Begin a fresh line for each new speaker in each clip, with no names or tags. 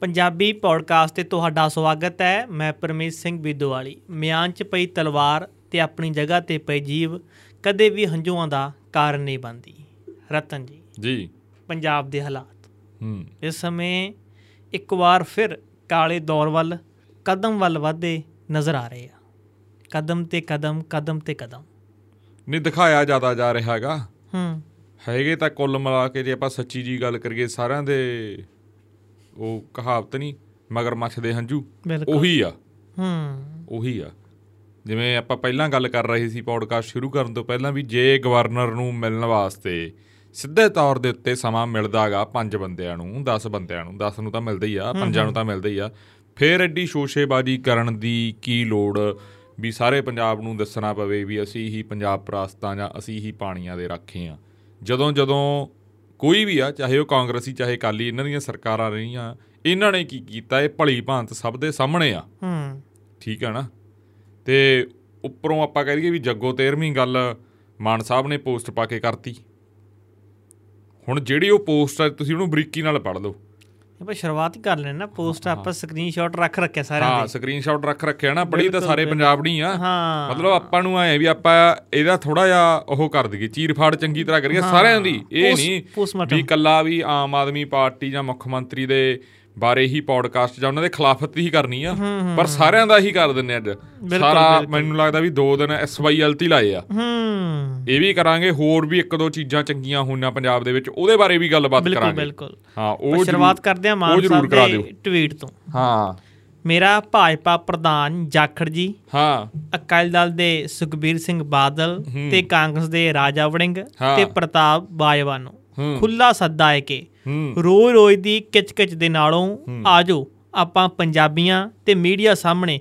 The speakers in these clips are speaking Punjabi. ਪੰਜਾਬੀ ਪੌਡਕਾਸਟ ਤੇ ਤੁਹਾਡਾ ਸਵਾਗਤ ਹੈ ਮੈਂ ਪਰਮੇਸ਼ ਸਿੰਘ ਵਿਦੋਵਾਲੀ ਮਿਆਨ 'ਚ ਪਈ ਤਲਵਾਰ ਤੇ ਆਪਣੀ ਜਗ੍ਹਾ ਤੇ ਪਈ ਜੀਵ ਕਦੇ ਵੀ ਹੰਝੂਆਂ ਦਾ ਕਾਰਨ ਨਹੀਂ ਬਣਦੀ ਰਤਨ ਜੀ
ਜੀ
ਪੰਜਾਬ ਦੇ ਹਾਲਾਤ
ਹੂੰ
ਇਸ ਸਮੇਂ ਇੱਕ ਵਾਰ ਫਿਰ ਕਾਲੇ ਦੌਰ ਵੱਲ ਕਦਮ ਵੱਲ ਵਧਦੇ ਨਜ਼ਰ ਆ ਰਹੇ ਆ ਕਦਮ ਤੇ ਕਦਮ ਕਦਮ ਤੇ ਕਦਮ
ਨਹੀਂ ਦਿਖਾਇਆ ਜ਼ਿਆਦਾ ਜਾ ਰਿਹਾ ਹੈਗਾ
ਹੂੰ
ਹੈਗੇ ਤਾਂ ਕੁੱਲ ਮਿਲਾ ਕੇ ਜੇ ਆਪਾਂ ਸੱਚੀ ਜੀ ਗੱਲ ਕਰੀਏ ਸਾਰਿਆਂ ਦੇ ਉਹ ਕਹਾਵਤ ਨਹੀਂ ਮਗਰਮੱਛ ਦੇ ਹੰਝੂ
ਬਿਲਕੁਲ
ਉਹੀ ਆ
ਹੂੰ
ਉਹੀ ਆ ਜਿਵੇਂ ਆਪਾਂ ਪਹਿਲਾਂ ਗੱਲ ਕਰ ਰਹੇ ਸੀ ਪੌਡਕਾਸਟ ਸ਼ੁਰੂ ਕਰਨ ਤੋਂ ਪਹਿਲਾਂ ਵੀ ਜੇ ਗਵਰਨਰ ਨੂੰ ਮਿਲਣ ਵਾਸਤੇ ਸਿੱਧੇ ਤੌਰ ਦੇ ਉੱਤੇ ਸਮਾਂ ਮਿਲਦਾਗਾ ਪੰਜ ਬੰਦਿਆਂ ਨੂੰ 10 ਬੰਦਿਆਂ ਨੂੰ 10 ਨੂੰ ਤਾਂ ਮਿਲਦਾ ਹੀ ਆ ਪੰਜਾਂ ਨੂੰ ਤਾਂ ਮਿਲਦਾ ਹੀ ਆ ਫੇਰ ਐਡੀ ਸ਼ੋਸ਼ੇਬਾਜ਼ੀ ਕਰਨ ਦੀ ਕੀ ਲੋੜ ਵੀ ਸਾਰੇ ਪੰਜਾਬ ਨੂੰ ਦੱਸਣਾ ਪਵੇ ਵੀ ਅਸੀਂ ਹੀ ਪੰਜਾਬ ਪ੍ਰਾਸਤਾਂ ਜਾਂ ਅਸੀਂ ਹੀ ਪਾਣੀਆਂ ਦੇ ਰਾਖੇ ਆ ਜਦੋਂ ਜਦੋਂ ਕੋਈ ਵੀ ਆ ਚਾਹੇ ਉਹ ਕਾਂਗਰਸੀ ਚਾਹੇ ਕਾਲੀ ਇਹਨਾਂ ਦੀਆਂ ਸਰਕਾਰਾਂ ਰਹੀਆਂ ਇਹਨਾਂ ਨੇ ਕੀ ਕੀਤਾ ਇਹ ਭਲੀ ਭਾਂਤ ਸਭ ਦੇ ਸਾਹਮਣੇ ਆ
ਹੂੰ
ਠੀਕ ਆ ਨਾ ਤੇ ਉੱਪਰੋਂ ਆਪਾਂ ਕਹਿ ਲਈਏ ਵੀ ਜੱਗੋ 13ਵੀਂ ਗੱਲ ਮਾਨ ਸਾਹਿਬ ਨੇ ਪੋਸਟ ਪਾ ਕੇ ਕਰਤੀ ਹੁਣ ਜਿਹੜੀ ਉਹ ਪੋਸਟ ਆ ਤੁਸੀਂ ਉਹਨੂੰ ਬਰੀਕੀ ਨਾਲ ਪੜ੍ਹ ਲਓ
ਆਪਾਂ ਸ਼ੁਰੂਆਤ ਹੀ ਕਰ ਲੈਣਾ ਨਾ ਪੋਸਟ ਆਪਾਂ ਸਕਰੀਨਸ਼ਾਟ ਰੱਖ ਰੱਖਿਆ ਸਾਰਿਆਂ
ਹਾਂ ਸਕਰੀਨਸ਼ਾਟ ਰੱਖ ਰੱਖਿਆ ਨਾ ਪੜ੍ਹੀ ਤਾਂ ਸਾਰੇ ਪੰਜਾਬ ਨਹੀਂ ਆ
ਦੇ ਹਾਂ
ਮਤਲਬ ਆਪਾਂ ਨੂੰ ਐ ਵੀ ਆਪਾਂ ਇਹਦਾ ਥੋੜਾ ਜਿਹਾ ਉਹ ਕਰ ਦਈਏ ਚੀਰਫਾੜ ਚੰਗੀ ਤਰ੍ਹਾਂ ਕਰੀਏ ਸਾਰਿਆਂ ਦੀ ਇਹ
Post-
ਨਹੀਂ
postmortem।
ਵੀ ਕੱਲਾ ਵੀ ਆਮ ਆਦਮੀ ਪਾਰਟੀ ਜਾਂ ਮੁੱਖ ਮੰਤਰੀ ਦੇ ਬਾਰੇ ਹੀ ਪੌਡਕਾਸਟ ਜਾਂ ਉਹਨਾਂ ਦੇ ਖਿਲਾਫਤ ਹੀ ਕਰਨੀ ਆ ਪਰ ਸਾਰਿਆਂ ਦਾ ਹੀ ਕਰ ਦਿੰਨੇ ਅੱਜ ਸਾਰਾ ਮੈਨੂੰ ਲੱਗਦਾ ਵੀ 2 ਦਿਨ ਐਸਵਾਈਐਲ ਤੇ ਹੀ ਲਾਏ ਆ
ਹੂੰ
ਇਹ ਵੀ ਕਰਾਂਗੇ ਹੋਰ ਵੀ ਇੱਕ ਦੋ ਚੀਜ਼ਾਂ ਚੰਗੀਆਂ ਹੋਈਆਂ ਪੰਜਾਬ ਦੇ ਵਿੱਚ ਉਹਦੇ ਬਾਰੇ ਵੀ ਗੱਲਬਾਤ
ਬਿਲਕੁਲ
ਕਰਾਂਗੇ
ਬਿਲਕੁਲ
ਹਾਂ
ਆਪਾਂ
ਉਹ
ਸ਼ੁਰੂਆਤ ਕਰਦੇ ਹਾਂ
ਉਹ
ਮਾਨ
ਜ਼ਰੂਰ
ਸਾਹਿਬ
ਕਰਾ
ਦੇ
ਦਿਓ।
ਟਵੀਟ ਤੋਂ
ਹਾਂ
ਮੇਰਾ ਭਾਜਪਾ ਪ੍ਰਧਾਨ ਜਾਖੜ ਜੀ
ਹਾਂ
ਅਕਾਲੀ ਦਲ ਦੇ ਸੁਖਬੀਰ ਸਿੰਘ ਬਾਦਲ ਤੇ ਕਾਂਗਰਸ ਦੇ ਰਾਜਾ ਵੜਿੰਗ
ਹਾਂ।
ਤੇ ਪ੍ਰਤਾਪ ਬਾਜਵਾ ਨੂੰ
ਹੂੰ।
ਖੁੱਲਾ ਸੱਦਾ ਹੈ ਕਿ
ਹੂੰ
ਰੋਜ਼ ਰੋਜ਼ ਦੀ ਕਿਚਕਿਚ ਦੇ ਨਾਲੋਂ ਆਜੋ ਆਪਾਂ ਪੰਜਾਬੀਆਂ ਤੇ ਮੀਡੀਆ ਸਾਹਮਣੇ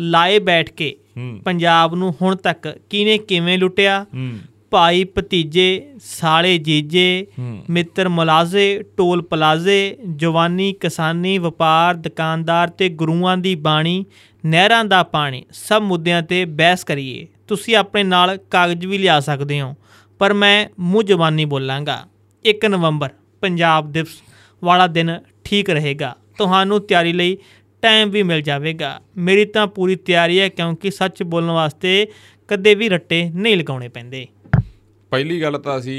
ਲਾਏ ਬੈਠ ਕੇ
ਹੂੰ
ਪੰਜਾਬ ਨੂੰ ਹੁਣ ਤੱਕ ਕਿਹਨੇ ਕਿਵੇਂ ਲੁੱਟਿਆ
ਹੂੰ
ਭਾਈ ਭਤੀਜੇ ਸਾਲੇ ਜੀਜੇ
ਹੂੰ।
ਮਿੱਤਰ ਮੁਲਾਜ਼ੇ ਟੋਲ ਪਲਾਜ਼ੇ ਜਵਾਨੀ ਕਿਸਾਨੀ ਵਪਾਰ ਦੁਕਾਨਦਾਰ ਤੇ ਗੁਰੂਆਂ ਦੀ ਬਾਣੀ ਨਹਿਰਾਂ ਦਾ ਪਾਣੀ ਸਭ ਮੁੱਦਿਆਂ ਤੇ ਬਹਿਸ ਕਰੀਏ ਤੁਸੀਂ ਆਪਣੇ ਨਾਲ ਕਾਗਜ਼ ਵੀ ਲਿਆ ਸਕਦੇ ਹੋ ਪਰ ਮੈਂ ਮੂੰਹ ਜ਼ਬਾਨੀ ਬੋਲਾਂਗਾ 1 ਨਵੰਬਰ ਪੰਜਾਬ ਦਿਵਸ ਵਾਲਾ ਦਿਨ ਠੀਕ ਰਹੇਗਾ ਤੁਹਾਨੂੰ ਤਿਆਰੀ ਲਈ ਟਾਈਮ ਵੀ ਮਿਲ ਜਾਵੇਗਾ ਮੇਰੀ ਤਾਂ ਪੂਰੀ ਤਿਆਰੀ ਹੈ ਕਿਉਂਕਿ ਸੱਚ ਬੋਲਣ ਵਾਸਤੇ ਕਦੇ ਵੀ ਰੱਟੇ ਨਹੀਂ ਲਗਾਉਣੇ ਪੈਂਦੇ
ਪਹਿਲੀ ਗੱਲ ਤਾਂ ਅਸੀਂ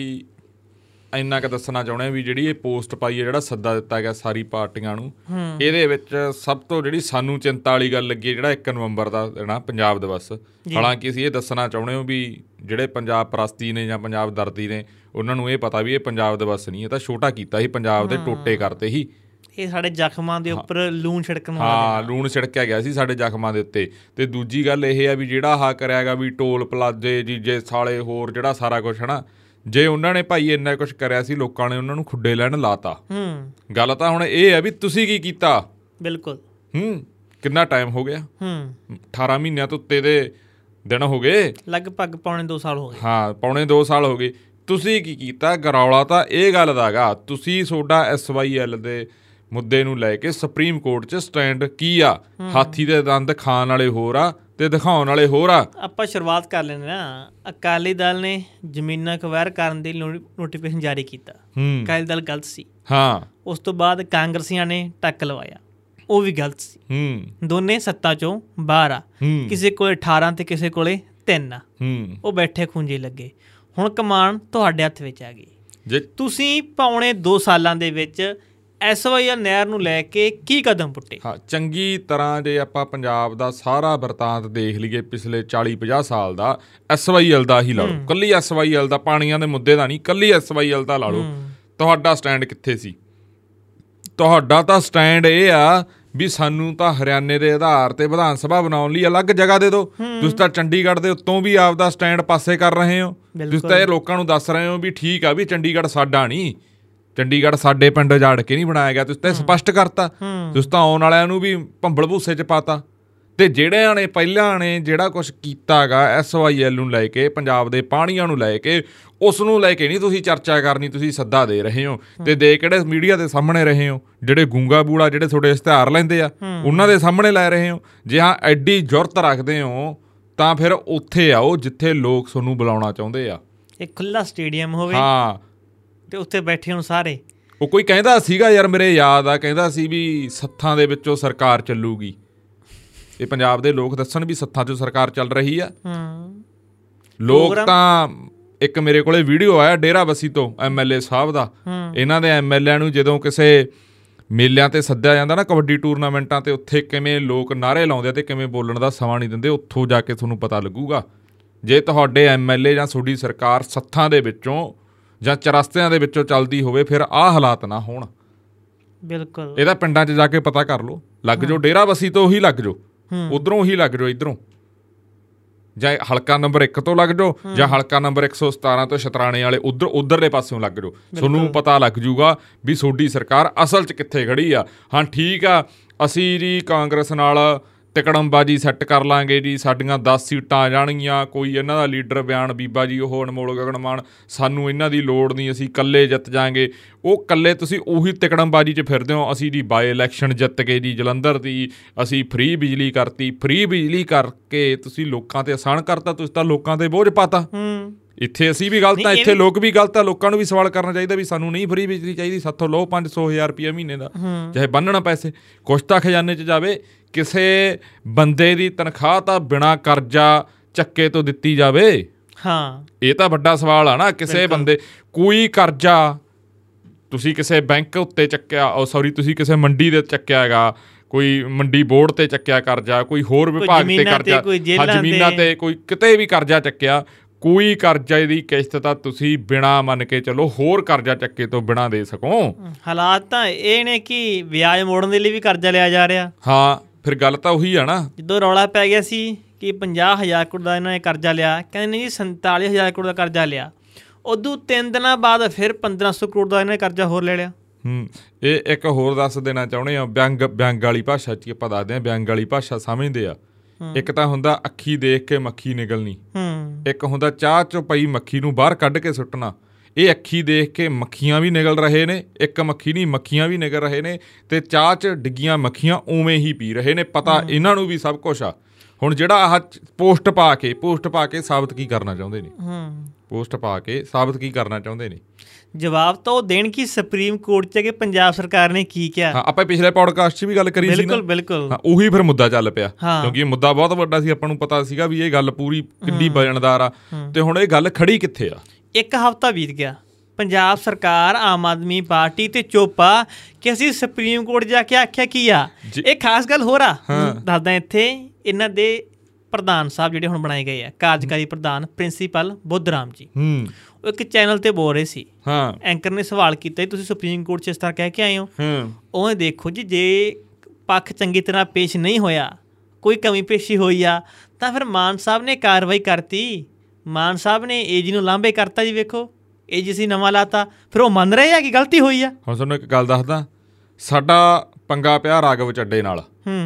ਇੰਨਾ ਕੁ ਦੱਸਣਾ ਚਾਹੁੰਦੇ ਹਾਂ ਵੀ ਜਿਹੜੀ ਇਹ ਪੋਸਟ ਪਾਈ ਹੈ ਜਿਹੜਾ ਸੱਦਾ ਦਿੱਤਾ ਗਿਆ ਸਾਰੀ ਪਾਰਟੀਆਂ ਨੂੰ ਇਹਦੇ ਵਿੱਚ ਸਭ ਤੋਂ ਜਿਹੜੀ ਸਾਨੂੰ ਚਿੰਤਾ ਵਾਲੀ ਗੱਲ ਲੱਗੀ ਹੈ, ਜਿਹੜਾ 1 ਨਵੰਬਰ ਦਾ ਦਿਨ ਆ ਪੰਜਾਬ ਦਿਵਸ ਹਾਲਾਂਕਿ ਅਸੀਂ ਇਹ ਦੱਸਣਾ ਚਾਹੁੰਦੇ ਹਾਂ ਵੀ ਜਿਹੜੇ ਪੰਜਾਬ ਪ੍ਰਸਤੀ ਨੇ ਜਾਂ ਪੰਜਾਬ ਦਰਦੀ ਨੇ ਉਹਨਾਂ ਨੂੰ ਇਹ ਪਤਾ ਵੀ ਇਹ ਪੰਜਾਬ ਦਿਵਸ ਨਹੀਂ ਇਹ ਤਾਂ ਛੋਟਾ ਕੀਤਾ ਸੀ ਪੰਜਾਬ ਦੇ ਟੋਟੇ ਕਰਤੇ ਸੀ
ਇਹ ਸਾਡੇ ਜ਼ਖਮਾਂ ਦੇ ਉੱਪਰ ਲੂਣ ਛਿੜਕਣ ਵਾਲਾ
ਹਾਂ ਲੂਣ ਛਿੜਕਿਆ ਗਿਆ ਸੀ ਸਾਡੇ ਜ਼ਖਮਾਂ ਦੇ ਉੱਤੇ ਤੇ ਦੂਜੀ ਗੱਲ ਇਹ ਆ ਵੀ ਜਿਹੜਾ ਆਹ ਕਰਿਆ ਹੈਗਾ ਵੀ ਟੋਲ ਪਲਾਜੇ ਜੀਜੇ ਸਾਲੇ ਹੋਰ ਜਿਹੜਾ ਸਾਰਾ ਕੁਝ ਹਨਾ ਜੇ ਉਹਨਾਂ ਨੇ ਭਾਈ ਇੰਨਾ ਕੁਝ ਕਰਿਆ ਸੀ ਲੋਕਾਂ ਨੇ ਉਹਨਾਂ ਨੂੰ ਖੁੱਡੇ ਲੈਣ ਲਾਤਾ
ਹੂੰ
ਗੱਲ ਤਾਂ ਹੁਣ ਇਹ ਆ ਵੀ ਤੁਸੀਂ ਕੀ ਕੀਤਾ
ਬਿਲਕੁਲ
ਹੂੰ ਕਿੰਨਾ ਟਾਈਮ ਹੋ ਗਿਆ
ਹੂੰ
18 ਮਹੀਨਿਆਂ ਤੋਂ ਉੱਤੇ ਦੇ ਦਿਨ ਹੋ ਗਏ
ਲਗਭਗ ਪੌਣੇ 2 ਸਾਲ ਹੋ ਗਏ
ਹਾਂ ਪੌਣੇ 2 ਸਾਲ ਹੋ ਗਏ ਤੁਸੀਂ ਕੀ ਕੀਤਾ ਗਰੌਲਾ ਤਾਂ ਇਹ ਗੱਲ ਦਾਗਾ ਤੁਸੀਂ ਤੁਹਾਡਾ ਐਸਵਾਈਐਲ ਦੇ ਮੁੱਦੇ ਨੂੰ ਲੈ ਕੇ ਸੁਪਰੀਮ ਕੋਰਟ 'ਚ ਸਟੈਂਡ ਕੀ ਆ ਹਾਥੀ ਦੇ ਦੰਦ ਖਾਣ ਵਾਲੇ ਹੋਰ ਆ ਤੇ ਦਿਖਾਉਣ ਵਾਲੇ ਹੋਰ ਆ
ਆਪਾਂ ਸ਼ੁਰੂਆਤ ਕਰ ਲੈਂਦੇ ਨਾ ਅਕਾਲੀ ਦਲ ਨੇ ਜ਼ਮੀਨਾਂ ਕਵੈਰ ਕਰਨ ਦੀ ਨੋ- ਨੋਟੀਫਿਕੇਸ਼ਨ ਜਾਰੀ ਕੀਤਾ
ਹੂੰ
ਅਕਾਲੀ ਦਲ ਗਲਤ ਸੀ
ਹਾਂ
ਉਸ ਤੋਂ ਬਾਅਦ ਕਾਂਗਰਸੀਆਂ ਨੇ ਟੱਕ ਲਵਾਇਆ ਉਹ ਵੀ ਗਲਤ ਸੀ
ਹੂੰ
ਦੋਨੇ ਸੱਤਾ ਚੋਂ ਬਾਹਰ ਆ
ਹੂੰ
ਕਿਸੇ ਕੋਲੇ 18 ਤੇ ਕਿਸੇ ਕੋਲੇ 3 ਆ
ਹੂੰ
ਉਹ ਬੈਠੇ ਖੁੰਝੇ ਲੱਗੇ ਹੁਣ ਕਮਾਨ ਤੁਹਾਡੇ ਹੱਥ ਵਿੱਚ ਆ ਗਈ
ਜੇ
ਤੁਸੀਂ ਪੌਣੇ 2 ਸਾਲਾਂ ਦੇ ਵਿੱਚ ਐਸਵਾਈਆਰ ਨਹਿਰ ਨੂੰ ਲੈ ਕੇ ਕੀ ਕਦਮ ਪੁੱਟੇ
ਹਾਂ ਚੰਗੀ ਤਰ੍ਹਾਂ ਜੇ ਆਪਾਂ ਪੰਜਾਬ ਦਾ ਸਾਰਾ ਵਰਤਾਂਤ ਦੇਖ ਲਈਏ ਪਿਛਲੇ 40-50 ਸਾਲ ਦਾ ਐਸਵਾਈਐਲ ਦਾ ਹੀ ਲਾ ਲਓ ਕੱਲੀ ਐਸਵਾਈਐਲ ਦਾ ਪਾਣੀਆਂ ਦੇ ਮੁੱਦੇ ਦਾ ਨਹੀਂ ਕੱਲੀ ਐਸਵਾਈਐਲ ਦਾ ਲਾ ਲਓ ਤੁਹਾਡਾ ਸਟੈਂਡ ਕਿੱਥੇ ਸੀ ਤੁਹਾਡਾ ਤਾਂ ਸਟੈਂਡ ਇਹ ਆ ਵੀ ਸਾਨੂੰ ਤਾਂ ਹਰਿਆਣੇ ਦੇ ਆਧਾਰ ਤੇ ਵਿਧਾਨ ਸਭਾ ਬਣਾਉਣ ਲਈ ਅਲੱਗ ਜਗ੍ਹਾ ਦੇ ਦਿਓ ਤੁਸੀਂ ਤਾਂ ਚੰਡੀਗੜ੍ਹ ਦੇ ਉੱਤੋਂ ਵੀ ਆਪਦਾ ਸਟੈਂਡ ਪਾਸੇ ਕਰ ਰਹੇ ਹੋ ਤੁਸੀਂ ਤਾਂ ਇਹ ਲੋਕਾਂ ਨੂੰ ਦੱਸ ਰਹੇ ਹੋ ਵੀ ਠੀਕ ਆ ਵੀ ਚੰਡੀਗੜ੍ਹ ਸਾਡਾ ਨਹੀਂ ਚੰਡੀਗੜ੍ਹ ਸਾਡੇ ਪਿੰਡ ਉਜਾੜ ਕੇ ਨਹੀਂ ਬਣਾਇਆ ਗਿਆ ਤੁਸੀਂ ਤਾਂ ਇਹ ਸਪਸ਼ਟ ਕਰਤਾ ਤੁਸੀਂ ਤਾਂ ਆਉਣ ਵਾਲਿਆਂ ਨੂੰ ਵੀ ਭੰਬਲ ਭੂਸੇ 'ਚ ਪਾਤਾ ਤੇ ਜਿਹੜਿਆਂ ਨੇ ਪਹਿਲਾਂ ਨੇ ਜਿਹੜਾ ਕੁਝ ਕੀਤਾਗਾ ਐਸਵਾਈਐਲ ਨੂੰ ਲੈ ਕੇ ਪੰਜਾਬ ਦੇ ਪਾਣੀਆਂ ਨੂੰ ਲੈ ਕੇ ਉਸ ਨੂੰ ਲੈ ਕੇ ਨਹੀਂ ਤੁਸੀਂ ਚਰਚਾ ਕਰਨੀ ਤੁਸੀਂ ਸੱਦਾ ਦੇ ਰਹੇ ਹੋ ਤੇ ਦੇ ਕਿਹੜੇ ਮੀਡੀਆ ਦੇ ਸਾਹਮਣੇ ਰਹੇ ਹੋ ਜਿਹੜੇ ਗੂੰਗਾ ਬੂੜਾ ਜਿਹੜੇ ਤੁਹਾਡੇ ਇਸ਼ਤਿਹਾਰ ਲੈਂਦੇ ਆ ਉਹਨਾਂ ਦੇ ਸਾਹਮਣੇ ਲੈ ਰਹੇ ਹੋ ਜੇ ਹਾਂ ਐਡੀ ਜ਼ੁਰਤ ਰੱਖਦੇ ਹੋ ਤਾਂ ਫਿਰ ਉੱਥੇ ਆਓ ਜਿੱਥੇ ਲੋਕ ਤੁਹਾਨੂੰ ਬੁਲਾਉਣਾ ਚਾਹੁੰਦੇ ਆ
ਇੱਕ ਖੁੱਲਾ ਸਟੇਡੀਅਮ ਹੋਵੇ
ਹਾਂ
ਤੇ ਉੱਥੇ ਬੈਠੇ ਹੋਣ ਸਾਰੇ
ਉਹ ਕੋਈ ਕਹਿੰਦਾ ਸੀਗਾ ਯਾਰ ਮੇਰੇ ਯਾਦ ਆ ਕਹਿੰਦਾ ਸੀ ਵੀ ਸੱਥਾਂ ਦੇ ਵਿੱਚੋਂ ਸਰਕਾਰ ਚੱਲੂਗੀ ਇਹ ਪੰਜਾਬ ਦੇ ਲੋਕ ਦੱਸਣ ਵੀ ਸੱਥਾਂ 'ਚੋਂ ਸਰਕਾਰ ਚੱਲ ਰਹੀ ਆ
ਹੂੰ
ਲੋਕ ਤਾਂ ਇੱਕ ਮੇਰੇ ਕੋਲੇ ਵੀਡੀਓ ਆਇਆ ਡੇਰਾ ਬਸੀ ਤੋਂ ਐਮਐਲਏ ਸਾਹਿਬ ਦਾ ਇਹਨਾਂ ਦੇ ਐਮਐਲਏ ਨੂੰ ਜਦੋਂ ਕਿਸੇ ਮੇਲਿਆਂ ਤੇ ਸੱਦਿਆ ਜਾਂਦਾ ਨਾ ਕਬੱਡੀ ਟੂਰਨਾਮੈਂਟਾਂ ਤੇ ਉੱਥੇ ਕਿਵੇਂ ਲੋਕ ਨਾਰੇ ਲਾਉਂਦੇ ਆ ਤੇ ਕਿਵੇਂ ਬੋਲਣ ਦਾ ਸਮਾਂ ਨਹੀਂ ਦਿੰਦੇ ਉੱਥੋਂ ਜਾ ਕੇ ਤੁਹਾਨੂੰ ਪਤਾ ਲੱਗੂਗਾ ਜੇ ਤੁਹਾਡੇ ਐਮਐਲਏ ਜਾਂ ਤੁਹਾਡੀ ਸਰਕਾਰ ਸੱਥਾਂ ਦੇ ਵਿੱਚੋਂ ਜਾਂ ਚਰਸਤਿਆਂ ਦੇ ਵਿੱਚੋਂ ਚੱਲਦੀ ਹੋਵੇ ਫਿਰ ਆਹ ਹਾਲਾਤ ਨਾ ਹੋਣ
ਬਿਲਕੁਲ
ਇਹਦਾ ਪਿੰਡਾਂ 'ਚ ਜਾ ਕੇ ਪਤਾ ਕਰ ਲਓ ਲੱਗ ਜਾਓ ਡੇਰਾ ਬਸੀ ਤੋਂ ਹੀ ਲੱਗ ਜਾਓ ਉਧਰੋਂ ਹੀ ਲੱਗ ਜਾਓ ਇਧਰੋਂ ਜਾਂ ਹਲਕਾ ਨੰਬਰ 1 ਤੋਂ ਲੱਗ ਜਾਓ ਜਾਂ ਹਲਕਾ ਨੰਬਰ 117 ਤੋਂ ਸ਼ਤਰਾਣੇ ਵਾਲੇ ਉਧਰ ਉਧਰਲੇ ਪਾਸਿਓਂ ਲੱਗ ਜਾਓ ਤੁਹਾਨੂੰ ਪਤਾ ਲੱਗ ਜੂਗਾ ਵੀ ਸੋਡੀ ਸਰਕਾਰ ਅਸਲ 'ਚ ਕਿੱਥੇ ਖੜੀ ਆ ਹਾਂ ਠੀਕ ਆ ਅਸੀਂ ਜੀ ਕਾਂਗਰਸ ਨਾਲ ਤਿਕੜਮਬਾਜੀ ਸੈੱਟ ਕਰ ਲਾਂਗੇ ਜੀ ਸਾਡੀਆਂ 10 ਸੀਟਾਂ ਆ ਜਾਣਗੀਆਂ ਕੋਈ ਇਹਨਾਂ ਦਾ ਲੀਡਰ ਬਿਆਨ ਬੀਬਾ ਜੀ ਉਹ ਅਨਮੋਲ ਗਗਨਮਾਨ ਸਾਨੂੰ ਇਹਨਾਂ ਦੀ ਲੋੜ ਨਹੀਂ ਅਸੀਂ ਇਕੱਲੇ ਜਿੱਤ ਜਾਾਂਗੇ ਉਹ ਇਕੱਲੇ ਤੁਸੀਂ ਉਹੀ ਤਿਕੜਮਬਾਜੀ 'ਚ ਫਿਰਦੇ ਹੋ ਅਸੀਂ ਜੀ ਬਾਈ ਇਲੈਕਸ਼ਨ ਜਿੱਤ ਗਏ ਜੀ ਜਲੰਧਰ ਦੀ ਅਸੀਂ ਫ੍ਰੀ ਬਿਜਲੀ ਕਰਤੀ ਫ੍ਰੀ ਬਿਜਲੀ ਕਰਕੇ ਤੁਸੀਂ ਲੋਕਾਂ ਤੇ ਆਸਾਨ ਕਰਤਾ ਤੁਸੀਂ ਤਾਂ ਲੋਕਾਂ ਤੇ ਬੋਝ ਪਾਤਾ
ਹੂੰ
ਇੱਥੇ ਅਸੀਂ ਵੀ ਗਲਤ ਆ
ਨਹੀਂ, ਇਹ
ਇੱਥੇ ਲੋਕ ਵੀ ਗਲਤ ਆ ਲੋਕਾਂ ਨੂੰ ਵੀ ਸਵਾਲ ਕਰਨਾ ਚਾਹੀਦਾ ਵੀ ਸਾਨੂੰ ਨਹੀਂ ਫ੍ਰੀ ਬਿਜਲੀ ਚਾਹੀਦੀ ਸਾਥੋਂ ਲਓ 500000 ਰੁਪਏ ਮਹੀਨੇ ਦਾ ਚਾਹੇ ਬੰਨਣਾ ਪੈਸੇ ਕੁਛ ਤਾਂ ਖਜ਼ਾਨੇ 'ਚ ਜਾਵੇ ਕਿਸੇ ਬੰਦੇ ਦੀ ਤਨਖਾਹ ਤਾਂ ਬਿਨਾ ਕਰਜ਼ਾ ਚੱਕੇ ਤੋਂ ਦਿੱਤੀ ਜਾਵੇ
ਹਾਂ
ਇਹ ਤਾਂ ਵੱਡਾ ਸਵਾਲ ਆ ਨਾ ਕਿਸੇ ਬੰਦੇ ਕੋਈ ਕਰਜ਼ਾ ਤੁਸੀਂ ਕਿਸੇ ਬੈਂਕ ਉੱਤੇ ਚੱਕਿਆ ਉਹ ਸੌਰੀ ਤੁਸੀਂ ਕਿਸੇ ਮੰਡੀ ਦੇ ਚੱਕਿਆ ਹੈਗਾ ਕੋਈ ਮੰਡੀ ਬੋਰਡ ਤੇ ਚੱਕਿਆ ਕਰਜ਼ਾ ਕੋਈ ਹੋਰ ਵਿਭਾਗ ਤੇ
ਜ਼ਮੀਨਾਂ ਤੇ,
ਕਰਜ਼ਾ
ਕੋਈ
ਹਾਂ,
ਜੇਲ੍ਹਾਂ
ਜ਼ਮੀਨਾਂ
ਤੇ।
ਤੇ ਕੋਈ ਕਿਤੇ ਵੀ ਕਰਜ਼ਾ ਚੱਕਿਆ ਕੋਈ ਕਰਜ਼ੇ ਦੀ ਕਿਸ਼ਤ ਤਾਂ ਤੁਸੀਂ ਬਿਨਾ ਮੰਨ ਕੇ ਚਲੋ ਹੋਰ ਕਰਜ਼ਾ ਚੱਕੇ ਤੋਂ ਬਿਨਾ ਦੇ ਸਕੋ
ਹਾਲਾਤ ਤਾਂ ਇਹ ਨੇ ਕਿ ਵਿਆਜ ਮੋੜਨ ਦੇ ਲਈ ਵੀ ਕਰਜ਼ਾ ਲਿਆ ਜਾ ਰਿਹਾ
ਹਾਂ ਫਿਰ ਗੱਲ ਤਾਂ ਉਹੀ ਆ ਨਾ
ਜਦੋਂ ਰੌਲਾ ਪੈ ਗਿਆ ਸੀ ਕਿ 50000 ਕਰੋੜ ਦਾ ਇਹਨਾਂ ਨੇ ਕਰਜ਼ਾ ਲਿਆ ਕਹਿੰਦੇ ਨੇ ਜੀ 47000 ਕਰੋੜ ਦਾ ਕਰਜ਼ਾ ਲਿਆ ਉਦੋਂ ਤਿੰਨ ਦਿਨਾਂ ਬਾਅਦ ਫਿਰ 1500 ਕਰੋੜ ਦਾ ਇਹਨਾਂ ਨੇ ਕਰਜ਼ਾ ਹੋਰ ਲੈ ਲਿਆ
ਹੂੰ ਇਹ ਇੱਕ ਹੋਰ ਦੱਸ ਦੇਣਾ ਚਾਹੁੰਦੇ ਆ ਵਿਅੰਗ ਵਿਅੰਗ ਵਾਲੀ ਭਾਸ਼ਾ 'ਚ ਹੀ ਆਪਾਂ ਦੱਸਦੇ ਆ ਵਿਅੰਗ ਵਾਲੀ ਭਾਸ਼ਾ ਸਮਝਦੇ ਆ ਇੱਕ ਤਾਂ ਹੁੰਦਾ ਅੱਖੀ ਦੇਖ ਕੇ ਮੱਖੀ ਨਿਗਲਣੀ
ਹੂੰ
ਇੱਕ ਹੁੰਦਾ ਚਾਹ ਚੋਂ ਪਈ ਮੱਖੀ ਨੂੰ ਬਾਹਰ ਕੱਢ ਕੇ ਸੁੱਟਣਾ ਇਹ ਅੱਖੀ ਦੇਖ ਕੇ ਮੱਖੀਆਂ ਵੀ ਨਿਗਲ ਰਹੇ ਨੇ ਇੱਕ ਮੱਖੀ ਨਹੀਂ ਮੱਖੀਆਂ ਵੀ ਨਿਗਲ ਰਹੇ ਨੇ ਤੇ ਚਾਹ 'ਚ ਡਿੱਗੀਆਂ ਮੱਖੀਆਂ ਉਵੇਂ ਹੀ ਪੀ ਰਹੇ ਨੇ ਪਤਾ ਇਹਨਾਂ ਨੂੰ ਵੀ ਸਭ ਕੁਝ ਆ ਹੁਣ ਜਿਹੜਾ ਆਹ ਪੋਸਟ ਪਾ ਕੇ ਪੋਸਟ ਪਾ ਕੇ ਸਾਬਤ ਕੀ ਕਰਨਾ ਚਾਹੁੰਦੇ ਨੇ
ਹੂੰ
ਪੋਸਟ ਪਾ ਕੇ ਸਾਬਤ ਕੀ ਕਰਨਾ ਚਾਹੁੰਦੇ ਨੇ
ਜਵਾਬ ਤਾਂ ਉਹ ਦੇਣ ਕਿ ਸੁਪਰੀਮ ਕੋਰਟ 'ਚ ਕਿ ਪੰਜਾਬ ਸਰਕਾਰ ਨੇ ਕੀ ਕਿਹਾ
ਹਾਂ ਆਪਾਂ ਪਿਛਲੇ ਪੌਡਕਾਸਟ 'ਚ ਵੀ ਗੱਲ ਕਰੀ ਸੀ ਨਾ
ਬਿਲਕੁਲ ਬਿਲਕੁਲ
ਹਾਂ ਉਹੀ ਫਿਰ ਮੁੱਦਾ ਚੱਲ ਪਿਆ
ਹਾਂ।
ਕਿਉਂਕਿ ਇਹ ਮੁੱਦਾ ਬਹੁਤ ਵੱਡਾ ਸੀ ਆਪਾਂ ਨੂੰ ਪਤਾ ਸੀਗਾ ਵੀ ਇਹ ਗੱਲ ਪੂਰੀ ਕਿੱਡੀ ਵਜਨਦਾਰ ਆ ਤੇ ਹੁਣ ਇਹ ਗੱਲ ਖੜੀ ਕਿੱਥੇ ਆ
ਇੱਕ ਹਫ਼ਤਾ ਬੀਤ ਗਿਆ ਪੰਜਾਬ ਸਰਕਾਰ ਆਮ ਆਦਮੀ ਪਾਰਟੀ ਤੇ ਚੋਪਾ ਕਿ ਅਸੀਂ ਸੁਪਰੀਮ ਕੋਰਟ ਜਾ ਕੇ ਆਖਿਆ ਕੀ ਆ
ਜੀ-
ਇਹ ਖਾਸ ਗੱਲ ਹੋ ਰਾ ਦੱਸਦਾ ਇੱਥੇ ਇਹਨਾਂ ਦੇ ਪ੍ਰਧਾਨ ਸਾਹਿਬ ਜਿਹੜੇ ਹੁਣ ਬਣਾਏ ਗਏ ਆ ਕਾਰਜਕਾਰੀ ਪ੍ਰਧਾਨ ਪ੍ਰਿੰਸੀਪਲ ਬੁੱਧਰਾਮ ਜੀ
ਹੂੰ
ਉਹ ਇੱਕ ਚੈਨਲ ਤੇ ਬੋਲ ਰਹੇ ਸੀ
ਹਾਂ
ਐਂਕਰ ਨੇ ਸਵਾਲ ਕੀਤਾ ਜੀ, ਤੁਸੀਂ ਸੁਪਰੀਮ ਕੋਰਟ 'ਚ ਇਸ ਤਰ੍ਹਾਂ ਕਹਿ ਕੇ ਆਏ ਹੋ
ਹੂੰ
ਉਹ ਦੇਖੋ ਜੀ ਜੇ ਪੱਖ ਚੰਗੀ ਤਰ੍ਹਾਂ ਪੇਸ਼ ਨਹੀਂ ਹੋਇਆ ਕੋਈ ਕਮੀ ਪੇਸ਼ੀ ਹੋਈ ਆ ਤਾਂ ਫਿਰ ਮਾਨ ਸਾਹਿਬ ਨੇ ਕਾਰਵਾਈ ਕਰਤੀ ਮਾਨ ਸਾਹਿਬ ਨੇ ਏਜੀ ਨੂੰ ਲਾਂਭੇ ਕਰਤਾ ਜੀ ਵੇਖੋ ਏਜੀ ਸੀ ਨਵਾਂ ਲਾਤਾ ਫਿਰ ਉਹ ਮੰਨ ਰਹੇ ਆ ਕਿ ਗਲਤੀ ਹੋਈ ਆ
ਹੁਣ ਤੁਹਾਨੂੰ ਇੱਕ ਗੱਲ ਦੱਸਦਾ ਸਾਡਾ ਪੰਗਾ ਪਿਆ ਰਾਘਵ ਚੱਡੇ ਨਾਲ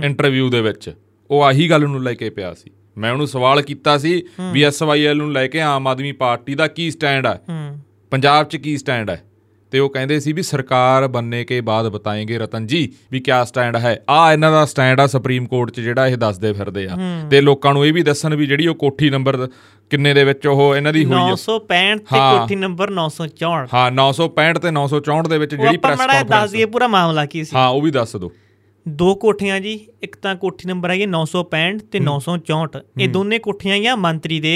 ਇੰਟਰਵਿਊ ਦੇ ਵਿੱਚ ਉਹ ਆਹੀ ਗੱਲ ਨੂੰ ਲੈ ਕੇ ਪਿਆ ਸੀ ਮੈਂ ਉਹਨੂੰ ਸਵਾਲ ਕੀਤਾ ਸੀ ਵੀ ਐਸਵਾਈਐਲ ਨੂੰ ਲੈ ਕੇ ਆਮ ਆਦਮੀ ਪਾਰਟੀ ਦਾ ਕੀ ਸਟੈਂਡ ਹੈ
ਹੂੰ
ਪੰਜਾਬ 'ਚ ਕੀ ਸਟੈਂਡ ਹੈ ਤੇ ਉਹ ਕਹਿੰਦੇ ਸੀ ਵੀ ਸਰਕਾਰ ਬੰਨੇ ਕੇ ਬਾਅਦ ਬਤਾਏਗੇ ਰਤਨ ਜੀ ਵੀ ਕਿਆ ਸਟੈਂਡ ਹੈ ਆ ਇਹਨਾਂ ਦਾ ਸਟੈਂਡ ਆ ਸੁਪਰੀਮ ਕੋਰਟ 'ਚ ਜਿਹੜਾ ਇਹ ਦੱਸਦੇ ਫਿਰਦੇ ਆ ਤੇ ਲੋਕਾਂ ਨੂੰ ਇਹ ਵੀ ਦੱਸਣ ਵੀ ਜਿਹੜੀ ਉਹ ਕੋਠੀ ਨੰਬਰ ਕਿੰਨੇ ਦੇ ਵਿੱਚ ਉਹ ਇਹਨਾਂ ਦੀ ਹੋਈ ਆ
965 ਤੇ
ਹਾਂ।
ਕੋਠੀ ਨੰਬਰ 964
ਹਾਂ 965 ਤੇ 964 ਦੇ ਵਿੱਚ
ਉਹ
ਜਿਹੜੀ
ਆਪਾਂ
ਪ੍ਰੈਸ
ਮੜਾ ਦੱਸ
ਕਾਨਫਰੰਸ
ਦਈਏ ਪੂਰਾ ਮਾਮਲਾ ਕੀ ਸੀ
ਹਾਂ ਉਹ ਵੀ ਦੱਸ ਦਿਓ
ਦੋ ਕੋਠੀਆਂ ਜੀ ਇੱਕ ਤਾਂ ਕੋਠੀ ਨੰਬਰ ਹੈਗੀ 965 ਤੇ 964 ਇਹ ਦੋਨੇ ਕੋਠੀਆਂ ਹੈਗੀਆਂ ਮੰਤਰੀ ਦੇ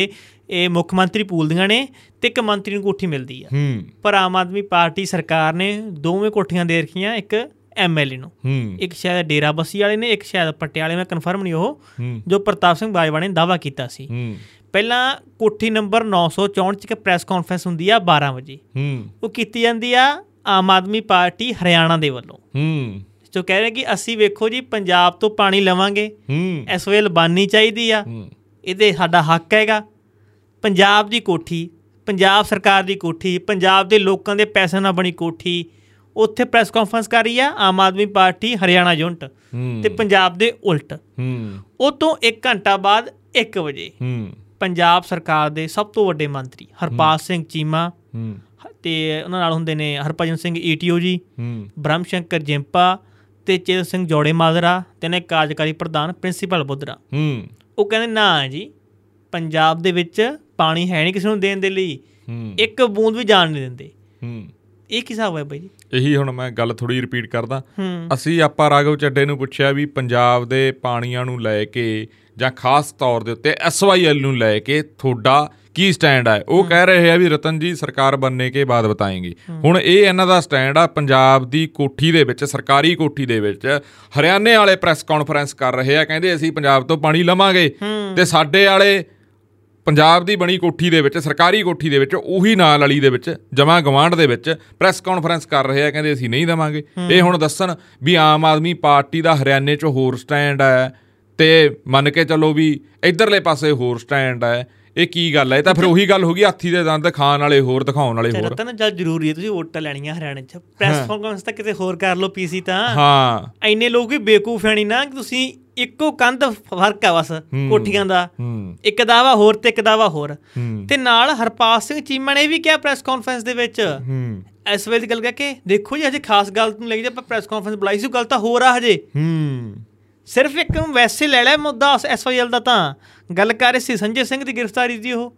ਇਹ ਮੁੱਖ ਮੰਤਰੀ ਪੂਲ ਦੀਆਂ ਨੇ ਤੇ ਇੱਕ ਮੰਤਰੀ ਨੂੰ ਕੋਠੀ ਮਿਲਦੀ ਆ
ਹੂੰ
ਪਰ ਆਮ ਆਦਮੀ ਪਾਰਟੀ ਸਰਕਾਰ ਨੇ ਦੋਵੇਂ ਕੋਠੀਆਂ ਦੇ ਰੱਖੀਆਂ ਇੱਕ ਐਮਐਲਏ ਨੂੰ
ਹੂੰ
ਇੱਕ ਸ਼ਾਇਦ ਡੇਰਾਬੱਸੀ ਵਾਲੇ ਨੇ ਇੱਕ ਸ਼ਾਇਦ ਪਟਿਆਲੇ ਮੈਂ ਕਨਫਰਮ ਨਹੀਂ ਉਹ
ਹੂੰ
ਜੋ ਪ੍ਰਤਾਪ ਸਿੰਘ ਬਾਜਵਾ ਨੇ ਦਾਵਾ ਕੀਤਾ ਸੀ
ਹੂੰ
ਪਹਿਲਾਂ ਕੋਠੀ ਨੰਬਰ 964 ਚ ਇੱਕ ਪ੍ਰੈਸ ਕਾਨਫਰੰਸ ਹੁੰਦੀ ਆ 12 ਵਜੇ
ਹੂੰ
ਉਹ ਕੀਤੀ ਜਾਂਦੀ ਆ ਆਮ ਆਦਮੀ ਪਾਰਟੀ ਹਰਿਆਣਾ ਦੇ ਵੱਲੋਂ
ਹੂੰ
ਜੋ ਕਹਿ ਰਹੇ ਕਿ ਅਸੀਂ ਵੇਖੋ ਜੀ ਪੰਜਾਬ ਤੋਂ ਪਾਣੀ ਲਵਾਂਗੇ
ਹੂੰ
ਇਸ ਵੇਲੇ ਬਾਨੀ ਚਾਹੀਦੀ ਆ
ਹੂੰ
ਇਹਦੇ ਸਾਡਾ ਹੱਕ ਹੈਗਾ ਪੰਜਾਬ ਦੀ ਕੋਠੀ ਪੰਜਾਬ ਸਰਕਾਰ ਦੀ ਕੋਠੀ ਪੰਜਾਬ ਦੇ ਲੋਕਾਂ ਦੇ ਪੈਸਿਆਂ ਨਾਲ ਬਣੀ ਕੋਠੀ ਉੱਥੇ ਪ੍ਰੈਸ ਕਾਨਫਰੰਸ ਕਰ ਰਹੀ ਆ ਆਮ ਆਦਮੀ ਪਾਰਟੀ ਹਰਿਆਣਾ ਯੂਨਿਟ
ਹੂੰ
ਤੇ ਪੰਜਾਬ ਦੇ ਉਲਟ
ਹੂੰ
ਉਹ ਤੋਂ 1 ਘੰਟਾ ਬਾਅਦ 1 ਵਜੇ
ਹੂੰ
ਪੰਜਾਬ ਸਰਕਾਰ ਦੇ ਸਭ ਤੋਂ ਵੱਡੇ ਮੰਤਰੀ ਹਰਪਾਲ ਸਿੰਘ ਚੀਮਾ
ਹੂੰ
ਤੇ ਉਹਨਾਂ ਨਾਲ ਹੁੰਦੇ ਨੇ ਹਰਭਜਨ ਸਿੰਘ ਈਟੀਓ ਜੀ
ਹੂੰ
ਬ੍ਰਹਮ ਸ਼ੰਕਰ ਜਿੰਪਾ ਤੇ ਚੇਤ ਸਿੰਘ ਜੋੜੇ ਮਾਜਰਾ ਤੇ ਨੇ ਕਾਰਜਕਾਰੀ ਪ੍ਰਧਾਨ ਪ੍ਰਿੰਸੀਪਲ ਬੁੱਧਰਾ
ਹੂੰ
ਉਹ ਕਹਿੰਦੇ ਨਾ ਜੀ ਪੰਜਾਬ ਦੇ ਵਿੱਚ ਪਾਣੀ ਹੈ ਨਹੀਂ ਕਿਸੇ ਨੂੰ ਦੇਣ ਦੇ ਲਈ
ਹੂੰ
ਇੱਕ ਬੂੰਦ ਵੀ ਜਾਣ ਨਹੀਂ ਦਿੰਦੇ
ਹੂੰ
ਇਹ ਕੀ ਹਿਸਾਬ ਹੈ ਬਾਈ ਜੀ
ਇਹੀ ਹੁਣ ਮੈਂ ਗੱਲ ਥੋੜੀ ਰਿਪੀਟ ਕਰਦਾ
ਹੂੰ
ਅਸੀਂ ਆਪਾਂ ਰਾਘਵ ਚੱਡੇ ਨੂੰ ਪੁੱਛਿਆ ਵੀ ਪੰਜਾਬ ਦੇ ਪਾਣੀਆਂ ਨੂੰ ਲੈ ਕੇ ਜਾਂ ਖਾਸ ਤੌਰ ਦੇ ਉੱਤੇ ਐਸਵਾਈਐਲ ਨੂੰ ਲੈ ਕੇ ਤੁਹਾਡਾ ਕੀ ਸਟੈਂਡ ਹੈ ਉਹ ਕਹਿ ਰਹੇ ਆ ਵੀ ਰਤਨ ਜੀ ਸਰਕਾਰ ਬਣਨੇ ਕੇ ਬਾਅਦ ਬਤਾਏਂਗੇ ਹੁਣ ਇਹ ਇਹਨਾਂ ਦਾ ਸਟੈਂਡ ਆ ਪੰਜਾਬ ਦੀ ਕੋਠੀ ਦੇ ਵਿੱਚ ਸਰਕਾਰੀ ਕੋਠੀ ਦੇ ਵਿੱਚ ਹਰਿਆਣੇ ਵਾਲੇ ਪ੍ਰੈਸ ਕਾਨਫਰੰਸ ਕਰ ਰਹੇ ਆ ਕਹਿੰਦੇ ਅਸੀਂ ਪੰਜਾਬ ਤੋਂ ਪਾਣੀ ਲਵਾਂਗੇ ਤੇ ਸਾਡੇ ਵਾਲੇ ਪੰਜਾਬ ਦੀ ਬਣੀ ਕੋਠੀ ਦੇ ਵਿੱਚ ਸਰਕਾਰੀ ਕੋਠੀ ਦੇ ਵਿੱਚ ਉਹੀ ਨਾਲ ਵਾਲੀ ਦੇ ਵਿੱਚ ਜਮਾ ਗਵਾਂਢ ਦੇ ਵਿੱਚ ਪ੍ਰੈਸ ਕਾਨਫਰੰਸ ਕਰ ਰਹੇ ਆ ਕਹਿੰਦੇ ਅਸੀਂ ਨਹੀਂ ਦੇਵਾਂਗੇ ਇਹ ਹੁਣ ਦੱਸਣ ਵੀ ਆਮ ਆਦਮੀ ਪਾਰਟੀ ਦਾ ਹਰਿਆਣੇ 'ਚ ਹੋਰ ਸਟੈਂਡ ਹੈ ਤੇ ਮੰਨ ਕੇ ਚੱਲੋ ਵੀ ਇਧਰਲੇ ਪਾਸੇ ਹੋਰ ਸਟੈਂਡ ਹੈ ਇਹ ਕੀ ਗੱਲ ਹੈ ਇਹ ਤਾਂ ਫਿਰ ਉਹੀ ਗੱਲ ਹੋ ਗਈ ਹਾਥੀ ਦੇ ਦੰਦ ਖਾਣ ਵਾਲੇ ਹੋਰ ਦਿਖਾਉਣ ਵਾਲੇ
ਤੇ
ਹੋਰ
ਰਤਨ ਜਲ ਜ਼ਰੂਰੀ ਹੈ ਤੁਸੀਂ ਵੋਟਾਂ ਲੈਣੀਆਂ ਹਰਿਆਣੇ 'ਚ ਪ੍ਰੈਸ ਕਾਨਫਰੰਸ ਤਾਂ ਕਿਤੇ ਹੋਰ ਕਰ ਲਓ ਪੀਸੀ ਤਾਂ
ਹਾਂ
ਐਨੇ ਲੋਕ ਵੀ ਬੇਕੂਫ ਐਣੀ ਨਾ ਕਿ ਤੁਸੀਂ ਇੱਕੋ ਕੰਧ ਫਰਕ ਆ ਬਸ ਕੋਠੀਆਂ ਦਾ
ਹੂੰ
ਇੱਕ ਦਾਵਾ ਹੋਰ ਤੇ ਇੱਕ ਦਾਵਾ ਹੋਰ
ਹੂੰ
ਤੇ ਨਾਲ ਹਰਪਾਲ ਸਿੰਘ ਚੀਮਾ ਨੇ ਵੀ ਕਿਹਾ ਪ੍ਰੈਸ ਕਾਨਫਰੰਸ ਦੇ ਵਿੱਚ
ਹੂੰ
ਇਸ ਵੇਲੇ ਦੀ ਗੱਲ ਕਰਕੇ ਦੇਖੋ ਜੀ ਅਜੇ ਖਾਸ ਗੱਲ ਨੂੰ ਲੈ ਕੇ ਜੇ ਆਪਾਂ ਪ੍ਰੈਸ ਕਾਨਫਰੰਸ ਬੁਲਾਈ ਸੀ ਉਹ ਗੱਲ ਤਾਂ ਹੋਰ ਆ ਹਜੇ
ਹੂੰ
ਸਿਰਫ ਇੱਕ ਨੂੰ ਵੈਸੇ ਲੈ ਲਿਆ ਮੁੱਦਾ ਐਸਵਾਈਐਲ ਦਾ ਤਾਂ ਗੱਲ ਕਰ ਰਹੇ ਸੀ ਸੰਜੇ ਸਿੰਘ ਦੀ ਗ੍ਰਿਫਤਾਰੀ ਦੀ ਉਹ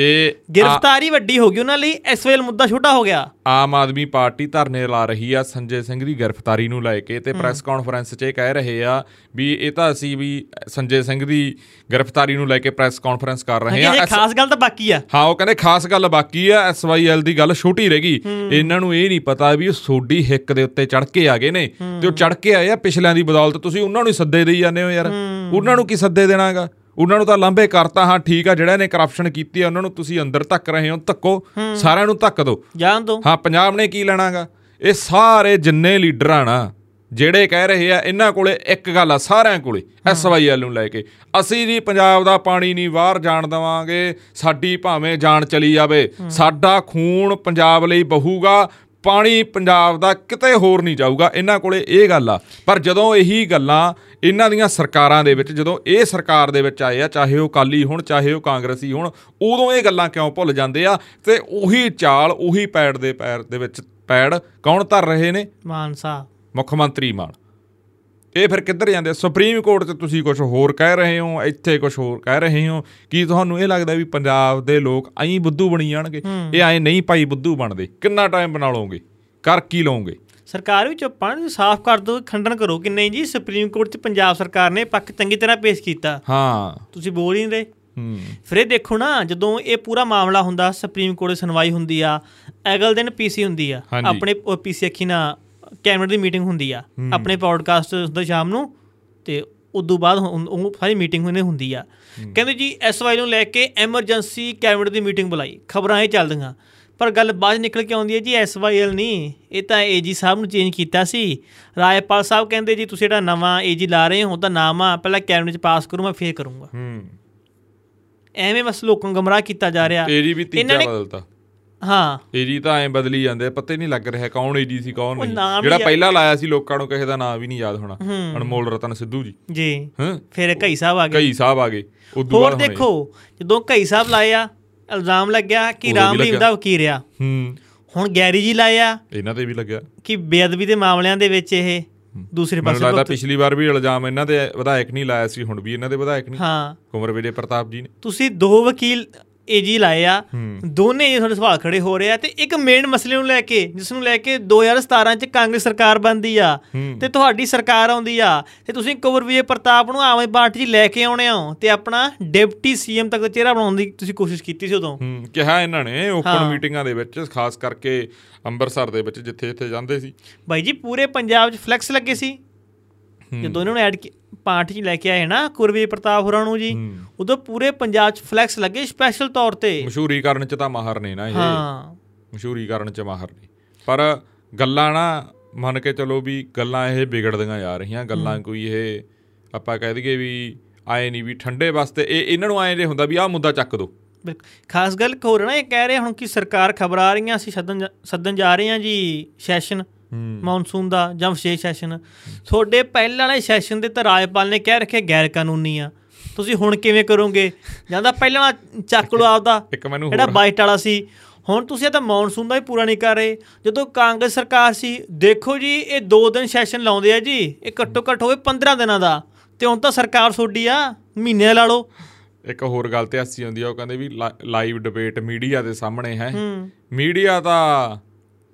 ਇਹ ਆ-
ਗ੍ਰਿਫਤਾਰੀ ਵੱਡੀ ਹੋ ਗਈ ਉਹਨਾਂ ਲਈ ਐਸਵਾਈਐਲ ਮੁੱਦਾ ਛੋਟਾ ਹੋ ਗਿਆ
ਆਮ ਆਦਮੀ ਪਾਰਟੀ ਧਰਨੇ ਲਾ ਰਹੀ ਆ ਸੰਜੇ ਸਿੰਘ ਦੀ ਗ੍ਰਿਫਤਾਰੀ ਨੂੰ ਲੈ ਕੇ ਤੇ ਪ੍ਰੈਸ ਕਾਨਫਰੰਸ 'ਚ ਇਹ ਕਹਿ ਰਹੇ ਆ ਵੀ ਇਹ ਤਾਂ ਅਸੀਂ ਵੀ ਸੰਜੇ ਸਿੰਘ ਦੀ ਗ੍ਰਿਫਤਾਰੀ ਨੂੰ ਲੈ ਕੇ ਪ੍ਰੈਸ ਕਾਨਫਰੰਸ ਕਰ ਰਹੇ ਆ
ਜੇ
ਐਸ-
ਖਾਸ ਗੱਲ ਤਾਂ ਬਾਕੀ ਆ
ਹਾਂ ਉਹ ਕਹਿੰਦੇ ਖਾਸ ਗੱਲ ਬਾਕੀ ਆ ਐਸਵਾਈਐਲ ਦੀ ਗੱਲ ਛੋਟੀ ਰਹਿ ਗਈ ਇਹਨਾਂ ਨੂੰ ਇਹ ਨਹੀਂ ਪਤਾ ਵੀ ਉਹ ਸੋਡੀ ਹਿੱਕ ਦੇ ਉੱਤੇ ਚੜ ਕੇ ਆ ਗਏ ਨੇ ਤੇ ਉਹ ਚੜ ਕੇ ਆਏ ਆ ਪਿਛਲਿਆਂ ਦੀ ਬਦੌਲਤ ਤੁਸੀਂ ਉਹਨਾਂ ਨੂੰ ਹੀ ਸੱਦੇ ਦੇਈ ਜਾਂਦੇ ਹੋ ਯਾਰ ਉਹਨਾਂ ਨੂੰ ਕੀ ਸੱਦੇ ਦੇਣਾਗਾ ਉਹਨਾਂ ਨੂੰ ਤਾਂ ਲਾਂਭੇ ਕਰਤਾ ਹਾਂ ਠੀਕ ਆ ਜਿਹੜਾ ਨੇ ਕਰਪਸ਼ਨ ਕੀਤੀ ਆ ਉਹਨਾਂ ਨੂੰ ਤੁਸੀਂ ਅੰਦਰ ਧੱਕ ਰਹੇ ਹੋ ਧੱਕੋ ਸਾਰਿਆਂ ਨੂੰ ਧੱਕ ਦਿਓ
ਜਾਣ ਦੋ
ਹਾਂ ਪੰਜਾਬ ਨੇ ਕੀ ਲੈਣਾਗਾ ਇਹ ਸਾਰੇ ਜਿੰਨੇ ਲੀਡਰ ਆ ਨਾ ਜਿਹੜੇ ਕਹਿ ਰਹੇ ਆ ਇਹਨਾਂ ਕੋਲੇ ਇੱਕ ਗੱਲ ਆ ਸਾਰਿਆਂ ਕੋਲੇ ਐਸਵਾਈਐਲ ਨੂੰ ਲੈ ਕੇ ਅਸੀਂ ਜੀ ਪੰਜਾਬ ਦਾ ਪਾਣੀ ਨਹੀਂ ਬਾਹਰ ਜਾਣ ਦਵਾਂਗੇ ਸਾਡੀ ਭਾਵੇਂ ਜਾਨ ਚਲੀ ਜਾਵੇ ਸਾਡਾ ਖੂਨ ਪੰਜਾਬ ਲਈ ਬਹੂਗਾ ਪਾਣੀ ਪੰਜਾਬ ਦਾ ਕਿਤੇ ਹੋਰ ਨਹੀਂ ਜਾਊਗਾ ਇਹਨਾਂ ਕੋਲੇ ਇਹ ਗੱਲ ਆ ਪਰ ਜਦੋਂ ਇਹੀ ਗੱਲਾਂ ਇਹਨਾਂ ਦੀਆਂ ਸਰਕਾਰਾਂ ਦੇ ਵਿੱਚ ਜਦੋਂ ਇਹ ਸਰਕਾਰ ਦੇ ਵਿੱਚ ਆਏ ਆ ਚਾਹੇ ਉਹ ਕਾਲੀ ਹੁਣ ਚਾਹੇ ਉਹ ਕਾਂਗਰਸੀ ਹੁਣ ਉਦੋਂ ਇਹ ਗੱਲਾਂ ਕਿਉਂ ਭੁੱਲ ਜਾਂਦੇ ਆ ਤੇ ਉਹੀ ਚਾਲ ਉਹੀ ਪੈੜ ਦੇ ਪੈਰ ਦੇ ਵਿੱਚ ਪੈੜ ਕੌਣ ਧਰ ਰਹੇ ਨੇ
ਮਾਨਸਾ
ਮੁੱਖ ਮੰਤਰੀ ਮਾਨ ਇਹ ਫਿਰ ਕਿੱਧਰ ਜਾਂਦੇ ਆ? ਸੁਪਰੀਮ ਕੋਰਟ 'ਚ ਤੁਸੀਂ ਕੁਝ ਹੋਰ ਕਹਿ ਰਹੇ ਹੋ ਇੱਥੇ ਕੁਝ ਹੋਰ ਕਹਿ ਰਹੇ ਹੋ ਕੀ ਤੁਹਾਨੂੰ ਇਹ ਲੱਗਦਾ ਵੀ ਪੰਜਾਬ ਦੇ ਲੋਕ ਐਂ ਬੁੱਧੂ ਬਣੀ ਜਾਣਗੇ ਇਹ ਐਂ ਨਹੀਂ ਭਾਈ ਬੁੱਧੂ ਬਣਦੇ ਕਿੰਨਾ ਟਾਈਮ ਬਣਾ ਲਓਗੇ ਕਰ ਕੀ ਲਓਗੇ
ਸਰਕਾਰ ਵੀ ਚੁੱਪਾਂ ਨੂੰ ਸਾਫ਼ ਕਰ ਦੋ ਖੰਡਨ ਕਰੋ ਕਿ ਨਹੀਂ ਜੀ ਸੁਪਰੀਮ ਕੋਰਟ 'ਚ ਪੰਜਾਬ ਸਰਕਾਰ ਨੇ ਪੱਖ ਚੰਗੀ ਤਰ੍ਹਾਂ ਪੇਸ਼ ਕੀਤਾ
ਹਾਂ
ਤੁਸੀਂ ਬੋਲ ਹੀ ਨਹੀਂ ਰਹੇ
ਹੂੰ
ਫਿਰ ਇਹ ਦੇਖੋ ਨਾ ਜਦੋਂ ਇਹ ਪੂਰਾ ਮਾਮਲਾ ਹੁੰਦਾ ਸੁਪਰੀਮ ਕੋਰਟ ਦੀ ਸੁਣਵਾਈ ਹੁੰਦੀ ਆ ਅਗਲੇ ਦਿਨ ਪੀਸੀ ਹੁੰਦੀ ਆ
ਹਾਂਜੀ।
ਆਪਣੇ ਪੀਸੀ ਅੱਖੀ ਨਾ ਕੈਬਨਿਟ ਦੀ ਮੀਟਿੰਗ ਹੁੰਦੀ ਆ ਆਪਣੇ ਪੌਡਕਾਸਟ ਹੁੰਦਾ ਸ਼ਾਮ ਨੂੰ ਤੇ ਉਦੋਂ ਬਾਅਦ ਹੁਣ ਉਹ ਸਾਰੀ ਮੀਟਿੰਗ ਹੁੰਦੀ ਹੁੰਦੀ ਆ ਕਹਿੰਦੇ ਜੀ ਐਸਵਾਈ ਨੂੰ ਲੈ ਕੇ ਐਮਰਜੈਂਸੀ ਕੈਬਨਿਟ ਦੀ ਮੀਟਿੰਗ ਬੁਲਾਈ ਖਬਰਾਂ ਇਹ ਚੱਲਦੀਆਂ ਪਰ ਗੱਲ ਬਾਅਦ 'ਚ ਨਿਕਲ ਕੇ ਆਉਂਦੀ ਹੈ ਜੀ ਐਸਵਾਈਐਲ ਨਹੀਂ ਇਹ ਤਾਂ ਏਜੀ ਸਾਹਿਬ ਨੂੰ ਚੇਂਜ ਕੀਤਾ ਸੀ ਰਾਏਪਾਲ ਸਾਹਿਬ ਕਹਿੰਦੇ ਜੀ ਤੁਸੀਂ ਜਿਹੜਾ ਨਵਾਂ ਏਜੀ ਲਾ ਰਹੇ ਹੋ ਉਹਦਾ ਨਾਮ ਆ ਪਹਿਲਾਂ ਕੈਬਨਿਟ 'ਚ ਪਾਸ ਕਰੂ ਮੈਂ ਫੇਰ ਕਰੂੰਗਾ
ਹੂੰ
ਐਵੇਂ ਬਸ ਲੋਕਾਂ ਨੂੰ ਗਮਰਾਹ ਕੀਤਾ ਜਾ ਰਿਹਾ
ਏਰੀ ਵੀ ਤੀਜਾ
ਇਹਨਾਂ ਨੇ-
ਬਦਲਤਾ
ਹਾਂ
ਏਰੀ ਤਾਂ ਐਂ ਬਦਲੀ ਜਾਂਦੇ ਆ, ਪਤਾ ਹੀ ਨਹੀਂ ਲੱਗ ਰਿਹਾ ਕੌਣ ਏਜੀ ਸੀ ਕੌਣ ਨਹੀਂ
ਨਾਮ ਹੀ
ਜਿਹੜਾ
ਆ-
ਪਹਿਲਾਂ ਲਾਇਆ ਸੀ ਲੋਕਾਂ ਨੂੰ ਕਿਸੇ ਦਾ ਨਾਮ ਵੀ ਨਹੀਂ ਯਾਦ ਹੋਣਾ ਅਨਮੋਲ ਰਤਨ ਸਿੱਧੂ ਜੀ
ਜੀ
ਹਾਂ
ਫਿਰ ਘਈ ਸਾਹਿਬ ਆ ਗਏ
ਕਈ ਸਾਹਿਬ ਆ ਗਏ ਉਦੋਂ
ਹੋਰ
ਬਾਅਦ ਹੋਣੇ।
ਦੇਖੋ ਜਦੋਂ ਘਈ ਸਾਹਿਬ ਲਾਏ ਆ ਇਲਜ਼ਾਮ ਲੱਗਿਆ ਕਿ
ਉਦੋਂ ਵੀ
ਰਾਮਦੀਪ
ਲੱਗਿਆ।
ਦਾ ਵਕੀਲ ਆ
ਹੂੰ
ਹੁਣ ਗੈਰੀ ਜੀ ਲਾਏ ਆ
ਇਹਨਾਂ ਤੇ ਵੀ ਲੱਗਿਆ
ਕਿ ਬੇਅਦਬੀ ਦੇ ਮਾਮਲਿਆਂ ਦੇ ਵਿੱਚ ਇਹ ਦੂਸਰੇ
ਮੈਨੂੰ
ਪਾਸੇ
ਲੱਗਦਾ
ਭੁਗਤ-
ਪਿਛਲੀ ਵਾਰ ਵੀ ਇਲਜ਼ਾਮ ਇਹਨਾਂ ਤੇ ਵਿਧਾਇਕ ਨਹੀਂ ਲਾਇਆ ਸੀ ਹੁਣ ਵੀ ਇਹਨਾਂ ਦੇ ਵਿਧਾਇਕ ਨਹੀਂ
ਹਾਂ
ਕੁਮਰ ਵਿਜੇ ਪ੍ਰਤਾਪ ਜੀ ਨੇ
ਤੁਸੀਂ ਦੋ ਵਕੀਲ ਏਜੀ ਲਾਏ ਆ ਦੋਨੇ ਹੀ ਤੁਹਾਡੇ ਸਵਾਲ ਖੜੇ ਹੋ ਰਹੇ ਆ ਤੇ ਇੱਕ ਮੇਨ ਮਸਲੇ ਨੂੰ ਲੈ ਕੇ ਜਿਸ ਨੂੰ ਲੈ ਕੇ 2017 ਚ ਕਾਂਗਰਸ ਸਰਕਾਰ ਬਣਦੀ ਆ ਤੇ ਤੁਹਾਡੀ ਸਰਕਾਰ ਆਉਂਦੀ ਆ ਤੇ ਤੁਸੀਂ ਕੁਵਰ ਵਿਜੇ ਪ੍ਰਤਾਪ ਨੂੰ ਆਮ ਆਦਮੀ ਪਾਰਟੀ 'ਚ ਲੈ ਕੇ ਆਉਣੇ ਹੋ ਤੇ ਆਪਣਾ ਡਿਪਟੀ ਸੀਐਮ ਤੱਕ ਦਾ ਚਿਹਰਾ ਬਣਾਉਣ ਦੀ ਤੁਸੀਂ ਕੋਸ਼ਿਸ਼ ਕੀਤੀ ਸੀ ਉਦੋਂ
ਹੂੰ ਕਿਹਾ ਇਹਨਾਂ ਨੇ ਓਪਨ
ਹਾਂ।
ਮੀਟਿੰਗਾਂ ਦੇ ਵਿੱਚ ਖਾਸ ਕਰਕੇ ਅੰਮ੍ਰਿਤਸਰ ਦੇ ਵਿੱਚ ਜਿੱਥੇ ਜਿੱਥੇ ਜਾਂਦੇ ਸੀ
ਬਾਈ ਜੀ ਪੂਰੇ ਪੰਜਾਬ 'ਚ ਫਲੈਕਸ ਲੱਗੇ ਸੀ ਜਦੋਂ ਇਹਨਾਂ ਨੂੰ ਐਡ ਪਾਰਟੀ 'ਚ ਲੈ ਕੇ ਆਏ ਨਾ ਕੁਰਵੀ ਪ੍ਰਤਾਪ ਹੋਰਾਂ ਨੂੰ ਜੀ ਉਦੋਂ ਪੂਰੇ ਪੰਜਾਬ 'ਚ ਫਲੈਕਸ ਲੱਗੇ ਸਪੈਸ਼ਲ ਤੌਰ ਤੇ
ਮਸ਼ਹੂਰੀ ਕਰਨ ਚ ਤਾਂ ਮਾਹਰ ਨੇ ਨਾ ਇਹ
ਹਾਂ
ਮਸ਼ਹੂਰੀ ਕਰਨ ਚ ਮਾਹਰ ਨੇ ਪਰ ਗੱਲਾਂ ਨਾ ਮੰਨ ਕੇ ਚਲੋ ਵੀ ਗੱਲਾਂ ਇਹ ਵਿਗੜਦੀਆਂ ਜਾ ਰਹੀਆਂ ਗੱਲਾਂ ਕੋਈ ਇਹ ਆਪਾਂ ਕਹਿ ਦਈਏ ਵੀ ਆਏ ਨਹੀਂ ਵੀ ਠੰਡੇ ਵਾਸਤੇ ਇਹ ਇਹਨਾਂ ਨੂੰ ਆਏ ਜੇ ਹੁੰਦਾ ਵੀ ਆਹ ਮੁੱਦਾ ਚੱਕ ਦੋ
ਬਿਲਕੁਲ ਖਾਸ ਗੱਲ ਇੱਕ ਹੋਰ ਹੈ ਨਾ ਇਹ ਕਹਿ ਰਹੇ ਹੁਣ ਕਿ ਸਰਕਾਰ ਖਬਰਾਂ ਆ ਰਹੀਆਂ ਅਸੀਂ ਸੱਦਣ ਜਾ- ਸੱਦਣ ਜਾ ਰਹੇ ਹਾਂ ਜੀ ਸੈਸ਼ਨ ਮੌਨਸੂਨ ਦਾ ਜਾਂ ਵਿਸ਼ੇਸ਼ ਸੈਸ਼ਨ ਤੁਹਾਡੇ ਪਹਿਲਾਂ ਵਾਲੇ ਸੈਸ਼ਨ ਦੇ ਤਾਂ ਰਾਜਪਾਲ ਨੇ ਕਹਿ ਰੱਖਿਆ ਗੈਰ ਕਾਨੂੰਨੀ ਆ ਤੁਸੀਂ ਹੁਣ ਕਿਵੇਂ ਕਰੋਗੇ ਜਾਂ ਤਾਂ ਪਹਿਲਾਂ ਵਾਲਾ ਚੱਕ ਲਓ ਆਪਦਾ
ਇੱਕ ਮੈਨੂੰ
ਜਿਹੜਾ
ਹੋਰ
ਬਾਈਟ ਵਾਲਾ ਸੀ ਹੁਣ ਤੁਸੀਂ ਇਹ ਤਾਂ ਮੌਨਸੂਨ ਦਾ ਵੀ ਪੂਰਾ ਨਹੀਂ ਕਰ ਰਹੇ ਜਦੋਂ ਕਾਂਗਰਸ ਸਰਕਾਰ ਸੀ ਦੇਖੋ ਜੀ ਇਹ 2 ਦਿਨ ਸੈਸ਼ਨ ਲਾਉਂਦੇ ਆ ਜੀ ਇਹ ਘੱਟੋ ਘੱਟ ਹੋਵੇ 15 ਦਿਨਾਂ ਦਾ ਤੇ ਹੁਣ ਤਾਂ ਸਰਕਾਰ ਤੁਹਾਡੀ ਆ ਮਹੀਨੇ ਲਾ ਲਓ
ਇੱਕ ਹੋਰ ਗੱਲ ਤੇ ਹੱਸੀ ਆਉਂਦੀ ਆ ਉਹ ਕਹਿੰਦੇ ਵੀ ਲਾਈਵ ਡਿਬੇਟ ਮੀਡੀਆ ਦੇ ਸਾਹਮਣੇ ਹੈ ਮੀਡੀਆ ਤਾਂ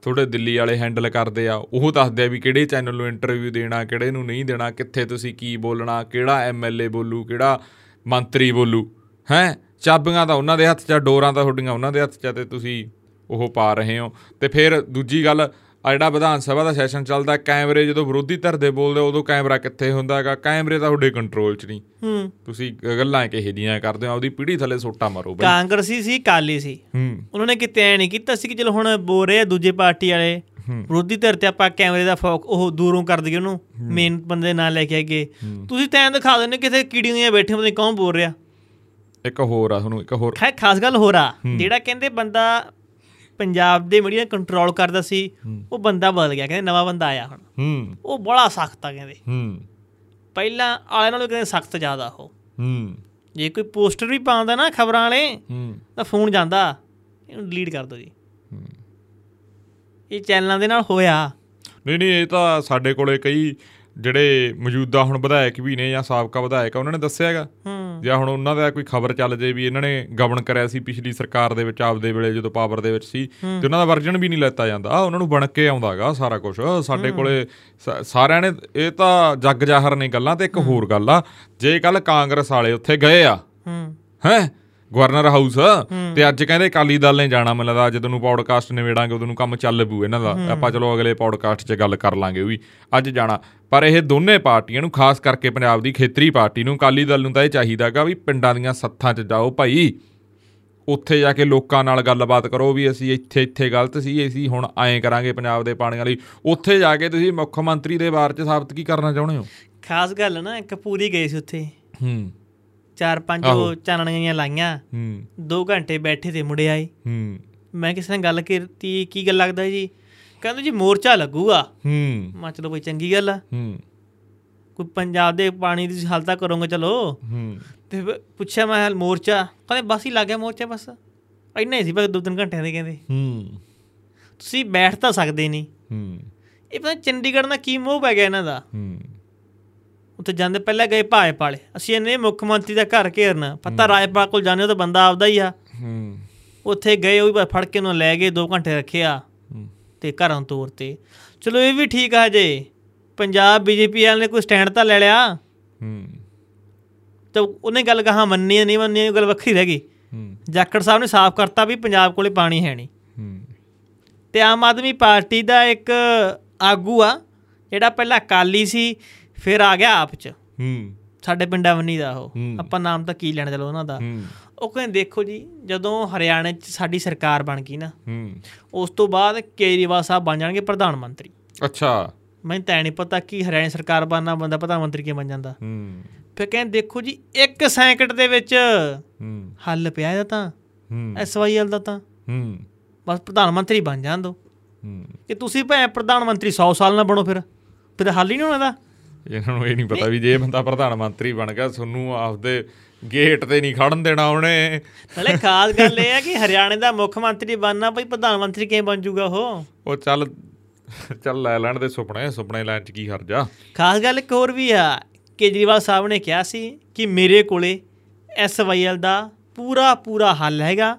ਥੋੜੇ ਦਿੱਲੀ ਵਾਲੇ ਹੈਂਡਲ ਕਰਦੇ ਆ ਉਹ ਦੱਸਦੇ ਆ ਵੀ ਕਿਹੜੇ ਚੈਨਲ ਨੂੰ ਇੰਟਰਵਿਊ ਦੇਣਾ ਕਿਹੜੇ ਨੂੰ ਨਹੀਂ ਦੇਣਾ ਕਿੱਥੇ ਤੁਸੀਂ ਕੀ ਬੋਲਣਾ ਕਿਹੜਾ ਐਮਐਲਏ ਬੋਲੂ ਕਿਹੜਾ ਮੰਤਰੀ ਬੋਲੂ ਹੈ ਚਾਬੀਆਂ ਤਾਂ ਉਹਨਾਂ ਦੇ ਹੱਥ 'ਚ ਆ ਡੋਰਾਂ ਤਾਂ ਤੁਹਾਡੀਆਂ ਉਹਨਾਂ ਦੇ ਹੱਥ 'ਚ ਆ ਤੇ ਤੁਸੀਂ ਉਹ ਪਾ ਰਹੇ ਹੋ ਤੇ ਫਿਰ ਦੂਜੀ ਗੱਲ ਆ ਜਿਹੜਾ ਵਿਧਾਨ ਸਭਾ ਦਾ ਸੈਸ਼ਨ ਚੱਲਦਾ ਕੈਮਰੇ ਜਦੋਂ ਵਿਰੋਧੀ ਧਿਰ ਦੇ ਬੋਲਦੇ ਉਦੋਂ ਕੈਮਰਾ ਕਿੱਥੇ ਹੁੰਦਾ ਹੈਗਾ ਕੈਮਰੇ ਤਾਂ ਤੁਹਾਡੇ ਕੰਟਰੋਲ 'ਚ ਨਹੀਂ
ਹੂੰ
ਤੁਸੀਂ ਗੱਲਾਂ ਕਿਹੇ ਜੀਆਂ ਕਰਦੇ ਹੋ ਆਪਦੀ ਪੀੜੀ ਥੱਲੇ ਸੋਟਾ ਮਾਰੋ ਬਈ
ਕਾਂਗਰਸੀ ਸੀ ਕਾਲੀ ਸੀ
ਹੂੰ
ਉਹਨਾਂ ਨੇ ਕਿਤੇ ਐ ਨਹੀਂ ਕੀਤਾ ਸੀ ਕਿ ਚਲੋ ਹੁਣ ਬੋਲ ਰਹੇ ਆ ਦੂਜੇ ਪਾਰਟੀ ਵਾਲੇ ਵਿਰੋਧੀ ਧਿਰ ਤੇ ਆਪਾਂ ਕੈਮਰੇ ਦਾ ਫੋਕ ਉਹ ਦੂਰੋਂ ਕਰ ਦਈਏ ਉਹਨੂੰ ਮੇਨ ਬੰਦੇ ਨਾਲ ਲੈ ਕੇ ਅੱਗੇ ਤੁਸੀਂ ਤਾਂ ਐਂ ਦਿਖਾ ਦਿੰਦੇ ਹੋ ਕਿਤੇ ਕੀੜੀਆਂ ਜਿਹੀਆਂ ਬੈਠੀਆਂ ਪਤਾ ਨਹੀਂ ਕੌਣ ਬੋਲ ਰਿਹਾ
ਇੱਕ ਹੋਰ ਆ ਤੁਹਾਨੂੰ ਇੱਕ ਹੋਰ
ਖੈ ਖਾਸ ਗੱਲ ਹੋਰ ਆ ਜਿਹੜਾ ਕਹਿੰਦੇ ਬੰਦਾ ਪੰਜਾਬ ਦੇ ਮੀਡੀਆ ਕੰਟਰੋਲ ਕਰਦਾ ਸੀ ਉਹ ਬੰਦਾ ਬਦਲ ਗਿਆ ਕਹਿੰਦੇ ਨਵਾਂ ਬੰਦਾ ਆਇਆ ਹੁਣ
ਹੂੰ
ਉਹ ਬੜਾ ਸਖਤ ਆ ਕਹਿੰਦੇ
ਹੂੰ
ਪਹਿਲਾਂ ਆਲੇ ਨਾਲੋਂ ਕਹਿੰਦੇ ਸਖਤ ਜ਼ਿਆਦਾ ਉਹ
ਹੂੰ
ਜੇ ਕੋਈ ਪੋਸਟਰ ਵੀ ਪਾਉਂਦਾ ਨਾ ਖਬਰਾਂ ਵਾਲੇ
ਹੂੰ
ਤਾਂ ਫੋਨ ਜਾਂਦਾ ਇਹਨੂੰ ਡਿਲੀਟ ਕਰ ਦਿਓ ਜੀ ਇਹ ਚੈਨਲਾਂ ਦੇ ਨਾਲ ਹੋਇਆ
ਨਹੀਂ ਨਹੀਂ ਇਹ ਤਾਂ ਸਾਡੇ ਕੋਲੇ ਕਈ ਜਿਹੜੇ ਮੌਜੂਦਾ ਹੁਣ ਵਿਧਾਇਕ ਵੀ ਨੇ ਜਾਂ ਸਾਬਕਾ ਵਿਧਾਇਕ ਆ ਉਹਨਾਂ ਨੇ ਦੱਸਿਆਗਾ
ਹੂੰ
ਜਾਂ ਹੁਣ ਉਹਨਾਂ ਦਾ ਕੋਈ ਖਬਰ ਚੱਲ ਜੇ ਵੀ ਇਹਨਾਂ ਨੇ ਗਵਰਨ ਕਰਿਆ ਸੀ ਪਿਛਲੀ ਸਰਕਾਰ ਦੇ ਵਿੱਚ ਆਪਦੇ ਵੇਲੇ ਜਦੋਂ ਪਾਵਰ ਦੇ ਵਿੱਚ ਸੀ ਤੇ ਉਹਨਾਂ ਦਾ ਵਰਜਨ ਵੀ ਨਹੀਂ ਲੈਤਾ ਜਾਂਦਾ ਆਹ ਉਹਨਾਂ ਨੂੰ ਬਣ ਕੇ ਆਉਂਦਾਗਾ ਸਾਰਾ ਕੁਝ ਸਾਡੇ ਕੋਲੇ ਸ- ਸਾਰਿਆਂ ਨੇ ਇਹ ਤਾਂ ਜੱਗ ਜਾਹਰ ਨੇ ਗੱਲਾਂ ਤੇ ਇੱਕ ਹੋਰ ਗੱਲ ਆ ਜੇ ਕੱਲ ਕਾਂਗਰਸ ਵਾਲੇ ਉੱਥੇ ਗਏ ਆ
ਹੂੰ
ਹੈ ਗਵਰਨਰ ਹਾਊਸ ਤੇ ਅੱਜ ਕਹਿੰਦੇ ਅਕਾਲੀ ਦਲ ਨੇ ਜਾਣਾ ਮੈਨੂੰ ਲੱਗਦਾ ਜਦੋਂ ਨੂੰ ਪੌਡਕਾਸਟ ਨਿਬੇੜਾਂਗੇ ਉਦੋਂ ਨੂੰ ਕੰਮ ਚੱਲ ਪੂ ਇਹਨਾਂ ਦਾ ਆਪਾਂ ਚਲੋ ਅਗਲੇ ਪੌਡਕਾਸਟ 'ਚ ਗੱਲ ਕਰ ਲਾਂਗੇ ਉਹ ਵੀ ਅੱਜ ਜਾਣਾ ਪਰ ਇਹ ਦੋਨੇ ਪਾਰਟੀਆਂ ਨੂੰ ਖਾਸ ਕਰਕੇ ਪੰਜਾਬ ਦੀ ਖੇਤਰੀ ਪਾਰਟੀ ਨੂੰ ਅਕਾਲੀ ਦਲ ਨੂੰ ਤਾਂ ਇਹ ਚਾਹੀਦਾਗਾ ਵੀ ਪਿੰਡਾਂ ਦੀਆਂ ਸੱਥਾਂ 'ਚ ਜਾਓ ਭਾਈ ਉੱਥੇ ਜਾ ਕੇ ਲੋਕਾਂ ਨਾਲ ਗੱਲਬਾਤ ਕਰੋ ਵੀ ਅਸੀਂ ਇੱਥੇ ਇੱਥੇ ਗਲਤ ਸੀ ਅਸੀਂ ਹੁਣ ਐਂ ਕਰਾਂਗੇ ਪੰਜਾਬ ਦੇ ਪਾਣੀਆਂ ਲਈ ਉੱਥੇ ਜਾ ਕੇ ਤੁਸੀਂ ਮੁੱਖ ਮੰਤਰੀ ਦੇ ਬਾਰੇ 'ਚ ਸਾਬਤ ਕੀ ਕਰਨਾ ਚਾਹੁੰਦੇ ਹੋ
ਖਾਸ ਗੱਲ ਨਾ ਕਪੂਰੀ ਗਏ ਸੀ ਉੱਥੇ
ਹੂੰ
ਚਾਰ ਪੰਜ ਉਹ ਚਾਨਣੀਆਂ ਜਿਹੀਆਂ ਲਾਈਆਂ
ਹੂੰ
2 ਘੰਟੇ ਬੈਠੇ ਤੇ ਮੁੜੇ ਆਏ
ਹੂੰ
ਮੈਂ ਕਿਸੇ ਨਾਲ ਗੱਲ ਕੀਤੀ ਕੀ ਗੱਲ ਲੱਗਦਾ ਜੀ ਕਹਿੰਦੇ ਜੀ ਮੋਰਚਾ ਲੱਗੂਗਾ
ਹੂੰ
ਮੈਂ ਕਿਹਾ ਚਲੋ ਬਈ ਚੰਗੀ ਗੱਲ ਆ
ਹੂੰ
ਕੋਈ ਪੰਜਾਬ ਦੇ ਪਾਣੀ ਦੀ ਹਾਲਤਾ ਕਰੋਗੇ ਚਲੋ
ਹੂੰ
ਤੇ ਫਿਰ ਪੁੱਛਿਆ ਮੈਂ ਕਿਹਾ ਮੋਰਚਾ ਕਹਿੰਦੇ ਬਸ ਹੀ ਲੱਗ ਗਿਆ ਮੋਰਚਾ ਬਸ ਇੰਨਾ ਹੀ ਸੀ ਬਸ ਦੋ ਤਿੰਨ ਘੰਟਿਆਂ ਦੇ ਕਹਿੰਦੇ
ਹੂੰ
ਤੁਸੀਂ ਬੈਠ ਤਾਂ ਸਕਦੇ ਨਹੀਂ
ਹੂੰ
ਇਹ ਪਤਾ ਨੀ ਚੰਡੀਗੜ੍ਹ ਨਾਲ ਕੀ ਮੋਹ ਪੈ ਗਿਆ ਇਹਨਾਂ ਦਾ
ਹੂੰ
ਉੱਥੇ ਜਾਂਦੇ ਪਹਿਲਾਂ ਗਏ ਭਾਜਪਾ ਵਾਲੇ ਅਸੀਂ ਇਹਨੇ ਮੁੱਖ ਮੰਤਰੀ ਦਾ ਘਰ ਘੇਰਨਾ ਪਤਾ ਰਾਜਪਾ ਕੋਲ ਜਾਣੇ ਉਹ ਤਾਂ ਬੰਦਾ ਆਪਦਾ ਹੀ ਆ
ਹੂੰ
ਉੱਥੇ ਗਏ ਉਹ ਵੀ ਬਸ ਫੜ ਕੇ ਉਹਨੂੰ ਲੈ ਗਏ 2 ਘੰਟੇ ਰੱਖਿਆ
ਹੂੰ।
ਤੇ ਘਰਾਂ ਤੋਰ ਤੇ ਚਲੋ ਇਹ ਵੀ ਠੀਕ ਆ ਜੇ ਪੰਜਾਬ ਬੀਜੇਪੀ ਵਾਲੇ ਨੇ ਕੋਈ ਸਟੈਂਡ ਤਾਂ ਲੈ ਲਿਆ
ਹੂੰ
ਤਾਂ ਉਹਨੇ ਗੱਲ ਕਹਾ ਮੰਨੀ ਆ, ਨਹੀਂ ਮੰਨੀ ਆ, ਉਹ ਗੱਲ ਵੱਖਰੀ ਰਹਿ ਗਈ
ਹੂੰ
ਜਾਖੜ ਸਾਹਿਬ ਨੇ ਸਾਫ਼ ਕਰਤਾ ਵੀ ਪੰਜਾਬ ਕੋਲੇ ਪਾਣੀ ਹੈ ਨਹੀਂ
ਹੂੰ
ਤੇ ਆਮ ਆਦਮੀ ਪਾਰਟੀ ਦਾ ਇੱਕ ਆਗੂ ਆ ਜਿਹੜਾ ਪਹਿਲਾਂ ਅਕਾਲੀ ਸੀ ਫਿਰ ਆ ਗਿਆ ਆਪ ਚ
ਹੂੰ
ਸਾਡੇ ਪਿੰਡਾਂ ਵੰਨੀ ਦਾ ਉਹ
ਹੂੰ।
ਆਪਾਂ ਨਾਮ ਤਾਂ ਕੀ ਲੈਣਾ ਚਲੋ ਉਹਨਾਂ ਦਾ
ਹੂੰ
ਉਹ ਕਹਿੰਦੇ ਦੇਖੋ ਜੀ ਜਦੋਂ ਹਰਿਆਣੇ ਚ ਸਾਡੀ ਸਰਕਾਰ ਬਣ ਗਈ ਨਾ
ਹੂੰ
ਉਸ ਤੋਂ ਬਾਅਦ ਕੇਜਰੀਵਾਲ ਸਾਹਿਬ ਬਣ ਜਾਣਗੇ ਪ੍ਰਧਾਨ ਮੰਤਰੀ
ਅੱਛਾ
ਮੈਨੂੰ ਤਾਂ ਨਹੀਂ ਪਤਾ ਕਿ ਹਰਿਆਣੇ ਸਰਕਾਰ ਬਣਨਾ ਬੰਦਾ ਪ੍ਰਧਾਨ ਮੰਤਰੀ ਕਿਵੇਂ ਬਣ ਜਾਂਦਾ
ਹੂੰ
ਫਿਰ ਕਹਿੰਦੇ ਦੇਖੋ ਜੀ ਇੱਕ ਸੈਕਿੰਡ ਦੇ ਵਿੱਚ
ਹੂੰ
ਹੱਲ ਪਿਆ ਇਹਦਾ ਤਾਂ
ਹੂੰ
ਐਸਵਾਈਐਲ ਦਾ ਤਾਂ
ਹੂੰ
ਬਸ ਪ੍ਰਧਾਨ ਮੰਤਰੀ ਬਣ ਜਾਣ ਦੋ
ਹੂੰ
ਕਿ ਤੁਸੀਂ ਭਾਵੇਂ ਪ੍ਰਧਾਨ ਮੰਤਰੀ 100 ਸਾਲ ਨਾ ਬਣੋ ਫਿਰ ਫਿਰ ਹੱਲ ਹੀ ਨਹੀਂ ਹੋਣਾ ਦਾ
ਇਹਨਾਂ ਨੂੰ ਇਹ ਨਹੀਂ ਪਤਾ ਵੀ ਜੇ ਬੰਦਾ ਪ੍ਰਧਾਨ ਮੰਤਰੀ ਬਣ ਗਿਆ ਤੁਹਾਨੂੰ ਆਪਦੇ ਗੇਟ ਤੇ ਨਹੀਂ ਖੜਨ ਦੇਣਾ ਉਹਨੇ
ਨਾਲੇ ਖਾਸ ਗੱਲ ਇਹ ਹੈ ਕਿ ਹਰਿਆਣੇ ਦਾ ਮੁੱਖ ਮੰਤਰੀ ਬਣਨਾ ਬਈ ਪ੍ਰਧਾਨ ਮੰਤਰੀ ਕਿਵੇਂ ਬਣ ਜਾਊਗਾ ਉਹ
ਉਹ ਚੱਲ ਚੱਲ ਲੈ ਲੈਣ ਦੇ ਸੁਪਨੇ ਸੁਪਨੇ ਲੈਣ ਚ ਕੀ ਹਰਜਾ
ਖਾਸ ਗੱਲ ਇੱਕ ਹੋਰ ਵੀ ਆ ਕੇਜਰੀਵਾਲ ਸਾਹਿਬ ਨੇ ਕਿਹਾ ਸੀ ਕਿ ਮੇਰੇ ਕੋਲੇ ਐਸਵਾਈਐਲ ਦਾ ਪੂਰਾ ਪੂਰਾ ਹੱਲ ਹੈਗਾ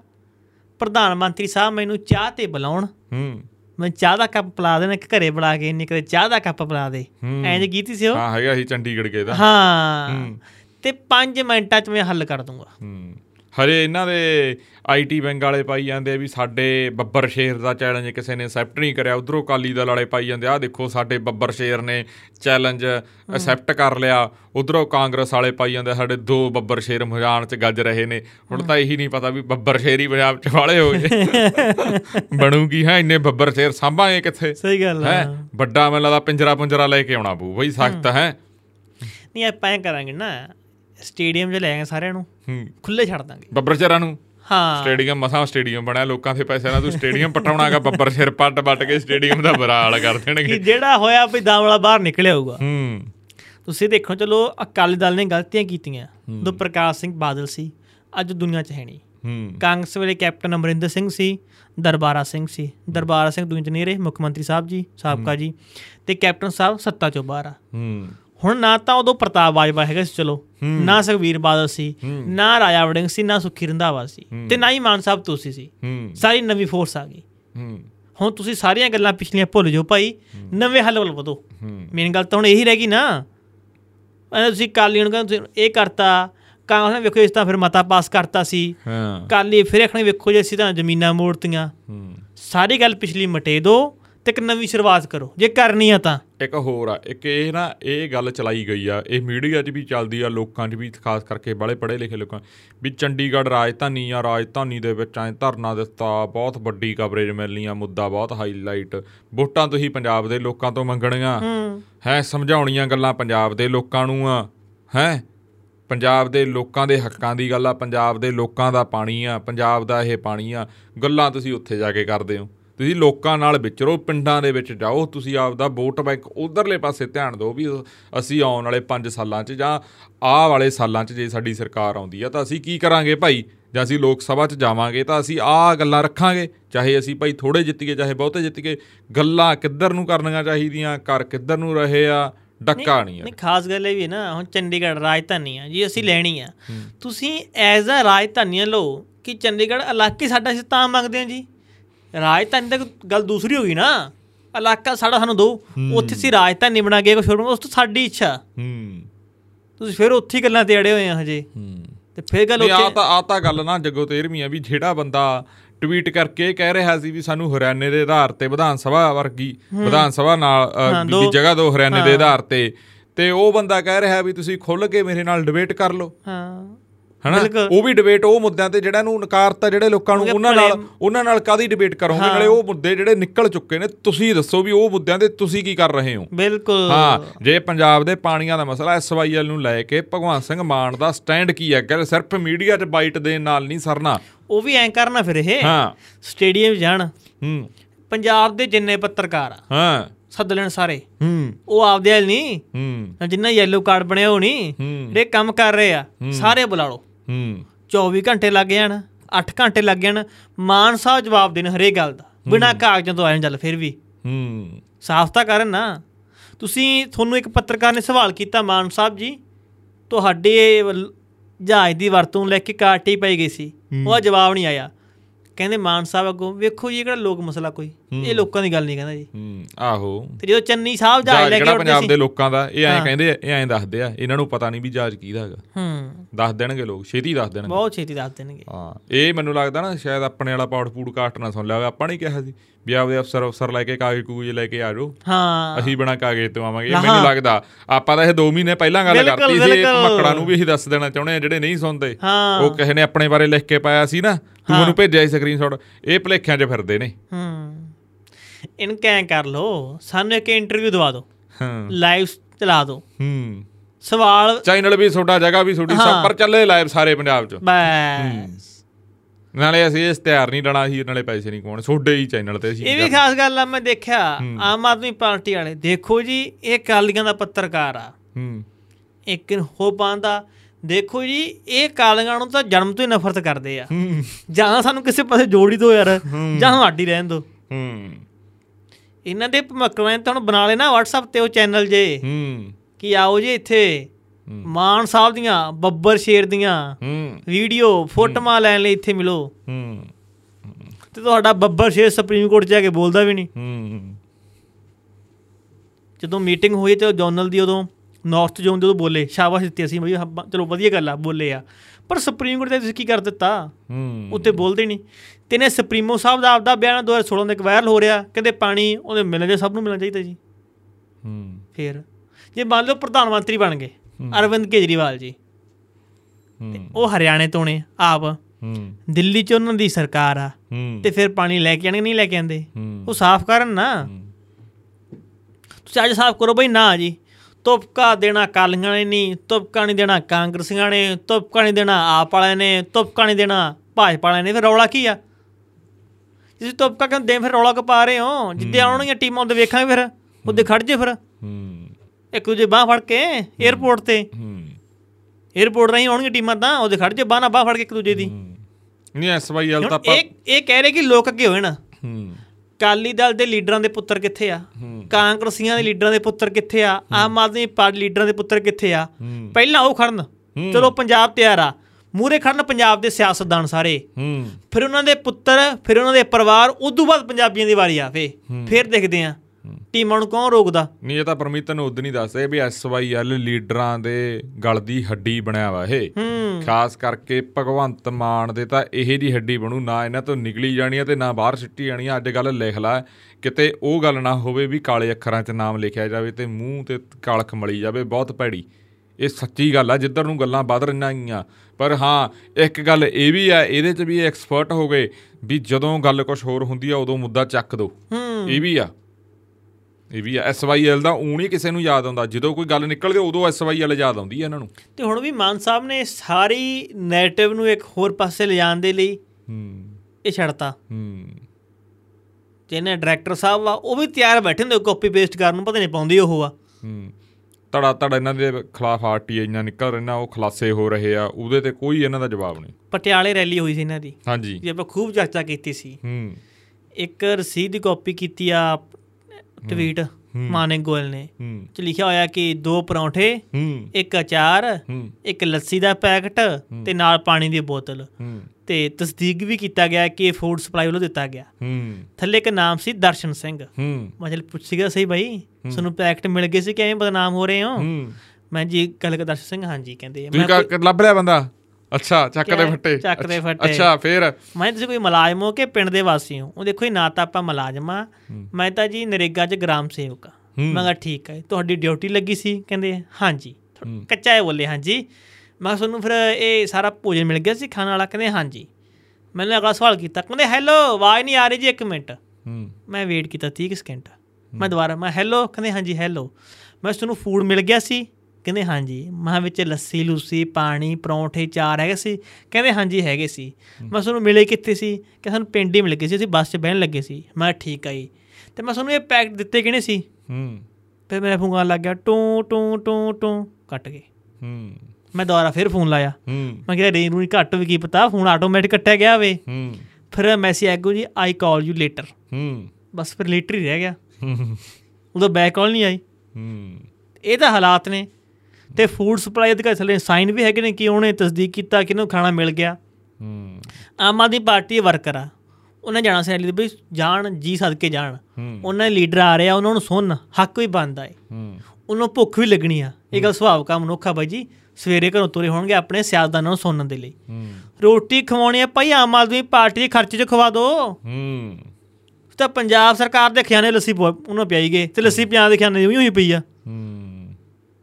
ਪ੍ਰਧਾਨ ਮੰਤਰੀ ਸਾਹਿਬ ਮੈਨੂੰ ਚਾਹ ਤੇ ਬੁਲਾਉਣ
ਹੂੰ
ਮੈਂ ਚਾਹ ਦਾ ਕੱਪ ਪਿਲਾ ਦੇਣਾ ਇੱਕ ਘਰੇ ਬਣਾ ਕੇ ਨਿਕਲੇ ਚਾਹ ਦਾ ਕੱਪ ਪਿਲਾ ਦੇ
ਹੂੰ।
ਐਂ ਜੀ ਕੀਤੀ ਸੀ ਉਹ
ਹਾਂ ਹੈਗਾ ਸੀ ਚੰਡੀਗੜ੍ਹ ਕੇ ਦਾ
ਹਾਂ ਤੇ 5 ਮਿੰਟਾਂ 'ਚ ਮੈਂ ਹੱਲ ਕਰ ਦੂੰਗਾ
ਹੂੰ ਹਰੇ ਇਹਨਾਂ ਦੇ ਆਈਟੀ ਬੈਂਕ ਵਾਲੇ ਪਾਈ ਜਾਂਦੇ ਆ ਵੀ ਸਾਡੇ ਬੱਬਰ ਸ਼ੇਰ ਦਾ ਚੈਲੰਜ ਕਿਸੇ ਨੇ ਅਸੈਪਟ ਨਹੀਂ ਕਰਿਆ ਉਧਰੋਂ ਕਾਲੀ ਦਲ ਵਾਲੇ ਪਾਈ ਜਾਂਦੇ ਆ ਆਹ ਦੇਖੋ ਸਾਡੇ ਬੱਬਰ ਸ਼ੇਰ ਨੇ ਚੈਲੰਜ ਅਸੈਪਟ ਕਰ ਲਿਆ ਉਧਰੋਂ ਕਾਂਗਰਸ ਵਾਲੇ ਪਾਈ ਜਾਂਦੇ ਆ, ਸਾਡੇ ਦੋ ਬੱਬਰ ਸ਼ੇਰ ਮਜਾਨ ਚ ਗੱਜ ਰਹੇ ਨੇ ਹੁਣ ਤਾਂ ਇਹੀ ਨਹੀਂ ਪਤਾ ਵੀ ਬੱਬਰ ਸ਼ੇਰ ਹੀ ਪੰਜਾਬ ਚ ਵਾਲੇ ਹੋ ਗਏ ਬਣੂ ਕੀ ਹੈ ਇੰਨੇ ਬੱਬਰ ਸ਼ੇਰ ਸਾਂਭਾਂਗੇ ਕਿੱਥੇ
ਸਹੀ ਗੱਲ
ਹੈ ਵੱਡਾ ਮੈਨੂੰ ਲੱਗਦਾ ਪਿੰਜਰਾ ਪੁੰਜਰਾ ਲੈ ਕੇ ਆਉਣਾ ਪਊ ਬਈ ਸਖਤ ਹੈ
ਨਹੀਂ ਆਪਾਂ ਐਂ ਕਰਾਂਗੇ ਨਾ ਸਟੇਡੀਅਮ 'ਚ ਲੈ ਆਂਗੇ ਸਾਰਿਆਂ ਨੂੰ
ਹੂੰ
ਖੁੱਲੇ ਛੱਡ ਦਾਂਗੇ
ਬੱਬਰ ਸ਼ੇਰਾਂ ਨੂੰ
ਹਾਂ
ਸਟੇਡੀਅਮ ਮਸਾਂ ਸਟੇਡੀਅਮ ਬਣਿਆ ਲੋਕਾਂ ਦੇ ਪੈਸੇ ਨਾਲ ਤੂੰ ਸਟੇਡੀਅਮ ਪਟਾਉਣਾਗਾ ਬੱਬਰ ਸਿਰ ਪੱਟ ਪੱਟ ਕੇ ਸਟੇਡੀਅਮ ਦਾ ਬੁਰਾ ਹਾਲ ਕਰ
ਕਿ
ਦੇਣਗੇ
ਜਿਹੜਾ ਹੋਇਆ ਵੀ ਦਾਮ ਵਾਲਾ ਬਾਹਰ ਨਿਕਲਿਆ ਹੋਊਗਾ
ਹੂੰ
ਤੁਸੀਂ ਦੇਖੋ ਚਲੋ ਅਕਾਲੀ ਦਲ ਨੇ ਗਲਤੀਆਂ ਕੀਤੀਆਂ ਉਦੋਂ ਪ੍ਰਕਾਸ਼ ਸਿੰਘ ਬਾਦਲ ਸੀ ਅੱਜ ਦੁਨੀਆ 'ਚ ਹੈ ਨਹੀਂ
ਹੂੰ
ਕਾਂਗਰਸ ਵੇਲੇ ਕੈਪਟਨ ਅਮਰਿੰਦਰ ਸਿੰਘ ਸੀ ਦਰਬਾਰਾ ਸਿੰਘ ਸੀ ਦਰਬਾਰਾ ਸਿੰਘ ਦੁਨੀਆ 'ਚ ਨਹੀਂ ਰਹੇ ਮੁੱਖ ਮੰਤਰੀ ਸਾਹਿਬ ਜੀ ਸਾਬਕਾ ਜੀ ਤੇ ਕੈਪਟਨ ਸਾਹਿਬ ਸੱਤਾ 'ਚੋਂ ਬਾਹਰ ਆ
ਹੂੰ
ਹੁਣ ਨਾ ਤਾਂ ਉਦੋਂ ਪ੍ਰਤਾਪ ਬਾਜਵਾ ਹੈਗਾ ਸੀ ਚਲੋ ਨਾ ਸੁਖਵੀਰ ਬਾਦਲ ਸੀ ਨਾ ਰਾਜਾ ਵੜਿੰਗ ਸੀ ਨਾ ਸੁਖੀ ਰੰਧਾਵਾ ਸੀ ਤੇ ਨਾ ਹੀ ਮਾਨ ਸਾਹਿਬ ਤੁਸੀਂ ਸੀ
ਹੂੰ
ਸਾਰੀ ਨਵੀਂ ਫੋਰਸ ਆ ਗਈ
ਹੂੰ
ਹੁਣ ਤੁਸੀਂ ਸਾਰੀਆਂ ਗੱਲਾਂ ਪਿਛਲੀਆਂ ਭੁੱਲ ਜਾਓ ਭਾਈ ਨਵੇਂ ਹੱਲ ਵੱਲ ਵਧੋ
ਹੂੰ
ਮੇਨ ਗੱਲ ਤਾਂ ਹੁਣ ਇਹੀ ਰਹਿ ਗਈ ਨਾ ਐਂ ਤੁਸੀਂ ਕਾਲੀ ਨੂੰ ਕਹਿੰਦੇ ਤੁਸੀਂ ਇਹ ਕਰਤਾ ਕਾਂਗਰਸ ਨੇ ਵੇਖੋ ਇਸ ਤਾਂ ਫਿਰ ਮਤਾ ਪਾਸ ਕਰਤਾ ਸੀ
ਹਾਂ
ਕਾਲੀ ਫਿਰ ਆਖਣੇ ਵੇਖੋ ਜੇ ਅਸੀਂ ਤਾਂ ਜ਼ਮੀਨਾਂ ਮੋੜਤੀਆਂ
ਹੂੰ
ਸਾਰੀ ਗੱਲ ਪਿਛਲੀ ਮਟੇ ਦੋ ਤੇ ਇੱਕ ਨਵੀਂ ਸ਼ੁਰੂਆਤ ਕਰੋ ਜੇ ਕਰਨੀ ਆ ਤਾਂ
ਇੱਕ ਹੋਰ ਆ ਇੱਕ ਇਹ ਨਾ ਇਹ ਗੱਲ ਚਲਾਈ ਗਈ ਆ ਇਹ ਮੀਡੀਆ 'ਚ ਵੀ ਚੱਲਦੀ ਆ ਲੋਕਾਂ 'ਚ ਵੀ ਖਾਸ ਕਰਕੇ ਬਾਲੇ ਪੜ੍ਹੇ ਲਿਖੇ ਲੋਕਾਂ 'ਚ, ਵੀ ਚੰਡੀਗੜ੍ਹ ਰਾਜਧਾਨੀ ਆ ਰਾਜਧਾਨੀ ਦੇ ਵਿੱਚ ਐ ਧਰਨਾ ਦਿੱਤਾ ਬਹੁਤ ਵੱਡੀ ਕਵਰੇਜ ਮਿਲਣੀ ਆ ਮੁੱਦਾ ਬਹੁਤ ਹਾਈਲਾਈਟ ਵੋਟਾਂ ਤੁਸੀਂ ਪੰਜਾਬ ਦੇ ਲੋਕਾਂ ਤੋਂ ਮੰਗਣੀਆਂ ਹੈ ਸਮਝਾਉਣੀਆਂ ਗੱਲਾਂ ਪੰਜਾਬ ਦੇ ਲੋਕਾਂ ਨੂੰ ਆ ਹੈ ਪੰਜਾਬ ਦੇ ਲੋਕਾਂ ਦੇ ਹੱਕਾਂ ਦੀ ਗੱਲ ਆ ਪੰਜਾਬ ਦੇ ਲੋਕਾਂ ਦਾ ਪਾਣੀ ਆ ਪੰਜਾਬ ਦਾ ਇਹ ਪਾਣੀ ਆ ਗੱਲਾਂ ਤੁਸੀਂ ਉੱਥੇ ਜਾ ਕੇ ਕਰਦੇ ਹੋ ਤੁਸੀਂ ਲੋਕਾਂ ਨਾਲ ਵਿਚਰੋ ਪਿੰਡਾਂ ਦੇ ਵਿੱਚ ਜਾਓ ਤੁਸੀਂ ਆਪਦਾ ਵੋਟ ਬੈਂਕ ਉਧਰਲੇ ਪਾਸੇ ਧਿਆਨ ਦਿਓ ਵੀ ਅਸੀਂ ਆਉਣ ਵਾਲੇ 5 ਸਾਲਾਂ 'ਚ ਜਾਂ ਆਹ ਵਾਲੇ ਸਾਲਾਂ 'ਚ ਜੇ ਸਾਡੀ ਸਰਕਾਰ ਆਉਂਦੀ ਆ ਤਾਂ ਅਸੀਂ ਕੀ ਕਰਾਂਗੇ ਭਾਈ ਜਾਂ ਅਸੀਂ ਲੋਕ ਸਭਾ 'ਚ ਜਾਵਾਂਗੇ ਤਾਂ ਅਸੀਂ ਆਹ ਗੱਲਾਂ ਰੱਖਾਂਗੇ ਚਾਹੇ ਅਸੀਂ ਭਾਈ ਥੋੜੇ ਜਿੱਤੀਏ ਚਾਹੇ ਬਹੁਤੇ ਜਿੱਤੀਏ ਗੱਲਾਂ ਕਿੱਧਰ ਨੂੰ ਕਰਨੀਆਂ ਚਾਹੀਦੀਆਂ ਕਰ ਕਿੱਧਰ ਨੂੰ ਰਹੇ ਆ ਡੱਕਾ ਨਹੀਂ ਆ
ਨਹੀਂ ਖਾਸ ਗੱਲ ਇਹ ਵੀ ਹੈ ਨਾ ਹੁਣ ਚੰਡੀਗੜ੍ਹ ਰਾਜਧਾਨੀ ਆ ਜੀ ਅਸੀਂ ਲੈਣੀ ਆ ਤੁਸੀਂ ਐਜ਼ ਅ ਰਾਜਧਾਨੀ ਲਓ ਕਿ ਚੰਡੀਗੜ੍ਹ ਇਲਾਕੇ ਸਾਡਾ ਅਸੀਂ ਤਾਂ ਮੰਗਦੇ ਆ ਜੀ ਰਾਜਧਾਨੀ ਤਾਂ ਕੋਈ ਗੱਲ ਦੂਸਰੀ ਹੋ ਗਈ ਨਾ ਇਲਾਕਾ ਸਾਡਾ ਸਾਨੂੰ ਦਿਓ ਉੱਥੇ ਅਸੀਂ ਰਾਜਧਾਨੀ ਬਣਾ ਕੇ ਕੁਛ ਹੋਰ ਉਸ ਤੋਂ ਸਾਡੀ ਇੱਛਾ
ਹੂੰ
ਤੁਸੀਂ ਫਿਰ ਉੱਥੇ ਹੀ ਗੱਲਾਂ ਤੇ ਅੜੇ ਹੋਏ ਆ ਹਜੇ
ਹੂੰ
ਤੇ ਫਿਰ ਗੱਲ
ਨਹੀਂ ਆ
ਉੱਥੇ
ਤਾਂ ਆ ਤਾਂ ਗੱਲ ਨਾ ਜੱਗੋ ਤੇਰਵੀਂ ਆ ਵੀ ਜਿਹੜਾ ਬੰਦਾ ਟਵੀਟ ਕਰਕੇ ਕਹਿ ਰਿਹਾ ਸੀ ਵੀ ਸਾਨੂੰ ਹਰਿਆਣੇ ਦੇ ਆਧਾਰ ਤੇ ਵਿਧਾਨ ਸਭਾ ਵਰਗੀ ਵਿਧਾਨ ਸਭਾ ਨਾਲ ਅ,
ਹਾਂ,
ਵੀ-
ਦੋ-
ਵੀ ਜਗ੍ਹਾ ਦੋ ਹਰਿਆਣੇ ਦੇ ਆਧਾਰ ਤੇ ਤੇ ਉਹ ਬੰਦਾ ਕਹਿ ਰਿਹਾ ਵੀ ਤੁਸੀਂ ਖੁੱਲ ਕੇ ਮੇਰੇ ਨਾਲ ਡਿਬੇਟ ਕਰ ਲਓ
ਹਾਂ
ਹਨਾ
ਬਿਲਕੁਲ।
ਉਹ ਵੀ ਡਿਬੇਟ ਉਹ ਮੁੱਦਿਆਂ ਤੇ ਜਿਹੜਾ ਨੂੰ ਨਕਾਰਤਾ ਜਿਹੜੇ ਲੋਕਾਂ ਨੂੰ
ਕਿਉਂਕਿ
ਉਹਨਾਂ ਨਾਲ
ਭਲੇ-
ਉਹਨਾਂ ਨਾਲ ਕਾਦੀ ਡਿਬੇਟ ਕਰੋਗੇ ਨਾਲੇ ਉਹ ਮੁੱਦੇ ਜਿਹੜੇ ਨਿਕਲ ਚੁੱਕੇ ਨੇ ਤੁਸੀਂ ਦੱਸੋ ਵੀ ਉਹ ਮੁੱਦਿਆਂ ਤੇ ਤੁਸੀਂ ਕੀ ਕਰ ਰਹੇ ਹੋ
ਬਿਲਕੁਲ
ਹਾਂ ਜੇ ਪੰਜਾਬ ਦੇ ਪਾਣੀਆਂ ਦਾ ਮਸਲਾ ਐਸਵਾਈਐਲ ਨੂੰ ਲੈ ਕੇ ਭਗਵੰਤ ਸਿੰਘ ਮਾਨ ਦਾ ਸਟੈਂਡ ਕੀ ਹੈ ਕਿ ਸਿਰਫ ਮੀਡੀਆ 'ਚ ਬਾਈਟ ਦੇ ਨਾਲ ਨਹੀਂ ਸਰਨਾ
ਉਹ ਵੀ ਐਂ ਕਰਨਾ ਫਿਰ ਇਹ
ਹਾਂ
ਸਟੇਡੀਅਮ ਜਾਣ
ਹੂੰ
ਪੰਜਾਬ ਦੇ ਜਿੰਨੇ ਪੱਤਰਕਾਰ ਆ
ਹਾਂ
ਸੱਦ ਲੈਣ ਸਾਰੇ
ਹੂੰ
ਉਹ ਆਪਦੇ ਵਾਲ ਨਹੀਂ
ਹੂੰ
ਨਾ ਜਿੰਨਾ ਯੈਲੋ ਕਾਰਡ ਬਣਿਆ ਉਹ ਨਹੀਂ
ਹੂੰ
ਜਿਹੜੇ ਕੰਮ ਕਰ ਰਹੇ ਆ ਸਾਰੇ ਬੁਲਾ ਲਓ
ਹੂੰ
24 ਘੰਟੇ ਲੱਗ ਜਾਣ 8 ਘੰਟੇ ਲੱਗ ਜਾਣ ਮਾਨ ਸਾਹਿਬ ਜਵਾਬ ਦੇਣ ਹਰੇਕ ਗੱਲ ਦਾ ਬਿਨਾਂ ਕਾਗਜ਼ਾਂ ਤੋਂ ਆਏ ਚੱਲ ਫਿਰ ਵੀ
ਹੂੰ
ਸਾਫ਼ ਤਾਂ ਕਰਨ ਨਾ ਤੁਸੀਂ ਤੁਹਾਨੂੰ ਇੱਕ ਪੱਤਰਕਾਰ ਨੇ ਸਵਾਲ ਕੀਤਾ ਮਾਨ ਸਾਹਿਬ ਜੀ ਤੁਹਾਡੇ ਵੱਲ ਜਹਾਜ਼ ਦੀ ਵਰਤੋਂ ਨੂੰ ਲੈ ਕੇ ਕਾਟੀ ਪਈ ਗਈ ਸੀ ਉਹਦਾ ਜਵਾਬ ਨਹੀਂ ਆਇਆ ਕਹਿੰਦੇ ਮਾਨ ਸਾਹਿਬ ਅੱਗੋਂ ਵੇਖੋ ਜੀ ਇਹ ਕਿਹੜਾ ਲੋਕ ਮਸਲਾ ਕੋਈ ਇਹ ਲੋਕਾਂ ਦੀ ਗੱਲ ਨਹੀਂ ਕਹਿੰਦਾ ਜੀ
ਹੂੰ ਆਹੋ
ਤੇ ਜਦੋਂ ਚੰਨੀ ਸਾਹਿਬ ਜਹਾਜ਼
ਜਹਾਜ਼
ਲੈ ਕੇ
ਜਿਹੜਾ
ਉੱਡਦੇ
ਪੰਜਾਬ
ਸੀ
ਦੇ ਲੋਕਾਂ ਦਾ ਇਹ ਐਂ ਕਹਿੰਦੇ ਆ, ਇਹ ਐਂ ਦੱਸਦੇ ਆ ਇਹਨਾਂ ਨੂੰ ਪਤਾ ਨਹੀਂ ਵੀ ਜਹਾਜ਼ ਕਿਹਦਾ ਹੈਗਾ
ਹੂੰ
ਦੱਸ ਦੇਣਗੇ ਲੋਕ ਛੇਤੀ ਦੱਸ ਦੇਣਗੇ
ਬਹੁਤ ਛੇਤੀ ਦੱਸ ਦੇਣਗੇ
ਹਾਂ ਇਹ ਮੈਨੂੰ ਲੱਗਦਾ ਨਾ ਸ਼ਾਇਦ ਆਪਣੇ ਵਾਲਾ ਪੌਡ ਪੂਡਕਾਸਟ ਨਾ ਸੁਣ ਲਿਆ ਹੋਵੇ ਆਪਾਂ ਨਹੀਂ ਕਿਹਾ ਸੀ ਵੀ ਆਪਦੇ ਅਫਸਰ ਅਫਸਰ ਲੈ ਕੇ ਕਾਗਜ਼ ਕੂਗਜ਼ ਲੈ ਕੇ ਆ ਜਾਓ
ਹਾਂ
ਅਸੀਂ ਬਣਾ ਕਾਗਜ਼ ਤੇ ਆਵਾਂਗੇ ਇਹ
ਹਾਂ।
ਮੈਨੂੰ ਲੱਗਦਾ ਆਪਾਂ ਤਾਂ ਇਹ 2 ਮਹੀਨੇ ਪਹਿਲਾਂ ਗੱਲ
ਬਿਲਕੁਲ,
ਕਰਤੀ ਸੀ ਇਹ
ਬਿਲਕੁਲ।
ਮੱਕੜਾਂ ਨੂੰ ਵੀ ਅਸੀਂ ਦੱਸ ਦੇਣਾ ਚਾਹੁੰਦੇ ਆ ਜਿਹੜੇ ਨਹੀਂ ਸੁਣਦੇ
ਹਾਂ
ਉਹ ਕਿਸੇ ਨੇ ਆਪਣੇ ਬਾਰੇ ਲਿਖ ਕੇ ਪਾਇਆ ਸੀ ਨਾ ਤੂੰ ਮੈਨੂੰ ਭੇਜਿਆ ਸੀ ਸਕਰੀਨਸ਼ਾਟ ਇਹ ਭਲੇਖਿਆਂ 'ਚ ਫਿਰਦੇ ਨੇ
ਹੂੰ ਇਨਕ ਐਂ ਕਰ ਲੋ ਸਾਨੂੰ ਇੱਕ ਇੰਟਰਵਿਊ ਦਵਾ ਦਿਓ
ਹਾਂ
ਲਾਈਵ ਚਲਾ ਦਿਓ
ਹੂੰ
ਸਵਾਲ
ਚੈਨਲ ਵੀ ਤੁਹਾਡਾ ਜਗ੍ਹਾ ਵੀ ਤੁਹਾਡੀ
ਹਾਂ।
ਸਭ ਪਰ ਚੱਲੇ ਲਾਈਵ ਸਾਰੇ ਪੰਜਾਬ 'ਚ
ਬਸ
ਨਾਲੇ ਅਸੀਂ ਇਸ ਤਿਆਰ ਨਹੀਂ ਲੈਣਾ ਸੀ ਨਾਲੇ ਪੈਸੇ ਨਹੀਂ ਕਮਾਉਣੇ ਤੁਹਾਡੇ ਹੀ ਚੈਨਲ ਤੇ ਅਸੀਂ
ਇਹ ਵੀ ਖਾਸ ਗੱਲ ਆ ਮੈਂ ਦੇਖਿਆ ਆਮ ਆਦਮੀ ਪਾਰਟੀ ਵਾਲੇ ਦੇਖੋ ਜੀ ਇਹ ਕਾਲੀਆਂ ਦਾ ਪੱਤਰਕਾਰ ਆ
ਹੂੰ
ਇੱਕ ਹੋ ਪਾਂਦਾ ਦੇਖੋ ਜੀ ਇਹ ਕਾਲੀਆਂ ਨੂੰ ਤਾਂ ਜਨਮ ਤੋਂ ਹੀ ਨਫ਼ਰਤ ਕਰਦੇ ਆ
ਹੂੰ
ਜਾਂ ਸਾਨੂੰ ਕਿਸੇ ਪਾਸੇ ਜੋੜੀ ਦਿਓ ਯਾਰ ਜਾਂ ਸਾਡੀ ਰਹਿਣ ਦਿਓ
ਹੂੰ
ਇਹਨਾਂ ਦੇ ਭਮਕਲਾਂ ਨੇ ਤਾਂ ਹੁਣ ਬਣਾ ਲਏ ਨਾ WhatsApp ਤੇ ਉਹ ਚੈਨਲ ਜੇ
ਹੂੰ
ਕਿ ਆਓ ਜੀ ਇੱਥੇ ਮਾਨ ਸਾਹਿਬ ਦੀਆਂ ਬੱਬਰ ਸ਼ੇਰ ਦੀਆਂ
ਹੂੰ
ਵੀਡੀਓ ਫੋਟੋਆਂ ਲੈਣ ਲਈ ਇੱਥੇ ਮਿਲੋ
ਹੂੰ
ਤੇ ਤੁਹਾਡਾ ਬੱਬਰ ਸ਼ੇਰ ਸੁਪਰੀਮ ਕੋਰਟ 'ਚ ਜਾ ਕੇ ਬੋਲਦਾ ਵੀ ਨਹੀਂ
ਹੂੰ
ਜਦੋਂ ਮੀਟਿੰਗ ਹੋਈ ਤੇ ਜਨਰਲ ਦੀ ਉਦੋਂ ਨਾਰਥ ਜ਼ੋਨ ਦੇ ਉਦੋਂ ਬੋਲੇ ਸ਼ਾਬਾਸ਼ ਦਿੱਤੀ ਅਸੀਂ ਬਈ ਹਾਂ, ਚਲੋ ਵਧੀਆ ਗੱਲ ਆ ਬੋਲੇ ਆ ਪਰ ਸੁਪਰੀਮ ਕੋਰਟ ਦੇ ਤੁਸੀਂ ਕੀ ਕਰ ਦਿੱਤਾ
ਹੂੰ
ਉੱਤੇ ਬੋਲਦੇ ਨਹੀਂ ਤੇ ਇਹਨੇ ਸੁਪਰੀਮੋ ਸਾਹਿਬ ਦਾ ਆਪਦਾ ਬਿਆਨ 2016 ਦੇ ਇੱਕ ਵਾਇਰਲ ਹੋ ਰਿਹਾ ਕਹਿੰਦੇ ਪਾਣੀ ਉਹਦੇ ਮਿਲਣ ਦੇ ਸਭ ਨੂੰ ਮਿਲਣਾ ਚਾਹੀਦਾ ਜੀ
ਹੂੰ
ਫੇਰ ਜੇ ਮੰਨ ਲਓ ਪ੍ਰਧਾਨ ਮੰਤਰੀ ਬਣ ਗਏ ਅਰਵਿੰਦ ਕੇਜਰੀਵਾਲ ਜੀ
ਹੂੰ
ਉਹ ਹਰਿਆਣੇ ਤੋਂ ਨੇ ਆਪ
ਹੂੰ
ਦਿੱਲੀ 'ਚ ਉਹਨਾਂ ਦੀ ਸਰਕਾਰ ਆ
ਹੂੰ
ਤੇ ਫਿਰ ਪਾਣੀ ਲੈ ਕੇ ਆਣਗੇ ਨਹੀਂ ਲੈ ਕੇ ਆਂਦੇ
ਹੂੰ
ਉਹ ਸਾਫ਼ ਕਰਨ ਨਾ ਤੁਸੀਂ ਅੱਜ ਸਾਫ਼ ਕਰੋ ਬਈ ਨਾ ਜੀ ਤੁਪਕਾ ਦੇਣਾ ਕਾਲੀਆਂ ਨੇ ਨਹੀਂ ਤੁਪਕਾ ਨਹੀਂ ਦੇਣਾ ਕਾਂਗਰਸੀਆਂ ਨੇ ਤੁਪਕਾ ਨਹੀਂ ਦੇਣਾ ਆਪ ਵਾਲਿਆਂ ਨੇ ਤੁਪਕਾ ਨਹੀਂ ਦੇਣਾ ਭਾਜਪਾ ਵਾਲਿਆਂ ਨੇ ਫਿਰ ਰੌਲਾ ਕੀ ਆ ਜੇ ਤੁਸੀਂ ਤੁਪਕਾ ਕਹਿੰਦੇ ਹੋ, ਫਿਰ ਰੌਲਾ ਕਿਉਂ ਪਾ ਰਹੇ ਹੋ ਜਿੱਦੇ ਆਉਣਗੀਆਂ ਟੀਮਾਂ ਉਹਦੇ ਵੇਖਾਂਗੇ ਫਿਰ ਉਹਦੇ ਖੜ ਜੇ ਫਿਰ
ਹੂੰ
ਇੱਕ ਦੂਜੇ ਬਾਹ ਫੜ ਕੇ 에어ਪੋਰਟ ਤੇ
ਹੂੰ
에어ਪੋਰਟ ਰਾਹੀਂ ਆਉਣਗੀਆਂ ਟੀਮਾਂ ਤਾਂ ਉਹਦੇ ਖੜ ਜੇ ਬਾਹ ਨਾ ਬਾਹ ਫੜ ਕੇ ਇੱਕ ਦੂਜੇ ਦੀ
ਨਹੀਂ ਐਸਵਾਈਐਲ
ਹੁਣ
ਤਾਂ ਆਪਾਂ
ਇਹ ਇਹ ਕਹਿ ਰਹੇ ਕਿ ਲੋਕ ਅੱਗੇ ਹੋਏ ਨਾ
ਹੂੰ
ਕਾਲੀ ਦਲ ਦੇ ਲੀਡਰਾਂ ਦੇ ਪੁੱਤਰ ਕਿੱਥੇ ਆ ਕਾਂਗਰਸੀਆਂ ਦੇ ਲੀਡਰਾਂ ਦੇ ਪੁੱਤਰ ਕਿੱਥੇ ਆ ਆਮ ਆਦਮੀ ਪਾਰਟੀ ਲੀਡਰਾਂ ਦੇ ਪੁੱਤਰ ਕਿੱਥੇ ਆ
ਹੂੰ
ਪਹਿਲਾਂ ਉਹ ਖੜਨ ਚਲੋ ਪੰਜਾਬ ਤਿਆਰ ਆ ਮੂਰੇ ਖੜਨ ਪੰਜਾਬ ਦੇ ਸਿਆਸਤਦਾਨ ਸਾਰੇ
ਹੂੰ
ਫਿਰ ਉਹਨਾਂ ਦੇ ਪੁੱਤਰ ਫਿਰ ਉਹਨਾਂ ਦੇ ਪਰਿਵਾਰ ਉਦੋਂ ਬਾਅਦ ਪੰਜਾਬੀਆਂ ਦੀ ਵਾਰੀ ਆਵੇ ਫਿਰ ਦੇਖਦੇ ਆ ਟੀਮਾਂ ਨੂੰ ਕੌਣ ਰੋਕਦਾ
ਨਹੀਂ ਇਹ ਤਾਂ ਪਰਮਿਤ ਨੂੰ ਉਦੋਂ ਹੀ ਦੱਸਦੇ ਵੀ ਐਸਵਾਈਐਲ ਲੀਡਰਾਂ ਦੇ ਗਲ ਦੀ ਹੱਡੀ ਬਣਿਆ ਵਾ ਇਹ ਖਾਸ ਕਰਕੇ ਭਗਵੰਤ ਮਾਨ ਦੇ ਤਾਂ ਇਹ ਦੀ ਹੱਡੀ ਬਣੂ ਨਾ ਇਹਨਾਂ ਤੋਂ ਨਿਕਲੀ ਜਾਣੀ ਆ ਤੇ ਨਾ ਬਾਹਰ ਸਿੱਟੀ ਜਾਣੀ ਆ ਅੱਜ ਕੱਲ ਲਿਖ ਲਾ ਕਿਤੇ ਉਹ ਗੱਲ ਨਾ ਹੋਵੇ ਵੀ ਕਾਲੇ ਅੱਖਰਾਂ 'ਚ ਨਾਮ ਲਿਖਿਆ ਜਾਵੇ ਤੇ ਮੂੰਹ ਤੇ ਕਾਲਖ ਮਲੀ ਜਾਵੇ ਬਹੁਤ ਭੈੜੀ ਇਹ ਸੱਚੀ ਗੱਲ ਆ ਜਿੱਧਰ ਨੂੰ ਗੱਲਾਂ ਵੱਧ ਰਹੀਆਂ ਗਈਆਂ ਪਰ ਹਾਂ ਇੱਕ ਗੱਲ ਇਹ ਵੀ ਆ ਇਹਦੇ 'ਚ ਵੀ ਐਕਸਪਰਟ ਹੋ ਗਏ ਵੀ ਜਦੋਂ ਗੱਲ ਕੁਝ ਹੋਰ ਹੁੰਦੀ ਆ ਉਦੋਂ ਮੁੱਦਾ ਚੱਕ ਦੋ ਇਹ ਵੀ ਆ ਇਹ ਵੀ ਐਸਵਾਈਐਲ ਦਾ ਊਂ ਹੀ ਕਿਸੇ ਨੂੰ ਯਾਦ ਆਉਂਦਾ ਜਦੋਂ ਕੋਈ ਗੱਲ ਨਿਕਲਦੀ ਉਦੋਂ ਐਸਵਾਈਐਲ ਯਾਦ ਆਉਂਦੀ ਹੈ ਇਹਨਾਂ ਨੂੰ
ਤੇ ਹੁਣ ਵੀ ਮਾਨ ਸਾਹਿਬ ਨੇ ਸਾਰੀ ਨੈਰੇਟਿਵ ਨੂੰ ਇੱਕ ਹੋਰ ਪਾਸੇ ਲਿਜਾਣ ਦੇ ਲਈ
ਹੂੰ
ਇਹ ਛੱਡਤਾ
ਹੂੰ
ਜਿਹਨੇ ਡਾਇਰੈਕਟਰ ਸਾਹਿਬ ਆ ਉਹ ਵੀ ਤਿਆਰ ਬੈਠੇ ਹੁੰਦੇ ਕਾਪੀ ਪੇਸਟ ਕਰਨ ਨੂੰ ਪਤਾ ਨਹੀਂ ਪਾਉਂਦੀ ਉਹ ਆ
ਹੂੰ ਤੜਾ ਤੜਾ ਇਹਨਾਂ ਦੇ ਖਿਲਾਫ ਆਰਟੀਆਈਆਂ ਨਿਕਲ ਰਹਿਣਾ ਉਹ ਖਲਾਸੇ ਹੋ ਰਹੇ ਆ ਉਹਦੇ ਤੇ ਕੋਈ ਇਹਨਾਂ ਦਾ ਜਵਾਬ ਨਹੀਂ
ਪਟਿਆਲੇ ਰੈਲੀ ਹੋਈ ਸੀ ਇਹਨਾਂ ਦੀ
ਹਾਂਜੀ
ਜੇ ਆਪਾਂ ਖੂਬ ਚਰਚਾ ਕੀਤੀ ਸੀ
ਹੂੰ
ਇੱਕ ਰਸੀਦ ਦੀ ਕਾਪੀ ਕੀਤੀ ਆ ਟਵੀਟ ਮਾਨਿਕ ਗੋਇਲ ਨੇ
ਹੂੰ
ਚ ਲਿਖਿਆ ਹੋਇਆ ਕਿ ਦੋ ਪਰੌਂਠੇ
ਹੂੰ
ਇੱਕ ਅਚਾਰ
ਹੂੰ
ਇੱਕ ਲੱਸੀ ਦਾ ਪੈਕਟ ਤੇ ਨਾਲ ਪਾਣੀ ਦੀ ਬੋਤਲ
ਹੂੰ
ਤੇ ਤਸਦੀਕ ਵੀ ਕੀਤਾ ਗਿਆ ਕਿ ਇਹ ਫੂਡ ਸਪਲਾਈ ਵੱਲੋਂ ਦਿੱਤਾ ਗਿਆ
ਹੂੰ
ਥੱਲੇ ਇੱਕ ਨਾਮ ਸੀ ਦਰਸ਼ਨ ਸਿੰਘ
ਹੂੰ
ਮੈਂ ਚਲ ਪੁੱਛ ਸੀਗਾ ਸਹੀ ਬਾਈ ਤੁਹਾਨੂੰ ਪੈਕਟ ਮਿਲ ਗਏ ਸੀ ਕਿ ਐਵੇਂ ਬਦਨਾਮ ਹੋ ਰਹੇ ਹੋ
ਹੂੰ
ਮੈਂ ਜੀ ਗੱਲ ਕਰ ਦਰਸ਼ਨ ਸਿੰਘ ਹਾਂਜੀ ਕਹਿੰਦੇ
ਤੁਸੀਂ
ਮੈਂ
ਕਾ ਲੱਭ ਲਿਆ ਬੰਦਾ ਅੱਛਾ ਚੱਕ ਦੇ
ਕਿਆ-
ਫੱਟੇ
ਚੱਕ ਦੇ
ਅੱਛਾ-
ਫੱਟੇ।
ਅੱਛਾ ਫੇਰ
ਮੈਂ ਤੁਸੀਂ ਕੋਈ ਮੁਲਾਜ਼ਮ ਹੋ ਕਿ ਪਿੰਡ ਦੇ ਵਾਸੀ ਹੋ ਉਹ ਦੇਖੋ ਜੀ, ਨਾ ਤਾਂ ਆਪਾਂ ਮੁਲਾਜ਼ਮ ਆ ਮੈਂ ਤਾਂ ਜੀ ਨਰੇਗਾ 'ਚ ਗ੍ਰਾਮ ਸੇਵਕ ਆ ਮੈਂ ਕਿਹਾ ਠੀਕ ਹੈ ਤੁਹਾਡੀ ਡਿਊਟੀ ਲੱਗੀ ਸੀ ਕਹਿੰਦੇ ਹਾਂਜੀ ਥੋੜ੍ਹਾ ਕੱਚਾ ਹੈ ਬੋਲੇ ਹਾਂਜੀ ਮੈਂ ਕਿਹਾ ਤੁਹਾਨੂੰ ਫਿਰ ਇਹ ਸਾਰਾ ਭੋਜਨ ਮਿਲ ਗਿਆ ਸੀ ਖਾਣ ਵਾਲਾ ਕਹਿੰਦੇ ਹਾਂਜੀ ਮੈਨੂੰ ਅਗਲਾ ਸਵਾਲ ਕੀਤਾ ਕਹਿੰਦੇ ਹੈਲੋ ਆਵਾਜ਼ ਨਹੀਂ ਆ ਰਹੀ ਜੀ 1 ਮਿੰਟ
ਹੂੰ
ਮੈਂ ਵੇਟ ਕੀਤਾ 30 ਕੁ ਸਕਿੰਟ ਮੈਂ ਦੁਬਾਰਾ ਮੈਂ ਹੈਲੋ ਕਹਿੰਦੇ ਹਾਂਜੀ ਹੈਲੋ ਮੈਂ ਕਿਹਾ, ਤੁਹਾਨੂੰ ਫੂਡ ਮਿਲ ਗਿਆ ਸੀ ਕਹਿੰਦੇ ਹਾਂਜੀ ਮਾਂ ਵਿੱਚ ਲੱਸੀ ਲੂਸੀ ਪਾਣੀ ਪਰੌਂਠੇ ਚਾਰ ਹੈਗੇ ਸੀ ਕਹਿੰਦੇ ਹਾਂਜੀ ਹੈਗੇ ਸੀ ਮੈਂ ਕਿਹਾ, ਤੁਹਾਨੂੰ ਮਿਲੇ ਕਿੱਥੇ ਸੀ ਕਿ ਸਾਨੂੰ ਪਿੰਡ ਹੀ ਮਿਲ ਗਏ ਸੀ ਅਸੀਂ ਬੱਸ 'ਚ ਬਹਿਣ ਲੱਗੇ ਸੀ ਮੈਂ ਕਿਹਾ, ਠੀਕ ਆ ਜੀ ਤੇ ਮੈਂ ਤੁਹਾਨੂੰ ਇਹ ਪੈਕਟ ਦਿੱਤੇ ਕਿਹਨੇ ਸੀ
ਹੂੰ
ਫਿਰ ਮੇਰਾ ਫੋਨ ਆਉਣ ਲੱਗ ਗਿਆ ਟੂ ਟੂ ਟੂ ਟੂ ਕੱਟ ਗਏ
ਹੂੰ
ਮੈਂ ਦੁਬਾਰਾ ਫਿਰ ਫੋਨ ਲਾਇਆ
ਹੂੰ
ਮੈਂ ਕਿਹਾ ਰੇਂਜ ਰੂੰਜ ਘੱਟ ਵੀ ਕੀ ਪਤਾ ਫੋਨ ਆਟੋਮੈਟਿਕ ਕੱਟਿਆ ਗਿਆ ਹੋਵੇ
ਹੂੰ
ਫਿਰ ਮੈਸੇਜ ਆਗੂ ਜੀ ਆਈ ਕਾਲ ਯੂ ਲੇਟਰ
ਹੂੰ
ਬਸ ਫਿਰ ਲੇਟਰ ਹੀ ਰਹਿ ਗਿਆ
ਹੂੰ
ਉਦੋਂ ਬੈਕ ਕਾਲ ਨਹੀਂ ਆਈ
ਹੂੰ
ਇਹ ਤਾਂ ਹਾਲਾਤ ਨੇ ਤੇ ਫੂਡ ਸਪਲਾਈ ਅਧਿਕਾਰੀ ਥੱਲੇ ਸਾਈਨ ਵੀ ਹੈਗੇ ਨੇ ਕਿ ਉਹਨੇ ਤਸਦੀਕ ਕੀਤਾ ਕਿ ਇਹਨੂੰ ਖਾਣਾ ਮਿਲ ਗਿਆ
ਹੂੰ
ਆਮ ਆਦਮੀ ਪਾਰਟੀ ਵਰਕਰ ਆ ਉਹਨੇ ਜਾਣਾ ਸੀ ਰੈਲੀ ਤੇ ਵੀ ਜਾਣ ਜੀ ਸਦਕੇ ਜਾਣ
ਹੂੰ।
ਉਹਨਾਂ ਦੇ ਲੀਡਰ ਆ ਰਹੇ ਆ ਉਹਨਾਂ ਨੂੰ ਸੁਣ ਹੱਕ ਵੀ ਬਣਦਾ ਏ
ਹੂੰ
ਉਹਨੂੰ ਭੁੱਖ ਵੀ ਲੱਗਣੀ ਆ ਇਹ ਗੱਲ ਸੁਭਾਵਿਕ ਆ ਮਨੁੱਖਾ ਬਾਈ ਜੀ ਸਵੇਰੇ ਘਰੋਂ ਤੁਰੇ ਹੋਣਗੇ ਆਪਣੇ ਸਿਆਸਤਦਾਨਾਂ ਨੂੰ ਸੁਣਨ ਦੇ ਲਈ
ਹੂੰ
ਰੋਟੀ ਖਵਾਉਣੀ ਆ ਭਾਈ ਆਮ ਆਦਮੀ ਪਾਰਟੀ ਦੇ ਖਰਚੇ 'ਚ ਖਵਾ ਦਿਓ
ਹੂੰ
ਤਾਂ ਪੰਜਾਬ ਸਰਕਾਰ ਦੇ ਖਿਆਨੇ ਲੱਸੀ ਪੁਆ- ਉਹਨੂੰ ਪਿਆਈ ਗਏ ਤੇ ਲੱਸੀ ਪੰਜਾਬ ਦੇ ਖਿਆਨੇ ਦੀ ਹੋਈ ਪਈ ਆ
ਹੂੰ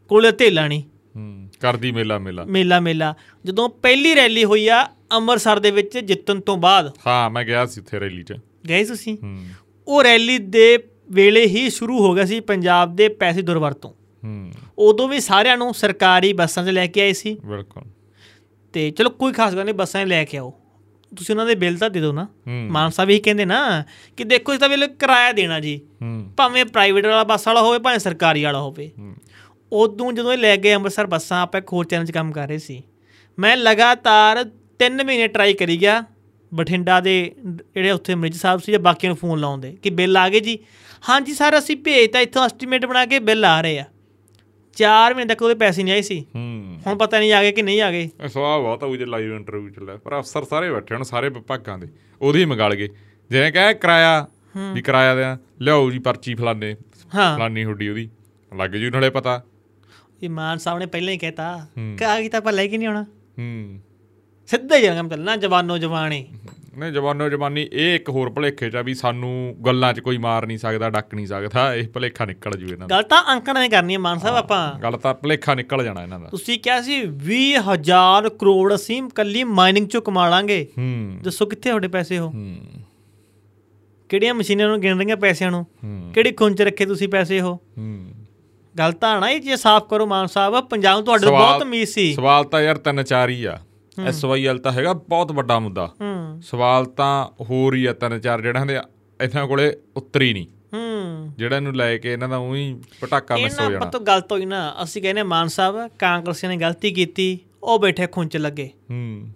ਕੋਲੇ ਧੇਲਾ ਨਹੀਂ
ਹੂੰ ਕਰਦੀ ਮੇਲਾ ਮੇਲਾ
ਮੇਲਾ ਮੇਲਾ ਜਦੋਂ ਪਹਿਲੀ ਰੈਲੀ ਹੋਈ ਆ ਅੰਮ੍ਰਿਤਸਰ ਦੇ ਵਿੱਚ ਜਿੱਤਣ ਤੋਂ ਬਾਅਦ
ਹਾਂ ਮੈਂ ਗਿਆ ਸੀ ਉੱਥੇ ਰੈਲੀ 'ਚ
ਗਏ ਸੀ ਤੁਸੀਂ
ਹੂੰ
ਉਹ ਰੈਲੀ ਦੇ ਵੇਲੇ ਹੀ ਸ਼ੁਰੂ ਹੋ ਗਿਆ ਸੀ ਪੰਜਾਬ ਦੇ ਪੈਸੇ ਦੁਰਵਰਤੋਂ
ਹੂੰ
ਉਦੋਂ ਵੀ ਸਾਰਿਆਂ ਨੂੰ ਸਰਕਾਰੀ ਬੱਸਾਂ 'ਚ ਲੈ ਕੇ ਆਏ ਸੀ
ਬਿਲਕੁਲ
ਤੇ ਚਲੋ ਕੋਈ ਖਾਸ ਗੱਲ ਨਹੀਂ ਬੱਸਾਂ 'ਚ ਲੈ ਕੇ ਆਓ ਤੁਸੀਂ ਉਹਨਾਂ ਦੇ ਬਿੱਲ ਤਾਂ ਦੇ ਦਿਓ ਨਾ
ਹੂੰ।
ਮਾਨ ਸਾਹਿਬ ਇਹ ਕਹਿੰਦੇ ਨਾ ਕਿ ਦੇਖੋ ਇਸ ਦਾ ਬਿੱਲ ਕਿਰਾਇਆ ਦੇਣਾ ਜੀ
ਹੂੰ
ਭਾਵੇਂ ਪ੍ਰਾਈਵੇਟ ਵਾਲਾ ਬੱਸ ਵਾਲਾ ਹੋਵੇ ਭਾਵੇਂ ਸਰਕਾਰੀ ਵਾਲਾ ਹੋਵੇ
ਹੂੰ।
ਉਦੋਂ ਜਦੋਂ ਇਹ ਲੈ ਗਏ ਅੰਮ੍ਰਿਤਸਰ ਬੱਸਾਂ ਆਪਾਂ ਇੱਕ ਹੋਰ ਚੈਨਲ 'ਚ ਕੰਮ ਕਰ ਰਹੇ ਸੀ ਮੈਂ ਲਗਾਤਾਰ 3 ਮਹੀਨੇ ਟਰਾਈ ਕਰੀ ਗਿਆ ਬਠਿੰਡਾ ਦੇ ਜਿਹੜੇ ਉੱਥੇ ਮਰਿਜ ਸਾਹਿਬ ਸੀ ਜਾਂ ਬਾਕੀਆਂ ਨੂੰ ਫੋਨ ਲਾਉਂਦੇ ਕਿ ਬਿੱਲ ਆ ਗਏ ਜੀ ਹਾਂਜੀ ਸਰ ਅਸੀਂ ਭੇਜਤਾ ਇੱਥੋਂ ਐਸਟੀਮੇਟ ਬਣਾ ਕੇ ਬਿੱਲ ਆ ਰਹੇ ਆ 4 ਮਹੀਨੇ ਤੱਕ ਉਹਦੇ ਪੈਸੇ ਨਹੀਂ ਆਏ ਸੀ
ਹੂੰ
ਹੁਣ ਪਤਾ ਨਹੀਂ ਆ ਗਏ ਕਿ ਨਹੀਂ ਆ ਗਏ
ਇਹ ਸਵਾਲ ਬਹੁਤ ਆਉ ਜੇ ਲਾਈਵ ਇੰਟਰਵਿਊ ਚੱਲਿਆ ਪਰ ਅਫਸਰ ਸਾਰੇ ਬੈਠੇ ਹਨ ਸਾਰੇ ਵਿਭਾਗਾਂ ਦੇ ਉਹਦੇ ਹੀ ਮੰਗਲ ਗਏ ਜਿਵੇਂ ਕਹੇ ਕਿਰਾਇਆ ਵੀ ਕਿਰਾਇਆ ਦੇ ਲਿਆਓ ਜੀ ਪਰਚੀ ਫਲਾਣੇ
ਹਾਂ
ਫਲਾਨੀ ਹੁੱਡੀ ਉਹਦੀ ਲੱਗ ਜੂ ਨਾਲੇ ਪਤਾ
ਇਮਾਨ ਸਾਹਿਬ ਨੇ ਪਹਿਲਾਂ ਹੀ ਕਹਿਤਾ ਕਿ ਆ ਗਈ ਤਾਂ ਆਪਾਂ ਲੈ ਕੇ ਨਹੀਂ ਆਉਣਾ
ਹੂੰ
ਸਿੱਧਾ ਹੀ ਕੰਮ ਚੱਲਣਾ ਜਵਾਨੋ ਜਵਾਨੀ
ਨੇ ਜਵਾਨੋ ਜਵਾਨੀ ਇਹ ਇੱਕ ਹੋਰ ਭਲੇਖੇ ਚ ਆ ਵੀ ਸਾਨੂੰ ਗੱਲਾਂ 'ਚ ਕੋਈ ਮਾਰ ਨਹੀਂ ਸਕਦਾ ਡੱਕ ਨਹੀਂ ਸਕਦਾ ਇਹ ਭਲੇਖਾ ਨਿਕਲ ਜੂ ਇਹਨਾਂ ਦਾ
ਗੱਲ ਤਾਂ ਅੰਕੜਾਂ ਨੇ ਕਰਨੀ ਹੈ ਮਾਨ ਸਾਹਿਬ ਆਪਾਂ
ਗੱਲ ਤਾਂ ਭਲੇਖਾ ਨਿਕਲ ਜਾਣਾ ਇਹਨਾਂ ਦਾ
ਤੁਸੀਂ ਕਿਹਾ ਸੀ 20000 ਕਰੋੜ ਅਸੀਂ ਕੱਲੀ ਮਾਈਨਿੰਗ ਚੋਂ ਕਮਾ ਲਾਂਗੇ
ਹੂੰ
ਦੱਸੋ ਕਿੱਥੇ ਤੁਹਾਡੇ ਪੈਸੇ ਹੋ
ਹੂੰ
ਕਿਹੜੀਆਂ ਮਸ਼ੀਨਾਂ ਨੂੰ ਗਿਣ ਰਹੀਆਂ ਪੈਸਿਆਂ ਨੂੰ
ਹੂੰ।
ਕਿਹੜੀ ਖੁੰਚ ਰੱਖੇ ਤੁਸੀਂ ਪੈਸੇ ਹੋ
ਹੂੰ
ਗੱਲ ਤਾਂ ਨਾ ਇਹ ਜੇ ਸਾਫ਼ ਕਰੋ ਮਾਨ ਸਾਹਿਬ ਪੰਜਾਬ ਨੂੰ ਤੁਹਾਡੇ ਤੋਂ
ਸਵਾਲ-
ਬਹੁਤ ਉਮੀਦ ਸੀ
ਸਵਾਲ ਤਾਂ ਯਾਰ ਤਿੰਨ ਚਾਰ ਹੀ ਆ ਐਸਵਾਈਐਲ ਤਾਂ ਹੈਗਾ ਬਹੁਤ ਵੱਡਾ ਮੁੱਦਾ
ਹੂੰ
ਸਵਾਲ ਤਾਂ ਹੋਰ ਹੀ ਆ ਤਿੰਨ ਚਾਰ ਜਿਹੜਾਂ ਦੇ ਇਹਨਾਂ ਕੋਲੇ ਉੱਤਰੀ ਨਹੀਂ
ਹੂੰ
ਜਿਹੜਾ ਇਹਨੂੰ ਲੈ ਕੇ ਇਹਨਾਂ ਦਾ ਉਹੀ ਪਟਾਕਾ ਮਿਸ
ਇਹਨਾਂ
ਹੋ
ਪਰ
ਜਾਣਾ
ਤੋਂ ਗਲਤ ਹੋਈ ਨਾ ਅਸੀਂ ਕਹਿੰਦੇ ਹਾਂ, ਮਾਨ ਸਾਹਿਬ ਕਾਂਗਰਸੀਆਂ ਨੇ ਗਲਤੀ ਕੀਤੀ ਉਹ ਬੈਠੇ ਖੁੰਚ ਲੱਗੇ
ਹੂੰ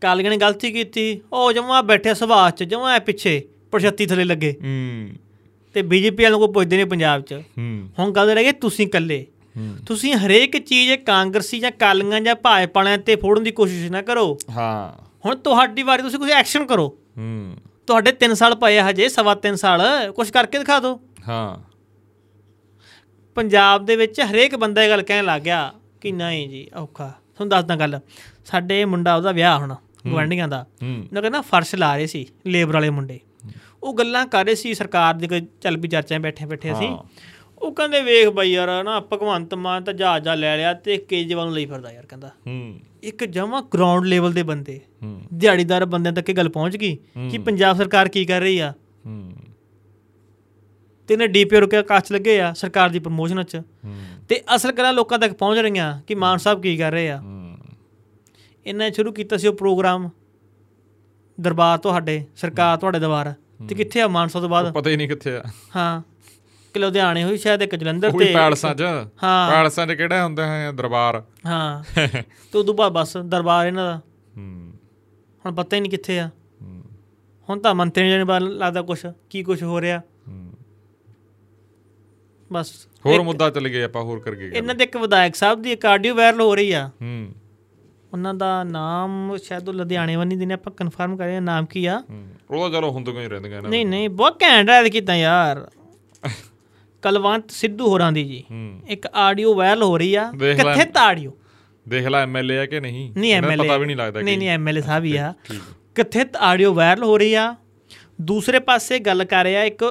ਕਾਲੀਆਂ ਨੇ ਗਲਤੀ ਕੀਤੀ ਉਹ ਜਮਾਂ ਬੈਠੇ ਸੁਭਾਅ ਚ ਜਮਾਂ ਪਿੱਛੇ ਪਰਛੱਤੀ ਥੱਲੇ ਲੱਗੇ
ਹੂੰ
ਤੇ ਬੀਜੇਪੀ ਵਾਲਿਆਂ ਨੂੰ ਕੋਈ ਪੁੱਛਦੇ ਨਹੀਂ ਪੰਜਾਬ ਚ
ਹੂੰ
ਹੁਣ ਗੱਲ ਰਹਿ ਗਈ ਤੁਸੀਂ ਇਕੱਲੇ ਤੁਸੀਂ ਹਰੇਕ ਚੀਜ਼ ਕਾਂਗਰਸੀ ਜਾਂ ਕਾਲੀਆਂ ਜਾਂ ਭਾਜਪਾ ਵਾਲਿਆਂ ਤੇ ਫੋੜਨ ਦੀ ਕੋਸ਼ਿਸ਼ ਨਾ ਕਰੋ
ਹਾਂ
ਹੁਣ ਤੁਹਾਡੀ ਵਾਰੀ ਤੁਸੀਂ ਕੁਝ ਐਕਸ਼ਨ ਕਰੋ
ਹੂੰ
ਤੁਹਾਡੇ 3 ਸਾਲ ਪਏ ਆ ਹਜੇ ਸਵਾ 3 ਸਾਲ ਕੁਝ ਕਰਕੇ ਦਿਖਾ ਦਿਓ
ਹਾਂ
ਪੰਜਾਬ ਦੇ ਵਿੱਚ ਹਰੇਕ ਬੰਦਾ ਇਹ ਗੱਲ ਕਹਿਣ ਲੱਗ ਗਿਆ ਕਿ ਨਹੀਂ ਜੀ ਔਖਾ ਤੁਹਾਨੂੰ ਦੱਸਦਾ ਗੱਲ ਸਾਡੇ ਮੁੰਡਾ ਉਹਦਾ ਵਿਆਹ ਹੁਣ ਗਵਾਂਢੀਆਂ ਦਾ
ਹੂੰ
ਉਹਨਾਂ ਕਹਿੰਦਾ ਫਰਸ਼ ਲਾ ਰਹੇ ਸੀ ਲੇਬਰ ਵਾਲੇ ਮੁੰਡੇ ਉਹ ਗੱਲਾਂ ਕਰ ਰਹੇ ਸੀ ਸਰਕਾਰ ਦੀ ਕੋਈ ਚੱਲ ਵੀ ਚਰਚਾ ਬੈਠੇ ਬੈਠੇ ਅਸੀਂ ਉਹ ਕਹਿੰਦੇ ਵੇਖ ਬਾਈ ਯਾਰ ਨਾ ਭਗਵੰਤ ਮਾਨ ਤਾਂ ਜਹਾਜ਼ਾ ਲੈ ਲਿਆ ਤੇ ਕੇਜਵਾਲ ਨੂੰ ਲਈ ਫਿਰਦਾ ਯਾਰ ਕਹਿੰਦਾ
ਹੂੰ
ਇੱਕ ਜਮਾ ਗਰਾਊਂਡ ਲੈਵਲ ਦੇ ਬੰਦੇ
ਹੂੰ।
ਦਿਹਾੜੀਦਾਰ ਬੰਦਿਆਂ ਤੱਕ ਇਹ ਗੱਲ ਪਹੁੰਚ ਗਈ ਕਿ ਪੰਜਾਬ ਸਰਕਾਰ ਕੀ ਕਰ ਰਹੀ ਆ
ਹੂੰ
ਤੇ ਇਹਨੇ ਡੀਪੀਓ ਰੁਕਿਆ ਕਾਚ ਲੱਗੇ ਆ ਸਰਕਾਰ ਦੀ ਪ੍ਰਮੋਸ਼ਨ 'ਚ
ਹੂੰ
ਤੇ ਅਸਲ ਕਰਾਂ ਲੋਕਾਂ ਤੱਕ ਪਹੁੰਚ ਰਹੀਆਂ ਕਿ ਮਾਨ ਸਾਹਿਬ ਕੀ ਕਰ ਰਹੇ ਆ
ਹੂੰ
ਇਹਨਾਂ ਨੇ ਸ਼ੁਰੂ ਕੀਤਾ ਸੀ ਉਹ ਪ੍ਰੋਗਰਾਮ ਦਰਬਾਰ ਤੁਹਾਡੇ ਸਰਕਾਰ ਤੁਹਾਡੇ ਦਰਬਾਰ ਤੇ ਕਿੱਥੇ ਆ ਮਾਨਸਾ ਤੋਂ ਬਾਅਦ
ਪਤਾ ਹੀ ਨਹੀਂ ਕਿੱਥੇ ਆ
ਹਾਂ ਕਿ ਲੁਧਿਆਣੇ ਹੋਈ ਸ਼ਾਇਦ ਇੱਕ ਜਲੰਧਰ
ਕੋਈ
ਤੇ
ਪੈਲਸਾਂ 'ਚ
ਹਾਂ।
ਪੈਲਸਾਂ 'ਚ ਕਿਹੜਾ ਹੁੰਦਾ ਹੈ ਦਰਬਾਰ
ਹਾਂ ਤੇ ਉਦੋਂ ਬਾਅਦ ਬਸ ਦਰਬਾਰ ਇਹਨਾਂ ਦਾ
ਹੂੰ
ਹੁਣ ਪਤਾ ਹੀ ਨਹੀਂ ਕਿੱਥੇ ਆ
ਹੂੰ
ਹੁਣ ਤਾਂ ਮੰਤਰੀ ਜਣੇ ਬਾਰੇ ਲੱਗਦਾ ਕੁਛ ਕੀ ਕੁਛ ਹੋ ਰਿਹਾ
ਹੂੰ।
ਬਸ
ਹੋਰ ਮੁੱਦਾ ਚੱਲ ਗਏ ਆਪਾਂ ਹੋਰ ਕਰ ਗਏ ਗੱਲ।
ਇਹਨਾਂ ਦੇ ਇੱਕ ਵਿਧਾਇਕ ਸਾਹਿਬ ਦੀ ਆਡੀਓ ਵਾਇਰਲ ਹੋ ਰਹੀ ਆ
ਹੂੰ
ਉਹਨਾਂ ਦਾ ਨਾਮ ਸ਼ਾਇਦ ਉਹ ਲੁਧਿਆਣੇ ਵੰਨੀ ਦਿਨੇ ਆਪਾਂ ਕਨਫਰਮ ਕਰਿਆ ਨਾਮ ਕੀ ਆ
ਹੂੰ। ਉਹ ਤਾਂ ਚਲੋ ਹੁੰਦੀਆਂ ਹੀ ਰਹਿੰਦੀਆਂ ਨੇ
ਨਹੀਂ ਨਹੀਂ ਬਹੁਤ ਘੈਂਟ ਐਡ ਕੀਤਾ ਯਾਰ ਕਲਵੰਤ ਸਿੱਧੂ ਹੋਰਾਂ ਦੀ ਜੀ
ਹੂੰ
ਇੱਕ ਆਡੀਓ ਵਾਇਰਲ ਹੋ ਰਹੀ ਆ
ਦੇਖ ਲੈ।
ਕਿੱਥੇ ਤਾਂ ਆਡੀਓ
ਦੇਖ ਲੈ ਐਮਐਲਏ ਆ ਕਿ ਨਹੀਂ
ਨਹੀਂ
ਇਹਨਾਂ ਦਾ
ਐਮਐਲਏ
ਪਤਾ ਵੀ ਨਹੀਂ ਲੱਗਦਾ
ਨਹੀਂ ਨਹੀਂ ਐਮਐਲਏ ਸਾਹਿਬ ਹੀ ਆ
ਠੀਕ
ਕਥਿਤ ਆਡੀਓ ਵਾਇਰਲ ਹੋ ਰਹੀ ਆ ਦੂਸਰੇ ਪਾਸੇ ਗੱਲ ਕਰ ਰਿਹਾ ਇੱਕ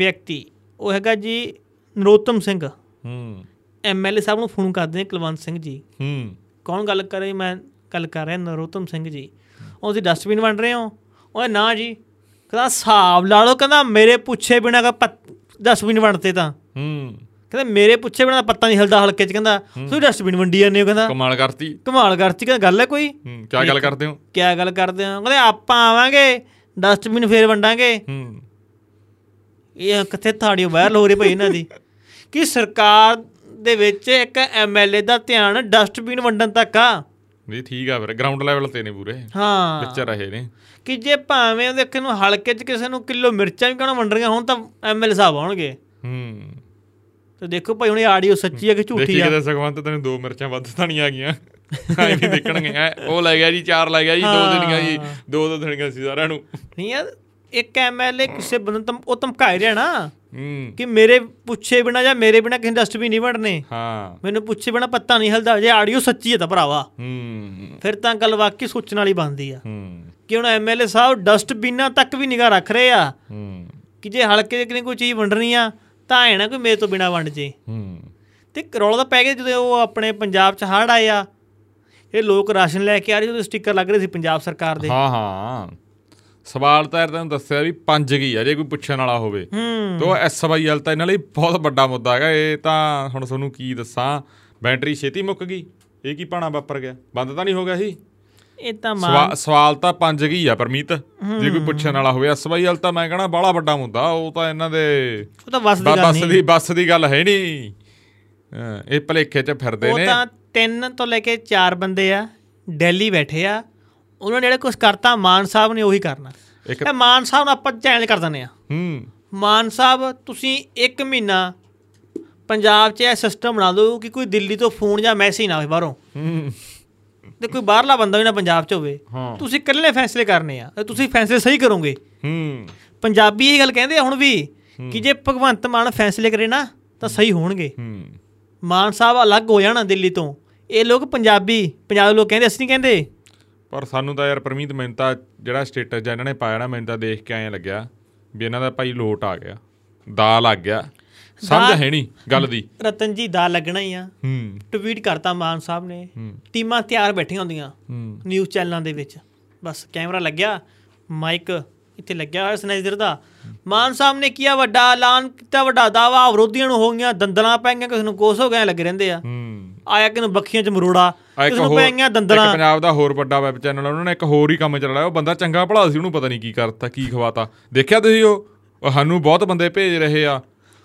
ਵਿਅਕਤੀ ਉਹ ਹੈਗਾ ਜੀ ਨਰੋਤਮ ਸਿੰਘ
ਹੂੰ
ਐਮਐਲਏ ਸਾਹਿਬ ਨੂੰ ਫੋਨ ਕਰਦੇ ਨੇ ਕੁਲਵੰਤ ਸਿੰਘ ਜੀ
ਹੂੰ
ਕੌਣ ਗੱਲ ਕਰੇ ਮੈਂ ਗੱਲ ਕਰ ਰਿਹਾ ਨਰੋਤਮ ਸਿੰਘ ਜੀ ਉਹ ਤੁਸੀਂ ਡਸਟਬਿਨ ਵੰਡ ਰਹੇ ਹੋ ਓਏ ਨਾ ਜੀ ਕਹਿੰਦਾ ਹਿਸਾਬ ਲਾ ਲਓ ਕਹਿੰਦਾ ਮੇਰੇ ਪੁੱਛੇ ਬਿਨਾਂ ਕਾ ਡਸਟਬਿਨ ਵੰਡਤੇ ਤਾਂ
ਹੂੰ
ਕਹਿੰਦਾ ਮੇਰੇ ਪੁੱਛੇ ਬਿਨਾਂ ਤਾਂ ਪੱਤਾ ਨਹੀਂ ਹਿਲਦਾ ਹਲਕੇ ਚ ਕਹਿੰਦਾ ਤੁਸੀਂ ਡਸਟਬਿਨ ਵੰਡੀ ਜਾਂਦੇ ਹੋ ਕਹਿੰਦਾ
ਕਮਾਲ ਕਰਤੀ
ਕਮਾਲ ਕਰਤੀ ਕਹਿੰਦਾ ਗੱਲ ਹੈ ਕੋਈ
ਹੂੰ ਕੀ ਗੱਲ ਕਰਦੇ ਹੋ
ਕਿਆ ਗੱਲ ਕਰਦੇ ਹੋ ਕਹਿੰਦੇ ਆਪਾਂ ਆਵਾਂਗੇ ਡਸਟਬਿਨ ਫੇਰ ਵੰਡਾਂਗੇ
ਹੂੰ
ਇਹ ਕਿੱਥੇ ਥਾੜੀ ਵਾਇਰਲ ਹੋ ਰਹੀ ਭਾਈ ਇਹਨਾਂ ਦੀ ਕਿ ਸਰਕਾਰ ਦੇ ਵਿੱਚ ਇੱਕ ਐਮਐਲਏ ਦਾ ਧਿਆਨ ਡਸਟਬਿਨ ਵੰਡਣ ਤੱਕ ਆ
ਨਹੀਂ ਠੀਕ ਆ ਫਿਰ ਗਰਾਊਂਡ ਲੈਵਲ ਤੇ ਨੇ ਪੂਰੇ
ਹਾਂ
ਵਿੱਚ ਰਹੇ ਨੇ
ਕਿ ਜੇ ਭਾਵੇਂ ਉਹਦੇ ਕਿਸੇ ਨੂੰ ਹਲਕੇ 'ਚ ਕਿਸੇ ਨੂੰ ਕਿਲੋ ਮਿਰਚਾਂ ਵੀ ਕਹਣਾ ਵੰਡਣੀਆਂ ਹੋਣ ਤਾਂ ਐਮਐਲਏ ਸਾਹਿਬ ਆਉਣਗੇ
ਹੂੰ
ਤੇ ਦੇਖੋ ਭਾਈ ਹੁਣ ਇਹ ਆਡੀਓ ਸੱਚੀ ਹੈ ਕਿ ਝੂਠੀ
ਦੇਖੀ
ਆ
ਕਿਤੇ ਸੁਖਵੰਤ ਤੈਨੂੰ ਦੋ ਮਿਰਚਾਂ ਵੱਧ ਤਾਂ ਨਹੀਂ ਆ ਗਈਆਂ ਆਈ ਵੀ ਦੇਖਣਗੇ ਐ ਉਹ ਲੈ ਗਿਆ ਜੀ ਚਾਰ ਲੈ ਗਿਆ ਜੀ ਦੋ ਦੇਣੀਆਂ ਜੀ ਦੋ ਦੋ ਦੇਣੀਆਂ ਸੀ ਸਾਰਿਆਂ ਨੂੰ
ਨਹੀਂ ਯਾਰ ਇੱਕ ਐਮਐਲਏ ਕਿਸੇ ਬੰਦੇ ਨੂੰ ਧਮ- ਉਹ ਧਮਕਾਏ ਰਿਹਾ ਨਾ
ਹੂੰ
ਕਿ ਮੇਰੇ ਪੁੱਛੇ ਬਿਨਾ ਜਾਂ ਮੇਰੇ ਬਿਨਾ ਕਿਸੇ ਡਸਟਬਿਨ ਨਹੀਂ ਵੰਡਨੇ
ਹਾਂ
ਮੈਨੂੰ ਪੁੱਛੇ ਬਿਨਾ ਪੱਤਾ ਨਹੀਂ ਹਿਲਦਾ ਜੇ ਆਡੀਓ ਸੱਚੀ ਹੈ ਤਾਂ ਭਰਾਵਾ
ਹੂੰ
ਫਿਰ ਤਾਂ ਗੱਲ ਵਾਕਈ ਸੋਚਣ ਵਾਲੀ ਬਣਦੀ ਆ
ਹੂੰ
ਕਿ ਹੁਣ ਐਮਐਲਏ ਸਾਹਿਬ ਡਸਟਬਿਨਾਂ ਤੱਕ ਵੀ ਨਿਗਾਹ ਰੱਖ ਰਹੇ ਆ
ਹੂੰ
ਕਿ ਜੇ ਹਲਕੇ ਦੇ ਕਿਨੇ ਕੋਈ ਚੀਜ਼ ਵੰਡਣੀ ਆ ਤਾਂ ਐ ਨਾ ਕੋਈ ਮੇਰੇ ਤੋਂ ਬਿਨਾ ਵੰਡ ਜੇ
ਹੂੰ
ਤੇ ਕਰੋਲਾ ਦਾ ਪੈ ਗਿਆ ਜਦੋਂ ਉਹ ਆਪਣੇ ਪੰਜਾਬ 'ਚ ਹੜ ਆਏ ਆ ਇਹ ਲੋਕ ਰਾਸ਼ਨ ਲੈ ਕੇ ਆ ਰਹੇ ਉਹਦੇ ਸਟicker ਲੱਗ ਰਹੇ ਸੀ ਪੰਜਾਬ ਸਰਕਾਰ ਦੇ
ਹਾਂ ਹਾਂ ਸਵਾਲ ਤਾਂ ਯਾਰ ਤੈਨੂੰ ਦੱਸਿਆ ਵੀ ਪੰਜ ਕੀ ਆ ਜੇ ਕੋਈ ਪੁੱਛਣ ਵਾਲਾ ਹੋਵੇ
ਹੂੰ।
ਤੋ ਐਸਵਾਈਐਲ ਤਾਂ ਇਹਨਾਂ ਲਈ ਬਹੁਤ ਵੱਡਾ ਮੁੱਦਾ ਹੈਗਾ ਇਹ ਤਾਂ ਹੁਣ ਤੁਹਾਨੂੰ ਕੀ ਦੱਸਾਂ ਬੈਟਰੀ ਛੇਤੀ ਮੁੱਕ ਗਈ ਇਹ ਕੀ ਪਾਣਾ ਵਾਪਰ ਗਿਆ ਬੰਦ ਤਾਂ ਨਹੀਂ ਹੋ ਗਿਆ ਸੀ
ਇਹ ਤਾਂ ਮਾਂ
ਸਵਾ- ਸਵਾਲ ਤਾਂ ਪੰਜ ਕੀ ਆ ਪਰਮੀਤ ਜੇ ਕੋਈ ਪੁੱਛਣ ਵਾਲਾ ਹੋਵੇ ਐਸਵਾਈਐਲ ਤਾਂ ਮੈਂ ਕਹਣਾ ਬੜਾ ਵੱਡਾ ਮੁੱਦਾ ਉਹ ਤਾਂ ਇਹਨਾਂ ਦੇ
ਉਹ ਤਾਂ ਵਸ ਦੀ ਗੱਲ
ਬੱਸ
ਨਹੀਂ
ਦੀ ਬੱਸ ਦੀ ਗੱਲ ਹੈ ਨਹੀਂ ਹਾਂ, ਇਹ ਭਲੇਖੇ 'ਚ ਫਿਰਦੇ
ਉਹ
ਨੇ
ਤਾਂ ਤਿੰਨ ਤੋਂ ਲੈ ਕੇ ਚਾਰ ਬੰਦੇ ਆ ਦਿੱਲੀ ਬੈਠੇ ਆ ਉਹਨਾਂ ਨੇ ਜਿਹੜਾ ਕੁਝ ਕਰਤਾ ਮਾਨ ਸਾਹਿਬ ਨੇ ਉਹੀ ਕਰਨਾ
ਇੱਕ-
ਇਹ ਮਾਨ ਸਾਹਿਬ ਨੂੰ ਆਪਾਂ ਚੈਲੰਜ ਕਰ ਦਿੰਦੇ ਆ
ਹੂੰ
ਮਾਨ ਸਾਹਿਬ ਤੁਸੀਂ 1 ਮਹੀਨਾ ਪੰਜਾਬ 'ਚ ਇਹ ਸਿਸਟਮ ਬਣਾ ਦਿਓ ਕਿ ਕੋਈ ਦਿੱਲੀ ਤੋਂ ਫੋਨ ਜਾਂ ਮੈਸੇਜ ਨਾ ਆਵੇ ਬਾਹਰੋਂ
ਹੂੰ
ਤੇ ਕੋਈ ਬਾਹਰਲਾ ਬੰਦਾ ਵੀ ਨਾ ਪੰਜਾਬ 'ਚ ਹੋਵੇ
ਹਾਂ
ਤੁਸੀਂ ਇਕੱਲੇ ਫੈਸਲੇ ਕਰਨੇ ਆ ਤੇ ਤੁਸੀਂ ਫੈਸਲੇ ਸਹੀ ਕਰੋਗੇ
ਹੂੰ
ਪੰਜਾਬੀ ਇਹ ਗੱਲ ਕਹਿੰਦੇ ਆ ਹੁਣ ਵੀ ਕਿ ਜੇ ਭਗਵੰਤ ਮਾਨ ਫੈਸਲੇ ਕਰੇ ਨਾ ਤਾਂ ਸਹੀ ਹੋਣਗੇ
ਹੂੰ
ਮਾਨ ਸਾਹਿਬ ਅਲੱਗ ਹੋ ਜਾਣਾ ਦਿੱਲੀ ਤੋਂ ਇਹ ਲੋਕ ਪੰਜਾਬੀ ਪੰਜਾਬ ਦੇ ਲੋਕ ਕਹਿੰਦੇ ਅਸੀਂ ਨਹੀਂ ਕਹਿੰਦੇ
ਪਰ ਸਾਨੂੰ ਤਾਂ ਯਾਰ ਪਰਮੀਤ ਮੈਨੂੰ ਤਾਂ ਜਿਹੜਾ ਸਟੇਟਸ ਜਾਂ ਇਹਨਾਂ ਨੇ ਪਾਇਆ ਨਾ ਮੈਨੂੰ ਤਾਂ ਦੇਖ ਕੇ ਐਂ ਲੱਗਿਆ ਵੀ ਇਹਨਾਂ ਦਾ ਭਾਈ ਲੋਟ ਆ ਗਿਆ ਦਾਲ ਆ ਗਿਆ ਸਮਝ ਹੈ ਨਹੀਂ ਗੱਲ ਦੀ
ਰਤਨ ਜੀ ਦਾ ਲੱਗਣਾ ਹੀ ਆ
ਹੂੰ
ਟਵੀਟ ਕਰਤਾ ਮਾਨ ਸਾਹਿਬ ਨੇ
ਹੂੰ।
ਟੀਮਾਂ ਤਿਆਰ ਬੈਠੀਆਂ ਹੁੰਦੀਆਂ
ਹੂੰ
ਨਿਊਜ਼ ਚੈਨਲਾਂ ਦੇ ਵਿੱਚ ਬਸ ਕੈਮਰਾ ਲੱਗਿਆ ਮਾਈਕ ਇੱਥੇ ਲੱਗਿਆ ਹੋਇਆ ਸਨੈਜਰ ਦਾ ਮਾਨ ਸਾਹਿਬ ਨੇ ਕੀਆ ਵੱਡਾ ਐਲਾਨ ਕੀਤਾ ਵੱਡਾ ਦਾਵਾ ਵਿਰੋਧੀਆਂ ਨੂੰ ਹੋ ਗਈਆਂ ਦੰਦਲਾਂ ਪੈ ਗਈਆਂ ਕਿਸੇ ਨੂੰ ਕੋਸ ਹੋ ਗਿਆ ਲੱਗੇ ਰਹਿੰਦੇ ਆ
ਹੂੰ
ਆਇਆ ਕਿ ਨੂੰ ਬੱਖੀਆਂ ਚ ਮਰੋੜਾ
ਆ ਇੱਕ
ਕਿਸੇ ਨੂੰ
ਹੋਰ
ਪੈ
ਇੱਕ
ਗਈਆਂ ਦੰਦਲਾਂ
ਪੰਜਾਬ ਦਾ ਹੋਰ ਵੱਡਾ ਵੈਬ ਚੈਨਲ ਆ ਉਹਨਾਂ ਨੇ ਇੱਕ ਹੋਰ ਹੀ ਕੰਮ ਚਲਾਇਆ ਉਹ ਬੰਦਾ ਚੰਗਾ ਭਲਾ ਸੀ ਉਹਨੂੰ ਪਤਾ ਨਹੀਂ ਕੀ ਕਰਤਾ ਕੀ ਖਵਾਤਾ ਦੇਖਿਆ ਤੁਸੀਂ ਉਹ ਉਹ ਸਾਨੂੰ ਬਹੁਤ ਬੰਦੇ ਭੇਜ ਰਹੇ ਆ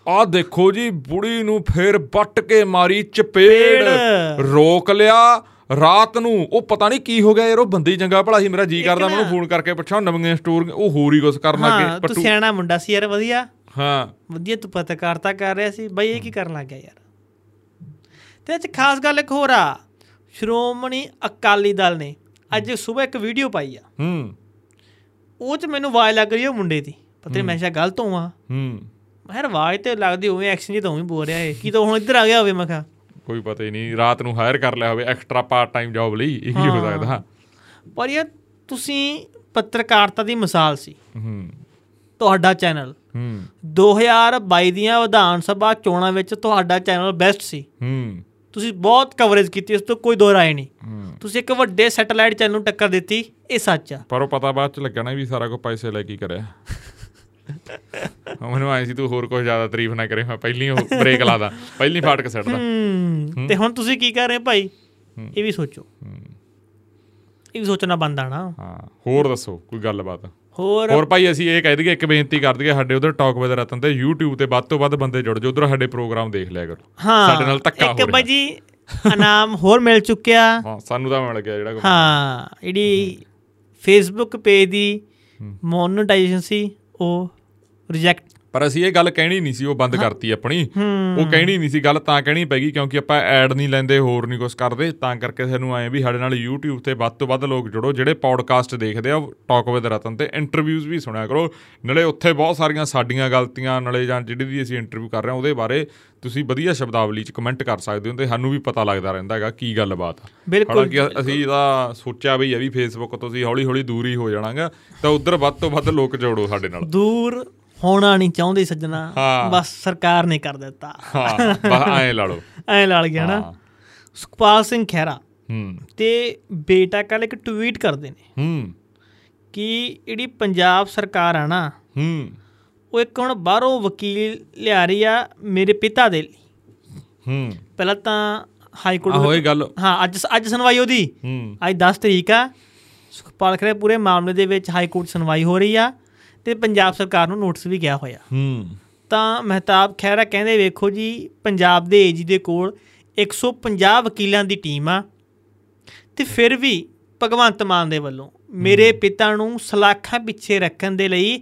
ਆਹ ਦੇਖੋ ਜੀ ਬੁੜੀ ਨੂੰ ਫੇਰ ਵੱਟ ਕੇ ਮਾਰੀ ਚਪੇੜ
ਚਪੇੜ।
ਰੋਕ ਲਿਆ ਰਾਤ ਨੂੰ ਉਹ ਪਤਾ ਨਹੀਂ ਕੀ ਹੋ ਗਿਆ ਯਾਰ ਉਹ ਬੰਦੇ ਹੀ ਚੰਗਾ ਭਲਾ ਸੀ ਮੇਰਾ ਜੀ ਕਰਦਾ
ਨਾ-
ਮੈਨੂੰ ਫੋਨ ਕਰਕੇ ਪੁੱਛਾਂ ਉਹ ਨਵੀਆਂ ਸਟੋਰ ਉਹ ਹੋਰ ਹੀ ਕੁਝ ਕਰਨ
ਹਾਂ
ਲੱਗੇ
ਤੂੰ
ਪੱਟੂ
ਸਿਆਣਾ ਮੁੰਡਾ ਸੀ ਯਾਰ ਵਧੀਆ
ਹਾਂ
ਵਧੀਆ ਤੂੰ ਪੱਤਰਕਾਰਤਾ ਕਰ ਰਿਹਾ ਸੀ ਬਈ ਇਹ ਕੀ ਕਰਨ ਲੱਗ ਗਿਆ ਯਾਰ ਤੇ ਇਹ 'ਚ ਖਾਸ ਗੱਲ ਇੱਕ ਹੋਰ ਆ ਸ਼੍ਰੋਮਣੀ ਅਕਾਲੀ ਦਲ ਨੇ ਅੱਜ ਸਵੇਰ ਇੱਕ ਵੀਡੀਓ ਪਾਈ ਆ
ਹੂੰ
ਉਹ 'ਚ ਮੈਨੂੰ ਆਵਾਜ਼ ਲੱਗ ਰਹੀ ਆ ਉਹ ਮੁੰਡੇ ਦੀ ਪਤਾ ਨਹੀਂ ਮੈਂ ਸ਼ਾਇਦ ਗਲਤ ਹੋਵਾਂ
ਹੂੰ
ਮੈਂ ਕਿਹਾ ਆਵਾਜ਼ ਤੇ ਲੱਗਦੀ ਹੋਵੇ ਐਕਸ਼ਨ ਜਿਹਾ ਤਾਂ ਉਵੇਂ ਬੋਲ ਰਿਹਾ ਏ ਕੀ ਤਾਂ ਹੁਣ ਇੱਧਰ ਆ ਗਿਆ ਹੋਵੇ ਮੈਂ ਕਿਹਾ
ਕੋਈ ਪਤਾ ਹੀ ਨਹੀਂ ਰਾਤ ਨੂੰ ਹਾਇਰ ਕਰ ਲਿਆ ਹੋਵੇ ਐਕਸਟਰਾ ਪਾਰਟ ਟਾਈਮ ਜੌਬ ਲਈ ਇਹੀ ਹੋ
ਹਾਂ।
ਸਕਦਾ
ਪਰ ਯਾਰ ਤੁਸੀਂ ਪੱਤਰਕਾਰਤਾ ਦੀ ਮਿਸਾਲ ਸੀ
ਹੂੰ
ਤੁਹਾਡਾ ਚੈਨਲ
ਹੂੰ
2022 ਦੀਆਂ ਵਿਧਾਨ ਸਭਾ ਚੋਣਾਂ ਵਿੱਚ ਤੁਹਾਡਾ ਚੈਨਲ ਬੈਸਟ ਸੀ
ਹੂੰ
ਤੁਸੀਂ ਬਹੁਤ ਕਵਰੇਜ ਕੀਤੀ ਇਸ ਤੋਂ ਕੋਈ ਦੁਹਰਾਏ ਨਹੀਂ
ਹੂੰ।
ਤੁਸੀਂ ਇੱਕ ਵੱਡੇ ਸੈਟੇਲਾਈਟ ਚੈਨਲ ਨੂੰ ਟੱਕਰ ਦਿੱਤੀ ਇਹ ਸੱਚ ਆ
ਪਰ ਉਹ ਪਤਾ ਬਾਅਦ ਚ ਲੱਗਿਆ ਨਾ ਵੀ ਸਾਰਾ ਕੁਝ ਪੈਸੇ ਲੈ ਕੇ ਹੀ ਕਰਿਆ ਉਹ ਮੈਨੂੰ ਆਏ ਸੀ ਤੂੰ ਹੋਰ ਕੁਝ ਜ਼ਿਆਦਾ ਤਾਰੀਫ ਨਾ ਕਰੇ ਮੈਂ ਪਹਿਲੀ ਉਹ ਬ੍ਰੇਕ ਲਾਦਾ ਪਹਿਲੀ ਫਾਟਕ ਸੱਟਦਾ
ਹੂੰ, ਤੇ ਹੁਣ ਤੁਸੀਂ ਕੀ ਕਰ ਰਹੇ ਹੋ ਭਾਈ ਇਹ ਵੀ ਸੋਚੋ ਇਹ ਵੀ ਸੋਚਣਾ ਬੰਦਾ ਨਾ
ਹਾਂ ਹੋਰ ਦੱਸੋ ਕੋਈ ਗੱਲਬਾਤ
ਹੋਰ
ਹੋਰ ਭਾਈ ਅਸੀਂ ਇਹ ਕਹਿ ਦਈਏ ਇੱਕ ਬੇਨਤੀ ਕਰ ਦਈਏ ਸਾਡੇ ਉਧਰ ਟਾਕ ਵਿਦ ਰਤਨ ਤੇ YouTube ਤੇ ਵੱਧ ਤੋਂ ਵੱਧ ਬੰਦੇ ਜੁੜ ਜਾਓ ਉਧਰ ਸਾਡੇ ਪ੍ਰੋਗਰਾਮ ਦੇਖ ਲਿਆ ਕਰੋ
ਹਾਂ
ਸਾਡੇ ਨਾਲ ਧੱਕਾ ਹੋ
ਇੱਕ
ਰਿਹਾ।
ਭਾਈ ਜੀ ਇਨਾਮ ਹੋਰ ਮਿਲ ਚੁੱਕਿਆ
ਹਾਂ ਸਾਨੂੰ ਤਾਂ ਮਿਲ ਗਿਆ ਜਿਹੜਾ ਕੋਈ।
ਹਾਂ ਜਿਹੜੀ ਫੇਸਬੁੱਕ ਪੇਜ ਦੀ ਮੋਨਟਾਈਜੇਸ਼ਨ ਸੀ ਉਹ ਰਿਜੈਕਟ
ਪਰ ਅਸੀਂ ਇਹ ਗੱਲ ਕਹਿਣੀ ਨਹੀਂ ਸੀ ਉਹ ਬੰਦ ਕਰਤੀ ਆਪਣੀ ਉਹ ਕਹਿਣੀ ਨਹੀਂ ਸੀ ਗੱਲ ਤਾਂ ਕਹਿਣੀ ਪੈ ਗਈ ਕਿਉਂਕਿ ਆਪਾਂ ਐਡ ਨਹੀਂ ਲੈਂਦੇ ਹੋਰ ਨਹੀਂ ਕੁਝ ਕਰਦੇ ਤਾਂ ਕਰਕੇ ਸਾਨੂੰ ਐ ਵੀ ਸਾਡੇ ਨਾਲ YouTube ਤੇ ਵੱਧ ਤੋਂ ਵੱਧ ਲੋਕ ਜੁੜੋ ਜਿਹੜੇ ਪੌਡਕਾਸਟ ਦੇਖਦੇ ਆ ਟਾਕ ਵਿਦ ਰਤਨ ਤੇ ਇੰਟਰਵਿਊਜ਼ ਵੀ ਸੁਣਿਆ ਕਰੋ ਨਾਲੇ ਉੱਥੇ ਬਹੁਤ ਸਾਰੀਆਂ ਸਾਡੀਆਂ ਗਲਤੀਆਂ ਨਾਲੇ ਜਾਂ ਜਿਹੜੀ ਵੀ ਅਸੀਂ ਇੰਟਰਵਿਊ ਕਰ ਰਹੇ ਹਾਂ ਉਹਦੇ ਬਾਰੇ ਤੁਸੀਂ ਵਧੀਆ ਸ਼ਬਦਾਵਲੀ ਚ ਕਮੈਂਟ ਕਰ ਸਕਦੇ ਹੋ ਤੇ ਸਾਨੂੰ ਵੀ ਪਤਾ ਲੱਗਦਾ ਰਹਿੰਦਾ ਹੈਗਾ ਕੀ ਗੱਲਬਾਤ ਆ
ਬਿਲਕੁਲ
ਹਾਲਾਂਕਿ ਅਸੀਂ ਇਹਦਾ ਸੋਚਿਆ ਵੀ ਹੈ ਵੀ ਫੇਸਬੁੱਕ ਤੋਂ ਅਸੀਂ ਹੌਲੀ ਹੌਲੀ ਦੂਰ ਹੀ ਹੋ ਜਾਣਾਗਾ ਤਾਂ ਉਧਰ ਵੱਧ ਤੋਂ ਵੱਧ ਲੋਕ ਜੋੜੋ ਸਾਡੇ ਨਾਲ
ਦੂਰ ਹੋਣਾ ਨਹੀਂ ਚਾਹੁੰਦੇ ਸੱਜਣਾ
ਹਾਂ।
ਬਸ ਸਰਕਾਰ ਨੇ ਕਰ ਦਿੱਤਾ
ਹਾਂ ਬਸ ਐਂ ਲਾ ਲਓ
ਐ ਲੜ ਗਿਆ ਨਾ
ਹਾਂ।
ਸੁਖਪਾਲ ਸਿੰਘ ਖਹਿਰਾ
ਹੂੰ
ਤੇ ਬੇਟਾ ਕੱਲ ਇੱਕ ਟਵੀਟ ਕਰਦੇ ਨੇ
ਹੂੰ
ਕਿ ਜਿਹੜੀ ਪੰਜਾਬ ਸਰਕਾਰ ਆ ਨਾ
ਹੂੰ
ਉਹ ਇੱਕ ਹੁਣ ਬਾਹਰੋਂ ਵਕੀਲ ਲਿਆ ਰਹੀ ਆ ਮੇਰੇ ਪਿਤਾ ਦੇ ਲਈ
ਹੂੰ
ਪਹਿਲਾਂ ਤਾਂ ਹਾਈ
ਆ
ਕੋਰਟ
ਹੋਈ ਗੱਲ
ਹਾਂ ਅੱਜ ਅੱਜ ਸੁਣਵਾਈ ਉਹਦੀ
ਹੂੰ
ਅੱਜ 10 ਤਰੀਕ ਆ ਸੁਖਪਾਲ ਖਰੇ ਪੂਰੇ ਮਾਮਲੇ ਦੇ ਵਿੱਚ ਹਾਈ ਕੋਰਟ 'ਚ ਸੁਣਵਾਈ ਹੋ ਰਹੀ ਆ ਤੇ ਪੰਜਾਬ ਸਰਕਾਰ ਨੂੰ ਨੋਟਿਸ ਵੀ ਗਿਆ ਹੋਇਆ
ਹੂੰ
ਤਾਂ ਮਹਿਤਾਬ ਖਹਿਰਾ ਕਹਿੰਦੇ ਵੇਖੋ ਜੀ ਪੰਜਾਬ ਦੇ ਏਜੀ ਦੇ ਕੋਲ 150 ਵਕੀਲਾਂ ਦੀ ਟੀਮ ਆ ਤੇ ਫਿਰ ਵੀ ਭਗਵੰਤ ਮਾਨ ਦੇ ਵੱਲੋਂ ਮੇਰੇ ਪਿਤਾ ਨੂੰ ਸਲਾਖਾਂ ਪਿੱਛੇ ਰੱਖਣ ਦੇ ਲਈ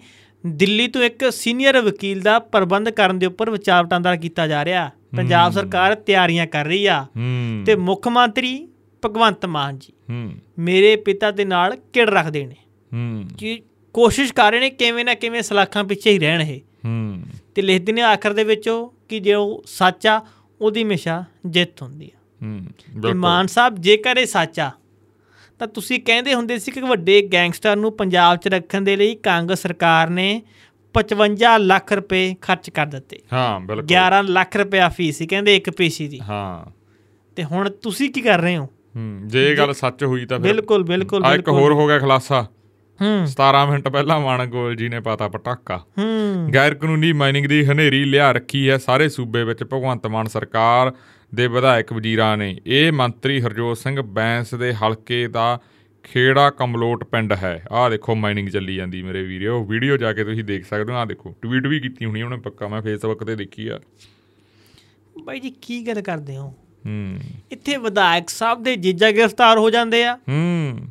ਦਿੱਲੀ ਤੋਂ ਇੱਕ ਸੀਨੀਅਰ ਵਕੀਲ ਦਾ ਪ੍ਰਬੰਧ ਕਰਨ ਦੇ ਉੱਪਰ ਵਿਚਾਰ ਵਟਾਂਦਰਾ ਕੀਤਾ ਜਾ ਰਿਹਾ ਪੰਜਾਬ ਸਰਕਾਰ ਤਿਆਰੀਆਂ ਕਰ ਰਹੀ ਆ
ਹੂੰ
ਤੇ ਮੁੱਖ ਮੰਤਰੀ ਭਗਵੰਤ ਮਾਨ ਜੀ
ਹੂੰ
ਮੇਰੇ ਪਿਤਾ ਦੇ ਨਾਲ ਕਿੜ ਰੱਖਦੇ ਨੇ
ਹੂੰ
ਕਿ ਕੋਸ਼ਿਸ਼ ਕਰ ਰਹੇ ਨੇ ਕਿਵੇਂ ਨਾ ਕਿਵੇਂ ਸਲਾਖਾਂ ਪਿੱਛੇ ਹੀ ਰਹਿਣ ਇਹ
ਹੂੰ
ਤੇ ਲਿਖਦੇ ਨੇ ਆਖਰ ਦੇ ਵਿੱਚ ਉਹ ਕਿ ਜੇ ਉਹ ਸੱਚ ਆ ਉਹਦੀ ਹਮੇਸ਼ਾ ਜਿੱਤ ਹੁੰਦੀ ਆ
ਹੂੰ
ਤੇ
ਬਿਲਕੁਲ
ਮਾਨ ਸਾਹਿਬ ਜੇਕਰ ਇਹ ਸੱਚ ਆ ਤਾਂ ਤੁਸੀਂ ਕਹਿੰਦੇ ਹੁੰਦੇ ਸੀ ਕਿ ਵੱਡੇ ਗੈਂਗਸਟਰ ਨੂੰ ਪੰਜਾਬ 'ਚ ਰੱਖਣ ਦੇ ਲਈ ਕਾਂਗਰਸ ਸਰਕਾਰ ਨੇ 55 ਲੱਖ ਰੁਪਏ ਖਰਚ ਕਰ ਦਿੱਤੇ
ਹਾਂ ਬਿਲਕੁਲ
11 ਲੱਖ ਰੁਪਇਆ ਫੀਸ ਸੀ ਕਹਿੰਦੇ ਇੱਕ ਪੇਸ਼ੀ ਦੀ
ਹਾਂ
ਤੇ ਹੁਣ ਤੁਸੀਂ ਕੀ ਕਰ ਰਹੇ ਹੋ
ਹੂੰ ਜੇ ਇਹ ਗੱਲ ਸੱਚ ਹੋਈ ਤਾਂ ਫਿਰ
ਬਿਲਕੁਲ ਬਿਲਕੁਲ
ਆ ਇੱਕ
ਬਿਲਕੁਲ
ਹੋਰ ਹੋ ਗਿਆ ਖਲਾਸਾ
ਹੂੰ
17 ਮਿੰਟ ਪਹਿਲਾਂ ਮਾਨ ਗੋਲ ਜੀ ਨੇ ਪਾਤਾ ਪਟਾਕਾ
ਹੂੰ
ਗੈਰ ਕਾਨੂੰਨੀ ਮਾਈਨਿੰਗ ਦੀ ਹਨੇਰੀ ਲਿਆ ਰੱਖੀ ਹੈ ਸਾਰੇ ਸੂਬੇ ਵਿੱਚ ਭਗਵੰਤ ਮਾਨ ਸਰਕਾਰ ਦੇ ਵਿਧਾਇਕ ਵਜ਼ੀਰਾਂ ਨੇ ਇਹ ਮੰਤਰੀ ਹਰਜੋਤ ਸਿੰਘ ਬੈਂਸ ਦੇ ਹਲਕੇ ਦਾ ਖੇੜਾ ਕਮਲੋਟ ਪਿੰਡ ਹੈ ਆਹ ਦੇਖੋ ਮਾਈਨਿੰਗ ਚੱਲੀ ਜਾਂਦੀ ਮੇਰੇ ਵੀਰੋ ਵੀਡੀਓ ਜਾ ਕੇ ਤੁਸੀਂ ਦੇਖ ਸਕਦੇ ਹੋ ਆਹ ਦੇਖੋ ਟਵੀਟ ਵੀ ਕੀਤੀ ਹੋਣੀ ਉਹਨੇ ਪੱਕਾ ਮੈਂ ਫੇਸਬੁੱਕ ਤੇ ਦੇਖੀ ਆ
ਬਾਈ ਜੀ ਕੀ ਗੱਲ ਕਰਦੇ ਹੋ
ਹੂੰ
ਇੱਥੇ ਵਿਧਾਇਕ ਸਾਹਿਬ ਦੇ ਜੀਜਾ ਗ੍ਰਿਫਤਾਰ ਹੋ ਜਾਂਦੇ ਆ
ਹੂੰ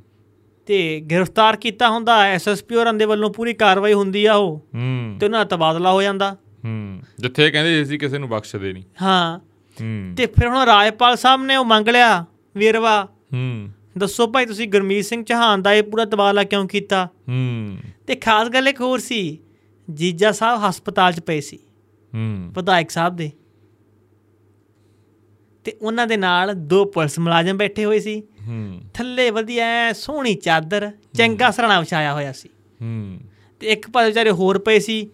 ਤੇ ਗ੍ਰਿਫਤਾਰ ਕੀਤਾ ਹੁੰਦਾ ਐਸਐਸਪੀ ਹੋਰਾਂ ਦੇ ਵੱਲੋਂ ਪੂਰੀ ਕਾਰਵਾਈ ਹੁੰਦੀ ਆ ਉਹ
ਹੂੰ
ਤੇ ਉਹਨਾਂ ਦਾ ਤਬਾਦਲਾ ਹੋ ਜਾਂਦਾ
ਹੂੰ ਜਿੱਥੇ ਇਹ ਕਹਿੰਦੇ ਸੀ ਕਿਸੇ ਨੂੰ ਬਖਸ਼ਦੇ ਨਹੀਂ
ਹਾਂ
ਹੂੰ
ਤੇ ਫਿਰ ਹੁਣ ਰਾਜਪਾਲ ਸਾਹਿਬ ਨੇ ਉਹ ਮੰਗ ਲਿਆ ਵੇਰਵਾ
ਹੂੰ
ਦੱਸੋ ਭਾਈ ਤੁਸੀਂ ਗੁਰਮੀਤ ਸਿੰਘ ਚੌਹਾਨ ਦਾ ਇਹ ਪੂਰਾ ਤਬਾਦਲਾ ਕਿਉਂ ਕੀਤਾ
ਹੂੰ
ਤੇ ਖਾਸ ਗੱਲ ਇੱਕ ਹੋਰ ਸੀ ਜੀਜਾ ਸਾਹਿਬ ਹਸਪਤਾਲ 'ਚ ਪਏ ਸੀ
ਹੂੰ
ਵਿਧਾਇਕ ਸਾਹਿਬ ਦੇ ਤੇ ਉਹਨਾਂ ਦੇ ਨਾਲ ਦੋ ਪੁਲਿਸ ਮੁਲਾਜ਼ਮ ਬੈਠੇ ਹੋਏ ਸੀ
ਹੂੰ
ਥੱਲੇ ਵਧੀਆ ਐਨ ਸੋਹਣੀ ਚਾਦਰ ਚੰਗਾ ਸਰਣਾ ਵਿਛਾਇਆ ਹੋਇਆ ਸੀ
ਹੂੰ
ਤੇ ਇੱਕ ਪਾਸੇ ਵਿਚਾਰੇ ਹੋਰ ਪਏ ਸੀ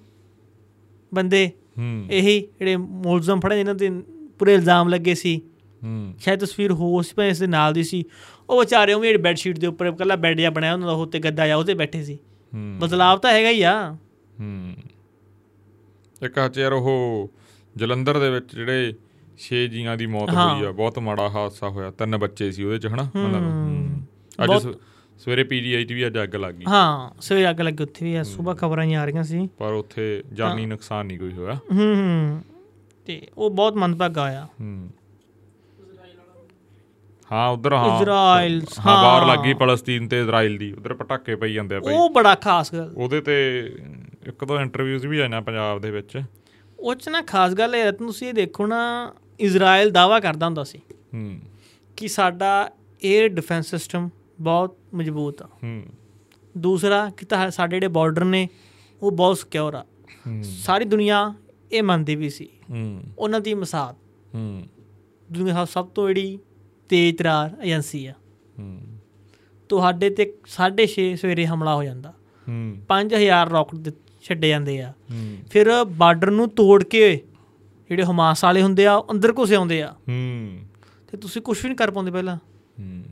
ਬੰਦੇ
ਹੂੰ
ਇਹੀ ਜਿਹੜੇ ਮੁਲਜ਼ਮ ਫੜੇ ਇਹਨਾਂ ਤੇ ਪੂਰੇ ਇਲਜ਼ਾਮ ਲੱਗੇ ਸੀ
ਹੂੰ
ਸ਼ਾਇਦ ਤਸਵੀਰ ਹੋਰ ਸੀ ਭਾਵੇਂ ਇਸ ਦੇ ਨਾਲ ਦੀ ਸੀ ਉਹ ਵਿਚਾਰੇ ਉਹ ਜਿਹੜੀ ਬੈੱਡ ਸ਼ੀਟ ਦੇ ਉੱਪਰ ਇਕੱਲਾ ਬੈੱਡ ਜਿਹਾ ਬਣਾਇਆ ਉਹਨਾਂ ਦਾ ਉਹ ਤੇ ਗੱਦਾ ਜਿਹਾ ਉਹਦੇ ਬੈਠੇ ਸੀ
ਹੂੰ
ਬਦਲਾਵ ਤਾਂ ਹੈਗਾ ਹੀ ਆ
ਹੂੰ ਇੱਕ ਹੱਥ ਯਾਰ ਉਹ ਜਲੰਧਰ ਦੇ ਵਿੱਚ ਜਿਹੜੇ 6 ਜੀਆਂ ਦੀ ਮੌਤ
ਹਾਂ।
ਹੋਈ ਆ ਬਹੁਤ ਮਾੜਾ ਹਾਦਸਾ ਹੋਇਆ ਤਿੰਨ ਬੱਚੇ ਸੀ ਉਹਦੇ ਚ ਹਨਾ ਮਤਲਬ ਹੂੰ। ਅੱਜ
ਬਹੁਤ-
ਸਵੇ- ਸਵੇਰੇ ਪੀਜੀਆਈ ਚ ਵੀ ਅੱਜ ਅੱਗ ਲੱਗ ਗਈ
ਹਾਂ ਸਵੇਰੇ ਅੱਗ ਲੱਗੀ ਉੱਥੇ ਵੀ ਆ ਸਵੇਰ ਖਬਰਾਂ ਹੀ ਆ ਰਹੀਆਂ ਸੀ
ਪਰ ਉੱਥੇ ਜਾਨੀ ਨੁਕਸਾਨ ਨਹੀਂ ਕੋਈ ਹੋਇਆ
ਹੂੰ ਤੇ ਉਹ ਬਹੁਤ ਮੰਦਭਾਗਾ ਆ
ਹੂੰ ਹਾਂ ਉਧਰ ਹਾਂ
ਇਜ਼ਰਾਈਲ,
ਹਾਂ ਬਾਹਰ
ਹਾਂ।
ਲੱਗ ਗਈ ਫਲਸਤੀਨ ਤੇ ਇਜ਼ਰਾਈਲ ਦੀ ਉਧਰ ਪਟਾਕੇ ਪਈ ਜਾਂਦੇ ਆ ਭਾਈ
ਉਹ ਬੜਾ ਖਾਸ ਗੱਲ
ਉਹਦੇ ਤੇ ਇੱਕ ਦੋ ਇੰਟਰਵਿਊਜ਼ ਵੀ ਆਇਆ ਪੰਜਾਬ ਦੇ ਵਿੱਚ
ਉਹ ਚ ਨਾ ਖਾਸ ਗੱਲ ਇਹ ਰਤਨ ਤੁਸੀਂ ਇਹ ਦੇਖੋ ਨਾ ਇਜ਼ਰਾਈਲ ਦਾਵਾ ਕਰਦਾ ਹੁੰਦਾ ਸੀ
ਹੂੰ
ਕਿ ਸਾਡਾ 에ਅਰ ਡਿਫੈਂਸ ਸਿਸਟਮ ਬਹੁਤ ਮਜ਼ਬੂਤ ਆ
ਹੂੰ
ਦੂਸਰਾ ਕਿ ਤਾਂ ਸਾਡੇ ਜਿਹੜੇ ਬਾਰਡਰ ਨੇ ਉਹ ਬਹੁਤ ਸਿਕਿਉਰ ਆ
ਹੂੰ।
ਸਾਰੀ ਦੁਨੀਆ ਇਹ ਮੰਨਦੀ ਵੀ ਸੀ
ਹੂੰ
ਉਹਨਾਂ ਦੀ ਮਸਾਦ
ਹੂੰ
ਦੁਨੀਆ ਦਾ ਸਭ ਤੋਂ ਜਿਹੜੀ ਤੇਜ਼ ਤਰਾਰ ਏਜੰਸੀ ਆ
ਹੂੰ
ਤੁਹਾਡੇ ਤੇ 6:30 ਸਵੇਰੇ ਹਮਲਾ ਹੋ ਜਾਂਦਾ
ਹੂੰ
5000 ਰੌਕਟ ਦਿੱਤ- ਛੱਡੇ ਜਾਂਦੇ ਆ
ਹੂੰ
ਫਿਰ ਬਾਰਡਰ ਨੂੰ ਤੋੜ ਕੇ ਜਿਹੜੇ ਹਮਾਸ ਵਾਲੇ ਹੁੰਦੇ ਆ ਉਹ ਅੰਦਰ ਘੁਸੇ ਆਉਂਦੇ ਆ
ਹੂੰ
ਤੇ ਤੁਸੀਂ ਕੁਝ ਵੀ ਨਹੀਂ ਕਰ ਪਾਉਂਦੇ ਪਹਿਲਾਂ
ਹੂੰ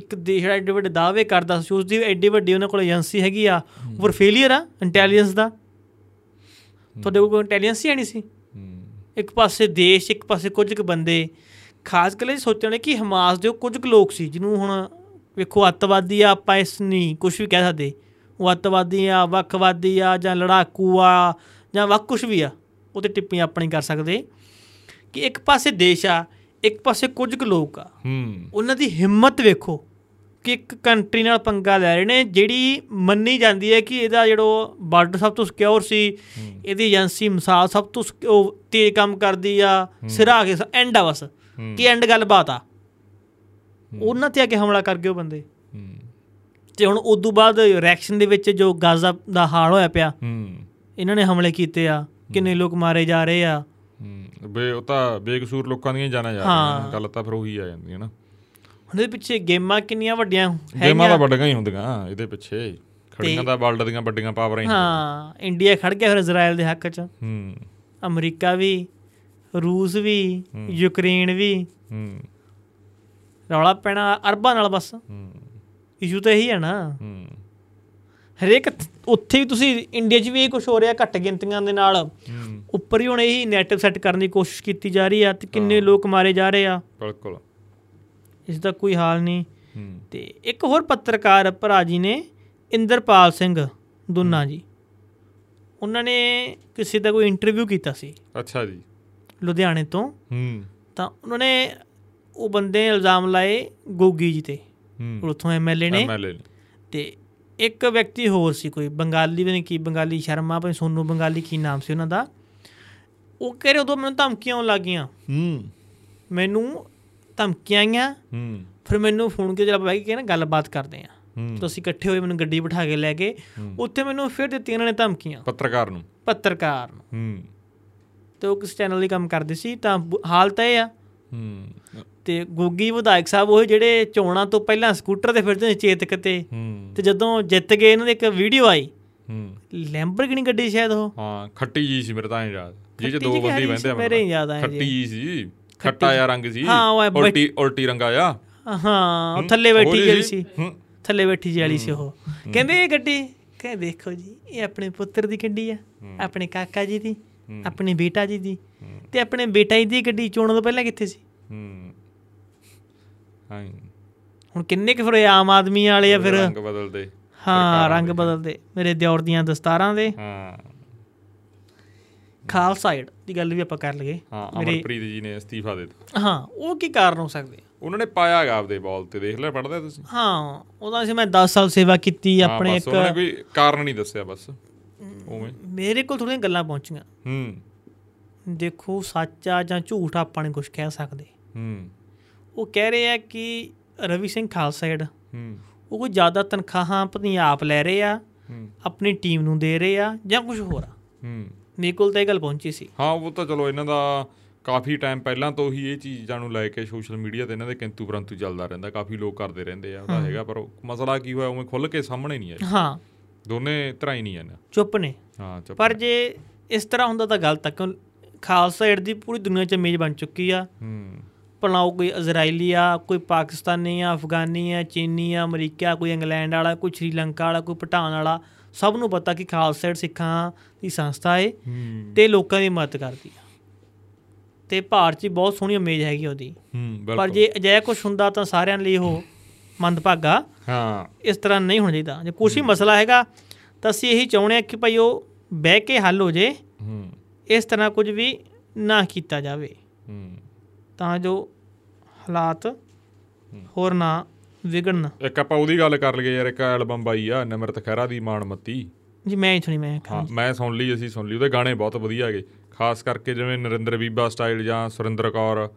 ਇੱਕ ਦੇਸ਼ ਜਿਹੜਾ ਐਡੇ ਵੱਡੇ ਦਾਅਵੇ ਕਰਦਾ ਸੀ ਉਸ ਦੀ ਐਡੀ ਵੱਡੀ ਉਹਨਾਂ ਕੋਲ ਏਜੰਸੀ ਹੈਗੀ ਆ ਪਰ ਫੇਲੀਅਰ ਆ ਇੰਟੈਲੀਜੈਂਸ ਦਾ ਤੁਹਾਡੇ ਕੋਲ ਕੋਈ ਇੰਟੈਲੀਜੈਂਸ ਹੀ ਹੈ ਨਹੀਂ ਸੀ
ਹੂੰ
ਇੱਕ ਪਾਸੇ ਦੇਸ਼ ਇੱਕ ਪਾਸੇ ਕੁਝ ਕੁ ਬੰਦੇ ਖਾਸ ਕਰਕੇ ਸੋਚਣ ਲਈ ਕਿ ਹਮਾਸ ਦੇ ਉਹ ਕੁਝ ਕੁ ਲੋਕ ਸੀ ਜਿਹਨੂੰ ਹੁਣ ਵੇਖੋ ਅੱਤਵਾਦੀ ਆ ਆਪਾਂ ਇਸ ਨਹੀਂ ਕੁਝ ਵੀ ਕਹਿ ਸਕਦੇ ਉਹ ਅੱਤਵਾਦੀ ਆ ਵੱਖਵਾਦੀ ਆ ਜਾਂ ਲੜਾਕੂ ਆ ਜਾਂ ਵੱਖ ਕੁਝ ਵੀ ਆ ਉਹ ਤੇ ਟਿੱਪਣੀ ਆਪਣੀ ਕਰ ਸਕਦੇ ਕਿ ਇੱਕ ਪਾਸੇ ਦੇਸ਼ ਆ ਇੱਕ ਪਾਸੇ ਕੁਝ ਕੁ ਲੋਕ ਆ
ਹੂੰ
ਉਹਨਾਂ ਦੀ ਹਿੰਮਤ ਵੇਖੋ ਕਿ ਇੱਕ ਕੰਟਰੀ ਨਾਲ ਪੰਗਾ ਲੈ ਰਹੇ ਨੇ ਜਿਹੜੀ ਮੰਨੀ ਜਾਂਦੀ ਹੈ ਕਿ ਇਹਦਾ ਜਿਹੜਾ ਬਾਰਡਰ ਸਭ ਤੋਂ ਸਿਕਿਉਰ ਸੀ ਇਹਦੀ ਏਜੰਸੀ ਮਿਸਾਲ ਸਭ ਤੋਂ ਸਕ- ਉਹ ਤੇਜ਼ ਕੰਮ ਕਰਦੀ ਆ ਸਿਰਾ ਕੇ ਐਂਡ ਆ ਬਸ
ਹੂੰ।
ਕਿ ਐਂਡ ਗੱਲਬਾਤ ਆ ਉਹਨਾਂ ਤੇ ਆ ਕੇ ਹਮਲਾ ਕਰ ਗਏ ਉਹ ਬੰਦੇ
ਹੂੰ
ਤੇ ਹੁਣ ਉਸ ਤੋਂ ਬਾਅਦ ਰਿਐਕਸ਼ਨ ਦੇ ਵਿੱਚ ਜੋ ਗਾਜ਼ਾ ਦਾ ਹਾਲ ਹੋਇਆ ਪਿਆ
ਹੂੰ
ਇਹਨਾਂ ਨੇ ਹਮਲੇ ਕੀਤੇ ਆ ਕਿੰਨੇ ਲੋਕ ਮਾਰੇ ਜਾ ਰਹੇ ਆ
ਹੂੰ ਬੇ ਉਹ ਤਾਂ ਬੇਕਸੂਰ ਲੋਕਾਂ ਦੀਆਂ ਜਾਨਾਂ ਜਾ ਰਹੀਆਂ ਨੇ। ਗੱਲ ਤਾਂ ਫਿਰ ਉਹੀ ਆ ਜਾਂਦੀ ਹੈ ਨਾ
ਹੁਣ ਦੇ ਪਿੱਛੇ ਗੇਮਾਂ ਕਿੰਨੀਆਂ ਵੱਡੀਆਂ
ਗੇਮਾਂ ਤਾਂ
ਹੈਗੀਆਂ
ਵੱਡੀਆਂ ਹੀ ਹੁੰਦੀਆਂ ਇਹਦੇ ਪਿੱਛੇ ਖੜੀਆਂ ਦਾ ਵਰਲਡ ਦੀਆਂ ਵੱਡੀਆਂ ਪਾਵਰਾਂ ਹੀ
ਹਾਂ ਇੰਡੀਆ ਖੜ ਗਿਆ ਫਿਰ ਇਜ਼ਰਾਈਲ ਦੇ ਹੱਕ 'ਚ
ਹੂੰ
ਅਮਰੀਕਾ ਵੀ ਰੂਸ ਵੀ ਯੂਕਰੇਨ ਵੀ
ਹੂੰ
ਰੌਲਾ ਪੈਣਾ ਅਰਬਾਂ ਨਾਲ ਬਸ
ਹੂੰ
ਇਸ਼ੂ ਤਾਂ ਇਹੀ ਹੈ ਨਾ
ਹੂੰ
ਹਰੇਕ ਥ- ਉੱਥੇ ਵੀ ਤੁਸੀਂ ਇੰਡੀਆ 'ਚ ਵੀ ਇਹ ਕੁਝ ਹੋ ਰਿਹਾ ਘੱਟ ਗਿਣਤੀਆਂ ਦੇ ਨਾਲ
ਹੂੰ
ਉੱਪਰ ਹੀ ਹੁਣ ਇਹੀ ਨੈਟਿਵ ਸੈੱਟ ਕਰਨ ਦੀ ਕੋਸ਼ਿਸ਼ ਕੀਤੀ ਜਾ ਰਹੀ ਆ ਤੇ ਕਿੰਨੇ ਲੋਕ ਮਾਰੇ ਜਾ ਰਹੇ ਆ
ਬਿਲਕੁਲ
ਇਸ ਦਾ ਕੋਈ ਹਾਲ ਨਹੀਂ
ਹੂੰ
ਤੇ ਇੱਕ ਹੋਰ ਪੱਤਰਕਾਰ ਭਰਾ ਜੀ ਨੇ ਇੰਦਰਪਾਲ ਸਿੰਘ ਦੁੰਨਾ ਜੀ ਉਹਨਾਂ ਨੇ ਕਿਸੇ ਦਾ ਕੋਈ ਇੰਟਰਵਿਊ ਕੀਤਾ ਸੀ
ਅੱਛਾ ਜੀ
ਲੁਧਿਆਣੇ ਤੋਂ
ਹੂੰ
ਤਾਂ ਉਹਨਾਂ ਨੇ ਉਹ ਬੰਦੇ ਇਲਜ਼ਾਮ ਲਾਏ ਗੋਗੀ ਜੀ ਤੇ
ਹੂੰ
ਉਥੋਂ ਐਮਐਲਏ ਨੇ
ਐਮਐਲਏ ਨੇ
ਤੇ ਇੱਕ ਵਿਅਕਤੀ ਹੋਰ ਸੀ ਕੋਈ ਬੰਗਾਲੀ ਵੀ ਨਹੀਂ ਕੀ ਬੰਗਾਲੀ ਸ਼ਰਮਾ ਭਾਈ ਸੋਨੂ ਬੰਗਾਲੀ ਕੀ ਨਾਮ ਸੀ ਉਹਨਾਂ ਦਾ ਉਹ ਕਹਿ ਰਹੇ ਉਦੋਂ ਮੈਨੂੰ ਧਮਕੀਆਂ ਆਉਣ ਲੱਗੀਆਂ
ਹੂੰ
ਮੈਨੂੰ ਧਮਕੀਆਂ ਆਈਆਂ
ਹੂੰ
ਫਿਰ ਮੈਨੂੰ ਫੋਨ ਕੀਤਾ ਚਲ ਬਾਈ ਕਹਿੰਦਾ ਗੱਲਬਾਤ ਕਰਦੇ ਆ
ਹੂੰ
ਤਾਂ ਅਸੀਂ ਇਕੱਠੇ ਹੋਏ ਮੈਨੂੰ ਗੱਡੀ ਬਿਠਾ ਕੇ ਲੈ ਗਏ ਉੱਥੇ ਮੈਨੂੰ ਫਿਰ ਦਿੱਤੀਆਂ ਇਹਨਾਂ ਨੇ ਧਮਕੀਆਂ
ਪੱਤਰਕਾਰ ਨੂੰ
ਪੱਤਰਕਾਰ ਨੂੰ
ਹੂੰ
ਤੇ ਉਹ ਕਿਸ ਚੈਨਲ ਲਈ ਕੰਮ ਕਰਦੇ ਸੀ ਤਾਂ ਬ- ਹਾਲਤ ਇਹ ਆ
ਹੂੰ
ਤੇ ਗੋਗੀ ਵਿਧਾਇਕ ਸਾਹਿਬ ਉਹ ਜਿਹੜੇ ਚੋਣਾਂ ਤੋਂ ਪਹਿਲਾਂ ਸਕੂਟਰ ਤੇ ਫਿਰਦੇ ਸੀ ਚੇਤਕ ਤੇ
ਹੂੰ
ਤੇ ਜਦੋਂ ਜਿੱਤ ਗਏ ਇਹਨਾਂ ਦੀ ਇੱਕ ਵੀਡੀਓ ਆਈ
ਹੂੰ
ਲੈਂਬਰਗਿਨੀ ਗੱਡੀ ਸ਼ਾਇਦ ਉਹ
ਹਾਂ ਖੱਟੀ ਜੀ ਸੀ ਮੇਰੇ ਤਾਂ ਐਂ ਯਾਦ ਜੀ ਜੇ
ਖੱਟੀ
ਦੋ
ਜੀ
ਬੰਦੇ
ਕਿਹੜੀ
ਬਹਿੰਦੇ ਆ
ਸੀ? ਮੇਰੇ ਹੀ ਯਾਦ ਆਏ
ਖੱਟੀ
ਜੀ।
ਜੀ ਸੀ ਖੱਟਾ ਜਿਹਾ ਰੰਗ ਸੀ
ਹਾਂ, ਉਹ ਐ ਬੈਠ-
ਉਲਟੀ ਉਲਟੀ ਰੰਗਾ ਆ
ਹਾਂ ਉਹ ਥੱਲੇ ਬੈਠੀ ਜਿਹੜੀ ਸੀ
ਹੂੰ
ਥੱਲੇ ਬੈਠੀ ਜਿਹੀ ਵਾਲੀ ਸੀ ਉਹ ਕਹਿੰਦੇ ਇਹ ਗੱਡੀ ਕਹਿੰਦੇ ਦੇਖੋ ਜੀ ਇਹ ਆਪਣੇ ਪੁੱਤਰ ਦੀ ਗੱਡੀ ਆ ਆਪਣੇ ਕਾਕਾ ਜੀ ਦੀ ਆਪਣੇ ਬੇਟਾ ਜੀ ਦੀ ਤੇ ਆਪਣੇ ਬੇਟਾ ਜੀ ਦੀ ਗੱਡੀ ਚੋਣਾਂ ਤੋਂ ਪਹਿਲਾਂ ਕਿੱਥੇ ਸੀ
ਹੂੰ ਹਾਂ
ਹੁਣ ਕਿੰਨੇ ਕੁ ਫਿਰ ਇਹ ਆਮ ਆਦਮੀ ਵਾਲੇ ਆ ਫਿਰ
ਰੰਗ ਬਦਲਦੇ
ਹਾਂ ਰੰਗ ਬਦਲਦੇ ਮੇਰੇ ਦਿਓਰ ਦੀਆਂ ਦਸਤਾਰਾਂ ਦੇ
ਹਾਂ
ਖਾਲਸਾ ਏਡ ਦੀ ਗੱਲ ਵੀ ਆਪਾਂ ਕਰ ਲਈਏ
ਹਾਂ
ਮੇਰੇ
ਅਮਰਪ੍ਰੀਤ ਜੀ ਨੇ ਅਸਤੀਫਾ ਦੇ ਦਿੱਤਾ
ਹਾਂ ਉਹ ਕੀ ਕਾਰਨ ਹੋ ਸਕਦੇ ਆ?
ਉਹਨਾਂ ਨੇ ਪਾਇਆ ਹੈਗਾ ਆਪਦੇ ਬਾਲ ਤੇ ਦੇਖ ਲੈ ਪੜਦੇ ਤੁਸੀਂ
ਹਾਂ ਉਹਦਾ ਸੀ ਮੈਂ 10 ਸਾਲ ਸੇਵਾ ਕੀਤੀ
ਹਾਂ,
ਆਪਣੇ
ਬਸ ਉਹਨਾਂ ਨੇ
ਇੱਕ
ਕੋਈ ਕਾਰਨ ਨਹੀਂ ਦੱਸਿਆ ਬਸ ਉਵੇਂ
ਮੇਰੇ ਕੋਲ ਥੋੜੀਆਂ ਗੱਲਾਂ ਪਹੁੰਚੀਆਂ
ਹੂੰ
ਦੇਖੋ ਸੱਚ ਆ ਜਾਂ ਝੂਠ ਆਪਾਂ ਨਹੀਂ ਕੁਝ ਕਹਿ ਸਕਦੇ
ਹੂੰ
ਉਹ ਕਹਿ ਰਹੇ ਆ ਕਿ ਰਵੀ ਸਿੰਘ ਖਾਲਸਾ ਏਡ
ਹੂੰ
ਉਹ ਕੋਈ ਜ਼ਿਆਦਾ ਤਨਖਾਹਾਂ ਪਤਨੀ ਆਪ ਲੈ ਰਹੇ ਆ
ਹੂੰ
ਆਪਣੀ ਟੀਮ ਨੂੰ ਦੇ ਰਹੇ ਆ ਜਾਂ ਕੁਝ ਹੋਰ ਆ
ਹੂੰ
ਮੇਰੇ ਕੋਲ ਤਾਂ ਇਹ ਗੱਲ ਪਹੁੰਚੀ ਸੀ
ਹਾਂ ਉਹ ਤਾਂ ਚਲੋ ਇਹਨਾਂ ਦਾ ਕਾਫੀ ਟਾਈਮ ਪਹਿਲਾਂ ਤੋਂ ਹੀ ਇਹ ਚੀਜ਼ਾਂ ਨੂੰ ਲੈ ਕੇ ਸੋਸ਼ਲ ਮੀਡੀਆ ਤੇ ਇਹਨਾਂ ਦੇ ਕਿੰਤੂ ਪਰੰਤੂ ਚੱਲਦਾ ਰਹਿੰਦਾ ਕਾਫੀ ਲੋਕ ਕਰਦੇ ਰਹਿੰਦੇ ਆ ਉਹਦਾ ਹੈਗਾ ਪਰ ਉਹ ਮਸਲਾ ਕੀ ਹੋਇਆ ਉਵੇਂ ਖੁੱਲ ਕੇ ਸਾਹਮਣੇ ਨਹੀਂ ਆਇਆ
ਹਾਂ
ਦੋਨੇ ਤਰ੍ਹਾਂ ਹੀ ਨਹੀਂ ਆਇਆ
ਚੁੱਪ ਨੇ
ਹਾਂ ਚੁੱਪ
ਪਰ ਜੇ ਇਸ ਤਰ੍ਹਾਂ ਹੁੰਦਾ ਤਾਂ ਗਲਤ ਆ ਕਿਉਂ ਖਾਲਸਾ ਏਡ ਦੀ ਪੂਰੀ ਦੁਨੀਆ 'ਚ ਮੇਜ਼ ਬਣ ਚੁੱਕੀ ਆ
ਹੂੰ
ਭਲਾ ਉਹ ਕੋਈ ਇਜ਼ਰਾਈਲੀ ਆ ਕੋਈ ਪਾਕਿਸਤਾਨੀ ਆ ਅਫਗਾਨੀ ਆ ਚੀਨੀ ਆ ਅਮਰੀਕਾ ਕੋਈ ਇੰਗਲੈਂਡ ਵਾਲਾ ਕੋਈ ਸ਼੍ਰੀਲੰਕਾ ਵਾਲਾ ਕੋਈ ਭੂਟਾਨ ਵਾਲਾ ਸਭ ਨੂੰ ਪਤਾ ਕਿ ਖਾਲਸਾ ਏਡ ਸਿੱਖਾਂ ਦੀ ਸੰਸਥਾ ਏ
ਹੂੰ
ਤੇ ਲੋਕਾਂ ਦੀ ਮਦਦ ਕਰਦੀ ਆ ਤੇ ਭਾਰਤ 'ਚ ਬਹੁਤ ਸੋਹਣੀ ਇਮੇਜ ਹੈਗੀ ਉਹਦੀ
ਹੂੰ
ਪਰ
ਬਿਲਕੁਲ
ਜੇ ਅਜਿਹਾ ਕੁਝ ਹੁੰਦਾ ਤਾਂ ਸਾਰਿਆਂ ਲਈ ਉਹ ਮੰਦਭਾਗਾ
ਹਾਂ
ਇਸ ਤਰ੍ਹਾਂ ਨਹੀਂ ਹੋਣਾ ਚਾਹੀਦਾ ਜੇ ਕੁਛ ਹੀ ਮਸਲਾ ਹੈਗਾ ਤਾਂ ਅਸੀਂ ਇਹੀ ਚਾਹੁੰਦੇ ਆ ਕਿ ਭਾਈ ਉਹ ਬਹਿ ਕੇ ਹੱਲ ਹੋ ਜੇ
ਹੂੰ
ਇਸ ਤਰ੍ਹਾਂ ਕੁਝ ਵੀ ਨਾ ਕੀਤਾ ਜਾਵੇ
ਹੂੰ
ਤਾਂ ਜੋ ਹਾਲਾਤ ਹੋਰ ਨਾ ਵਿਗੜਨ
ਇੱਕ ਆਪਾਂ ਉਹਦੀ ਗੱਲ ਕਰ ਲਈਏ ਯਾਰ ਇੱਕ ਐਲਬਮ ਆਈ ਆ ਨਿਮਰਤ ਖਹਿਰਾ ਦੀ ਮਾਣਮੱਤੀ
ਜੀ ਮੈਂ ਹੀ ਸੁਣੀ ਮੈਂ
ਹਾਂ ਮੈਂ ਸੁਣ ਲਈ ਅਸੀਂ ਸੁਣ ਲਈ ਉਹਦੇ ਗਾਣੇ ਬਹੁਤ ਵਧੀਆ ਗਏ ਖਾਸ ਕਰਕੇ ਜਿਵੇਂ ਨਰਿੰਦਰ ਬੀਬਾ ਸਟਾਈਲ ਜਾਂ ਸੁਰਿੰਦਰ ਕੌਰ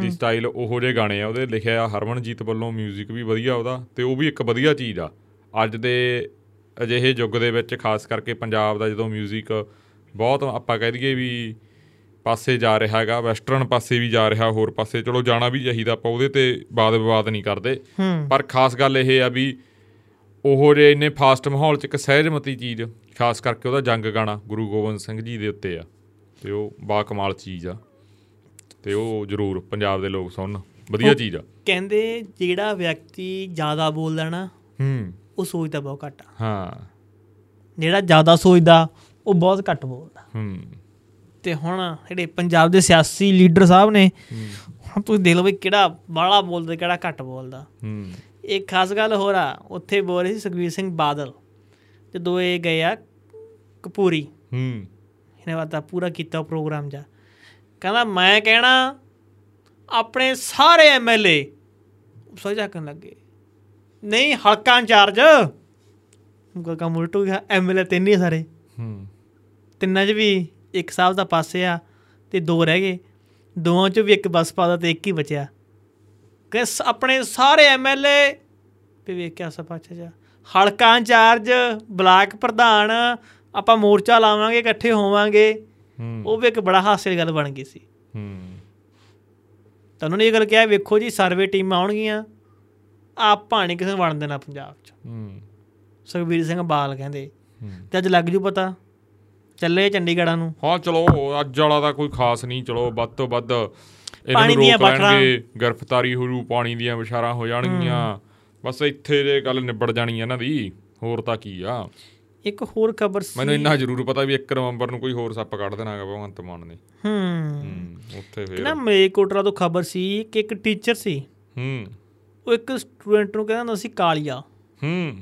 ਦੀ ਸਟਾਈਲ ਉਹੋ ਜਿਹੇ ਗਾਣੇ ਆ ਉਹਦੇ ਲਿਖਿਆ ਹਰਮਨਜੀਤ ਵੱਲੋਂ 뮤직 ਵੀ ਵਧੀਆ ਉਹਦਾ ਤੇ ਉਹ ਵੀ ਇੱਕ ਵਧੀਆ ਚੀਜ਼ ਆ ਅੱਜ ਦੇ ਅਜਿਹੇ ਯੁੱਗ ਦੇ ਵਿੱਚ ਖਾਸ ਕਰਕੇ ਪੰਜਾਬ ਦਾ ਜਦੋਂ 뮤직 ਬਹੁਤ ਆਪਾਂ ਕਹਿ ਦਈਏ ਵੀ ਪਾਸੇ ਜਾ ਰਿਹਾ ਹੈਗਾ ਵੈਸਟਰਨ ਪਾਸੇ ਵੀ ਜਾ ਰਿਹਾ ਹੋਰ ਪਾਸੇ ਚਲੋ ਜਾਣਾ ਵੀ ਚਾਹੀਦਾ ਆਪਾਂ ਉਹਦੇ ਤੇ ਬਾਦ ਵਿਵਾਦ ਨਹੀਂ ਕਰਦੇ
ਹੂੰ
ਪਰ ਖਾਸ ਗੱਲ ਇਹ ਆ ਵੀ ਉਹੋ ਜੇ ਇੰਨੇ ਫਾਸਟ ਮਾਹੌਲ ਚ ਇੱਕ ਸਹਿਜਮਤੀ ਚੀਜ਼ ਖਾਸ ਕਰਕੇ ਉਹਦਾ ਜੰਗ ਗਾਣਾ ਗੁਰੂ ਗੋਬਿੰਦ ਸਿੰਘ ਜੀ ਦੇ ਉੱਤੇ ਆ ਤੇ ਉਹ ਬਾ ਕਮਾਲ ਚੀਜ਼ ਆ ਤੇ ਉਹ ਜ਼ਰੂਰ ਪੰਜਾਬ ਦੇ ਲੋਕ ਸੁਣਨ ਵਧੀਆ ਚੀਜ਼ ਆ
ਕਹਿੰਦੇ ਜਿਹੜਾ ਵਿਅਕਤੀ ਜ਼ਿਆਦਾ ਬੋਲਦਾ ਨਾ
ਹੂੰ
ਉਹ ਸੋਚਦਾ ਬਹੁਤ ਘੱਟ ਆ
ਹਾਂ
ਜਿਹੜਾ ਜ਼ਿਆਦਾ ਸੋਚਦਾ ਉਹ ਬਹੁਤ ਘੱਟ ਬੋਲਦਾ
ਹੂੰ
ਤੇ ਹੁਣ ਜਿਹੜੇ ਪੰਜਾਬ ਦੇ ਸਿਆਸੀ ਲੀਡਰ ਸਾਹਿਬ ਨੇ ਹੁਣ ਤੁਸੀਂ ਦੇਖ ਲਓ ਵੀ ਕਿਹੜਾ ਬਾਹਲਾ ਬੋਲਦਾ ਕਿਹੜਾ ਘੱਟ ਬੋਲਦਾ
ਹੂੰ
ਇੱਕ ਖਾਸ ਗੱਲ ਹੋਰ ਆ ਉੱਥੇ ਬੋਲ ਰਹੇ ਸੀ ਸੁਖਬੀਰ ਸਿੰਘ ਬਾਦਲ ਜਦੋਂ ਇਹ ਗਏ ਆ ਕਪੂਰੀ
ਹੂੰ
ਇਹਨੇ ਵਾ ਤਾਂ ਪੂਰਾ ਕੀਤਾ ਪ੍ਰੋਗਰਾਮ ਜਾ ਕਹਿੰਦਾ ਮੈਂ ਕਹਿਣਾ ਆਪਣੇ ਸਾਰੇ ਐਮਐਲਏ ਸੋਚਾ ਕਰਨ ਲੱਗੇ ਨਹੀਂ ਹਲਕਾ ਇੰਚਾਰਜ ਗੱਗਾ ਮੁਲਟੂ ਗਿਆ ਐਮਐਲਏ ਤਿੰਨ ਹੀ ਆ ਸਾਰੇ
ਹੂੰ
ਤਿੰਨਾਂ 'ਚ ਵੀ ਇੱਕ ਸਾਹਿਬ ਦਾ ਪਾਸੇ ਆ ਤੇ ਦੋ ਰਹਿ ਗਏ ਦੋਵਾਂ 'ਚ ਵੀ ਇੱਕ ਬਸ ਪਾਦਾ ਤੇ ਇੱਕ ਹੀ ਬਚਿਆ ਕਿ ਸ- ਆਪਣੇ ਸਾਰੇ ਐਮਐਲਏ ਤੇ ਵੇਖਿਆ ਸਭਾ 'ਚ ਜਾ ਹਲਕਾ ਇੰਚਾਰਜ ਬਲਾਕ ਪ੍ਰਧਾਨ ਆਪਾਂ ਮੋਰਚਾ ਲਾਵਾਂਗੇ ਇਕੱਠੇ ਹੋਵਾਂਗੇ
ਹੂੰ
ਉਹ ਵੀ ਇੱਕ ਬੜਾ ਹਾਸੇ ਦੀ ਗੱਲ ਬਣ ਗਈ ਸੀ
ਹੂੰ
ਤਾਂ ਉਹਨਾਂ ਨੇ ਇਹ ਗੱਲ ਕਿਹਾ ਵੇਖੋ ਜੀ ਸਰਵੇ ਟੀਮਾਂ ਆਉਣਗੀਆਂ ਆਪਾਂ ਨਹੀਂ ਕਿਸੇ ਨੂੰ ਵੜਨ ਦੇਣਾ ਪੰਜਾਬ 'ਚ
ਹੂੰ
ਸੁਖਬੀਰ ਸਿੰਘ ਬਾਲ ਕਹਿੰਦੇ
ਹੂੰ।
ਤੇ ਅੱਜ ਲੱਗ ਜੂ ਪਤਾ ਚੱਲੇ ਚੰਡੀਗੜ੍ਹਾਂ ਨੂੰ
ਹਾਂ ਚਲੋ ਅੱਜ ਵਾਲਾ ਤਾਂ ਕੋਈ ਖਾਸ ਨਹੀਂ ਚਲੋ ਵੱਧ ਤੋਂ ਵੱਧ ਇਹਨਾਂ
ਪਾਣੀ
ਨੂੰ
ਦੀਆਂ
ਰੋਕ
ਬਟਰਾਂ।
ਲੈਣਗੇ ਗ੍ਰਿਫਤਾਰੀ ਹੋ ਜੂ ਪਾਣੀ ਦੀਆਂ ਵਿਸ਼ਾਰਾਂ ਹੋ ਜਾਣਗੀਆਂ ਬਸ ਇੱਥੇ ਦੇ ਗੱਲ ਨਿਬੜ ਜਾਣੀ ਇਹਨਾਂ ਦੀ ਹੋਰ ਤਾਂ ਕੀ ਆ
ਇੱਕ ਹੋਰ ਖਬਰ ਸੀ
ਮੈਨੂੰ ਇੰਨਾ ਜ਼ਰੂਰ ਪਤਾ ਵੀ 1 ਨਵੰਬਰ ਨੂੰ ਕੋਈ ਹੋਰ ਸੱਪ ਕੱਢ ਦੇਣਾ ਹੈਗਾ ਭਗਵੰਤ ਮਾਨ ਨੇ
ਹੂੰ
ਹੂੰ, ਉੱਥੇ ਫੇਰ
ਨਾ ਮਲੇਕੋਟਰਾ ਤੋਂ ਖਬਰ ਸੀ ਕਿ ਇੱਕ ਟੀਚਰ ਸੀ
ਹੂੰ
ਉਹ ਇੱਕ ਸਟੂਡੈਂਟ ਨੂੰ ਕਹਿੰਦਾ ਹੁੰਦਾ ਸੀ ਕਾਲੀਆ
ਹੂੰ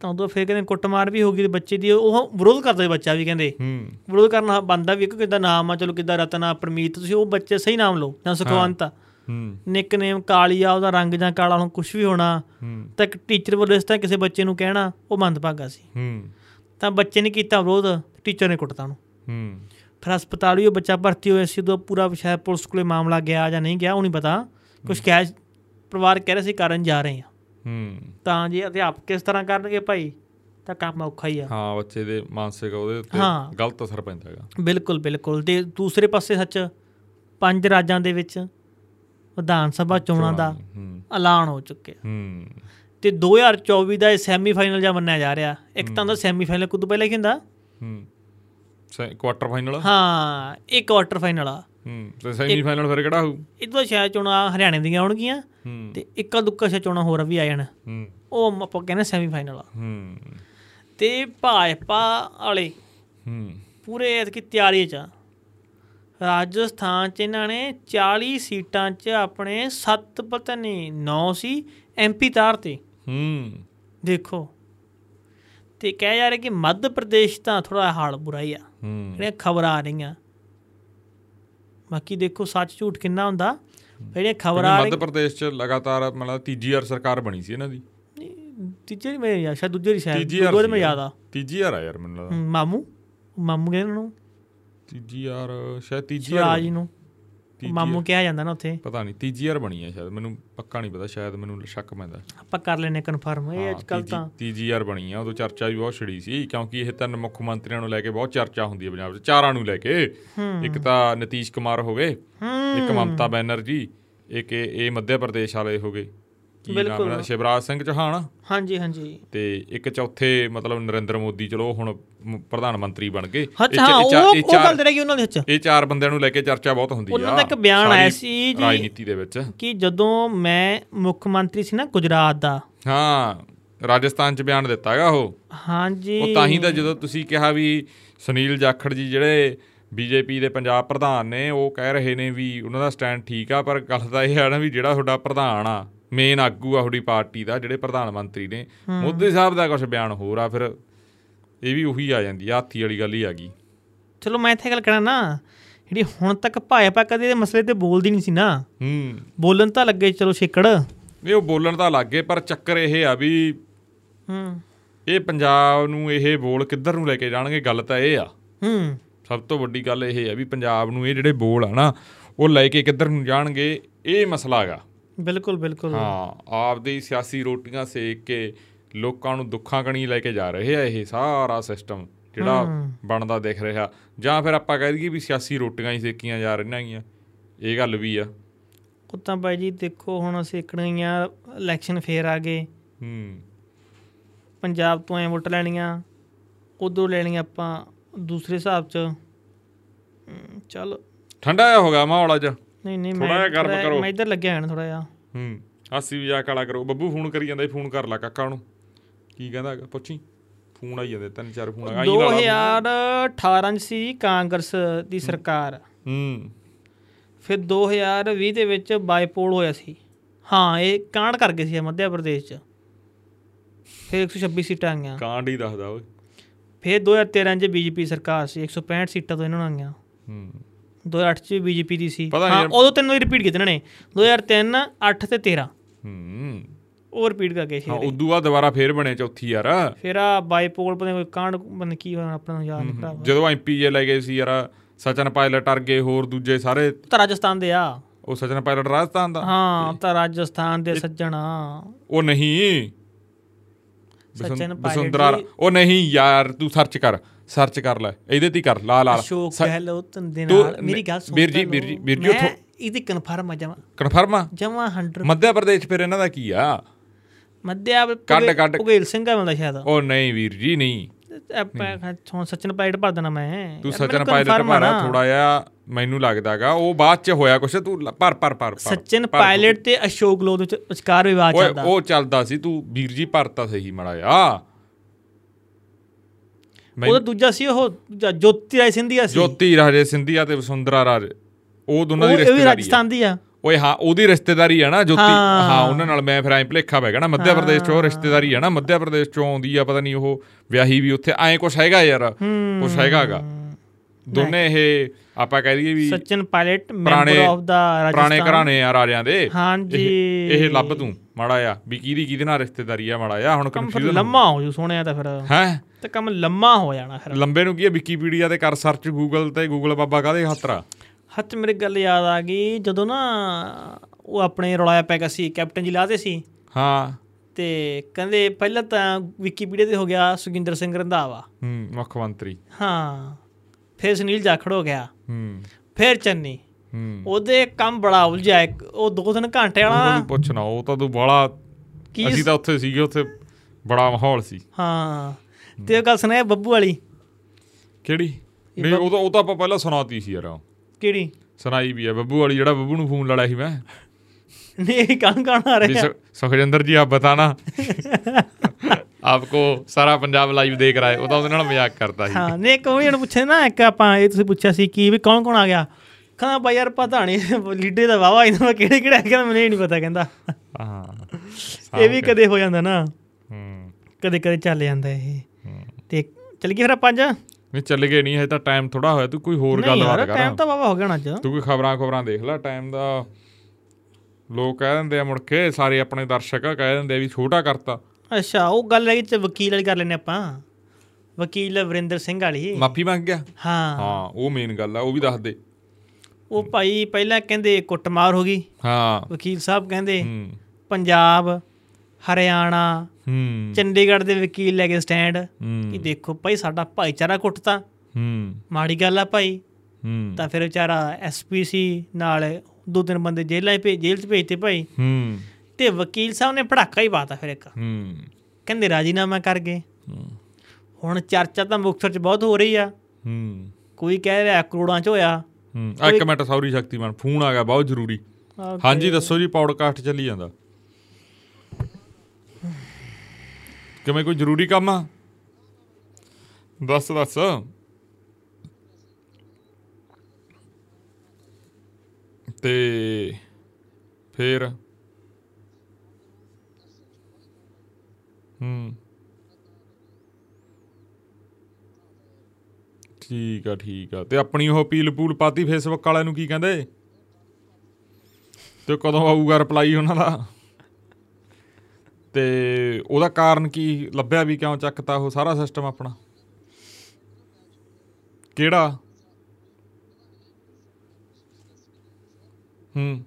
ਤਾਂ ਉਦੋਂ ਫਿਰ ਕਹਿੰਦੇ ਕੁੱਟਮਾਰ ਵੀ ਹੋ ਗਈ ਤੇ ਬੱਚੇ ਦੀ ਉਹ ਵਿਰੋਧ ਕਰਦਾ ਸੀ ਬੱਚਾ ਵੀ ਕਹਿੰਦੇ
ਹੂੰ
ਵਿਰੋਧ ਕਰਨਾ ਬੰਦਾ ਵੀ ਇੱਕ ਕਿੱਦਾਂ ਨਾਮ ਆ ਚਲੋ ਕਿੱਦਾਂ ਰਤਨਾ ਪਰਮੀਤ ਤੁਸੀਂ ਉਹ ਬੱਚੇ ਸਹੀ ਨਾਮ ਲਓ ਜਾਂ ਸੁਖਵੰਤ ਆ
ਹੂੰ
ਨਿਕਨੇਮ ਕਾਲੀਆ ਉਹਦਾ ਰੰਗ ਜਾਂ ਕਾਲਾ ਹੁਣ ਕੁਝ ਵੀ ਹੋਣਾ
ਹੂੰ
ਤਾਂ ਇੱਕ ਟੀਚਰ ਵੱਲੋਂ ਇਸ ਤਰ੍ਹਾਂ ਕਿਸੇ ਬੱਚੇ ਨੂੰ ਕਹਿਣਾ ਉਹ ਮੰਦਭਾਗਾ ਸੀ
ਹੂੰ
ਤਾਂ ਬੱਚੇ ਨੇ ਕੀਤਾ ਵਿਰੋਧ ਟੀਚਰ ਨੇ ਕੁੱਟਤਾ ਉਹਨੂੰ
ਹੂੰ
ਫਿਰ ਹਸਪਤਾਲ ਵੀ ਉਹ ਬੱਚਾ ਭਰਤੀ ਹੋਇਆ ਸੀ ਉਦੋਂ ਪੂਰਾ ਸ਼ਾਇਦ ਪੁਲਿਸ ਕੋਲੇ ਮਾਮਲਾ ਗਿਆ ਜਾਂ ਨਹੀਂ ਗਿਆ ਉਹ ਨਹੀਂ ਪਤਾ ਕੁਝ ਕਹਿ ਪਰਿਵਾਰ ਕਹਿ ਰਿਹਾ ਸੀ ਕਾਰਨ ਜਾ ਰਹੇ ਆ
ਹੂੰ
ਤਾਂ ਜੇ ਅਧਿਆਪਕ ਕਿਸ ਤਰ੍ਹਾਂ ਕਰਨਗੇ ਭਾਈ ਤਾਂ ਕੰਮ ਔਖਾ ਹੀ ਆ
ਹਾਂ ਬੱਚੇ ਦੇ ਮਾਨਸਿਕ ਉਹਦੇ ਉੱਤੇ
ਹਾਂ।
ਗਲਤ ਅਸਰ ਪੈਂਦਾ ਹੈਗਾ
ਬਿਲਕੁਲ ਬਿਲਕੁਲ ਤੇ ਦੂਸਰੇ ਪਾਸੇ ਸੱਚ ਪੰਜ ਰਾਜਾਂ ਦੇ ਵਿੱਚ ਵਿਧਾਨ ਸਭਾ ਚੋਣਾਂ ਦਾ
ਹੂੰ
ਐਲਾਨ ਹੋ ਚੁੱਕਿਆ
ਹੂੰ
ਤੇ 2024 ਦਾ ਇਹ ਸੈਮੀਫਾਈਨਲ ਜਾਂ ਮੰਨਿਆ ਜਾ ਰਿਹਾ ਇੱਕ ਤਾਂ ਦਾ ਸੈਮੀਫਾਈਨਲ ਕੁਦੋਂ ਪਹਿਲਾਂ ਕੀ ਹੁੰਦਾ
ਹੂੰ ਸੈ ਕੁਆਟਰ ਫਾਈਨਲ
ਹਾਂ ਇਹ ਕੁਆਟਰ ਫਾਈਨਲ ਆ
ਹੂੰ ਤੇ ਸੈਮੀ ਫਾਈਨਲ ਫਿਰ ਕਿਹੜਾ ਹੋਊ
ਇਹ ਤੋਂ ਸ਼ਾਇਦ ਚੋਣਾਂ ਹਰਿਆਣੇ ਦੀਆਂ ਆਉਣਗੀਆਂ
ਹੂੰ
ਤੇ ਇੱਕਾ ਦੁੱਕਾ ਸ਼ਾਇਦ ਚੋਣਾਂ ਹੋਰ ਵੀ ਆ ਜਾਣ
ਹੂੰ
ਉਹ ਆਪਾਂ ਕਹਿੰਦੇ ਸੈਮੀਫਾਈਨਲ ਆ
ਹੂੰ
ਤੇ ਭਾਜਪਾ ਵਾਲੇ
ਹੂੰ
ਪੂਰੇ ਐਤਕੀ ਤਿਆਰੀ ਚ ਆ। ਰਾਜਸਥਾਨ ਚ ਇਹਨਾਂ ਨੇ 40 ਸੀਟਾਂ ਚ ਆਪਣੇ 7 ਪਤਾ ਨਹੀਂ 9 ਸੀ ਐਮਪੀ ਤਾਰਤੇ
ਹੂੰ
ਦੇਖੋ ਤੇ ਕਹਿ ਜਾ ਰਿਹਾ ਕਿ ਮੱਧ ਪ੍ਰਦੇਸ਼ ਤਾਂ ਥੋੜਾ ਹਾਲ ਬੁਰਾ ਹੀ ਆ
ਹੂੰ
ਜਿਹੜੀਆਂ ਖਬਰਾਂ ਆ ਰਹੀਆਂ ਬਾਕੀ ਦੇਖੋ ਸੱਚ ਝੂਠ ਕਿੰਨਾ ਹੁੰਦਾ ਜਿਹੜੀਆਂ ਖਬਰਾਂ ਆ
ਮੱਧ ਪ੍ਰਦੇਸ਼ ਚ ਲਗਾਤਾਰ ਮਤਲਬ ਤੀਜੀ ਵਾਰ ਸਰਕਾਰ ਬਣੀ ਸੀ ਇਹਨਾਂ ਦੀ
ਰਹੀਆਂ ਤੀਜੇ ਦੀ ਮੇਰੇ ਯਾਦ ਸ਼ਾਇਦ ਦੂਜੇ ਦੀ ਸ਼ਾਇਦ
ਤੀਜੀ ਵਾਰ
ਦੂਜੇ ਦੀ
ਸੀ
ਮੈਂ ਯਾਦ ਆ
ਤੀਜੀ ਵਾਰ ਆ ਯਾਰ ਮੈਨੂੰ ਲੱਗਦਾ
ਹਮ, ਮਾਮੂ ਮਾਮੂ ਕਹਿੰਦੇ ਨੂੰ
ਤੀਜੀ ਵਾਰ ਸ਼ਾਇਦ ਤੀਜੀ ਵਾਰ
ਸ਼ਿਵਰਾਜ ਨੂੰ
ਤੀਜੀ
ਮਾਮੂ ਕਿਹਾ ਜਾਂਦਾ ਨਾ ਉੱਥੇ
ਪਤਾ ਨਹੀਂ ਤੀਜੀ ਵਾਰ ਬਣੀ ਆ ਸ਼ਾਇਦ ਮੈਨੂੰ ਪੱਕਾ ਨਹੀਂ ਪਤਾ ਸ਼ਾਇਦ ਮੈਨੂੰ ਸ਼ੱਕ ਪੈਂਦਾ
ਆਪਾਂ ਕਰ ਲੈਨੇ ਕਨਫਰਮ ਇਹ
ਹਾਂ,
ਅੱਜ ਕੱਲ
ਤੀਜੀ-
ਤਾਂ
ਤੀਜੀ ਵਾਰ ਬਣੀ ਆ ਉਦੋਂ ਚਰਚਾ ਵੀ ਬਹੁਤ ਛਿੜੀ ਸੀ ਕਿਉਂਕਿ ਇਹ ਤਿੰਨ ਮੁੱਖ ਮੰਤਰੀਆਂ ਨੂੰ ਲੈ ਕੇ ਬਹੁਤ ਚਰਚਾ ਹੁੰਦੀ ਹੈ ਪੰਜਾਬ 'ਚ ਚਾਰਾਂ ਨੂੰ ਲੈ ਕੇ ਇੱਕ ਤਾਂ ਨਤੀਸ਼ ਕੁਮਾਰ ਹੋ ਗਏ ਇੱਕ ਮਮਤਾ ਬੈਨਰਜੀ ਇੱਕ ਇਹ ਇਹ ਮੱਧ ਪ੍ਰਦੇਸ਼ ਵਾਲੇ ਹੋ ਗਏ ਕੀ ਨਾਮ
ਬਿਲਕੁਲ।
ਇਹਨਾਂ ਦਾ? ਸ਼ਿਵਰਾਜ ਸਿੰਘ ਚੌਹਾਨ
ਹਾਂਜੀ ਹਾਂਜੀ
ਤੇ ਇੱਕ ਚੌਥੇ ਮਤਲਬ ਨਰਿੰਦਰ ਮੋਦੀ ਚਲੋ ਹੁਣ ਮ- ਪ੍ਰਧਾਨ ਮੰਤਰੀ ਬਣ ਗਏ ਇਹ ਚ-
ਅੱਛਾ ਹਾਂ,
ਇਹ ਚਾਰ-
ਉਹ
ਇਹ
ਉਹ
ਚਾਰ-
ਗੱਲ ਤੇ ਰਹੀ ਉਹਨਾਂ ਦੇ ਵਿੱਚ
ਇਹ ਚਾਰ ਬੰਦਿਆਂ ਨੂੰ ਲੈ ਕੇ ਚਰਚਾ ਬਹੁਤ ਹੁੰਦੀ ਆ
ਉਹਨਾਂ ਦਾ ਇੱਕ ਬਿਆਨ
ਸਾਰੀ
ਆਇਆ ਸੀ ਜੀ-
ਰਾਜਨੀਤੀ ਦੇ ਵਿੱਚ
ਕਿ ਜਦੋਂ ਮੈਂ ਮੁੱਖ ਮੰਤਰੀ ਸੀ ਨਾ ਗੁਜਰਾਤ ਦਾ
ਹਾਂ ਰਾਜਸਥਾਨ 'ਚ ਬਿਆਨ ਦਿੱਤਾ ਹੈਗਾ ਉਹ
ਹਾਂਜੀ
ਉਹ ਤਾਂ ਹੀ ਤਾਂ ਜਦੋਂ ਤੁਸੀਂ ਕਿਹਾ ਵੀ ਸੁਨੀਲ ਜਾਖੜ ਜੀ ਜਿਹੜੇ ਬੀਜੇਪੀ ਦੇ ਪੰਜਾਬ ਪ੍ਰਧਾਨ ਨੇ ਉਹ ਕਹਿ ਰਹੇ ਨੇ ਵੀ ਉਹਨਾਂ ਦਾ ਸਟੈਂਡ ਠੀਕ ਆ ਪਰ ਗੱਲ ਤਾਂ ਇਹ ਆ ਨਾ ਵੀ ਜਿਹੜਾ ਤੁਹਾਡਾ ਪ੍ਰਧਾਨ ਆ ਮੇਨ ਆਗੂ ਆ ਤੁਹਾਡੀ ਪਾਰਟੀ ਦਾ ਜਿਹੜੇ ਪ੍ਰਧਾਨ ਮੰਤਰੀ ਨੇ ਮੋਦੀ ਸਾਹਿਬ ਦਾ ਕੁਝ ਬਿਆਨ ਹੋਰ ਆ ਫਿਰ ਇਹ ਵੀ ਉਹੀ ਆ ਜਾਂਦੀ ਆ ਹਾਥੀ ਵਾਲੀ ਗੱਲ ਹੀ ਆ ਗਈ
ਚਲੋ ਮੈਂ ਇੱਥੇ ਗੱਲ ਕਰਾਂ ਨਾ ਜਿਹੜੀ ਹੁਣ ਤੱਕ ਭਾਜਪਾ ਕਦੇ ਇਹਦੇ ਮਸਲੇ ਤੇ ਬੋਲਦੀ ਨਹੀਂ ਸੀ ਨਾ
ਹੂੰ
ਬੋਲਣ ਤਾਂ ਲੱਗੇ ਚਲੋ ਛੇਕੜ
ਇਹ ਉਹ ਬੋਲਣ ਤਾਂ ਲੱਗੇ ਪਰ ਚੱਕਰ ਇਹ ਆ ਵੀ
ਹੂੰ
ਇਹ ਪੰਜਾਬ ਨੂੰ ਇਹ ਬੋਲ ਕਿੱਧਰ ਨੂੰ ਲੈ ਕੇ ਜਾਣਗੇ ਗੱਲ ਤਾਂ ਇਹ ਆ
ਹੂੰ
ਸਭ ਤੋਂ ਵੱਡੀ ਗੱਲ ਇਹ ਹੈ ਵੀ ਪੰਜਾਬ ਨੂੰ ਇਹ ਜਿਹੜੇ ਬੋਲ ਆ ਨਾ ਉਹ ਲੈ ਕੇ ਕਿੱਧਰ ਨੂੰ ਜਾਣਗੇ ਇਹ ਮਸਲਾ ਹੈਗਾ
ਬਿਲਕੁਲ ਬਿਲਕੁਲ
ਹਾਂ ਆਪਦੀ ਸਿਆਸੀ ਰੋਟੀਆਂ ਸੇਕ ਕੇ ਲੋਕਾਂ ਨੂੰ ਦੁੱਖਾਂ ਕਣੀ ਲੈ ਕੇ ਜਾ ਰਹੇ ਆ ਇਹ ਸਾਰਾ ਸਿਸਟਮ ਜਿਹੜਾ ਬਣਦਾ ਦਿਖ ਰਿਹਾ ਜਾਂ ਫਿਰ ਆਪਾਂ ਕਹਿ ਦਈਏ ਵੀ ਸਿਆਸੀ ਰੋਟੀਆਂ ਹੀ ਸੇਕੀਆਂ ਜਾ ਰਹੀਆਂ ਹੈਗੀਆਂ ਇਹ ਗੱਲ ਵੀ ਆ
ਉਹ ਤਾਂ ਬਾਈ ਜੀ ਦੇਖੋ ਹੁਣ ਅਸੀਂ ਇਕੜੀਆਂ ਇਲੈਕਸ਼ਨ ਫੇਰ ਆ ਗਏ
ਹੂੰ
ਪੰਜਾਬ ਤੋਂ ਐ ਵੋਟ ਲੈਣੀਆਂ ਉਦੋਂ ਲੈਣੀਆਂ ਆਪਾਂ ਦੂਸਰੇ ਹਿਸਾਬ ਚ ਹਮ, ਚੱਲ
ਠੰਡਾ ਜਿਹਾ ਹੋ ਗਿਆ ਮਾਹੌਲ ਅੱਜ
ਨਹੀਂ ਨਹੀਂ
ਥੋੜ੍ਹਾ ਜਿਹਾ ਗਰਮ
ਥੋੜ੍ਹਾ-
ਕਰੋ।
ਮੈਂ ਇੱਧਰ ਲੱਗਿਆ ਹੋਇਆ ਥੋੜਾ ਜਿਹਾ
ਹੂੰ ਹਾਸੀ ਮਜ਼ਾਕ ਵਾਲਾ ਕਰੋ ਬੱਬੂ ਫੋਨ ਕਰੀ ਜਾਂਦਾ ਫੋਨ ਕਰ ਲੈ ਕਾਕਾ ਨੂੰ ਕੀ ਕਹਿੰਦਾ ਹੈਗਾ? ਪੁੱਛੀ ਫੋਨ ਆਈ ਜਾਂਦੇ ਤਿੰਨ ਚਾਰ ਫੋਨ ਆਈ ਲਾ ਲਾ
2018 ਚ ਸੀ ਕਾਂਗਰਸ ਦੀ ਸਰਕਾਰ
ਹੂੰ
ਫਿਰ 2020 ਦੇ ਵਿੱਚ ਬਾਈਪੋਲ ਹੋਇਆ ਸੀ ਹਾਂ ਇਹ ਕਾਂਡ ਕਰ ਗਏ ਸੀ ਮੱਧਿਆ ਪ੍ਰਦੇਸ਼ ਚ ਫਿਰ 126 ਸੀਟਾਂ ਆਈਆਂ
ਕਾਂਡ ਹੀ ਦੱਸਦਾ ਓਏ
ਫਿਰ 2013 ਚ ਬੀਜਪੀ ਸਰਕਾਰ ਸੀ 165 ਸੀਟਾਂ ਤੋਂ ਇਹਨਾਂ ਨੂੰ ਆਈਆਂ
ਹੂੰ
2008 ਚ ਬੀਜਪੀ ਦੀ ਸੀ
ਪਤਾ ਨਹੀਂ
ਹਾਂ
ਯਾਰ-
ਉਦੋਂ ਤਿੰਨੋਂ ਹੀ ਰਿਪੀਟ ਕੀਤੇ ਇਹਨਾਂ ਨੇ 2003 8 ਤੇ 13
ਹੂੰ
ਉਹ ਰਿਪੀਟ ਕਰ ਗਏ ਸੀ
ਹਾਂ ਉਦੋਂ ਬਾਅਦ ਦੁਬਾਰਾ ਫੇਰ ਬਣੇ ਚੌਥੀ ਯਾਰ
ਫਿਰ ਆ ਬਾਈਪੋਲ ਪਤਾ ਨੀ ਕੋਈ ਕਾਂਡ ਬੰਨ ਕੀ ਹੋਇਆ ਆਪਣਾ ਨੂੰ ਯਾਦ ਨਹੀਂ ਭਰਾ
ਜਦੋਂ ਐਮਪੀ ਜੇ ਲੈ ਗਏ ਸੀ ਯਾਰ ਸਚਨ ਪਾਇਲਟ ਅਰ ਗਏ ਹੋਰ ਦੂਜੇ ਸਾਰੇ
ਉਹ ਤਾਂ ਰਾਜਸਥਾਨ ਦੇ ਆ
ਉਹ ਸਚਨ ਪਾਇਲਟ ਰਾਜਸਥਾਨ ਦਾ
ਹਾਂ ਉਹ ਤਾਂ ਰਾਜਸਥਾਨ ਦੇ ਸੱਜਣਾ
ਉਹ ਨਹੀਂ
ਸਚਿਨ
ਬਸੁੰਦਰਾ
ਪਾਇਲਟ ਜੀ,
ਉਹ ਨਹੀਂ ਯਾਰ ਤੂੰ ਸਰਚ ਕਰ ਸਰਚ ਕਰ ਲੈ ਇਹਦੇ ਤੇ ਹੀ ਕਰ ਲਾ ਲਾ
ਅਸ਼ੋਕ ਗਹਿਲੋਤ ਦੇ
ਤੂੰ-
ਨਾਲ ਮੇਰੀ ਗੱਲ ਸੁਣ
ਵੀਰ ਜੀ,
ਤਾਂ
ਵੀਰ ਜੀ,
ਲਓ।
ਵੀਰ ਜੀ,
ਮੈਂ
ਉੱਥੋਂ-
ਇਹਦੀ ਕਨਫਰਮ ਆ ਜਾਵਾਂ
ਕਨਫਰਮ ਆ
ਜਮਾ 100
ਮੱਧ ਪ੍ਰਦੇਸ਼ ਫਿਰ ਇਹਨਾਂ ਦਾ ਕੀ ਆ
ਮੱਧਿਆ
ਕੱਢ- ਕੱਢ।
ਉਗੇਲ ਸਿੰਘ ਆ ਮਿਲਦਾ ਸ਼ਾਇਦ
ਉਹ ਨਹੀਂ ਵੀਰ ਜੀ ਨਹੀਂ
ਆਪਾਂ ਹੁਣ ਸਚਿਨ ਪਾਇਲਟ ਭਰ ਦੇਣਾ ਮੈਂ
ਤੂੰ
ਯਾਰ, ਮੈਨੂੰ
ਸਚਨ ਪਾਇਲਟ
confirm ਆ
ਮਾਰਾ
ਨਾ।
ਥੋੜਾ ਜਿਹਾ ਮੈਨੂੰ ਲੱਗਦਾਗਾ ਉਹ ਬਾਅਦ ਚ ਹੋਇਆ ਕੁਛ ਤੂੰ ਲ- ਭਰ ਭਰ ਭਰ ਭਰ,
ਸਚਿਨ
ਭਰ।
ਪਾਇਲਟ ਤੇ ਅਸ਼ੋਕ ਗਹਿਲੋਤ ਵਿੱਚ ਵਿਚਕਾਰ ਵਿਵਾਦ
ਓਏ
ਚੱਲਦਾ
ਉਹ ਚੱਲਦਾ ਸੀ ਤੂੰ ਵੀਰ ਜੀ ਭਰਤਾ ਸਹੀ ਮੜਾ ਆ ਮੈਂ-
ਉਹਦਾ ਦੂਜਾ ਸੀ ਉਹ ਦੂਜਾ ਜੋਤੀ ਰਾਏ ਸਿੰਧੀਆ ਸੀ
ਜੋਤੀ ਰਾਜੇ ਸਿੰਧੀਆ ਤੇ ਵਸੁੰਦਰਾ ਰਾਜ ਉਹ ਦੋਨਾਂ ਦੀ
ਉਹ ਇਹ ਵੀ
ਰਿਸ਼ਤੇਦਾਰੀ ਆ
ਰਾਜਸਥਾਨ ਦੀ ਆ
ਓਏ ਹਾਂ ਉਹਦੀ ਰਿਸ਼ਤੇਦਾਰੀ ਆ ਨਾ ਜੋਤੀ
ਹਾਂ।
ਹਾਂ ਉਹਨਾਂ ਨਾਲ ਮੈਂ ਫਿਰ ਐਂ ਭਲੇਖਾ ਪੈ ਗਿਆ ਨਾ ਮੱਧ ਪ੍ਰਦੇਸ਼ ਚੋਂ ਉਹ ਰਿਸ਼ਤੇਦਾਰੀ ਆ ਨਾ ਮੱਧ ਪ੍ਰਦੇਸ਼ ਚੋਂ ਆਉਂਦੀ ਆ ਪਤਾ ਨਹੀਂ ਉਹ ਵਿਆਹੀ ਵੀ ਉੱਥੇ ਐਂ ਕੁਛ ਹੈਗਾ ਯਾਰ ਕੁਛ ਹੈਗਾਗਾ ਦੋਨੇ ਇਹ ਆਪਾਂ ਕਹਿ ਲਈਏ ਵੀ
ਸਚਿਨ ਪਾਇਲਟ ਮੈਂਬਰ
ਪੁਰਾਣੇ-
ਆਫ ਦਾ
ਪੁਰਾਣੇ
ਰਾਜਸਥਾਨ
ਘਰਾਣੇ ਆ ਰਾਜਿਆਂ ਦੇ
ਹਾਂਜੀ
ਇਹ ਇਹ ਲੱਭ ਤੂੰ ਮਾੜਾ ਆ ਵੀ ਕਿਹਦੀ ਕਿਹਦੇ ਨਾਲ ਰਿਸ਼ਤੇਦਾਰੀ ਆ ਮਾੜਾ ਆ ਹੁਣ
ਕੰਮ ਫਿਰ
ਕਨਫਿਊਜ਼ਨ
ਲੰਮਾ ਹੋ ਜੂ ਸੋਹਣਿਆ ਤਾਂ ਫਿਰ
ਹੈ
ਤਾਂ ਕੰਮ ਲੰਮਾ ਹੋ ਜਾਣਾ ਫਿਰ
ਲੰਬੇ ਨੂੰ ਕੀ ਆ ਵਿਕੀਪੀਡੀਆ ਤੇ ਕਰ ਸਰਚ ਗੂਗਲ ਤੇ ਗੂਗਲ ਬਾਬਾ ਕਾਦੇ ਹੱਤਰਾ
ਹੱਥ ਮੇਰੇ ਗੱਲ ਯਾਦ ਆ ਗਈ ਜਦੋਂ ਨਾ ਉਹ ਆਪਣੇ ਰੌਲਾ ਪੈ ਗਿਆ ਸੀ ਕੈਪਟਨ ਜੀ ਲਾਦੇ ਸੀ
ਹਾਂ
ਤੇ ਕਹਿੰਦੇ ਪਹਿਲਾਂ ਤਾਂ ਵਿਕੀਪੀਡੀਆ ਤੇ ਹੋ ਗਿਆ ਸੁਖਿੰਦਰ ਸਿੰਘ ਰੰਧਾਵਾ
ਹੂੰ ਮੁੱਖ ਮੰਤਰੀ
ਹਾਂ ਫਿਰ ਸੁਨੀਲ ਜਾਖੜ ਹੋ ਗਿਆ
ਹੂੰ
ਫਿਰ ਚੰਨੀ
ਹੂੰ
ਉਹਦੇ ਕੰਮ ਬੜਾ ਉਲਝਿਆ ਇੱਕ- ਉਹ ਦੋ ਤਿੰਨ ਘੰਟੇ
ਉਹਨਾਂ
ਵਾਲਾ
ਨੂੰ ਪੁੱਛਣਾ ਉਹ ਤਾਂ ਤੂੰ ਬਾਲਾ
ਕੀ
ਅਸੀਂ ਤਾਂ ਉੱਥੇ ਸੀਗੇ ਉੱਥੇ ਬੜਾ ਮਾਹੌਲ ਸੀ
ਹਾਂ ਤੇ ਉਹ ਗੱਲ ਸੁਣਿਆ ਬੱਬੂ ਵਾਲੀ
ਕਿਹੜੀ ਨਹੀਂ ਉਹ ਤਾਂ ਉਹ ਤਾਂ ਆਪਾਂ ਪਹਿਲਾਂ ਸੁਣਾਤੀ ਸੀ ਯਾਰ
ਕਿਹੜੀ
ਸੁਣਾਈ ਵੀ ਆ ਬੱਬੂ ਵਾਲੀ ਜਿਹੜਾ ਬੱਬੂ ਨੂੰ ਫੋਨ ਲੜਾਇਆ ਸੀ ਮੈਂ
ਨਹੀਂ ਕੰਮ ਕਰਨਾ
ਵੀ
ਰਿਹਾ
ਸੁ- ਸੁਖਜਿੰਦਰ ਜੀ ਆਪ ਬਤਾਣਾ ਆਪਕੋ ਸਾਰਾ ਪੰਜਾਬ ਲਾਈਵ ਦੇਖ ਰਹਾ ਹੈ ਉਹ ਤਾਂ ਉਹਦੇ ਨਾਲ ਮਜ਼ਾਕ ਕਰਦਾ ਸੀ
ਹਾਂ ਨੇ ਕੋਈ ਇਹਨੂੰ ਪੁੱਛਿਆ ਨਾ ਇੱਕ ਆਪਾਂ ਇਹ ਤੁਸੀਂ ਪੁੱਛਿਆ ਸੀ ਕਿ ਵੀ ਕੌਣ ਕੌਣ ਆ ਗਿਆ ਕਹਿੰਦਾ ਬਾਈ ਯਾਰ ਪਤਾ ਨਹੀਂ ਲੀਡੇ ਦਾ ਵਾਵਾ ਇਹਨਾਂ ਦਾ ਕਿਹੜੇ ਕਿਹੜੇ ਆ ਗਿਆ ਮੈਨੂੰ ਇਹ ਨਹੀਂ ਪਤਾ ਕਹਿੰਦਾ
ਹਾਂ
ਇਹ ਵੀ ਕਦੇ ਹੋ ਜਾਂਦਾ ਨਾ
ਹੂੰ
ਕਦੇ ਕਦੇ ਚੱਲ ਜਾਂਦਾ ਇਹ
ਹੂੰ।
ਤੇ ਚੱਲ ਗਏ ਫਿਰ ਆਪਾਂ ਅੱਜ
ਨਹੀਂ ਚੱਲ ਗਏ ਨਹੀਂ ਹਜੇ ਤਾਂ ਟਾਈਮ ਥੋੜਾ ਹੋਇਆ ਤੂੰ ਕੋਈ ਹੋਰ
ਨਹੀਂ ਯਾਰ
ਗੱਲਬਾਤ ਕਰ
ਟਾਈਮ ਤਾਂ ਵਾਵਾ ਹੋ ਗਿਆ ਨਾ ਅੱਜ
ਤੂੰ ਕੋਈ ਖਬਰਾਂ ਖਬਰਾਂ ਦੇਖ ਲੈ ਟਾਈਮ ਦਾ ਲੋਕ ਕਹਿ ਦਿੰਦੇ ਆ ਮੁੜ ਕੇ ਸਾਰੇ ਆਪਣੇ ਦਰਸ਼ਕ ਕਹਿ ਦਿੰਦੇ ਆ ਵੀ ਛੋਟਾ ਕਰਤਾ
ਅੱਛਾ ਉਹ ਗੱਲ ਹੈਗੀ ਚ ਵਕੀਲ ਵਾਲੀ ਕਰ ਲੈਨੇ ਆਪਾਂ ਵਕੀਲ ਵਰਿੰਦਰ ਸਿੰਘ ਵਾਲੀ
ਮਾਫੀ ਮੰਗ ਗਿਆ
ਹਾਂ
ਹਾਂ ਉਹ ਮੇਨ ਗੱਲ ਆ ਉਹ ਵੀ ਦੱਸ ਦੇ
ਉਹ ਭਾਈ ਪਹਿਲਾਂ ਕਹਿੰਦੇ ਕੁੱਟਮਾਰ ਹੋ ਗਈ
ਹਾਂ
ਵਕੀਲ ਸਾਹਿਬ ਕਹਿੰਦੇ
ਹੂੰ
ਪੰਜਾਬ ਹਰਿਆਣਾ
ਹੂੰ
ਚੰਡੀਗੜ੍ਹ ਦੇ ਵਕੀਲ ਲੈ ਕੇ ਸਟੈਂਡ ਕਿ
ਹੂੰ
ਦੇਖੋ ਭਾਈ ਸਾਡਾ ਭਾਈਚਾਰਾ ਕੁੱਟਤਾ
ਹੂੰ
ਮਾੜੀ ਗੱਲ ਆ ਭਾਈ
ਹੂੰ
ਤਾਂ ਫਿਰ ਵਿਚਾਰਾ ਐਸਪੀਸੀ ਨਾਲ ਦੋ ਤਿੰਨ ਬੰਦੇ ਜੇਲ੍ਹਾਂ 'ਚ ਭੇਜ ਜੇਲ੍ਹ 'ਚ ਭੇਜਤੇ ਭਾਈ
ਹੂੰ
ਤੇ ਵਕੀਲ ਸਾਹਿਬ ਨੇ ਭੜਾਕਾ ਹੀ ਪਾਤਾ ਫਿਰ ਇੱਕ
ਹੂੰ
ਕਹਿੰਦੇ ਰਾਜੀਨਾਮਾ ਕਰ ਗਏ
ਹੂੰ
ਹੁਣ ਚਰਚਾ ਤਾਂ ਮੁਕਤਸਰ 'ਚ ਬਹੁਤ ਹੋ ਰਹੀ ਆ
ਹੂੰ
ਕੋਈ ਕਹਿ ਰਿਹਾ ਕਰੋੜਾਂ 'ਚ ਹੋਇਆ
ਹੂੰ ਆ ਇੱਕ ਮਿੰਟ ਸੌਰੀ ਸ਼ਕਤੀਮਾਨ ਫੋਨ ਆ ਗਿਆ ਬਹੁਤ ਜ਼ਰੂਰੀ
ਆਹ
ਹਾਂਜੀ ਦੱਸੋ ਜੀ ਪੌਡਕਾਸਟ ਚੱਲੀ ਜਾਂਦਾ ਕਿਵੇਂ ਕੋਈ ਜ਼ਰੂਰੀ ਕੰਮ ਆ ਦੱਸ ਦੱਸ ਤੇ ਫੇਰ ਹੂੰ ਠੀਕ ਆ ਠੀਕ ਆ ਤੇ ਆਪਣੀ ਉਹ ਅਪੀਲ ਪੂਲ ਪਾਤੀ ਫੇਸਬੁੱਕ ਵਾਲਿਆਂ ਨੂੰ ਕੀ ਕਹਿੰਦੇ ਤੇ ਕਦੋਂ ਆਊਗਾ ਰਿਪਲਾਈ ਉਹਨਾਂ ਦਾ ਤੇ ਉਹਦਾ ਕਾਰਨ ਕੀ ਲੱਭਿਆ ਵੀ ਕਿਉਂ ਚੱਕਤਾ ਉਹ ਸਾਰਾ ਸਿਸਟਮ ਆਪਣਾ ਕਿਹੜਾ ਹੂੰ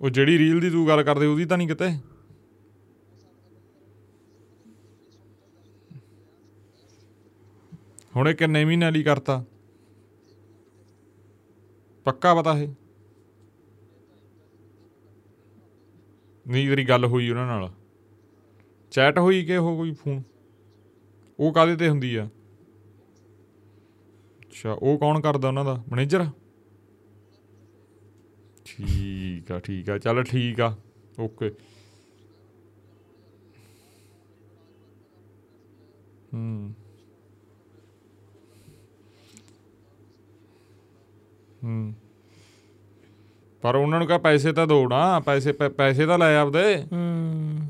ਉਹ ਜਿਹੜੀ ਰੀਲ ਦੀ ਤੂੰ ਗੱਲ ਕਰਦੇ ਉਹਦੀ ਤਾਂ ਨਹੀਂ ਕਿਤੇ ਹੁਣੇ ਕਿੰਨੇ ਮਹੀਨੇ ਲਈ ਕਰਤਾ ਪੱਕਾ ਪਤਾ ਹੈ ਨਹੀਂ ਤੇਰੀ ਗੱਲ ਹੋਈ ਉਹਨਾਂ ਨਾਲ ਚੈਟ ਹੋਈ ਕਿ ਉਹ ਕੋਈ ਫੋਨ ਉਹ ਕਾਦੇ ਤੇ ਹੁੰਦੀ ਆ ਅੱਛਾ ਉਹ ਕੌਣ ਕਰਦਾ ਉਹਨਾਂ ਦਾ ਮੈਨੇਜਰ ਠੀਕ ਆ ਠੀਕ ਆ ਚੱਲ ਠੀਕ ਆ ਓਕੇ ਹੂੰ ਹੂੰ ਪਰ ਉਹਨਾਂ ਨੂੰ ਕਹ ਪੈਸੇ ਤਾਂ ਦੋ ਨਾ ਪੈਸੇ ਪੈ- ਪੈਸੇ ਤਾਂ ਲੈ ਆਪਦੇ
ਹੂੰ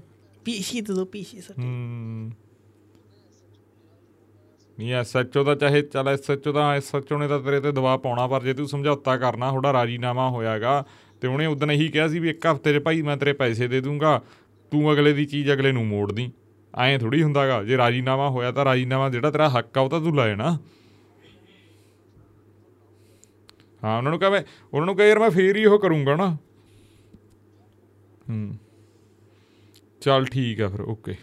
ਪੀਸੀ ਤੇ ਦੋ ਪੀਸੀ ਸਰ
ਹੂੰ ਨਹੀਂ ਐਸਐਚਓ ਦਾ ਚਾਹੇ ਚੱਲ ਐਸਐਚਓ ਦਾ ਐਸਐਚਓ ਨੇ ਤਾਂ ਤੇਰੇ ਤੇ ਦਬਾਅ ਪਾਉਣਾ ਪਰ ਜੇ ਤੂੰ ਸਮਝੌਤਾ ਕਰਨਾ ਥੋੜਾ ਰਾਜੀਨਾਮਾ ਹੋਇਆਗਾ ਤੇ ਉਹਨੇ ਉਦੋਂ ਇਹੀ ਕਿਹਾ ਸੀ ਵੀ ਇੱਕ ਹਫ਼ਤੇ 'ਚ ਭਾਈ ਮੈਂ ਤੇਰੇ ਪੈਸੇ ਦੇ ਦੂੰਗਾ ਤੂੰ ਅਗਲੇ ਦੀ ਚੀਜ਼ ਅਗਲੇ ਨੂੰ ਮੋੜ ਦੀ ਐਂ ਥੋੜੀ ਹੁੰਦਾਗਾ ਜੇ ਰਾਜੀਨਾਮਾ ਹੋਇਆ ਤਾਂ ਰਾਜੀਨਾਮਾ ਜਿਹੜਾ ਤੇਰਾ ਹੱਕ ਆ ਉਹ ਤਾਂ ਤੂੰ ਲੈ ਨਾ ਹਾਂ ਉਹਨਾਂ ਨੂੰ ਕਹੇ ਉਹਨਾਂ ਨੂੰ ਕਹੇ ਯਾਰ ਮੈਂ ਫੇਰ ਹੀ ਉਹ ਕਰੂੰਗਾ ਨਾ ਹੂੰ ਚੱਲ ਠੀਕ ਆ ਫਿਰ ਓਕੇ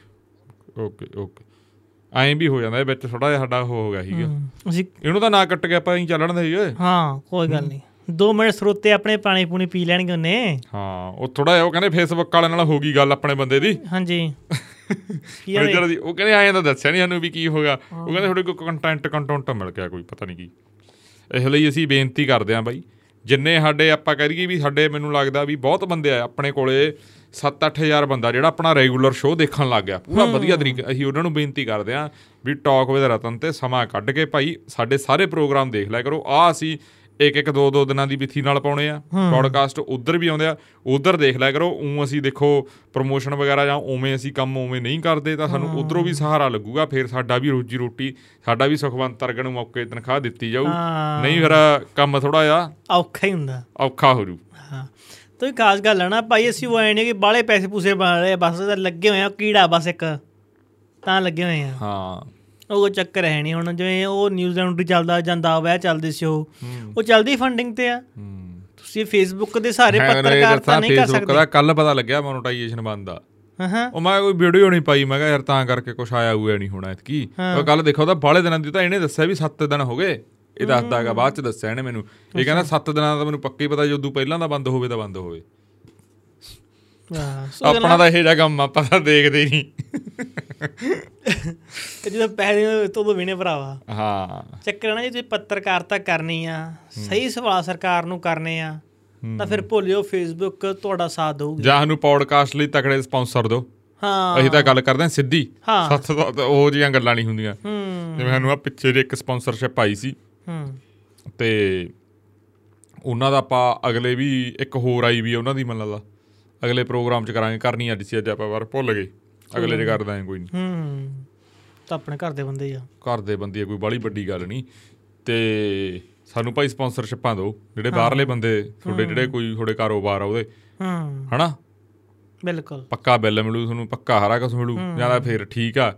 ਓਕੇ ਓਕੇ ਐਂ ਵੀ ਹੋ ਜਾਂਦਾ ਇਹ ਵਿੱਚ ਥੋੜਾ ਜਿਹਾ ਸਾਡਾ ਉਹ ਹੋ ਗਿਆ ਸੀਗਾ
ਅਸੀਂ
ਇਹਨੂੰ ਤਾਂ ਨਾ ਕੱਟ ਕੇ ਆਪਾਂ ਹੀ ਚੱਲਣ ਦੇ ਓਏ
ਹਾਂ ਕੋਈ ਗੱਲ ਨਹੀਂ 2 ਮਿੰਟ ਸਰੋਤੇ ਆਪਣੇ ਪਾਣੀ ਪੂਣੀ ਪੀ ਲੈਣਗੇ ਉਹਨੇ
ਹਾਂ ਉਹ ਥੋੜਾ ਜਿਹਾ ਉਹ ਕਹਿੰਦੇ ਫੇਸਬੁੱਕ ਵਾਲਿਆਂ ਨਾਲ ਹੋ ਗਈ ਗੱਲ ਆਪਣੇ ਬੰਦੇ ਦੀ
ਹਾਂਜੀ ਕੀ ਆ
ਮੈਨੇਜਰ ਦੀ ਉਹ ਕਹਿੰਦੇ ਐਂ ਤਾਂ ਦੱਸਿਆ ਨਹੀਂ ਸਾਨੂੰ ਵੀ ਕੀ ਹੋਗਾ ਉਹ ਕਹਿੰਦੇ ਤੁਹਾਡੇ ਕੋਲ ਕੰਟੈਂਟ ਕੰਟੈਂਟ ਮਿਲ ਗਿਆ ਕੋਈ ਪਤਾ ਨਹੀਂ ਕੀ ਇਸ ਲਈ ਅਸੀਂ ਬੇਨਤੀ ਕਰਦੇ ਆਂ ਬਾਈ ਜਿੰਨੇ ਸਾਡੇ ਆਪਾਂ ਕਹਿ ਦਈਏ ਵੀ ਸਾਡੇ ਮੈਨੂੰ ਲੱਗਦਾ ਵੀ ਬਹੁਤ ਬੰਦੇ ਆ ਆਪਣੇ ਕੋਲੇ 7-8000 ਬੰਦਾ ਜਿਹੜਾ ਆਪਣਾ ਰੈਗੂਲਰ ਸ਼ੋਅ ਦੇਖਣ ਲੱਗ ਗਿਆ ਪੂਰਾ ਵਧੀਆ ਤਰੀਕੇ ਅਸੀਂ ਉਹਨਾਂ ਨੂੰ ਬੇਨਤੀ ਕਰਦੇ ਆਂ ਵੀ ਟਾਕ ਵਿਦ ਰਤਨ ਤੇ ਸਮਾਂ ਕੱਢ ਕੇ ਭਾਈ ਸਾਡੇ ਸਾਰੇ ਪ੍ਰੋਗਰਾਮ ਦੇਖ ਲਿਆ ਕਰੋ ਆ ਅਸੀਂ ਇੱਕ ਇੱਕ ਦੋ ਦੋ ਦਿਨਾਂ ਦੀ ਵਿਥੀ ਨਾਲ ਪਾਉਣੇ ਆ ਪੋਡਕਾਸਟ ਉਧਰ ਵੀ ਆਉਂਦੇ ਆ ਉਧਰ ਦੇਖ ਲਿਆ ਕਰੋ ਉਂ ਅਸੀਂ ਦੇਖੋ ਪ੍ਰੋਮੋਸ਼ਨ ਵਗੈਰਾ ਜਾਂ ਉਵੇਂ ਅਸੀਂ ਕੰਮ ਉਵੇਂ ਨਹੀਂ ਕਰਦੇ ਤਾਂ ਸਾਨੂੰ ਉਧਰੋਂ ਵੀ ਸਹਾਰਾ ਲੱਗੂਗਾ ਫਿਰ ਸਾਡਾ ਵੀ ਰੋਜੀ ਰੋਟੀ ਸਾਡਾ ਵੀ ਸੁਖਵੰਤ ਅਰਗ ਨੂੰ ਮੌਕੇ ਤਨਖਾਹ ਦਿੱਤੀ ਜਾਊ
ਹਾਂ।
ਨਹੀਂ ਫਿਰ ਕੰਮ ਥੋੜਾ ਜਿਹਾ
ਔਖਾ ਹੀ ਹੁੰਦਾ
ਔਖਾ ਹੋ ਜੂ
ਹਾਂ ਤੋ ਇਹ ਖਾਸ ਗੱਲ ਹੈ ਨਾ ਭਾਈ ਅਸੀਂ ਉਹ ਐਂ ਨਹੀਂ ਕਿ ਬਾਲੇ ਪੈਸੇ ਪੂਸੇ ਬਣ ਰਹੇ ਆ, ਬਸ ਤਾਂ ਲੱਗੇ ਹੋਏ ਆ ਕੀੜਾ ਬਸ ਇੱਕ ਤਾਂ ਲੱਗੇ ਹੋਏ ਆ
ਹਾਂ
ਉਹ ਕੋਈ ਚੱਕਰ ਹੈ ਨਹੀਂ ਹੁਣ ਜਿਵੇਂ ਉਹ ਨਿਊਜ਼ੀਲੈਂਡ ਵੀ ਚੱਲਦਾ ਜਾਂਦਾ ਵਹਿ ਚੱਲਦੇ ਸੀ ਉਹ ਉਹ ਚੱਲਦੀ ਫੰਡਿੰਗ ਤੇ ਆ ਤੁਸੀਂ ਫੇਸਬੁੱਕ ਦੇ ਸਾਰੇ ਪੱਤਰਕਾਰ ਤਾਂ ਨਹੀਂ ਕਰ
ਫੇਸਬੁੱਕ
ਸਕਦੇ
ਦਾ ਕੱਲ ਪਤਾ ਲੱਗਿਆ ਮੋਨਟਾਈਜੇਸ਼ਨ ਬੰਦ ਆ
ਹਾਂ ਹਾਂ
ਉਹ ਮੈਂ ਕੋਈ ਵੀਡੀਓ ਨਹੀਂ ਪਾਈ ਮੈਂ ਕਿਹਾ ਯਾਰ ਤਾਂ ਕਰਕੇ ਕੁਛ ਆਇਆ ਹੋਇਆ ਨਹੀਂ ਹੋਣਾ ਇਤਕੀ ਉਹ ਕੱਲ ਦੇਖੋ ਤਾਂ ਬਾਹਲੇ ਦਿਨਾਂ ਦੀ ਤਾਂ ਇਹਨੇ ਦੱਸਿਆ ਵੀ 7 ਦਿਨ ਹੋ ਗਏ ਇਹ ਦੱਸਦਾਗਾ ਬਾਅਦ ਚ ਦੱਸਿਆ ਇਹਨੇ ਮੈਨੂੰ ਇਹ ਕਹਿੰਦਾ 7 ਦਿਨਾਂ ਦਾ ਤਾਂ ਮੈਨੂੰ ਪੱਕੀ ਪਤਾ ਜੇ ਉਦੋਂ ਪਹਿਲਾਂ ਦਾ ਬੰਦ ਹੋਵੇ ਤਾਂ ਬੰਦ ਹੋਵੇ
ਹਾਂ, ਸੋ
ਆਪਣਾ ਤਾਂ ਇਹ ਜਿਹਾ ਕੰਮ ਆਪਾਂ ਤਾਂ ਦੇਖਦੇ ਹੀ ਨਹੀਂ
ਇਹ ਜਦੋਂ ਪੈਸੇ ਤੋਂ ਤੋਂ ਵਿਨੇ ਭਰਾਵਾ
ਹਾਂ
ਚੱਕਰ ਹੈ ਨਾ ਜੇ ਤੁਸੀਂ ਪੱਤਰਕਾਰਤਾ ਕਰਨੀ ਆ ਸਹੀ ਸਵਾਲ ਸਰਕਾਰ ਨੂੰ ਕਰਨੇ ਆ ਤਾਂ ਫਿਰ ਭੁੱਲਿਓ ਫੇਸਬੁੱਕ ਤੁਹਾਡਾ ਸਾਥ ਦੇਊਗੀ
ਜਾਂ ਸਾਨੂੰ ਪੌਡਕਾਸਟ ਲਈ ਤਕੜੇ ਸਪਾਂਸਰ ਦਿਓ
ਹਾਂ
ਅਸੀਂ ਤਾਂ ਗੱਲ ਕਰਦੇ ਹਾਂ ਸਿੱਧੀ
ਹਾਂ।
ਸੱਤ ਸੱਤ ਉਹ ਜੀਆਂ ਗੱਲਾਂ ਨਹੀਂ ਹੁੰਦੀਆਂ
ਹੂੰ
ਜਿਵੇਂ ਸਾਨੂੰ ਆ ਪਿੱਛੇ ਜੇ ਇੱਕ ਸਪਾਂਸਰਸ਼ਿਪ ਆਈ ਸੀ
ਹੂੰ
ਤੇ ਉਹਨਾਂ ਦਾ ਆਪਾਂ ਅਗਲੇ ਵੀ ਇੱਕ ਹੋਰ ਆਈ ਵੀ ਆ ਉਹਨਾਂ ਦੀ ਮੰਨ ਲਾ ਅਗਲੇ ਪ੍ਰੋਗਰਾਮ ਚ ਕਰਾਂਗੇ ਕਰਨੀ ਅੱਜ ਸੀ ਅੱਜ ਆਪਾਂ ਵਾਰ ਭੁੱਲ ਗਏ ਅਗਲੇ ਚ ਕਰ ਦਾਂਗੇ ਕੋਈ ਨਹੀਂ
ਹੂੰ ਤਾਂ ਆਪਣੇ ਘਰ ਦੇ ਬੰਦੇ ਹੀ ਆ
ਘਰ ਦੇ ਬੰਦੀ ਆ ਕੋਈ ਬਾਲੀ ਵੱਡੀ ਗੱਲ ਨਹੀਂ ਤੇ ਸਾਨੂੰ ਭਾਈ ਸਪਾਂਸਰਸ਼ਿਪਾਂ ਦਿਓ ਜਿਹੜੇ ਬਾਹਰਲੇ ਬੰਦੇ ਤੁਹਾਡੇ ਜਿਹੜੇ ਕੋਈ ਤੁਹਾਡੇ ਕਾਰੋਬਾਰ ਆ ਉਹਦੇ
ਹੂੰ
ਹਨਾ
ਬਿਲਕੁਲ
ਪੱਕਾ ਬਿੱਲ ਮਿਲੂ ਤੁਹਾਨੂੰ ਪੱਕਾ ਹਰਾ ਕੁਛ ਮਿਲੂ ਜਾਂ ਤਾਂ ਫਿਰ ਠੀਕ ਆ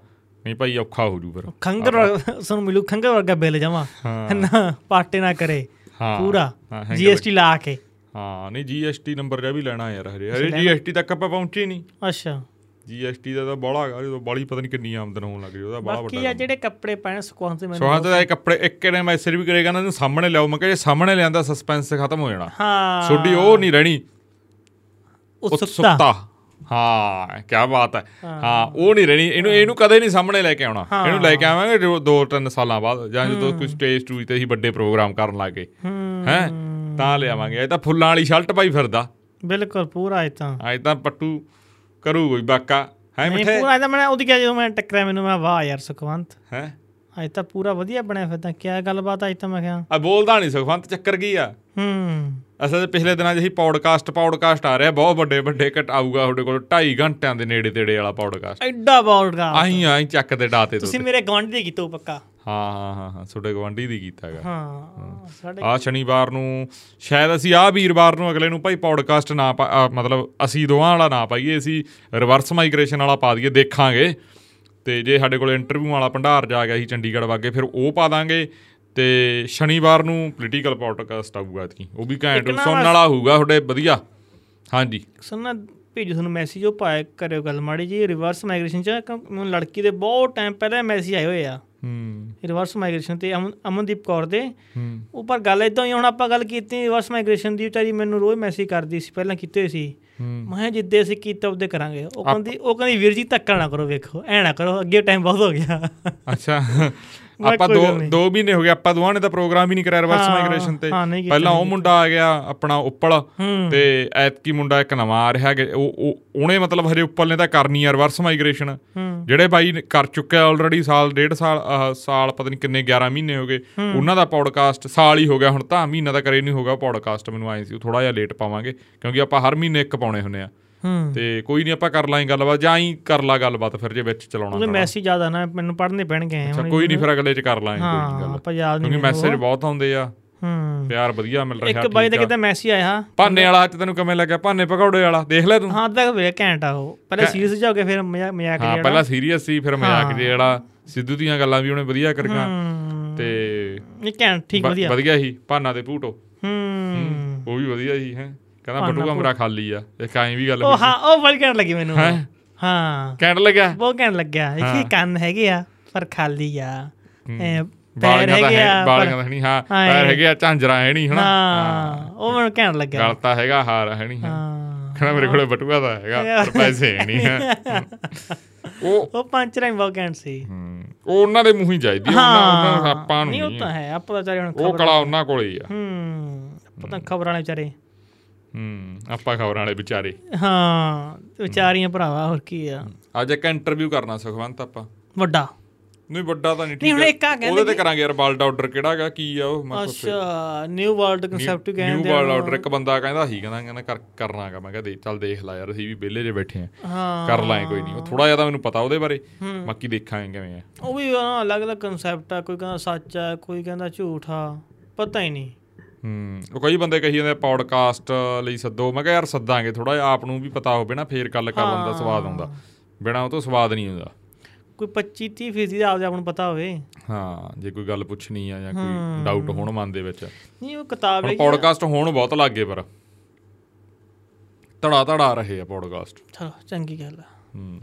ਨਹੀਂ ਭਾਈ ਔਖਾ ਹੋ ਜੂ ਫਿਰ
ਖੰਗਰ ਵਰਗਾ- ਸਾਨੂੰ ਮਿਲੂ ਖੰਗਰ ਵਰਗਾ ਬਿੱਲ ਜਾਵਾ
ਹਾਂ।
ਨਾ ਪਾਟੇ ਨਾ ਕਰੇ
ਹਾਂ
ਪੂਰਾ
ਹਾਂ, ਹੈਗਾ
ਜੀਐਸਟੀ ਲਾ ਕੇ
ਹਾਂ ਨਹੀਂ ਜੀਐਸਟੀ ਨੰਬਰ ਜਿਹਾ ਵੀ ਲੈਣਾ ਯਾਰ ਹਰੇ ਹਰੇ ਜੀਐਸਟੀ ਤੱਕ ਆਪਾਂ ਪਹੁੰਚੇ ਨਹੀਂ
ਅੱਛਾ
ਜੀਐਸਟੀ ਦਾ ਤਾਂ ਬੜਾ ਹੈਗਾ ਜਦੋਂ ਬਾਲੀ ਪਤਾ ਨਹੀਂ ਕਿੰਨੀ ਆਮਦਨ ਹੋਣ ਲੱਗ ਗਈ ਉਹਦਾ ਬੜਾ
ਬਾਕੀ ਆ
ਵੱਡਾ
ਜਿਹੜੇ ਕੱਪੜੇ ਪਾਣ ਸੁਕਾਉਣ ਤੇ ਮੈਨੂੰ
ਸੋਹਾਂ ਤਾਂ ਇਹ ਕੱਪੜੇ ਇੱਕ ਨੇ ਮੈਸੇਜ ਵੀ ਕਰੇਗਾ ਨਾ ਇਹਨੂੰ ਸਾਹਮਣੇ ਲਿਆਓ ਮੈਂ ਕਿਹਾ ਜੇ ਸਾਹਮਣੇ ਲਿਆਂਦਾ ਸਸਪੈਂਸ ਖਤਮ ਹੋ ਜਾਣਾ
ਹਾਂ
ਛੋਡੀ ਉਹ ਨਹੀਂ ਰਹਿਣੀ
ਉਤਸੁਕਤਾ
ਉਤਸੁਕਤਾ ਹਾਂ ਕੀ ਬਾਤ ਹੈ ਹਾਂ ਉਹ ਨਹੀਂ ਰਹਿਣੀ ਇਹਨੂੰ ਇਹਨੂੰ ਕਦੇ ਨਹੀਂ ਸਾਹਮਣੇ ਲੈ ਕੇ ਆਉਣਾ ਇਹਨੂੰ ਲੈ ਕੇ ਆਵਾਂਗੇ ਜੋ ਦੋ ਤਿੰਨ ਸਾਲਾਂ ਬਾਅਦ ਜਾਂ ਜਦੋਂ ਕੋਈ ਸਟੇਜ ਸਟੂਜ ਤੇ ਅਸੀਂ ਵੱਡੇ ਪ੍ਰੋਗਰਾਮ ਕਰਨ ਲੱਗੇ
ਹੂੰ
ਹੈ ਤਾਂ ਲਿਆਵਾਂਗੇ ਇਹ ਤਾਂ ਫੁੱਲਾਂ ਵਾਲੀ ਸ਼ਰਟ ਪਾਈ ਫਿਰਦਾ
ਬਿਲਕੁਲ ਪੂਰਾ ਇਹ ਤਾਂ
ਅੱਜ ਤਾਂ ਪੱਟੂ ਕਰੂ ਕੋਈ ਬਾਕਾ ਹੈ
ਨਹੀਂ
ਮਿੱਠੇ
ਪੂਰਾ ਇਹ ਤਾਂ ਮੈਂ ਉਹਦੀ ਕਿਹਾ ਜਦੋਂ ਮੈਂ ਟੱਕਰਿਆ ਮੈਨੂੰ ਮੈਂ ਵਾਹ ਯਾਰ ਸੁਖਵੰਤ
ਹੈ
ਅੱਜ ਤਾਂ ਪੂਰਾ ਵਧੀਆ ਬਣਿਆ ਫਿਰ ਤਾਂ ਕੀ ਗੱਲਬਾਤ ਅੱਜ ਤਾਂ ਮੈਂ ਕਿਹਾ
ਆ ਬੋਲਦਾ ਨਹੀਂ ਸੁਖਵੰਤ ਚੱਕਰ ਕੀ ਆ
ਹੂੰ
ਅਸਲ 'ਚ ਪਿਛਲੇ ਦਿਨਾਂ 'ਚ ਹੀ ਪੌਡਕਾਸਟ ਪੌਡਕਾਸਟ ਆ ਰਿਹਾ ਬਹੁਤ ਵੱਡੇ ਵੱਡੇ ਘਟ ਆਊਗਾ ਤੁਹਾਡੇ ਕੋਲ 2.5 ਘੰਟਿਆਂ ਦੇ ਨੇੜੇ ਤੇੜੇ ਵਾਲਾ ਪੌਡਕਾਸਟ
ਐਡਾ ਬੌਲਡ ਗਾ
ਆਹੀਂ ਆਹੀਂ ਚੱਕ ਦੇ ਡਾਤੇ ਤੋਂ
ਤੁਸੀਂ ਮੇਰੇ ਗਵਾਂਢੀ ਦੇ ਕੀਤੋ ਪੱਕਾ
ਹਾਂ ਹਾਂ ਹਾਂ ਹਾਂ ਤੁਹਾਡੇ ਗਵਾਂਢੀ ਦੀ ਕੀਤਾਗਾ
ਹਾਂ ਸਾਡੇ
ਆ ਸ਼ਨੀਵਾਰ ਨੂੰ ਸ਼ਾਇਦ ਅਸੀਂ ਆ ਵੀਰਵਾਰ ਨੂੰ ਅਗਲੇ ਨੂੰ ਭਾਈ ਪੌਡਕਾਸਟ ਨਾ ਪਾ- ਆ, ਮਤਲਬ ਅਸੀਂ ਦੋਵਾਂ ਵਾਲਾ ਨਾ ਪਾਈਏ ਅਸੀਂ ਰਿਵਰਸ ਮਾਈਗ੍ਰੇਸ਼ਨ ਵਾਲਾ ਪਾ ਦਈਏ ਦੇਖਾਂਗੇ ਤੇ ਜੇ ਸਾਡੇ ਕੋਲ ਇੰਟਰਵਿਊ ਵਾਲਾ ਭੰਡਾਰ ਜਾ ਗਿਆ ਸੀ ਚੰਡੀਗੜ੍ਹ ਵਾਗੇ ਫਿਰ ਉਹ ਪਾ ਦਾਂਗੇ ਤੇ ਸ਼ਨੀਵਾਰ ਨੂੰ ਪੋਲੀਟੀਕਲ ਪੌਡਕਾਸਟ ਆਊਗਾ ਐਤਕੀ ਉਹ ਵੀ ਘੈਂਟ
ਇੱਕ ਨਾ
ਸੁਣਨ
ਬਸ-
ਵਾਲਾ ਹੋਊਗਾ ਤੁਹਾਡੇ ਵਧੀਆ ਹਾਂਜੀ
ਸੁਣਨਾ ਭੇਜੋ ਤੁਹਾਨੂੰ ਮੈਸੇਜ ਉਹ ਪਾਇਆ ਕਰਿਓ ਗੱਲ ਮਾੜੀ ਜੀ ਰਿਵਰਸ ਮਾਈਗ੍ਰੇਸ਼ਨ ਚ ਕਿਉਂ- ਮੈਨੂੰ ਲੜਕੀ ਦੇ ਬਹੁਤ ਟਾਈਮ ਪਹਿਲਾਂ ਮੈਸੇਜ ਆਏ ਹੋਏ ਆ
ਹੂੰ
ਰਿਵਰਸ ਮਾਈਗ੍ਰੇਸ਼ਨ ਤੇ ਅਮਨ- ਅਮਨਦੀਪ ਕੌਰ ਦੇ
ਹੂੰ
ਉਹ ਪਰ ਗੱਲ ਇਦਾਂ ਹੀ ਆ, ਹੁਣ ਆਪਾਂ ਗੱਲ ਕੀਤੀ ਰਿਵਰਸ ਮਾਈਗ੍ਰੇਸ਼ਨ ਦੀ ਵਿਚਾਰੀ ਮੈਨੂੰ ਰੋਜ਼ ਮੈਸੇਜ ਕਰਦੀ ਸੀ ਪਹਿਲਾਂ ਕੀਤੇ ਹੋਏ ਸੀ
ਹੂੰ।
ਮੈਂ ਕਿਹਾ ਜਿੱਦੇ ਅਸੀਂ ਕੀਤਾ ਉਹਦੇ ਕਰਾਂਗੇ ਉਹ ਕਹਿੰਦੀ ਉਹ ਕਹਿੰਦੀ ਵੀਰ ਜੀ ਧੱਕਾ ਨਾ ਕਰੋ ਵੇਖੋ ਐ ਨਾ ਕਰੋ ਅੱਗੇ ਟਾਈਮ ਬਹੁਤ ਹੋ ਗਿਆ
ਅੱਛਾ
ਮੈਂ
ਆਪਾਂ
ਕੋਈ
ਦੋ
ਗੱਲ ਨਹੀਂ।
ਦੋ ਮਹੀਨੇ ਹੋ ਗਏ ਆਪਾਂ ਦੋਵਾਂ ਨੇ ਤਾਂ ਪ੍ਰੋਗਰਾਮ ਹੀ ਨਹੀਂ ਕਰਿਆ ਰਿਵਰਸ
ਹਾਂ,
ਮਾਈਗ੍ਰੇਸ਼ਨ ਤੇ
ਹਾਂ, ਨਹੀਂ ਕੀਤਾ,
ਪਹਿਲਾਂ ਉਹ
ਨਹੀਂ
ਮੁੰਡਾ ਆ ਗਿਆ ਆਪਣਾ ਉੱਪਲ ਤੇ ਐਤਕੀ ਮੁੰਡਾ ਇੱਕ ਨਵਾਂ ਆ ਰਿਹਾ ਗੇ- ਉਹ ਉਹ- ਉਹਨੇ ਮਤਲਬ ਹਜੇ ਉੱਪਲ ਨੇ ਤਾਂ ਕਰਨੀ ਆ ਰਿਵਰਸ ਮਾਈਗ੍ਰੇਸ਼ਨ
ਹੂੰ।
ਜਿਹੜੇ ਬਾਈ ਨੇ ਕਰ ਚੁੱਕਿਆ ਆਲਰੇਡੀ ਸਾਲ ਡੇਢ ਸਾਲ ਆਹ, ਸਾਲ ਪਤਾ ਨਹੀਂ ਕਿੰਨੇ 11 ਮਹੀਨੇ ਹੋ ਗਏ ਉਹਨਾਂ ਦਾ ਪੌਡਕਾਸਟ ਸਾਲ ਹੀ ਹੋ ਗਿਆ ਹੁਣ ਤਾਂ ਮਹੀਨਾ ਤਾਂ ਕਰੇ ਨਹੀਂ ਹੋਗਾ ਪੌਡਕਾਸਟ ਮੈਨੂੰ ਆਏ ਸੀ ਉਹ ਥੋੜਾ ਜਿਹਾ ਲੇਟ ਪਾਵਾਂਗੇ ਕਿਉਂਕਿ ਆਪਾਂ ਹਰ ਮਹੀਨੇ ਇੱਕ ਪਾਉਣੇ ਹੁੰਦੇ ਆ
ਹੂੰ
ਤੇ ਕੋਈ ਨਹੀਂ ਆਪਾਂ ਕਰ ਲਾਂਗੇ ਗੱਲਬਾਤ ਜਾਂ ਹੀ ਕਰ ਲਾ ਗੱਲਬਾਤ ਫਿਰ ਜੇ ਵਿੱਚ
ਉਹਦੇ
ਚਲਾਉਣਾ ਪੈਣਾ।
ਮੈਸੇਜ ਜ਼ਿਆਦਾ ਨਾ ਮੈਨੂੰ ਪੜ੍ਹਨੇ ਪੈਣਗੇ ਐਂ
ਅੱਛਾ
ਹੁਣ।
ਕੋਈ ਨਹੀਂ ਫਿਰ ਅਗਲੇ ਚ ਕਰ ਲਾਂਗੇ ਕੋਈ ਨੀ
ਹਾਂ
ਗੱਲ
ਆਪਾਂ ਯਾਦ ਨਹੀਂ
ਕਿਉਂਕਿ ਮੈਸੇਜ ਬਹੁਤ ਆਉਂਦੇ ਆ
ਹੂੰ
ਪਿਆਰ ਵਧੀਆ ਮਿਲ ਰਿਹਾ
ਇੱਕ ਬਾਈ ਦਾ
ਠੀਕ ਆ।
ਕਿਤੇ ਮੈਸੇਜ ਆਇਆ
ਭਾਨੇ ਵਾਲਾ ਅੱਜ ਤੈਨੂੰ ਕਿਵੇਂ ਲੱਗਿਆ ਭਾਨੇ ਪਕੌੜੇ ਵਾਲਾ ਦੇਖ ਲੈ ਤੂੰ
ਹਾਂ ਤੱਕ ਵੇ ਘੈਂਟ ਆ ਉਹ ਪਹਿਲੇ
ਘੈ-
ਸੀਰੀਅਸ ਜਾ ਕੇ ਫਿਰ ਮਜ਼ਾਕ ਮਜ਼ਾਕ
ਹਾਂ
ਜਿਹੜਾ
ਪਹਿਲਾਂ ਸੀਰੀਅਸ ਸੀ ਫਿਰ ਮਜ਼ਾਕ ਜਿਹੜਾ ਸਿੱਧੂ ਦੀਆਂ ਗੱਲਾਂ ਵੀ ਉਹਨੇ ਵਧੀਆ ਕਰੀਆਂ
ਹੂੰ
ਤੇ
ਇਹ ਘੈਂਟ ਠੀਕ
ਬ-
ਵਧੀਆ
ਵਧੀਆ ਸੀ ਭਾਨਾ ਤੇ ਭੂਟੋ
ਹੂੰ
ਉਹ ਵੀ ਵਧੀਆ ਸੀ ਹੈ ਕਹਿੰਦਾ ਬਟੂਆ ਮੇਰਾ ਖਾਲੀ ਆ ਇੱਕ ਐਂ ਵੀ ਗੱਲ
ਉਹ ਹਾਂ ਉਹ ਬੜੀ ਘੈਂਟ ਲੱਗੀ ਮੈਨੂੰ
ਹੈਂ?
ਹਾਂ
ਕਹਿਣ ਲੱਗਾ
ਬਹੁਤ ਘੈਂਟ ਲੱਗਿਆ ਇਹ ਕੰਨ ਹੈਗੇ ਆ ਪਰ ਖਾਲੀ ਆ ਐ ਪੈਰ
ਬਾਲੀਆਂ ਦਾ
ਹੈਗੇ
ਹੈ
ਆ
ਬਾਲੀਆਂ
ਪਰ
ਦਾ ਨਹੀਂ ਹਾਂ
ਹਾਂ,
ਪੈਰ
ਇਹ-
ਹੈਗੇ ਆ ਝਾਂਜਰਾ ਹੈ ਨਹੀਂ ਹਨਾ
ਹਾਂ ਉਹ ਮੈਨੂੰ ਘੈਂਟ ਲੱਗਿਆ
ਗਲ ਤਾਂ ਹੈਗਾ ਹਾਰ ਹੈ ਨਹੀਂ
ਹਾਂ
ਕਹਿੰਦਾ ਮੇਰੇ ਕੋਲੇ ਬਟੂਆ ਤਾਂ ਹੈਗਾ ਪਰ ਪੈਸੇ ਹੈ ਨਹੀਂ ਹੈ ਉਹ
ਉਹ ਪੰਜ ਰਾਈ ਬਹੁਤ ਘੈਂਟ ਸੀ
ਹਮ, ਉਹ ਉਹਨਾਂ ਦੇ ਮੂੰਹ ਹੀ ਚਾਹੀਦੀ ਆ, ਉਹਨਾਂ ਉਹਨਾਂ ਨੂੰ ਆਪਾਂ ਨੂੰ
ਨਹੀਂ ਉਹ
ਨਹੀਂ
ਤਾਂ ਹੈ ਆਪਾਂ ਵਿਚਾਰੇ ਹੁਣ
ਉਹ
ਖਬਰ
ਕਲਾ ਉਹਨਾਂ ਕੋਲੇ ਹੀ ਆ
ਹੂੰ ਪਤਾ ਖਬਰਾਂ ਵਾਲੇ ਵਿਚਾਰੇ
ਹਮ, ਆਪਾਂ ਖਬਰਾਂ ਵਾਲੇ ਵਿਚਾਰੇ
ਹਾਂ ਵਿਚਾਰੀਆਂ ਭਰਾਵਾ ਹੋਰ ਕੀ ਆ
ਅੱਜ ਇੱਕ ਇੰਟਰਵਿਊ ਕਰਨਾ ਸੁਖਵੰਤ ਆਪਾਂ
ਵੱਡਾ
ਨਹੀਂ ਵੱਡਾ ਤਾਂ ਨਹੀਂ
ਨਹੀਂ,
ਠੀਕ
ਹੁਣ ਇੱਕ ਆ ਕਹਿੰਦੇ
ਉਹਦੇ ਤੇ ਕਰਾਂਗੇ ਯਾਰ ਵਰਲਡ ਆਰਡਰ ਕਿਹੜਾ ਹੈਗਾ ਕੀ ਆ ਉਹ ਮੈਂ
ਅੱਛਾ ਨਿਊ ਵਰਲਡ ਕਨਸੈਪਟ
ਨਿਊ
ਕਹਿੰਦੇ
ਵਰਲਡ ਆਰਡਰ ਇੱਕ ਬੰਦਾ ਕਹਿੰਦਾ ਸੀ ਕਹਿੰਦਾ ਕਹਿੰਦਾ ਕਰ- ਕਰਨਾ ਹੈਗਾ ਮੈਂ ਕਿਹਾ ਦੇ ਚੱਲ ਦੇਖ ਲੈ ਯਾਰ ਅਸੀਂ ਵੀ ਵਿਹਲੇ ਜੇ ਬੈਠੇ ਆ
ਹਾਂ
ਕਰ ਲਾਂਗੇ ਕੋਈ ਨਹੀਂ ਉਹ ਥੋੜਾ ਜਿਹਾ ਤਾਂ ਮੈਨੂੰ ਪਤਾ ਉਹਦੇ ਬਾਰੇ ਬਾਕੀ ਦੇਖਾਂਗੇ ਕਿਵੇਂ ਆ
ਉਹ ਵੀ ਹਾਂ ਅਲੱਗ-ਅਲੱਗ ਕਨਸੈਪਟ ਆ ਕੋਈ ਕਹਿੰਦਾ ਸੱਚ ਆ ਕੋਈ ਕਹਿੰਦਾ ਝੂਠ ਆ ਪਤਾ ਹੀ ਨਹੀਂ
ਹਮ ਉਹ ਕਈ ਬੰਦੇ ਕਹੀ ਜਾਂਦੇ ਪੌਡਕਾਸਟ ਲਈ ਸੱਦੋ ਮੈਂ ਕਿਹਾ ਯਾਰ ਸੱਦਾਂਗੇ ਥੋੜਾ ਜਿਹਾ ਆਪ ਨੂੰ ਵੀ ਪਤਾ ਹੋਵੇ ਨਾ ਫੇਰ ਗੱਲ ਕਰ ਲੈਂਦਾ ਸਵਾਦ ਆਉਂਦਾ ਬਿਨਾ ਉਹ ਤੋਂ ਸਵਾਦ ਨਹੀਂ ਆਉਂਦਾ
ਕੋਈ 25 30 ਫੀਸਦੀ ਦਾ ਆਪਦੇ ਆਪ ਨੂੰ ਪਤਾ ਹੋਵੇ
ਹਾਂ ਜੇ ਕੋਈ ਗੱਲ ਪੁੱਛਣੀ ਆ ਜਾਂ ਕੋਈ ਡਾਊਟ ਹੋਣ ਮਨ ਦੇ ਵਿੱਚ
ਨਹੀਂ ਉਹ ਕਿਤਾਬ
ਹੁਣ
ਹੈਗੀ ਆ-
ਪੌਡਕਾਸਟ ਹੋਣ ਬਹੁਤ ਲੱਗੇ ਪਰ ਧੜਾ ਧੜਾ ਰਹੇ ਆ ਪੌਡਕਾਸਟ
ਚਲੋ ਚੰਗੀ ਗੱਲ ਆ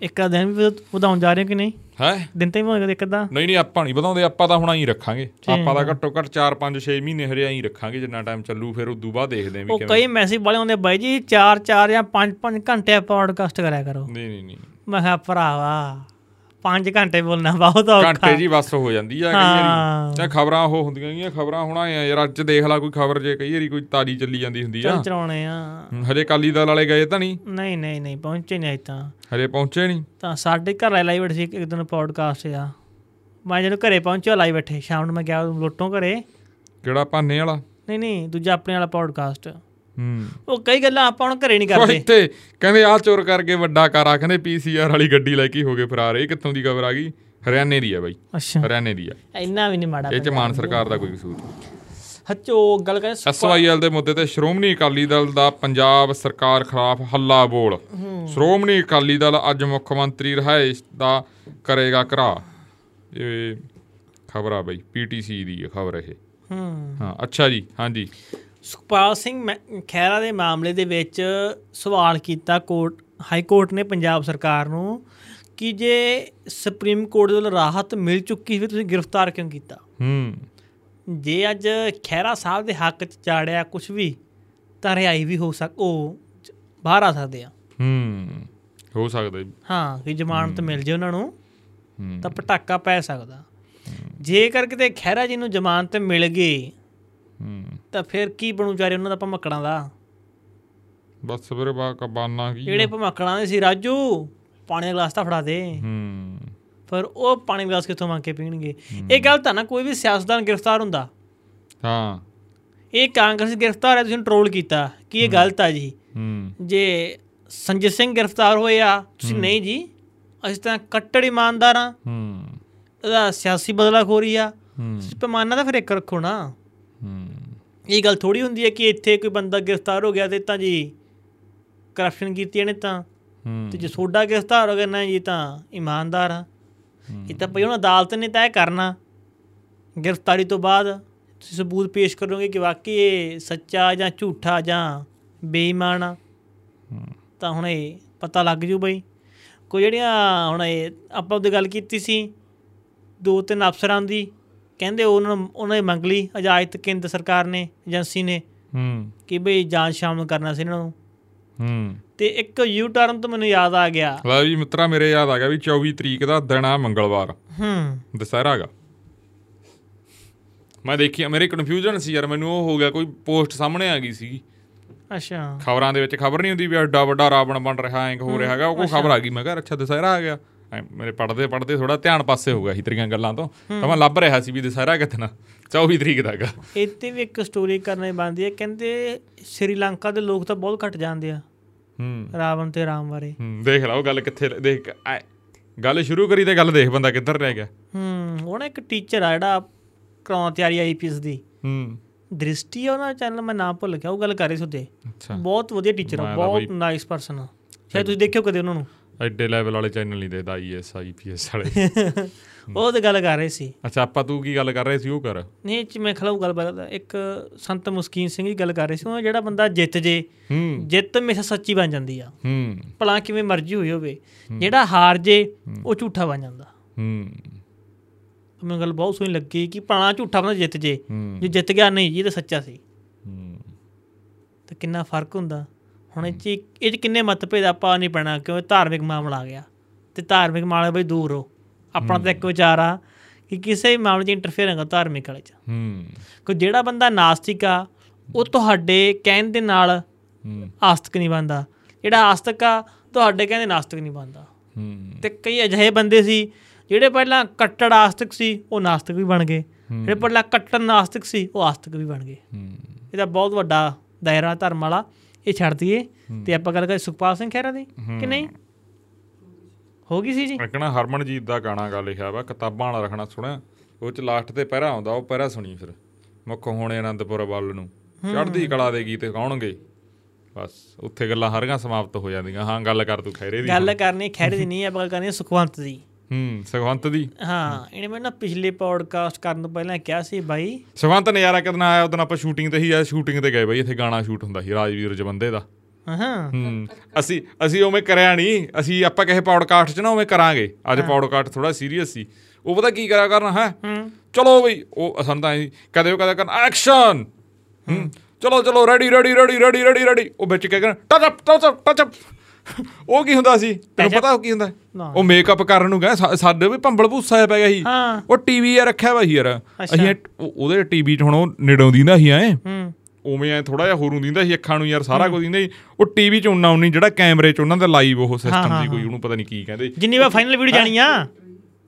ਇੱਕ ਅੱਧਾ ਦਿਨ ਵੀ ਵਧ- ਵਧਾਉਣ ਜਾ ਰਹੇ ਹੋ ਕਿ ਨਹੀਂ
ਹੈ
ਦਿਨ ਤਾਂ ਹੀ ਹੋਏਗਾ ਇੱਕ ਅੱਧਾ
ਨਹੀਂ ਨਹੀਂ ਆਪਾਂ ਨਹੀਂ ਵਧਾਉਂਦੇ ਆਪਾਂ ਤਾਂ ਹੁਣ ਆਈ ਰੱਖਾਂਗੇ ਆਪਾਂ ਤਾਂ ਘੱਟੋ ਘੱਟ 4 5 6 ਮਹੀਨੇ ਹਰੇ ਆਈ ਰੱਖਾਂਗੇ ਜਿੰਨਾ ਟਾਈਮ ਚੱਲੂ ਫਿਰ ਉਦੋਂ ਬਾਅਦ ਦੇਖਦੇ ਆਂ ਵੀ
ਉਹ ਕਈ ਮੈਸੇਜ ਵਾਲੇ ਆਉਂਦੇ ਬਾਈ ਜੀ 4 4 ਜਾਂ 5 5 ਘੰਟੇ ਪੌਡਕਾਸਟ ਕਰਿਆ ਕਰੋ
ਨਹੀਂ ਨਹੀਂ ਨਹੀਂ
ਮੈਂ ਕਿਹਾ ਭਰਾਵਾ 5 ਘੰਟੇ ਬੋਲਣਾ ਬਹੁਤ ਔਖਾ
ਘੰਟੇ ਜੀ ਬਸ ਹੋ ਜਾਂਦੀ ਆ ਕਈ
ਹਾਂ।
ਵਾਰੀ ਤਾਂ ਖਬਰਾਂ ਉਹ ਹੁੰਦੀਆਂ ਗੀਆਂ ਖਬਰਾਂ ਹੁਣ ਆਏ ਆ ਯਾਰ ਅੱਜ ਦੇਖ ਲੈ ਕੋਈ ਖਬਰ ਜੇ ਕਈ ਵਾਰੀ ਕੋਈ ਤਾਜੀ ਚੱਲੀ ਜਾਂਦੀ ਹੁੰਦੀ ਆ
ਚੱਲ ਚਲਾਉਣੇ ਆ
ਹਮ, ਹਜੇ ਕਾਲੀ ਦਲ ਵਾਲੇ ਗਏ ਤਾਂ ਨਹੀਂ
ਨਹੀਂ ਨਹੀਂ ਨਹੀਂ ਪਹੁੰਚੇ ਨਹੀਂ ਅਜੇ ਤਾਂ
ਹਜੇ ਪਹੁੰਚੇ ਨਹੀਂ
ਤਾਂ ਸਾਡੇ ਘਰ ਵਾਲੇ ਲਾਈ ਬੈਠੇ ਸੀ ਇੱਕ ਇੱਕ ਦਿਨ ਪੌਡਕਾਸਟ ਆ ਮੈਂ ਜਦੋਂ ਘਰੇ ਪਹੁੰਚਿਆ ਲਾਈ ਬੈਠੇ ਸ਼ਾਮ ਨੂੰ ਮੈਂ ਗਿਆ ਲੋਟੋਂ ਘਰੇ
ਕਿਹੜਾ ਭਾਨੇ ਵਾਲਾ
ਨਹੀਂ ਨਹੀਂ ਦੂਜਾ ਆਪਣੇ ਵਾਲਾ ਪੌਡਕਾਸਟ ਉਹ
ਹੂੰ
ਕਈ ਗੱਲਾਂ ਆਪਾਂ ਹੁਣ ਘਰੇ ਨਹੀਂ
ਉਹ
ਕਰਦੇ
ਇੱਥੇ ਕਹਿੰਦੇ ਆ ਚੋਰ ਕਰਕੇ ਵੱਡਾ ਕਾਰਾ ਕਹਿੰਦੇ ਪੀਸੀਆਰ ਵਾਲੀ ਗੱਡੀ ਲੈ ਕੇ ਹੋ ਗਏ ਫਰਾਰ ਇਹ ਕਿੱਥੋਂ ਦੀ ਖਬਰ ਆ ਗਈ ਹਰਿਆਣੇ ਦੀ ਆ ਬਾਈ
ਅੱਛਾ
ਹਰਿਆਣੇ ਦੀ ਆ
ਇੰਨਾ ਵੀ ਨਹੀਂ ਮਾੜਾ
ਇਹ ਚ ਮਾਨ ਸਰਕਾਰ ਦਾ ਕੋਈ ਕਸੂਰ ਨਹੀਂ
ਹੱਚੋ ਗੱਲ ਕਰੇ
ਐਸਵਾਈਐਲ ਦੇ ਮੁੱਦੇ ਤੇ ਸ਼੍ਰੋਮਣੀ ਅਕਾਲੀ ਦਲ ਦਾ ਪੰਜਾਬ ਸਰਕਾਰ ਖਿਲਾਫ ਹੱਲਾ ਬੋਲ ਸ਼੍ਰੋਮਣੀ ਅਕਾਲੀ ਦਲ ਅੱਜ ਮੁੱਖ ਮੰਤਰੀ ਰਹਾਇਸ਼ ਦਾ ਕਰੇਗਾ ਘਰਾ ਇਹ ਖਬਰ ਆ ਬਈ ਪੀਟੀਸੀ ਦੀ ਖਬਰ ਇਹ
ਹੂੰ
ਹਾਂ ਅੱਛਾ ਜੀ ਹਾਂਜੀ
ਸੁਖਪਾਲ ਸਿੰਘ ਮੈਂ- ਖਹਿਰਾ ਦੇ ਮਾਮਲੇ ਦੇ ਵਿੱਚ ਸਵਾਲ ਕੀਤਾ ਕੋਰਟ ਹਾਈ ਕੋਰਟ ਨੇ ਪੰਜਾਬ ਸਰਕਾਰ ਨੂੰ ਕਿ ਜੇ ਸੁਪਰੀਮ ਕੋਰਟ ਵੱਲੋਂ ਰਾਹਤ ਮਿਲ ਚੁੱਕੀ ਸੀ ਤੁਸੀਂ ਗ੍ਰਿਫਤਾਰ ਕਿਉਂ ਕੀਤਾ
ਹੂੰ
ਜੇ ਅੱਜ ਖਹਿਰਾ ਸਾਹਿਬ ਦੇ ਹੱਕ 'ਚ ਚਾੜਿਆ ਕੁਝ ਵੀ ਤਾਂ ਰਿਹਾਈ ਵੀ ਹੋ ਸਕ ਉਹ ਚ- ਬਾਹਰ ਆ ਸਕਦੇ ਆ
ਹੂੰ ਹੋ ਸਕਦਾ ਜੀ।
ਹਾਂ ਕਿ ਜ਼ਮਾਨਤ ਮਿਲ ਜੇ ਉਹਨਾਂ ਨੂੰ
ਹੂੰ।
ਤਾਂ ਪਟਾਕਾ ਪੈ ਸਕਦਾ ਜੇਕਰ ਕਿਤੇ ਖਹਿਰਾ ਜੀ ਨੂੰ ਜ਼ਮਾਨਤ ਮਿਲ ਗਈ
ਹੂੰ
ਤਾਂ ਫਿਰ ਕੀ ਬਣੂ ਵਿਚਾਰੇ ਉਹਨਾਂ ਦਾ ਭਮਕੜਾਂ ਦਾ
ਬਸ ਵੀਰੇ ਬਾ ਕਬਾਨਾ ਕੀ
ਜਿਹੜੇ ਭਮਕੜਾਂ ਦੇ ਸੀ ਰਾਜੂ ਪਾਣੀ ਦਾ ਗਲਾਸ ਤਾਂ ਫੜਾ ਦੇ
ਹੂੰ
ਪਰ ਉਹ ਪਾਣੀ ਦਾ ਗਲਾਸ ਕਿੱਥੋਂ ਮੰਗ ਕੇ ਪੀਣਗੇ ਇਹ ਗੱਲ ਤਾਂ ਨਾ ਕੋਈ ਵੀ ਸਿਆਸਤਦਾਨ ਗ੍ਰਿਫਤਾਰ ਹੁੰਦਾ
ਹਾਂ
ਇਹ ਕਾਂਗਰਸ ਗ੍ਰਿਫਤਾਰ ਹੈ ਤੁਸੀਂ ਟ੍ਰੋਲ ਕੀਤਾ ਕਿ ਇਹ ਗਲਤ ਆ ਜੀ
ਹੂੰ
ਜੇ ਸੰਜੇ ਸਿੰਘ ਗ੍ਰਿਫਤਾਰ ਹੋਏ ਆ ਤੁਸੀਂ ਨਹੀਂ ਜੀ ਅਸੀਂ ਤਾਂ ਕੱਟੜ ਇਮਾਨਦਾਰ ਆ
ਹੂੰ
ਇਹਦਾ ਸਿਆਸੀ ਬਦਲਾਖੋਰੀ ਆ ਪੈਮਾਨਾ ਤਾਂ ਫਿਰ ਇੱਕ ਰੱਖੋ ਨਾ
ਹੂੰ
ਇਹ ਗੱਲ ਥੋੜੀ ਹੁੰਦੀ ਹੈ ਕਿ ਇੱਥੇ ਕੋਈ ਬੰਦਾ ਗ੍ਰਿਫਤਾਰ ਹੋ ਗਿਆ ਤੇ ਤਾਂ ਜੀ ਕਰਪਸ਼ਨ ਕੀਤੀ ਇਹਨੇ ਤਾਂ
ਹੂੰ
ਤੇ ਜੇ ਸੋਡਾ ਗ੍ਰਿਫਤਾਰ ਹੋ ਗਿਆ ਨਾ ਜੀ ਤਾਂ ਇਮਾਨਦਾਰ ਆ ਇਹ ਤਾਂ ਭਈ ਹੁਣ ਅਦਾਲਤ ਨੇ ਤੈਅ ਕਰਨਾ ਗ੍ਰਿਫਤਾਰੀ ਤੋਂ ਬਾਅਦ ਤੁਸੀਂ ਸਬੂਤ ਪੇਸ਼ ਕਰੋਗੇ ਕਿ ਵਾਕਈ ਇਹ ਸੱਚਾ ਜਾਂ ਝੂਠਾ ਜਾਂ ਬੇਈਮਾਨ ਆ ਤਾਂ ਹੁਣ ਇਹ ਪਤਾ ਲੱਗ ਜੂ ਬਈ ਕੋਈ ਜਿਹੜੀਆਂ ਹੁਣ ਇਹ ਆਪਾਂ ਉਹਦੀ ਗੱਲ ਕੀਤੀ ਸੀ ਦੋ ਤਿੰਨ ਅਫਸਰਾਂ ਦੀ ਕਹਿੰਦੇ ਉਹਨਾਂ ਨੂੰ- ਉਹਨਾਂ ਨੇ ਮੰਗ ਲਈ ਇਜਾਜ਼ਤ ਕੇਂਦਰ ਸਰਕਾਰ ਨੇ ਏਜੰਸੀ ਨੇ
ਹੂੰ
ਕਿ ਬਈ ਜਾਂਚ ਸ਼ਾਮਲ ਕਰਨਾ ਸੀ ਇਹਨਾਂ ਨੂੰ
ਹੂੰ
ਤੇ ਇੱਕ ਯੂ ਟਰਨ ਤੋਂ ਮੈਨੂੰ ਯਾਦ ਆ ਗਿਆ
ਲੈ ਵੀ ਮਿੱਤਰਾ ਮੇਰੇ ਯਾਦ ਆ ਗਿਆ ਵੀ 24 ਤਰੀਕ ਦਾ ਦਿਨ ਆ ਮੰਗਲਵਾਰ
ਹੂੰ
ਦੁਸਹਿਰਾ ਗਾ ਮੈਂ ਦੇਖੀ ਮੇਰੇ ਕਨਫਿਊਜ਼ਨ ਸੀ ਯਾਰ ਮੈਨੂੰ ਉਹ ਹੋ ਗਿਆ ਕੋਈ ਪੋਸਟ ਸਾਹਮਣੇ ਆ ਗਈ ਸੀਗੀ
ਅੱਛਾ
ਖਬਰਾਂ ਦੇ ਵਿੱਚ ਖਬਰ ਨਹੀਂ ਹੁੰਦੀ ਵੀ ਐਡਾ ਵੱਡਾ ਰਾਵਣ ਬਣ ਰਿਹਾ ਐਂ ਕੁ ਹੋ ਰਿਹਾ ਹੈਗਾ ਉਹ ਖਬਰ ਆ ਗਈ ਮੈਂ ਕਿਹਾ ਅੱਛਾ ਦੁਸਹਿਰਾ ਆ ਗਿਆ ਐਂ ਮੇਰੇ ਪੜਦੇ ਪੜਦੇ ਥੋੜਾ ਧਿਆਨ ਪਾਸੇ ਹੋ ਗਿਆ ਸੀ ਤੇਰੀਆਂ ਗੱਲਾਂ ਤੋਂ ਤਾਂ ਮੈਂ ਲੱਭ ਰਿਹਾ ਸੀ ਵੀ ਦੁਸਹਿਰਾ ਕਿਤਨਾ 24 ਤਰੀਕ ਦਾ ਹੈਗਾ
ਇੱਥੇ ਵੀ ਇੱਕ ਸਟੋਰੀ ਕਰਨੀ ਬਣਦੀ ਹੈ ਕਹਿੰਦੇ ਸ਼੍ਰੀਲੰਕਾ ਦੇ ਲੋਕ ਤਾਂ ਬਹੁਤ ਘਟ ਜਾਂਦੇ ਆ
ਹੂੰ
ਰਾਵਣ ਤੇ ਰਾਮ ਬਾਰੇ
ਹੂੰ, ਦੇਖ ਲਾ ਉਹ ਗੱਲ ਕਿੱਥੇ ਦੇਖ ਐ, ਗੱਲ ਸ਼ੁਰੂ ਕਰੀ ਤੇ ਗੱਲ ਦੇਖ ਬੰਦਾ ਕਿੱਧਰ ਰਹਿ ਗਿਆ
ਹੂੰ ਉਹ ਨਾ ਇੱਕ ਟੀਚਰ ਆ ਜਿਹੜਾ ਕਰਾਉਣ ਤਿਆਰੀ ਆਈਪੀਐਸ ਦੀ
ਹੂੰ
ਦ੍ਰਿਸ਼ਟੀ ਆ ਉਹਨਾਂ ਚੈਨਲ ਮੈਂ ਨਾਮ ਭੁੱਲ ਗਿਆ ਉਹ ਗੱਲ ਕਰ ਰਹੀ ਸੀ ਉੱਤੇ
ਅੱਛਾ
ਬਹੁਤ ਵਧੀਆ ਟੀਚਰ ਆ
ਮੈਂ ਤਾਂ
ਬਹੁਤ ਨਾਈਸ ਪਰਸਨ ਆ ਸ਼ਾਇਦ ਤੁਸੀਂ ਦੇਖਿਓ ਕਦੇ ਉਹਨਾਂ ਨੂੰ
ਐਡੇ ਲੈਵਲ ਵਾਲੇ ਚੈਨਲ ਨਹੀਂ E ਦੇਦਾ ਆਈਐਸ ਆਈਪੀਐਸ ਵਾਲੇ
ਉਹ ਤੇ ਗੱਲ ਕਰ ਰਹੇ ਸੀ
ਅੱਛਾ ਆਪਾਂ ਤੂੰ ਕੀ ਗੱਲ ਕਰ ਰਹੇ ਸੀ ਉਹ ਕਰ
ਨਹੀਂ ਇਹ ਚ ਮੈਂ ਖਲਾਉ ਗੱਲ ਬਤਾ ਇੱਕ ਸੰਤ ਮੁਸਕੀਨ ਸਿੰਘ ਦੀ ਗੱਲ ਕਰ ਰਹੇ ਸੀ ਉਹ ਜਿਹੜਾ ਬੰਦਾ ਜਿੱਤ ਜੇ
ਹੂੰ
ਜਿੱਤ ਹਮੇਸ਼ਾ ਸੱਚੀ ਬਣ ਜਾਂਦੀ ਆ
ਹੂੰ
ਭਲਾ ਕਿਵੇਂ ਮਰਜ਼ੀ ਹੋਈ ਹੋਵੇ ਜਿਹੜਾ ਹਾਰ ਜੇ ਉਹ ਝੂਠਾ ਬਣ ਜਾਂਦਾ
ਹੂੰ
ਮੈਨੂੰ ਗੱਲ ਬਹੁਤ ਸੋਹਣੀ ਲੱਗੀ ਕਿ ਭਲਾ ਝੂਠਾ ਬੰਦਾ ਜਿੱਤ ਜੇ
ਹੂੰ
ਜੇ ਜਿੱਤ ਗਿਆ ਨਹੀਂ ਜੀ ਇਹ ਤਾਂ ਸੱਚਾ ਸੀ
ਹੂੰ
ਤਾਂ ਕਿੰਨਾ ਫਰਕ ਹੁੰਦਾ ਹੁਣ ਇਹ 'ਚ ਇਹ 'ਚ ਕਿੰਨੇ ਮਤਭੇਦ ਆਪਾਂ ਨਹੀਂ ਪੈਣਾ ਕਿਉਂ ਇਹ ਧਾਰਮਿਕ ਮਾਮਲਾ ਆ ਗਿਆ ਤੇ ਧਾਰਮਿਕ ਮਾਮਲੇ ਬਈ ਦੂਰ ਹੋ ਆਪਣਾ ਤਾਂ ਇੱਕ ਵਿਚਾਰ ਆ ਕਿ ਕਿਸੇ ਵੀ ਮਾਮਲੇ 'ਚ ਇੰਟਰਫੇਅਰ ਨਾ ਕਰੋ ਧਾਰਮਿਕ ਵਾਲੇ 'ਚ
ਹੂੰ
ਕਿ ਜਿਹੜਾ ਬੰਦਾ ਨਾਸਤਿਕ ਆ ਉਹ ਤੁਹਾਡੇ ਕਹਿਣ ਦੇ ਨਾਲ
ਹੂੰ
ਆਸਤਿਕ ਨਹੀਂ ਬਣਦਾ ਜਿਹੜਾ ਆਸਤਿਕ ਆ ਤੁਹਾਡੇ ਕਹਿਣ ਦੇ ਨਾਸਤਿਕ ਨਹੀਂ ਬਣਦਾ
ਹੂੰ
ਤੇ ਕਈ ਅਜਿਹੇ ਬੰਦੇ ਸੀ ਜਿਹੜੇ ਪਹਿਲਾਂ ਕੱਟੜ ਆਸਤਿਕ ਸੀ ਉਹ ਨਾਸਤਿਕ ਵੀ ਬਣ ਗਏ ਜਿਹੜੇ ਪਹਿਲਾਂ ਕੱਟੜ ਨਾਸਤਿਕ ਸੀ ਉਹ ਆਸਤਿਕ ਵੀ ਬਣ ਗਏ
ਹੂੰ
ਇਹਦਾ ਬਹੁਤ ਵੱਡਾ ਦਾਇਰਾ ਧਰਮ ਵਾਲਾ ਇਹ ਛੱਡ ਦਈਏ ਤੇ ਆਪਾਂ ਗੱਲ ਕਰੀਏ ਸੁਖਪਾਲ ਸਿੰਘ ਖਹਿਰਾ ਦੀ ਕਿ ਨਹੀਂ ਹੋ ਗਈ ਸੀ ਜੀ
ਇੱਕ ਨਾ ਹਰਮਨਜੀਤ ਦਾ ਗਾਣਾ ਗਾ ਲਿਖਿਆ ਵਾ ਕਿਤਾਬਾਂ ਵਾਲਾ ਰੱਖਣਾ ਸੁਣਿਆ ਉਹ ਚ ਲਾਸਟ ਤੇ ਪਹਿਰਾ ਆਉਂਦਾ ਉਹ ਪਹਿਰਾ ਸੁਣੀ ਫਿਰ ਮੁੱਖ ਹੋਣੇ ਅਨੰਦਪੁਰ ਵੱਲ ਨੂੰ ਚੜ੍ਹਦੀ ਕਲਾ ਦੇ ਗੀਤ ਗਾਉਣਗੇ ਬਸ ਉੱਥੇ ਗੱਲਾਂ ਹਰੀਆਂ ਸਮਾਪਤ ਹੋ ਜਾਂਦੀਆਂ ਹਾਂ ਗੱਲ ਕਰ ਤੂੰ ਖੈਰੇ ਦੀ
ਗੱਲ ਕਰਨੀ ਖਹਿਰੇ ਦੀ ਨਹੀਂ ਆਪਾਂ ਗੱਲ ਕਰਨੀ ਸੁਖਵੰਤ ਦੀ
ਹੂੰ ਸਗਵੰਤ ਦੀ
ਹਾਂ ਇਹਨੇ ਮੈਨੂੰ ਨਾ ਪਿਛਲੇ ਪੌਡਕਾਸਟ ਕਰਨ ਤੋਂ ਪਹਿਲਾਂ ਕਿਹਾ ਸੀ ਬਾਈ
ਸਗਵੰਤ ਨਜ਼ਾਰਾ ਕਿਦਾਂ ਆਇਆ ਉਦੋਂ ਆਪਾਂ ਸ਼ੂਟਿੰਗ ਤੇ ਹੀ ਆ ਸ਼ੂਟਿੰਗ ਤੇ ਗਏ ਬਈ ਇੱਥੇ ਗਾਣਾ ਸ਼ੂਟ ਹੁੰਦਾ ਸੀ ਰਾਜਵੀਰ ਜਵੰਦੇ ਦਾ
ਹਾਂ
ਹੂੰ ਅਸੀਂ ਅਸੀਂ ਉਵੇਂ ਕਰਿਆ ਨਹੀਂ ਅਸੀਂ ਆਪਾਂ ਕਿਸੇ ਪੌਡਕਾਸਟ 'ਚ ਨਾ ਉਵੇਂ ਕਰਾਂਗੇ ਅੱਜ ਪੌਡਕਾਸਟ ਥੋੜਾ ਸੀਰੀਅਸ ਸੀ ਉਹ ਪਤਾ ਕੀ ਕਰਿਆ ਕਰਨਾ ਹੈ ਚਲੋ ਬਈ ਉਹ ਸਾਨੂੰ ਤਾਂ ਐਂ ਸੀ, ਕਦੇ ਉਹ ਕਦੇ ਕਰਨ ਐਕਸ਼ਨ ਚਲੋ ਚਲੋ ready ready ready ready ready ready ਉਹ ਵਿੱਚ ਕਹਿ ਕਰਨ touch up touch up touch up ਉਹ ਕੀ ਹੁੰਦਾ ਸੀ ਤੈਨੂੰ ਪਤਾ ਉਹ ਕੀ ਹੁੰਦਾ
ਨਾ।
ਉਹ ਮੇਕਅਪ ਕਰਨ ਨੂੰ ਗਏ ਸਾ- ਸਾਡੇ ਵੀ ਭੰਬਲ ਭੂਸਾ ਪੈ ਗਿਆ ਸੀ
ਹਾਂ।
ਉਹ ਟੀਵੀ ਆ ਰੱਖਿਆ ਵਾ ਸੀ ਯਾਰ ਅਸੀਂ ਐਂ ਟ- ਉਹ- ਉਹਦੇ ਟੀਵੀ 'ਚ ਹੁਣ ਉਹ ਨਿੜੋਂ ਦੀਂਦਾ ਸੀ ਐ
ਹੂੰ
ਉਵੇਂ ਐ ਥੋੜਾ ਜਿਹਾ ਹੋਰੂ ਦਿੰਦਾ ਸੀ ਅੱਖਾਂ ਨੂੰ ਯਾਰ ਸਾਰਾ ਕੁਝ ਦਿੰਦਾ ਸੀ ਉਹ ਟੀਵੀ 'ਚ ਉਨਾ ਉਨੀ ਜਿਹੜਾ ਕੈਮਰੇ 'ਚ ਉਹਨਾਂ ਦਾ ਲਾਈਵ ਉਹ ਸਿਸਟਮ ਸੀ ਕੋਈ ਉਹਨੂੰ ਪਤਾ ਨਹੀਂ ਕੀ ਕਹਿੰਦੇ
ਜਿੰਨੀ ਵਾਰ ਫਾਈਨਲ ਵੀਡੀਓ ਜਾਣੀ ਆ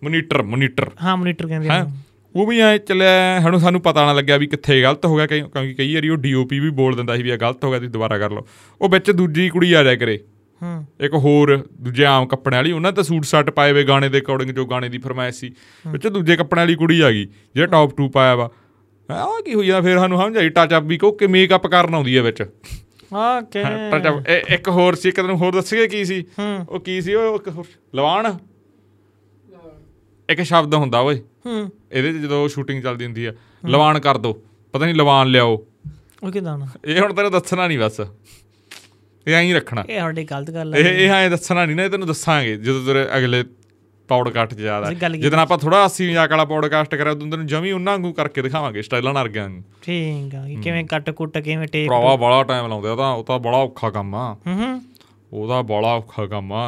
ਮੋਨੀਟਰ ਮੋਨੀਟਰ
ਹਾਂ ਮੋਨੀਟਰ ਕਹਿੰਦੇ
ਹੈ
ਆ
ਉਹ ਵੀ ਐ ਚੱਲਿਆ ਸਾਨੂੰ ਸਾਨੂੰ ਪਤਾ ਨਾ ਲੱਗਿਆ ਵੀ ਕਿੱਥੇ ਗਲਤ ਹੋ ਗਿਆ ਕਈ- ਕਿਉਂਕਿ ਕਈ ਵਾਰੀ ਉਹ ਡੀਓਪੀ ਵੀ ਬੋਲ ਦਿੰਦਾ ਸੀ ਵੀ ਇਹ ਗਲਤ ਹੋ ਗਿਆ ਤੁਸੀਂ ਦੁਬਾਰਾ ਕਰ ਲਓ ਉਹ ਵਿੱਚ ਦੂਜੀ ਕੁੜੀ ਆ ਜਾਇਆ ਕਰੇ
ਹੂੰ
ਇੱਕ ਹੋਰ ਦੂਜੇ ਆਮ ਕੱਪੜਿਆਂ ਵਾਲੀ ਉਹਨਾਂ ਤਾਂ ਸੂਟ ਸੱਟ ਪਾਏ ਹੋਏ ਗਾਣੇ ਦੇ ਅਕੋਰਡਿੰਗ ਜੋ ਗਾਣੇ ਦੀ ਫਰਮਾਇਸ਼ ਸੀ ਵਿੱਚ ਦੂਜੇ ਕੱਪੜਿਆਂ ਵਾਲੀ ਕੁੜੀ ਆ ਗਈ ਜਿਹੜਾ ਟੌਪ 2 ਪਾਇਆ ਵਾ ਆ ਕੀ ਹੋਈ ਆ ਫਿਰ ਸਾਨੂੰ ਸਮਝ ਆਈ ਟੱਚ ਅਪ ਵੀ ਕੋ ਕਿ ਮੇਕਅਪ ਕਰਨ ਆਉਂਦੀ ਹੈ ਵਿੱਚ
ਓਕੇ
ਹਾਂ, ਪਰ ਜਦ ਇਹ- ਇੱਕ ਹੋਰ ਸੀ ਇੱਕ ਤੈਨੂੰ ਹੋਰ ਦੱਸੀਏ ਕੀ ਸੀ
ਹੂੰ।
ਉਹ ਕੀ ਸੀ ਉਹ ਇੱਕ ਹੋਰ- ਲਵਾਣ ਇੱਕ ਸ਼ਬਦ ਹੁੰਦਾ ਓਏ
ਹੂੰ
ਇਹਦੇ 'ਚ ਜਦੋਂ ਸ਼ੂਟਿੰਗ ਚੱਲਦੀ ਹੁੰਦੀ ਆ ਲਵਾਣ ਕਰ ਦੋ ਪਤਾ ਨਹੀਂ ਲਵਾਣ ਲਿਆਓ
ਉਹ ਕਿਦਾਂ ਨਾ
ਇਹ ਹੁਣ ਤੈਨੂੰ ਦੱਸਣਾ ਨਹੀਂ ਬਸ ਇਹ ਐਂ ਹੀ ਰੱਖਣਾ
ਇਹ ਤੁਹਾਡੀ ਗਲਤ ਗੱਲ
ਇਹ
ਹੈ
ਇਹ ਐਂ ਦੱਸਣਾ ਨਹੀਂ ਨਾ ਇਹ ਤੈਨੂੰ ਦੱਸਾਂਗੇ ਜਦੋਂ ਤੇਰੇ ਅਗਲੇ ਪੌਡਕਾਸਟ 'ਚ ਜ਼ਿਆਦਾ
ਅਸੀਂ ਗੱਲ ਕੀਤੀ।
ਜਦੋਂ ਆਪਾਂ ਥੋੜਾ ਹਾਸੀ ਮਜ਼ਾਕ ਵਾਲਾ ਪੌਡਕਾਸਟ ਕਰਿਆ ਉਦੋਂ ਤੈਨੂੰ ਜਮੀ ਉਹਨਾਂ ਵਾਂਗੂ ਕਰਕੇ ਦਿਖਾਵਾਂਗੇ ਸਟਾਈਲਾਂ ਨਾਲ ਗਿਆ
ਠੀਕ ਆ ਕਿ ਕਿਵੇਂ ਕੱਟ ਕੁੱਟ ਕਿਵੇਂ ਟੇਕ
ਭਰਾਵਾ ਬੜਾ ਟਾਈਮ ਲਾਉਂਦੇ ਆ ਤਾਂ ਉਹ ਤਾਂ ਬੜਾ ਔਖਾ ਕੰਮ ਆ
ਹੂੰ ਹੂੰ
ਉਹਦਾ ਬੜਾ ਔਖਾ ਕੰਮ ਆ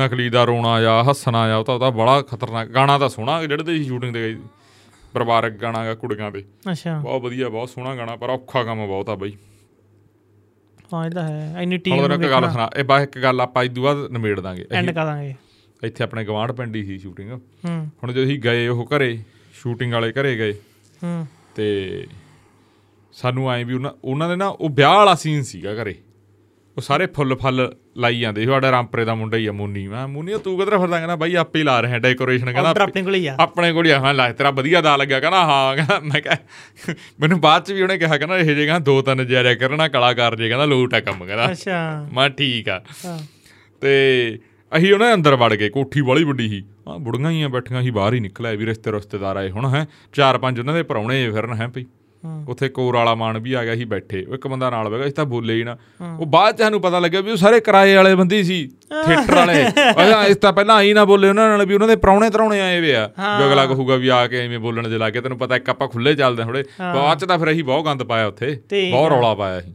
ਨਕਲੀ ਦਾ ਰੋਣਾ ਜਾਂ ਹੱਸਣਾ ਜਾਂ ਉਹ ਤਾਂ ਉਹਦਾ ਬੜਾ ਖਤਰਨਾਕ ਗਾਣਾ ਤਾਂ ਸੋਹਣਾ ਜਿਹੜੇ ਤੇ ਸ਼ੂਟਿੰਗ ਤੇ ਗਈ ਪਰਿਵਾਰਕ ਗਾਣਾ ਗਾ ਕੁੜੀਆਂ ਤੇ
ਅੱਛਾ
ਬਹੁਤ ਵਧੀਆ ਬਹੁਤ ਸੋਹਣਾ ਗਾਣਾ ਪਰ ਔਖਾ ਕੰਮ ਬਹੁਤ ਆ ਬਈ
ਹਾਂ ਇਹ ਤਾਂ ਹੈ ਇੰਨੀ ਟੀਮ
ਹੋਰ
ਨੂੰ
ਇੱਕ ਗੱਲ ਸੁਣਾ ਇਹ ਬਾ ਇੱਕ ਗੱਲ ਆਪਾਂ ਇਦੋਂ ਬਾਅਦ ਨਿਮੇੜ ਦਾਂਗੇ
ਐਂਡ ਕਰ ਦਾਂਗੇ
ਅਸੀਂ- ਇੱਥੇ ਆਪਣੇ ਗਵਾਂਢ ਪਿੰਡ ਹੀ ਸੀ ਸ਼ੂਟਿੰਗ
ਹੂੰ
ਹੁਣ ਜਦੋਂ ਅਸੀਂ ਗਏ ਉਹ ਘਰੇ ਸ਼ੂਟਿੰਗ ਵਾਲੇ ਘਰੇ ਗਏ
ਹੂੰ
ਤੇ ਸਾਨੂੰ ਐਂ ਵੀ ਉਹਨਾਂ ਉਹਨਾਂ ਦੇ ਨਾ ਉਹ ਵਿਆਹ ਵਾਲਾ ਸੀਨ ਸੀਗਾ ਘਰੇ ਉਹ ਸਾਰੇ ਫੁੱਲ ਫਲ ਲਾਈ ਜਾਂਦੇ ਤੁਹਾਡਾ ਰਾਮਪਰੇ ਦਾ ਮੁੰਡਾ ਹੀ ਆ ਮੋਨੀ ਮੈਂ ਮੋਨੀ ਤੂੰ ਕਿਧਰ ਫਿਰਦਾ ਕਹਿੰਦਾ ਬਾਈ ਆਪੇ ਹੀ ਲਾ ਰਹੇ ਡੈਕੋਰੇਸ਼ਨ ਕਹਿੰਦਾ
ਆਰਡਰ ਆਪਣੇ ਕੋਲ ਹੀ ਆ
ਆਪਣੇ ਕੋਲ ਹੀ ਆ ਮੈਂ ਲੱਗ ਤੇਰਾ ਵਧੀਆ ਦਾ ਲੱਗਿਆ ਕਹਿੰਦਾ ਹਾਂ ਕਹਿੰਦਾ ਮੈਂ ਕਿਹਾ ਮੈਨੂੰ ਬਾਅਦ ਚ ਵੀ ਉਹਨੇ ਕਿਹਾ ਕਹਿੰਦਾ ਇਹ ਜੇ ਕਹਿੰਦਾ ਦੋ ਤਿੰਨ ਜਿਆਰਿਆ ਕਰਨਾ ਕਲਾਕਾਰ ਜੇ ਕਹਿੰਦਾ ਲੋਟ ਆ ਕੰਮ ਕਹਿੰਦਾ
ਅੱਛਾ
ਮੈਂ ਠੀਕ ਆ
ਹਾਂ।
ਤੇ ਅਸੀਂ ਉਹਨਾਂ ਦੇ ਅੰਦਰ ਵੜ ਗਏ ਕੋਠੀ ਵਾਲੀ ਵੱਡੀ ਸੀ ਆ ਬੁੜੀਆਂ ਹੀ ਆ ਬੈਠੀਆਂ ਸੀ ਬਾਹਰ ਹੀ ਨਿਕਲਿਆ ਵੀ ਰਿਸ਼ਤੇ ਰਿਸ਼ਤੇਦਾਰ ਆਏ ਹੁਣ ਹੈ ਚਾਰ ਪੰਜ ਉਹਨਾਂ ਦੇ ਪਰੌਣੇ ਫਿਰਨ ਹੈ ਭਈ
ਹੂੰ।
ਉੱਥੇ ਕੋਰ ਵਾਲਾ ਮਾਨ ਵੀ ਆ ਗਿਆ ਸੀ ਬੈਠੇ ਉਹ ਇੱਕ ਬੰਦਾ ਨਾਲ ਬੈਗਾ ਅਸੀਂ ਤਾਂ ਬੋਲੇ ਹੀ ਨਾ ਉਹ ਬਾਅਦ ਚ ਸਾਨੂੰ ਪਤਾ ਲੱਗਿਆ ਵੀ ਉਹ ਸਾਰੇ ਕਿਰਾਏ ਵਾਲੇ ਬੰਦੇ ਹੀ ਸੀ ਥੀਏਟਰ ਵਾਲੇ ਅਸਾਂ ਇਸ ਤਾਂ ਪਹਿਲਾਂ ਆਈ ਨਾ ਬੋਲੇ ਉਹਨਾਂ ਨਾਲ ਵੀ ਉਹਨਾਂ ਦੇ ਪਰੌਣੇ ਤਰਾਉਣੇ ਆਏ ਵੇ ਆ ਵੀ ਅਗਲਾ ਕਹੂਗਾ ਵੀ ਆ ਕੇ ਐਵੇਂ ਬੋਲਣ ਦੇ ਲੱਗੇ ਤੈਨੂੰ ਪਤਾ ਇੱਕ ਆਪਾਂ ਖੁੱਲੇ ਚੱਲਦੇ ਥੋੜੇ ਬਾਅਦ ਚ ਤਾਂ ਫਿਰ ਅਸੀਂ ਬਹੁਤ ਗੰਦ ਪਾਇਆ ਉੱਥੇ
ਠੀਕ
ਬਹੁਤ ਰੌਲਾ ਪਾਇਆ ਅਸੀਂ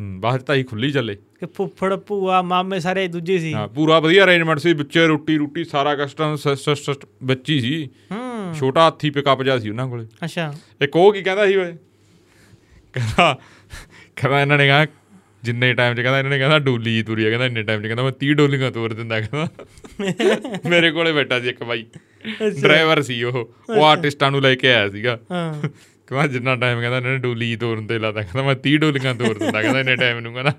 ਹੂੰ, ਬਾਅਦ ਚ ਤਾਂ ਅਸੀਂ ਖੁੱਲੀ ਚੱਲੇ
ਕਿ ਫੁੱਫੜ ਭੂਆ ਮਾਮੇ ਸਾਰੇ ਦੂਜੇ ਸੀ
ਹਾਂ ਪੂਰਾ ਵਧੀਆ ਅਰੇਂਜਮੈਂਟ ਸੀ ਵਿੱਚੇ ਰੋਟੀ ਰੋਟੀ ਸਾਰਾ ਕਸਟਮ ਸਿਸਟ ਬੱਚੀ ਸੀ
ਹੂੰ
ਛੋਟਾ ਹਾਥੀ ਪਿਕਅਪ ਜਿਹਾ ਸੀ ਉਹਨਾਂ ਕੋਲੇ
ਅੱਛਾ
ਇੱਕ ਉਹ ਕੀ ਕਹਿੰਦਾ ਸੀ ਓਏ ਕਹਿੰਦਾ ਕਹਿੰਦਾ ਇਹਨਾਂ ਨੇ ਕਹਾ ਜਿੰਨੇ ਟਾਈਮ ਚ ਕਹਿੰਦਾ ਇਹਨਾਂ ਨੇ ਕਹਿੰਦਾ ਡੋਲੀ ਹੀ ਤੁਰੀ ਆ ਕਹਿੰਦਾ ਇੰਨੇ ਟਾਈਮ ਚ ਕਹਿੰਦਾ ਮੈਂ 30 ਡੋਲੀਆਂ ਤੋਰ ਦਿੰਦਾ ਕਹਿੰਦਾ ਮੇਰੇ ਕੋਲੇ ਬੈਠਾ ਸੀ ਇੱਕ ਬਾਈ ਡਰਾਈਵਰ ਸੀ ਉਹ ਉਹ ਆਰਟਿਸਟਾਂ ਨੂੰ ਲੈ ਕੇ ਆਇਆ ਸੀਗਾ
ਹਾਂ
ਕਹਿੰਦਾ ਜਿੰਨਾ ਟਾਈਮ ਕਹਿੰਦਾ ਇਹਨਾਂ ਨੇ ਡੋਲੀ ਹੀ ਤੋਰਨ ਤੇ ਲਾਤਾ ਕਹਿੰਦਾ ਮੈਂ 30 ਡੋਲੀਆਂ ਤੋਰ ਦਿੰਦਾ ਕਹਿੰਦਾ ਇੰਨੇ ਟਾਈਮ ਨੂੰ ਕਹਿੰਦਾ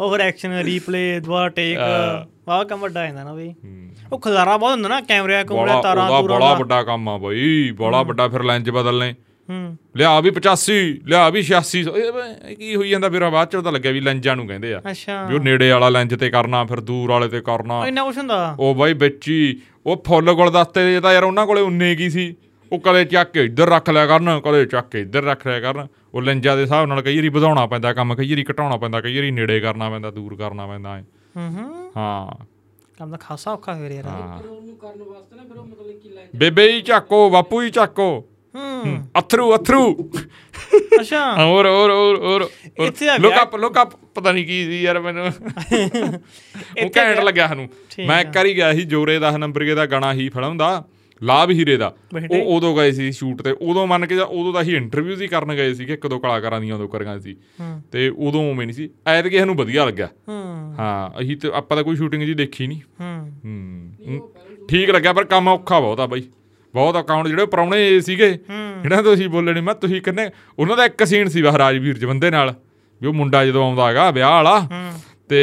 ਓਵਰ ਐਕਸ਼ਨ ਰੀਪਲੇ ਦੁਬਾਰਾ ਟੇਕ
ਹਾਂ।
ਵਾਹ ਕੰਮ ਵੱਡਾ ਹੁੰਦਾ ਨਾ ਬਈ
ਹੂੰ।
ਉਹ ਖਲਾਰਾ ਬਹੁਤ ਹੁੰਦਾ ਨਾ ਕੈਮਰਿਆਂ ਕੋਲ
ਬੜਾ
ਤਾਰਾਂ
ਉਹਦਾ
ਤੂਰਾਂ
ਬੜਾ
ਦਾ।
ਵੱਡਾ ਕੰਮ ਆ ਬਾਈ ਬੜਾ ਵੱਡਾ ਫਿਰ ਲੈਂਜ ਬਦਲਨੇ
ਹੂੰ
ਲਿਆ ਵੀ 85 ਲਿਆ ਵੀ 86 ਇਹ ਬ- ਇਹ ਕੀ ਹੋਈ ਜਾਂਦਾ ਫਿਰ ਬਾਅਦ ਚ ਪਤਾ ਲੱਗਿਆ ਵੀ ਲੈਂਜਾਂ ਨੂੰ ਕਹਿੰਦੇ ਆ
ਅੱਛਾ
ਵੀ ਉਹ ਨੇੜੇ ਵਾਲਾ ਲੈਂਜ ਤੇ ਕਰਨਾ ਫਿਰ ਦੂਰ ਵਾਲੇ ਤੇ ਕਰਨਾ
ਉਹ ਇੰਨਾ ਕੁਛ ਹੁੰਦਾ
ਉਹ ਬਾਈ ਵਿੱਚ ਹੀ ਉਹ ਫੁੱਲ ਗੁਲਦਸਤੇ ਜੇ ਤਾਂ ਯਾਰ ਉਹਨਾਂ ਕੋਲੇ ਉਨੇ ਕੀ ਸੀ ਉਹ ਕਦੇ ਚੱਕ ਕੇ ਇੱਧਰ ਰੱਖ ਲਿਆ ਕਰਨ ਕਦੇ ਚੱਕ ਕੇ ਇੱਧਰ ਰੱਖ ਲਿਆ ਕਰਨ ਉਹ ਲੈਂਜਾਂ ਦੇ ਹਿਸਾਬ ਨਾਲ ਕਈ ਵਾਰੀ ਵਧਾਉਣਾ ਪੈਂਦਾ ਕੰਮ ਕਈ ਵਾਰੀ ਘਟਾਉਣਾ ਪੈਂਦਾ ਕਈ ਵਾਰੀ ਨੇੜੇ ਕਰਨਾ ਪੈਂਦਾ ਦੂਰ ਕਰਨਾ ਪੈਂਦਾ ਐਂ।
ਹੂੰ ਹੂੰ
ਹਾਂ
ਕੰਮ ਤਾਂ ਖਾਸਾ ਔਖਾ ਹੋ ਰਿਹਾ ਯਾਰ
ਬੇਬੇ ਹੀ ਚੱਕੋ ਬਾਪੂ ਹੀ ਚੱਕੋ
ਹੂੰ
ਅਥਰੂ ਅਥਰੂ
ਅੱਛਾ
ਹੋਰ ਹੋਰ ਹੋਰ ਹੋਰ
ਇੱਥੇ ਆ
ਲੁੱਕ
ਵਿਆਹ-
ਅਪ ਲੁੱਕ ਅਪ ਪਤਾ ਨਹੀਂ ਕੀ ਸੀ ਯਾਰ ਮੈਨੂੰ ਉਹ
ਇੱਥੇ
ਘੈਂਟ ਲੱਗਿਆ ਸਾਨੂੰ
ਠੀਕ
ਮੈਂ ਇੱਕ ਵਾਰੀ ਗਿਆ ਸੀ ਜੋਰੇ 10 ਨੰਬਰਗੇ ਦਾ ਗਾਣਾ ਹੀ ਫਿਲਮ ਦਾ ਲਾਭ ਹੀਰੇ ਦਾ
ਬੇਟੇ।
ਉਹ ਉਦੋਂ ਗਏ ਸੀ ਸ਼ੂਟ ਤੇ ਉਦੋਂ ਮੰਨ ਕੇ ਜਾ ਉਦੋਂ ਤਾਂ ਅਸੀਂ ਇੰਟਰਵਿਊ ਹੀ ਕਰਨ ਗਏ ਸੀਗੇ ਇੱਕ ਦੋ ਕਲਾਕਾਰਾਂ ਦੀਆਂ ਉਦੋਂ ਕਰੀਆਂ ਸੀ
ਹੂੰ।
ਤੇ ਉਦੋਂ ਉਵੇਂ ਨਹੀਂ ਸੀ ਐਤਕੀ ਸਾਨੂੰ ਵਧੀਆ ਲੱਗਿਆ
ਹੂੰ
ਹਾਂ ਅਸੀਂ ਤੇ ਆਪਾਂ ਤਾਂ ਕੋਈ ਸ਼ੂਟਿੰਗ ਜੀ ਦੇਖੀ ਨਹੀਂ
ਹੂੰ
ਹੂੰ ਠੀਕ ਲੱਗਿਆ ਪਰ ਕੰਮ ਔਖਾ ਬਹੁਤ ਆ ਬਾਈ ਬਹੁਤ ਅਕਾਊਂਟ ਜਿਹੜੇ ਪ੍ਰਾਹੁਣੇ ਸੀਗੇ ਜਿਹੜਾ ਤੁਸੀਂ ਬੋਲਣੇ ਮੈਂ ਤੁਸੀਂ ਕਿੰਨੇ ਉਹਨਾਂ ਦਾ ਇੱਕ ਸੀਨ ਸੀ ਵਾ ਰਾਜਵੀਰ ਜਵੰਦੇ ਨਾਲ ਵੀ ਉਹ ਮੁੰਡਾ ਜਦੋਂ ਆਉਂਦਾ ਹੈਗਾ ਵਿਆਹ ਵਾਲਾ ਤੇ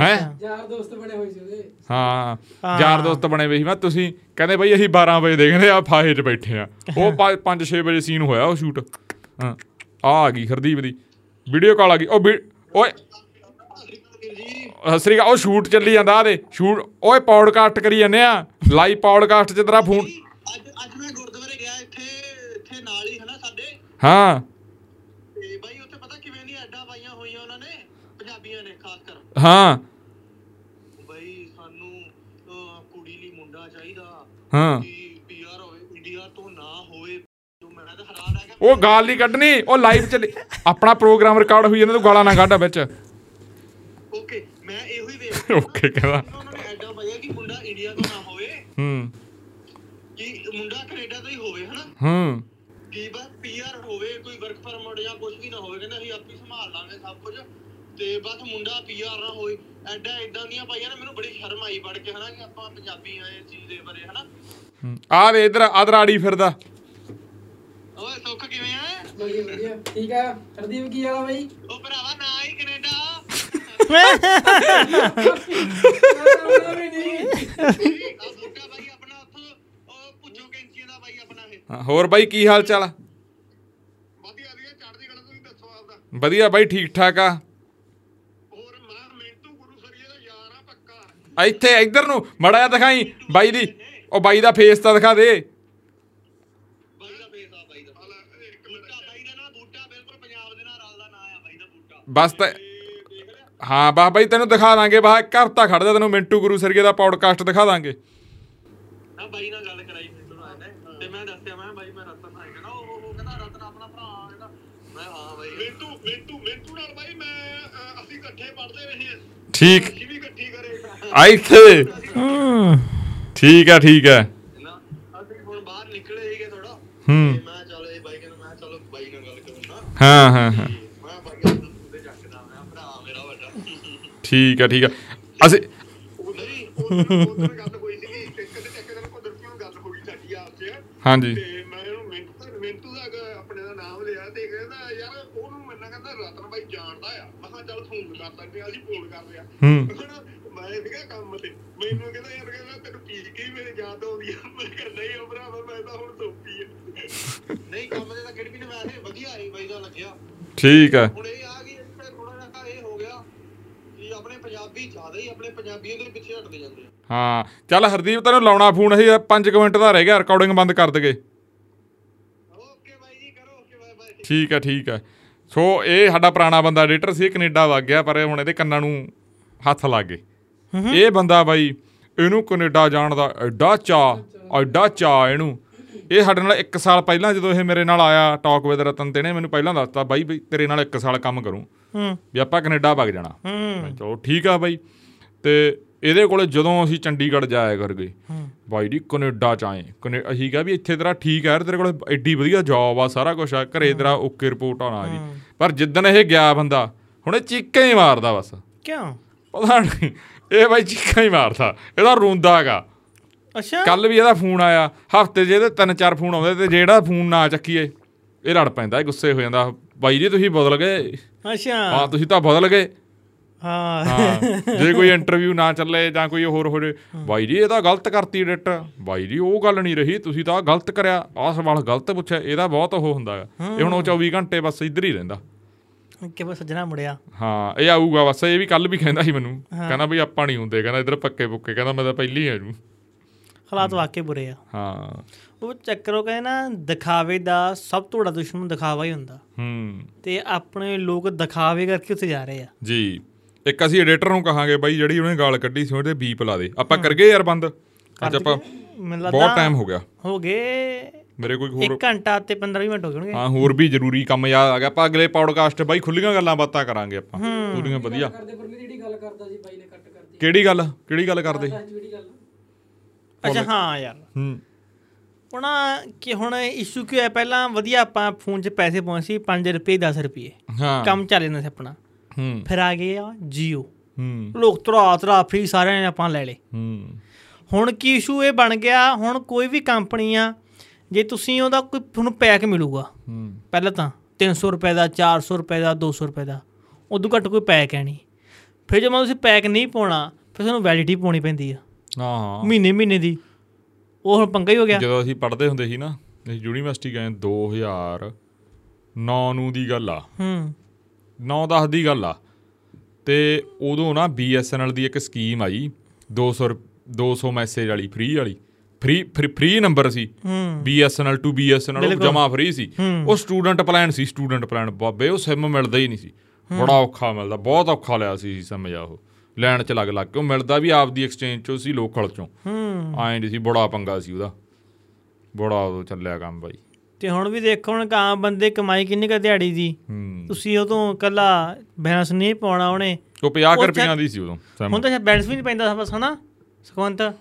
ਹੈ
ਯਾਰ ਦੋਸਤ ਬਣੇ ਹੋਏ ਸੀ ਉਹਦੇ
ਹਾਂ ਯਾਰ ਦੋਸਤ ਬਣੇ ਵੇ ਸੀ ਮੈਂ ਤੁਸੀਂ ਕਹਿੰਦੇ ਬਈ ਅਸੀਂ 12 ਵਜੇ ਦੇਖਦੇ ਆ ਫਾਹੇ 'ਚ ਬੈਠੇ ਆ ਉਹ 5-6 ਵਜੇ ਸੀਨ ਹੋਇਆ ਉਹ ਸ਼ੂਟ ਹਾਂ ਆ ਆ ਗਈ ਹਰਦੀਪ ਦੀ ਵੀਡੀਓ ਕਾਲ ਆ ਗਈ ਉਹ ਵੀ- ਓਏ ਸਤਿ ਸ੍ਰੀ ਅਕਾਲ ਉਹ ਸ਼ੂਟ ਚੱਲੀ ਜਾਂਦਾ ਆ ਦੇ ਸ਼ੂਟ ਓਏ ਪੌਡਕਾਸਟ ਕਰੀ ਜਾਂਦੇ ਆ ਲਾਈਵ ਪੌਡਕਾਸਟ 'ਚ ਤੇਰਾ ਫੋਨ
ਅੱਜ ਅੱਜ ਮੈਂ ਗੁਰਦੁਆਰੇ ਗਿਆ ਇੱਥੇ ਇੱਥੇ ਨਾਲ ਹੀ ਹਨਾ ਸਾਡੇ
ਹਾਂ
ਤੇ ਬਾਈ ਉੱਥੇ ਪਤਾ ਕਿਵੇਂ ਨਹੀਂ ਐਡਾ ਪਾਈਆਂ ਹੋਈਆਂ ਉਹਨਾਂ ਨੇ ਪੰਜਾਬੀਆਂ ਨੇ ਖਾਸ ਕਰ
ਹਾਂ
ਬਾਈ ਸਾਨੂੰ ਅਹ, ਕੁੜੀ ਲਈ ਮੁੰਡਾ ਚਾਹੀਦਾ
ਹਾਂ
ਕਿ ਪੀਆਰ ਹੋਵੇ ਇੰਡੀਆ ਤੋਂ ਨਾ ਹੋਵੇ ਜੋ ਮੈਂ ਤਾਂ ਹੈਰਾਨ ਆ ਗਿਆ
ਉਹ ਗਾਲ ਨਹੀਂ ਕੱਢਣੀ ਉਹ ਲਾਈਵ 'ਚ ਲ- ਆਪਣਾ ਪ੍ਰੋਗਰਾਮ ਰਿਕਾਰਡ ਹੋਈ ਜਾਂਦਾ ਤੂੰ ਗਾਲਾਂ ਨਾ ਕੱਢ ਵਿੱਚ
ਓਕੇ ਮੈਂ ਇਹੋ ਹੀ ਵੇਖ
ਓਕੇ ਕਹਿੰਦਾ
ਉਹਨਾਂ ਨੇ ਐਡਾ ਪਾਇਆ ਕਿ ਮੁੰਡਾ ਇੰਡੀਆ ਤੋਂ ਨਾ ਹੋਵੇ
ਹੂੰ
ਕਿ ਮੁੰਡਾ ਕੈਨੇਡਾ ਤੋਂ ਹੀ ਹੋਵੇ ਹਨਾ
ਹੂੰ
ਕੀ ਬਸ ਪੀਆਰ ਹੋਵੇ ਕੋਈ ਵਰਕ ਪਰਮਿਟ ਜਾਂ ਕੁਝ ਵੀ ਨਾ ਹੋਵੇ ਕਹਿੰਦੇ ਅਸੀਂ ਆਪੇ ਸੰਭਾਲ ਲਾਂਗੇ ਸਭ ਕੁਝ ਤੇ ਬਸ ਮੁੰਡਾ ਪੀਆਰ ਨਾ ਹੋਏ ਐਡਾ ਇਦਾਂ ਦੀਆਂ ਪਾਈਆਂ ਨੇ ਮੈਨੂੰ ਬੜੀ ਸ਼ਰਮ ਆਈ ਵੜ ਕੇ ਹਨਾ ਕਿ ਆਪਾਂ ਪੰਜਾਬੀ ਆ ਇਸ ਚੀਜ਼ ਦੇ ਬਾਰੇ ਹਨਾ
ਆ ਵੇ ਇਧਰ ਆਦਰਾੜੀ ਫਿਰਦਾ
ਓਏ ਸੁੱਖ ਕਿਵੇਂ ਆ
ਵਧੀਆ ਵਧੀਆ ਠੀਕ ਆ ਹਰਦੀਪ ਕੀ ਵਾਲਾ ਬਾਈ
ਉਹ ਭਰਾਵਾ ਨਾ ਹੀ ਕੈਨੇਡਾ
ਆਉਣਾ ਵੀ ਨਹੀਂ
ਆ ਬੁੱਟਾ ਬਾਈ ਆਪਣਾ ਉੱਥੋਂ ਉਹ ਪੁੱਜੋ ਕੈਂਚੀਆਂ ਦਾ ਬਾਈ ਆਪਣਾ ਇਹ
ਹਾਂ, ਹੋਰ ਬਾਈ ਕੀ ਹਾਲ ਚਾਲ ਆ
ਵਧੀਆ ਵਧੀਆ ਚੜ੍ਹਦੀ ਕਲਾ ਤੁਸੀਂ ਦੱਸੋ ਆਪਦਾ
ਵਧੀਆ ਬਾਈ ਠੀਕ ਠਾਕ ਆ
ਹੋਰ ਮੈਂ ਮਿੰਟੂ ਗੁਰੂ ਸਰੀਏ ਦਾ ਯਾਰ ਆ ਪੱਕਾ
ਆ ਇੱਥੇ ਇੱਧਰ ਨੂੰ ਮੜਾ ਜਾ ਦਿਖਾਈ ਬਾਈ ਦੀ ਉਹ ਬਾਈ ਦਾ ਫੇਸ ਤਾਂ ਦਿਖਾ ਦੇ
ਬਾਈ ਦਾ ਬੇਸ ਆ ਬਾਈ ਦਾ ਬੂਟਾ ਬਾਈ ਦਾ ਨਾ ਬੂਟਾ ਬਿਲਕੁਲ ਪੰਜਾਬ ਦੇ ਨਾਲ ਰਲਦਾ ਨਾਂ ਆ ਬਾਈ ਦਾ ਬੂਟਾ
ਬਸ ਤਾਂ
ਤੇ ਦੇਖ ਲਿਆ
ਹਾਂ ਬਸ ਬਾਈ ਤੈਨੂੰ ਦਿਖਾ ਦਾਂਗੇ ਬਸ ਇੱਕ ਘਰ ਤਾਂ ਖੜਦਾ ਤੈਨੂੰ ਮਿੰਟੂ ਗੁਰੂ ਸਰਗੇ ਦਾ ਪੌਡਕਾਸਟ ਦਿਖਾ ਦਾਂਗੇ
ਨਾ ਬਾਈ ਨਾਲ ਗੱਲ ਕਰਾਈ ਫਿਰ ਤੋਂ ਆਇਆ ਨੇ ਤੇ ਮੈਂ ਦੱਸਿਆ ਮੈਂ ਕਿਹਾ ਬਾਈ ਮੈਂ ਰਤਨ ਨਾਲ ਕਹਿੰਦਾ ਉਹ ਉਹ ਕਹਿੰਦਾ ਰਤਨ ਆਪਣਾ ਭਰਾ ਆ ਕਹਿੰਦਾ ਮੈਂ ਹਾਂ ਬਾਈ ਮਿੰਟੂ ਮਿੰਟੂ ਮਿੰਟੂ ਨਾਲ ਬਾਈ ਮੈਂ ਅਸੀਂ ਇਕੱਠੇ ਪੜਦੇ ਰਹੇ
ਠੀਕ
ਅਸੀਂ ਵੀ ਇਕੱਠੀ ਕਰੇ
ਆ ਇੱਥੇ
ਹੂੰ
ਠੀਕ ਆ ਠੀਕ ਆ
ਨਾ ਅਸੀਂ ਹੁਣ ਬਾਹਰ ਨਿਕਲੇ ਹੀਗੇ ਥੋੜਾ
ਹੂੰ।
ਤੇ ਮੈਂ ਚਲੋ ਇਹ ਬਾਈ ਕਹਿੰਦਾ ਮੈਂ ਚਲੋ ਬਾਈ ਨਾਲ ਗੱਲ ਕਰੂੰਗਾ
ਹਾਂ ਹਾਂ ਹਾਂ
ਮੈਂ ਬਾਈ ਨੂੰ ਉਹਦੇ ਚੱਕਦਾ ਮੈਂ ਭਰਾ ਮੇਰਾ ਵੱਡਾ
ਠੀਕ ਆ ਠੀਕ ਆ ਅਸੀਂ
ਨਹੀਂ, ਉਹਦੇ ਨਾਲ- ਉਹਦੇ ਨਾਲ ਗੱਲ ਹੋਈ ਸੀਗੀ, ਤੇ ਕਹਿੰਦੇ ਚੱਕੇ ਨਾਲ ਕੁਦਰਤੀ ਨਾਲ ਗੱਲ ਹੋਈ ਸਾਡੀ ਆਪਸ ਚ।
ਹਾਂਜੀ
ਤੇ ਮੈਂ ਇਹਨੂੰ ਮਿੰਟੂ ਦਾ- ਮਿੰਟੂ ਦਾ ਗ- ਆਪਣੇ ਦਾ ਨਾਮ ਲਿਆ ਤੇ ਕਹਿੰਦਾ ਯਾਰ ਮੈਂ ਉਹਨੂੰ ਮੈਨਾਂ ਕਹਿੰਦਾ ਰਤਨ ਬਾਈ ਜਾਣਦਾ ਆ ਮੈਂ ਕਿਹਾ ਚੱਲ ਫੋਨ ਕਰ ਸਕਦੇ ਆ ਅਸੀਂ ਫੋਨ ਕਰਦੇ ਆ
ਹੂੰ
ਹੁਣ ਮੈਂ ਸੀਗਾ ਕੰਮ ਤੇ ਮੈਨੂੰ ਕਹਿੰਦਾ ਯਾਰ ਕਹਿੰਦਾ ਤੈਨੂੰ ਪੀ ਕੇ ਹੀ ਮੇਰੇ ਯਾਦ ਆਉਂਦੀ ਆ ਮੈਂ ਕਿਹਾ ਨਹੀਂ ਉਹ ਭਰਾਵਾ ਮੈਂ ਤਾਂ ਹੁਣ ਸੋਪੀ ਆ ਨਹੀਂ ਕੰਮ ਦੇ ਤਾਂ ਕਿਹੜੀ ਵੀ ਨਹੀਂ ਵੈਸੇ ਵਧੀਆ ਆਈ ਬਾਈ ਦਾ ਲੱਗਿਆ
ਠੀਕ ਹੈ
ਹੁਣ ਇਹ ਆ ਕਿ ਇੱਥੇ ਥੋੜਾ ਜਿਹਾ ਇਹ ਹੋ ਗਿਆ ਕਿ ਆਪਣੇ ਪੰਜਾਬੀ ਜ਼ਿਆਦਾ ਹੀ ਆਪਣੇ ਪੰਜਾਬੀਆਂ ਦੇ ਪਿੱਛੇ ਹਟਦੇ ਜਾਂਦੇ ਆ
ਹਾਂ ਚੱਲ ਹਰਦੀਪ ਤੈਨੂੰ ਲਾਉਣਾ ਫੋਨ ਇਹ 5 ਮਿੰਟ ਦਾ ਰਹਿ ਗਿਆ ਰਿਕਾਰਡਿੰਗ ਬੰਦ ਕਰ ਦਗੇ
ਓਕੇ ਬਾਈ ਜੀ ਕਰੋ ਓਕੇ ਬਾਏ ਬਾਏ
ਠੀਕ ਹੈ ਠੀਕ ਹੈ ਸੋ ਇਹ ਸਾਡਾ ਪੁਰਾਣਾ ਬੰਦਾ ਐਡੀਟਰ ਸੀ ਇਹ ਕੈਨੇਡਾ ਵਗ ਗਿਆ ਪਰ ਇਹ ਹੁਣ ਇਹਦੇ ਕੰਨਾਂ ਨੂੰ ਹੱਥ ਲੱਗ ਗਏ ਇਹ ਬੰਦਾ ਬਾਈ ਇਹਨੂੰ ਕੈਨੇਡਾ ਜਾਣ ਦਾ ਐਡਾ ਚਾਅ ਐਡਾ ਚਾਅ ਇਹਨੂੰ ਇਹ ਸਾਡੇ ਨਾਲ 1 ਸਾਲ ਪਹਿਲਾਂ ਜਦੋਂ ਇਹ ਮੇਰੇ ਨਾਲ ਆਇਆ ਟਾਕ ਵਿਦ ਰਤਨ ਤੇ ਇਹਨੇ ਮੈਨੂੰ ਪਹਿਲਾਂ ਦੱਸਤਾ ਬਾਈ ਬਈ ਤੇਰੇ ਨਾਲ 1 ਸਾਲ ਕੰਮ ਕਰੂੰ
ਹੂੰ
ਵੀ ਆਪਾਂ ਕੈਨੇਡਾ ਵਗ ਜਾਣਾ
ਹੂੰ
ਮੈਂ ਚਲੋ ਠੀਕ ਆ ਬਾਈ ਤੇ ਇਹਦੇ ਕੋਲੇ ਜਦੋਂ ਅਸੀਂ ਚੰਡੀਗੜ੍ਹ ਜਾਇਆ ਕਰ ਗਏ ਬਾਈ ਜੀ ਕੈਨੇਡਾ ਚ ਆਏ ਕਨੇ ਅਸੀਂ ਕਿਹਾ ਵੀ ਇੱਥੇ ਤੇਰਾ ਠੀਕ ਆ ਯਾਰ ਤੇਰੇ ਕੋਲੇ ਐਡੀ ਵਧੀਆ ਜੌਬ ਆ ਸਾਰਾ ਕੁਝ ਆ ਘਰੇ ਤੇਰਾ ਓਕੇ ਰਿਪੋਰਟ ਆਉਣਾ ਜੀ ਪਰ ਜਿੱਦਣ ਇਹ ਗਿਆ ਬੰਦਾ ਹੁਣ ਇਹ ਚੀਕਾਂ ਹੀ ਮਾਰਦਾ ਬਸ
ਕਿਉਂ
ਪਤਾ ਨਹੀਂ ਇਹ ਬਾਈ ਚੀਕਾਂ ਹੀ ਮਾਰਦਾ ਇਹਦਾ ਰੋਂਦਾਗਾ
ਅੱਛਾ
ਕੱਲ ਵੀ ਇਹਦਾ ਫੋਨ ਆਇਆ ਹਫਤੇ 'ਚ ਇਹਦੇ ਤਿੰਨ ਚਾਰ ਫੋਨ ਆਉਂਦੇ ਤੇ ਜਿਹੜਾ ਫੋਨ ਨਾ ਚੱਕੀਏ ਇਹ ਲੜ ਪੈਂਦਾ ਇਹ ਗੁੱਸੇ ਹੋ ਜਾਂਦਾ ਬਾਈ ਜੀ ਤੁਸੀਂ ਬਦਲ ਗਏ
ਅੱਛਾ
ਹਾਂ ਤੁਸੀਂ ਤਾਂ ਬਦਲ ਗਏ
ਹਾਂ
ਹਾਂ ਜੇ ਕੋਈ ਇੰਟਰਵਿਊ ਨਾ ਚੱਲੇ ਜਾਂ ਕੋਈ ਹੋਰ ਹੋ ਜੇ ਬਾਈ ਜੀ ਇਹ ਤਾਂ ਗਲਤ ਕਰਤੀ ਐਡੀਟਰ ਬਾਈ ਜੀ ਉਹ ਗੱਲ ਨਹੀਂ ਰਹੀ ਤੁਸੀਂ ਤਾਂ ਆਹ ਗਲਤ ਕਰਿਆ ਆਹ ਸਵਾਲ ਗਲਤ ਪੁੱਛਿਆ ਇਹਦਾ ਬਹੁਤ ਉਹ ਹੁੰਦਾ ਹੈ ਇਹ ਹੁਣ ਉਹ 24 ਘੰਟੇ ਬਸ ਇੱਧਰ ਹੀ ਰਹਿੰਦਾ
ਕਿ ਬਸ ਸੱਜਣਾ ਮੁੜਿਆ
ਹਾਂ ਇਹ ਆਊਗਾ ਬਸ ਇਹ ਵੀ ਕੱਲ ਵੀ ਕਹਿੰਦਾ ਸੀ ਮੈਨੂੰ ਕਹਿੰਦਾ ਵੀ ਆਪਾਂ ਨਹੀਂ ਹੁੰਦੇ ਕਹਿੰਦਾ ਇੱਧਰ ਪੱਕੇ ਪੁੱਕੇ ਕਹਿੰਦਾ ਮੈਂ ਤਾਂ ਪਹਿਲੀ ਆ ਜੂ
ਹਾਲਾਤ ਵਾਕਈ ਬੁਰੇ ਆ
ਹਾਂ
ਉਹ ਚੱਕਰੋ ਕਹਿੰਦੇ ਨਾ ਦਿਖਾਵੇ ਦਾ ਸਭ ਤੋਂ ਵੱਡਾ ਦੁਸ਼ਮਣ ਦਿਖਾਵਾ ਹੀ ਹੁੰਦਾ
ਹੂੰ
ਤੇ ਆਪਣੇ ਲੋਕ ਦਿਖਾਵੇ ਕਰਕੇ ਉੱਥੇ ਜਾ ਰਹੇ ਆ
ਜੀ ਇੱਕ ਅਸੀਂ ਐਡੀਟਰ ਨੂੰ ਕਹਾਂਗੇ ਬਾਈ ਜਿਹੜੀ ਉਹਨੇ ਗਾਲ ਕੱਢੀ ਸੀ ਉਹਦੇ ਬੀਪ ਲਾ ਦੇ ਆਪਾਂ ਕਰ ਗਏ ਯਾਰ ਬੰਦ ਅੱਜ ਆਪਾਂ
ਮੈਨੂੰ
ਬਹੁਤ
ਲੱਗਦਾ
ਟਾਈਮ ਹੋ ਗਿਆ
ਹੋ ਗਏ
ਮੇਰੇ ਕੋਈ ਹੋਰ
1 ਘੰਟਾ ਤੇ 15 ਮਿੰਟ ਹੋ ਗਏ ਹੋਣਗੇ
ਹਾਂ ਹੋਰ ਵੀ ਜ਼ਰੂਰੀ ਕੰਮ ਯਾਦ ਆ ਗਿਆ ਆਪਾਂ ਅਗਲੇ ਪੌਡਕਾਸਟ ਬਾਈ ਖੁੱਲੀਆਂ ਗੱਲਾਂ ਬਾਤਾਂ ਕਰਾਂਗੇ ਆਪਾਂ ਪੂਰੀਆਂ ਵਧੀਆ
ਕਰਦੇ ਪਰ ਜਿਹੜੀ ਗੱਲ ਕਰਦਾ ਸੀ ਬਾਈ ਨੇ ਕੱਟ ਕਰਦੀ
ਕਿਹੜੀ ਗੱਲ ਕਿਹੜੀ ਗੱਲ ਕਰਦੇ
ਅੱਜ ਜਿਹੜੀ ਗੱਲ
ਅੱਛਾ ਹਾਂ ਯਾਰ
ਹੂੰ
ਉਹਨਾਂ ਕਿ ਹੁਣ ਇਸ਼ੂ ਕੀ ਹੋਇਆ ਪਹਿਲਾਂ ਵਧੀਆ ਆਪਾਂ ਫੋਨ 'ਚ ਪੈਸੇ ਪਾਉਣੇ ਸੀ 5 ਰੁਪਏ 10 ਰੁਪਏ
ਹਾਂ
ਕੰਮ ਚੱਲ ਜਾਂਦਾ ਸੀ ਆਪਣਾ
ਹੂੰ
ਫਿਰ ਆ ਗਏ ਆ ਜੀਓ
ਹੂੰ
ਲੋਕ ਤਰਾ ਤਰਾ ਫ੍ਰੀ ਸਾਰਿਆਂ ਨੇ ਆਪਾਂ ਲੈ ਲਏ
ਹੂੰ
ਹੁਣ ਕੀ ਇਸ਼ੂ ਇਹ ਬਣ ਗਿਆ ਹੁਣ ਕੋਈ ਵੀ ਕੰਪਨੀ ਆ ਜੇ ਤੁਸੀਂ ਉਹਦਾ ਕੋਈ ਤੁਹਾਨੂੰ ਪੈਕ ਮਿਲੂਗਾ
ਹੂੰ
ਪਹਿਲਾਂ ਤਾਂ 300 ਰੁਪਏ ਦਾ 400 ਰੁਪਏ ਦਾ 200 ਰੁਪਏ ਦਾ ਉਦੋਂ ਘੱਟ ਕੋਈ ਪੈਕ ਹੈ ਨਹੀਂ ਫਿਰ ਜਦੋਂ ਤੁਸੀਂ ਪੈਕ ਨਹੀਂ ਪਾਉਣਾ ਫਿਰ ਤੁਹਾਨੂੰ ਵੈਲਿਡਿਟੀ ਪਾਉਣੀ ਪੈਂਦੀ ਆ
ਹਾਂ
ਮਹੀਨੇ ਮਹੀਨੇ ਦੀ ਉਹ ਹੁਣ ਪੰਗਾ ਹੀ ਹੋ ਗਿਆ
ਜਦੋਂ ਅਸੀਂ ਪੜ੍ਹਦੇ ਹੁੰਦੇ ਸੀ ਨਾ ਅਸੀਂ ਯੂਨੀਵਰਸਿਟੀ ਗਏ 2009 ਨੂੰ ਦੀ ਗੱਲ ਆ
ਹੂੰ
9-10 ਦੀ ਗੱਲ ਆ ਤੇ ਉਦੋਂ ਨਾ BSNL ਦੀ ਇੱਕ ਸਕੀਮ ਆਈ 200 ਰੁਪ- 200 ਮੈਸੇਜ ਵਾਲੀ ਫ੍ਰੀ ਵਾਲੀ ਫ੍ਰੀ ਫ੍ਰੀ ਨੰਬਰ ਸੀ BSNL ਟੂ BSNL ਜਮਾ ਫ੍ਰੀ ਸੀ ਉਹ ਸਟੂਡੈਂਟ ਪਲਾਨ ਸੀ ਸਟੂਡੈਂਟ ਪਲਾਨ ਬਾਬੇ ਉਹ ਸਿਮ ਮਿਲਦਾ ਹੀ ਨਹੀਂ ਸੀ ਬੜਾ ਔਖਾ ਮਿਲਦਾ ਬਹੁਤ ਔਖਾ ਲਿਆ ਸੀ ਸਿਮ ਜਾ ਉਹ ਲੈਣ ਚ ਲੱਗ ਲੱਗ ਕੇ ਉਹ ਮਿਲਦਾ ਵੀ ਆਪਦੀ ਐਕਸਚੇਂਜ ਚੋਂ ਸੀ ਲੋਕਲ ਚੋਂ
ਹੂੰ
ਆਏ ਨਹੀਂ ਸੀ ਬੜਾ ਪੰਗਾ ਸੀ ਉਹਦਾ ਬੜਾ ਉਦੋਂ ਚੱਲਿਆ ਕੰਮ ਬਾਈ
ਤੇ ਹੁਣ ਵੀ ਦੇਖੋ ਹੁਣ ਇੱਕ ਆਮ ਬੰਦੇ ਕਮਾਈ ਕਿੰਨੀ ਕਰ ਦਿਹਾੜੀ ਦੀ
ਹੂੰ
ਤੁਸੀਂ ਉਹ ਤੋਂ ਕੱਲਾ ਬੈਲੈਂਸ ਨਹੀਂ ਪਾਉਣਾ ਉਹਨੇ
ਉਹ 50
ਉਹ
ਰੁਪਈਆਂ
ਚੱਲ-
ਦੀ ਸੀ ਉਦੋਂ SIM
ਹੁਣ ਤਾਂ ਸ਼ਾਇਦ ਬੈਲੈਂਸ ਵੀ ਨਹੀਂ ਪੈਂਦਾ ਬਸ ਹਨਾ ਸੁਖਵੰਤ ਉਹ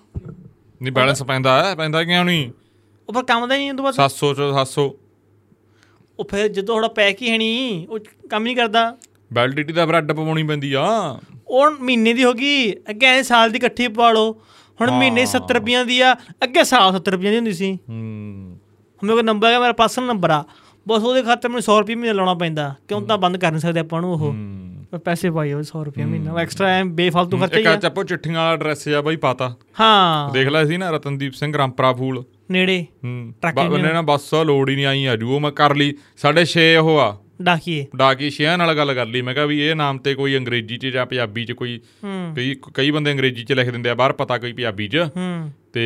ਨਹੀਂ ਬੈਲੈਂਸ ਪੈਂਦਾ ਹੈ ਪੈਂਦਾ ਕਿਉਂ ਨਹੀਂ
ਪਰ ਕੰਮ ਦਾ ਹੀ ਨਹੀਂ ਉਹ ਤੋਂ ਬਾਅਦ
700 ਚੋਂ 700
ਉਹ ਫਿਰ ਜਦੋਂ ਥੋੜਾ ਪੈਕ ਹੀ ਹੈ ਨਹੀਂ ਉਹ ਕੰਮ ਨਹੀਂ ਕਰਦਾ
ਵੈਲਿਡਿਟੀ ਦਾ ਬ੍ਰੈਡ ਪਵਾਉਣੀ ਪੈਂਦੀ ਆ
ਉਹ ਮਹੀਨੇ ਦੀ ਹੋ ਗਈ ਅੱਗੇ ਐਂ ਸਾਲ ਦੀ ਇਕੱਠੀ ਪਵਾ ਲਓ ਹੁਣ ਮਹੀਨੇ 70 ਰੁਪਈਆਂ ਦੀ ਆ ਅੱਗੇ ਸਾਲ 70 ਰੁਪਈਆਂ ਦੀ ਹੁੰਦੀ ਸੀ
ਹੂੰ
ਮੇਰੇ ਕੋਲ ਨੰਬਰ ਹੈਗਾ ਮੇਰਾ ਪਰਸਨਲ ਨੰਬਰ ਆ ਬਸ ਉਹਦੇ ਖਾਤੇ ਮੈਨੂੰ 100 ਰੁਪਏ ਮਹੀਨਾ ਲਾਉਣਾ ਪੈਂਦਾ ਕਿਉਂ ਤਾਂ ਬੰਦ ਕਰ ਨਹੀਂ ਸਕਦੇ ਆਪਾਂ ਨੂੰ ਉਹ
ਹੂੰ।
ਪਰ ਪੈਸੇ ਪਾਈ ਉਹ 100 ਰੁਪਏ ਮਹੀਨਾ ਐਕਸਟਰਾ ਐ ਬੇਫਾਲਤੂ ਖਰਚਾ ਹੀ
ਇੱਕ
ਆ
ਅੱਜ ਆਪੋ ਚਿੱਠੀਆਂ ਵਾਲਾ ਐਡਰੈਸ ਆ ਬਾਈ ਪਾਤਾ
ਹਾਂ
ਦੇਖ ਲਿਆ ਸੀ ਨਾ ਰਤਨਦੀਪ ਸਿੰਘ ਰਾਮਪਰਾ ਫੂਲ
ਨੇੜੇ
ਹੂੰ
ਟਰੱਕ
ਬਾ- ਉਹਨੇ ਨਾ ਬੱਸ ਲੋੜ ਹੀ ਨਹੀਂ ਆਈ ਆ ਜੂ ਉਹ ਮੈਂ ਕਰ ਲਈ ਸਾਡੇ 6 ਉਹ ਆ
ਡਾਕੀਏ
ਡਾਕੀ ਸ਼ਿਆਂ ਨਾਲ ਗੱਲ ਕਰ ਲਈ ਮੈਂ ਕਿਹਾ ਵੀ ਇਹ ਨਾਮ ਤੇ ਕੋਈ ਅੰਗਰੇਜ਼ੀ 'ਚ ਜਾਂ ਪੰਜਾਬੀ 'ਚ ਕੋਈ
ਹੂੰ
ਕਈ ਕਈ ਬੰਦੇ ਅੰਗਰੇਜ਼ੀ 'ਚ ਲਿਖ ਦਿੰਦੇ ਆ ਬਾਹਰ ਪਤਾ ਕੋਈ ਪੰਜਾਬੀ 'ਚ
ਹੂੰ
ਤੇ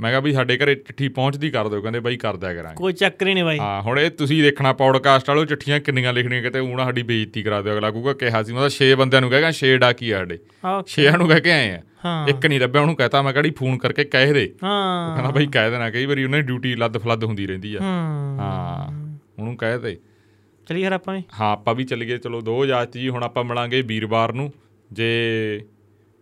ਮੈਂ ਕਿਹਾ ਵੀ ਸਾਡੇ ਘਰੇ ਚਿੱਠੀ ਪਹੁੰਚਦੀ ਕਰ ਦਿਓ ਕਹਿੰਦੇ ਬਾਈ ਕਰ ਦਿਆ ਕਰਾਂਗੇ
ਕੋਈ ਚੱਕਰ ਹੀ ਨਹੀਂ ਬਾਈ
ਹਾਂ ਹੁਣ ਇਹ ਤੁਸੀਂ ਦੇਖਣਾ ਪੌਡਕਾਸਟ ਵਾਲੋ ਚਿੱਠੀਆਂ ਕਿੰਨੀਆਂ ਲਿਖਣੀਆਂ ਕਿਤੇ ਊਣਾ ਸਾਡੀ ਬੇਇੱਜ਼ਤੀ ਕਰਾ ਦਿਓ ਅਗਲਾ ਕਹੂਗਾ ਕਿਹਾ ਸੀ ਮੈਂ ਤਾਂ 6 ਬੰਦਿਆਂ ਨੂੰ ਕਹੇਗਾ 6 ਡਾਕੀ ਆ ਸਾਡੇ
ਹਾਂ
ਛੇਆਂ ਨੂੰ ਕਹਿ ਕੇ ਆਏ ਆ
ਹਾਂ
ਇੱਕ ਨਹੀਂ ਲੱਭਿਆ ਉਹਨੂੰ ਕਹਤਾ ਮੈਂ ਕਿਹੜੀ ਫੋਨ ਕਰਕੇ ਕਹਿ ਦੇ
ਹਾਂ
ਕਹਿੰਦਾ ਬਈ ਕਹਿ ਦੇਣਾ ਕਈ ਵਾਰੀ ਉਹਨੇ ਡਿਊਟੀ ਲੱਦ ਫਲੱਦ ਹੁੰਦੀ ਰਹਿੰਦੀ ਆ
ਹੂੰ
ਹਾਂ ਉਹਨੂੰ ਕਹਿ ਦੇ
ਚਲੀ ਹਰ ਆਪਾਂ ਵੀ
ਹਾਂ ਆਪਾਂ ਵੀ ਚੱਲੀਏ ਚਲੋ ਦੋ ਜਾਤ ਜੀ ਹੁਣ ਆਪਾਂ ਮਿਲਾਂਗੇ ਵੀਰਵਾਰ ਨੂੰ ਜੇ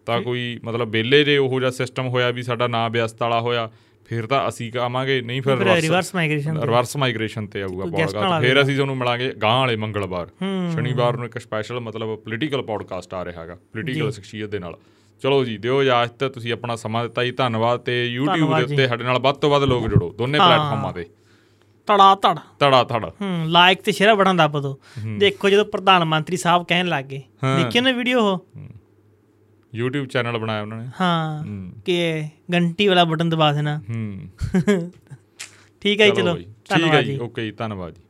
ਤਾਂ ਕੋਈ ਮਤਲਬ ਵਿਹਲੇ ਜੇ ਉਹੋ ਜਿਹਾ ਸਿਸਟਮ ਹੋਇਆ ਵੀ ਸਾਡਾ ਨਾਂ ਵਿਅਸਤ ਵਾਲਾ ਹੋਇਆ ਫਿਰ ਤਾਂ ਅਸੀਂ ਕਾਵਾਂਗੇ ਨਹੀਂ ਫਿਰ
ਫਿਰ ਰਿਵਰਸ ਮਾਈਗ੍ਰੇਸ਼ਨ
ਰਿਵਰਸ ਮਾਈਗ੍ਰੇਸ਼ਨ ਤੇ ਆਊਗਾ
ਕੋਈ guest ਨਾਲ
ਪੌਡਕਾਸਟ ਫਿਰ ਅਸੀਂ ਤੁਹਾਨੂੰ ਮਿਲਾਂਗੇ ਗਾਂ ਵਾਲੇ ਮੰਗਲਵਾਰ
ਹੂੰ।
ਸ਼ਨੀਵਾਰ ਨੂੰ ਇੱਕ ਸਪੈਸ਼ਲ ਮਤਲਬ ਪੋਲੀਟੀਕਲ ਪੌਡਕਾਸਟ ਆ ਰਿਹਾ ਹੈਗਾ ਪੋਲੀਟੀਕਲ ਸ਼ਖਸੀਅਤ ਦੇ ਨਾਲ ਚਲੋ ਜੀ ਦਿਓ ਇਜਾਜ਼ਤ ਤੁਸੀਂ ਆਪਣਾ ਸਮਾਂ ਦਿੱਤਾ ਜੀ ਧੰਨਵਾਦ ਤੇ YouTube
ਧੰਨਵਾਦ
ਦੇ
ਜੀ।
ਉੱਤੇ ਸਾਡੇ ਨਾਲ ਵੱਧ ਤੋਂ ਵੱਧ ਲੋਕ ਜੁੜੋ ਦੋਨੇ
ਹਾਂ।
ਪਲੇਟਫਾਰਮਾਂ ਤੇ
ਤੜਾ ਤੜ
ਧੜਾ ਧੜਾ
ਹੂੰ ਲਾਇਕ ਤੇ ਸ਼ੇਅਰ ਬਟਨ ਦੱਬ ਦੋ ਦੇਖੋ ਜਦੋਂ ਪ੍ਰਧਾਨ ਮੰਤਰੀ ਸਾਹਿਬ ਕਹਿਣ ਲੱਗੇ
ਹਾਂ।
ਦੇਖਿਓ ਨਾ ਵੀਡੀਓ ਉਹ
YouTube ਚੈਨਲ ਬਣਾਇਆ ਉਹਨਾਂ ਨੇ
ਹਾਂ
ਹੂੰ।
ਕਿ ਘੰਟੀ ਵਾਲਾ ਬਟਨ ਦਬਾ ਦੇਣਾ
ਹੂੰ
ਠੀਕ ਹੈ ਜੀ, ਚਲੋ
ਬਾਈ। ਠੀਕ ਹੈ
ਧੰਨਵਾਦ
ਜੀ
ਜੀ
ਓਕੇ ਜੀ ਧੰਨਵਾਦ ਜੀ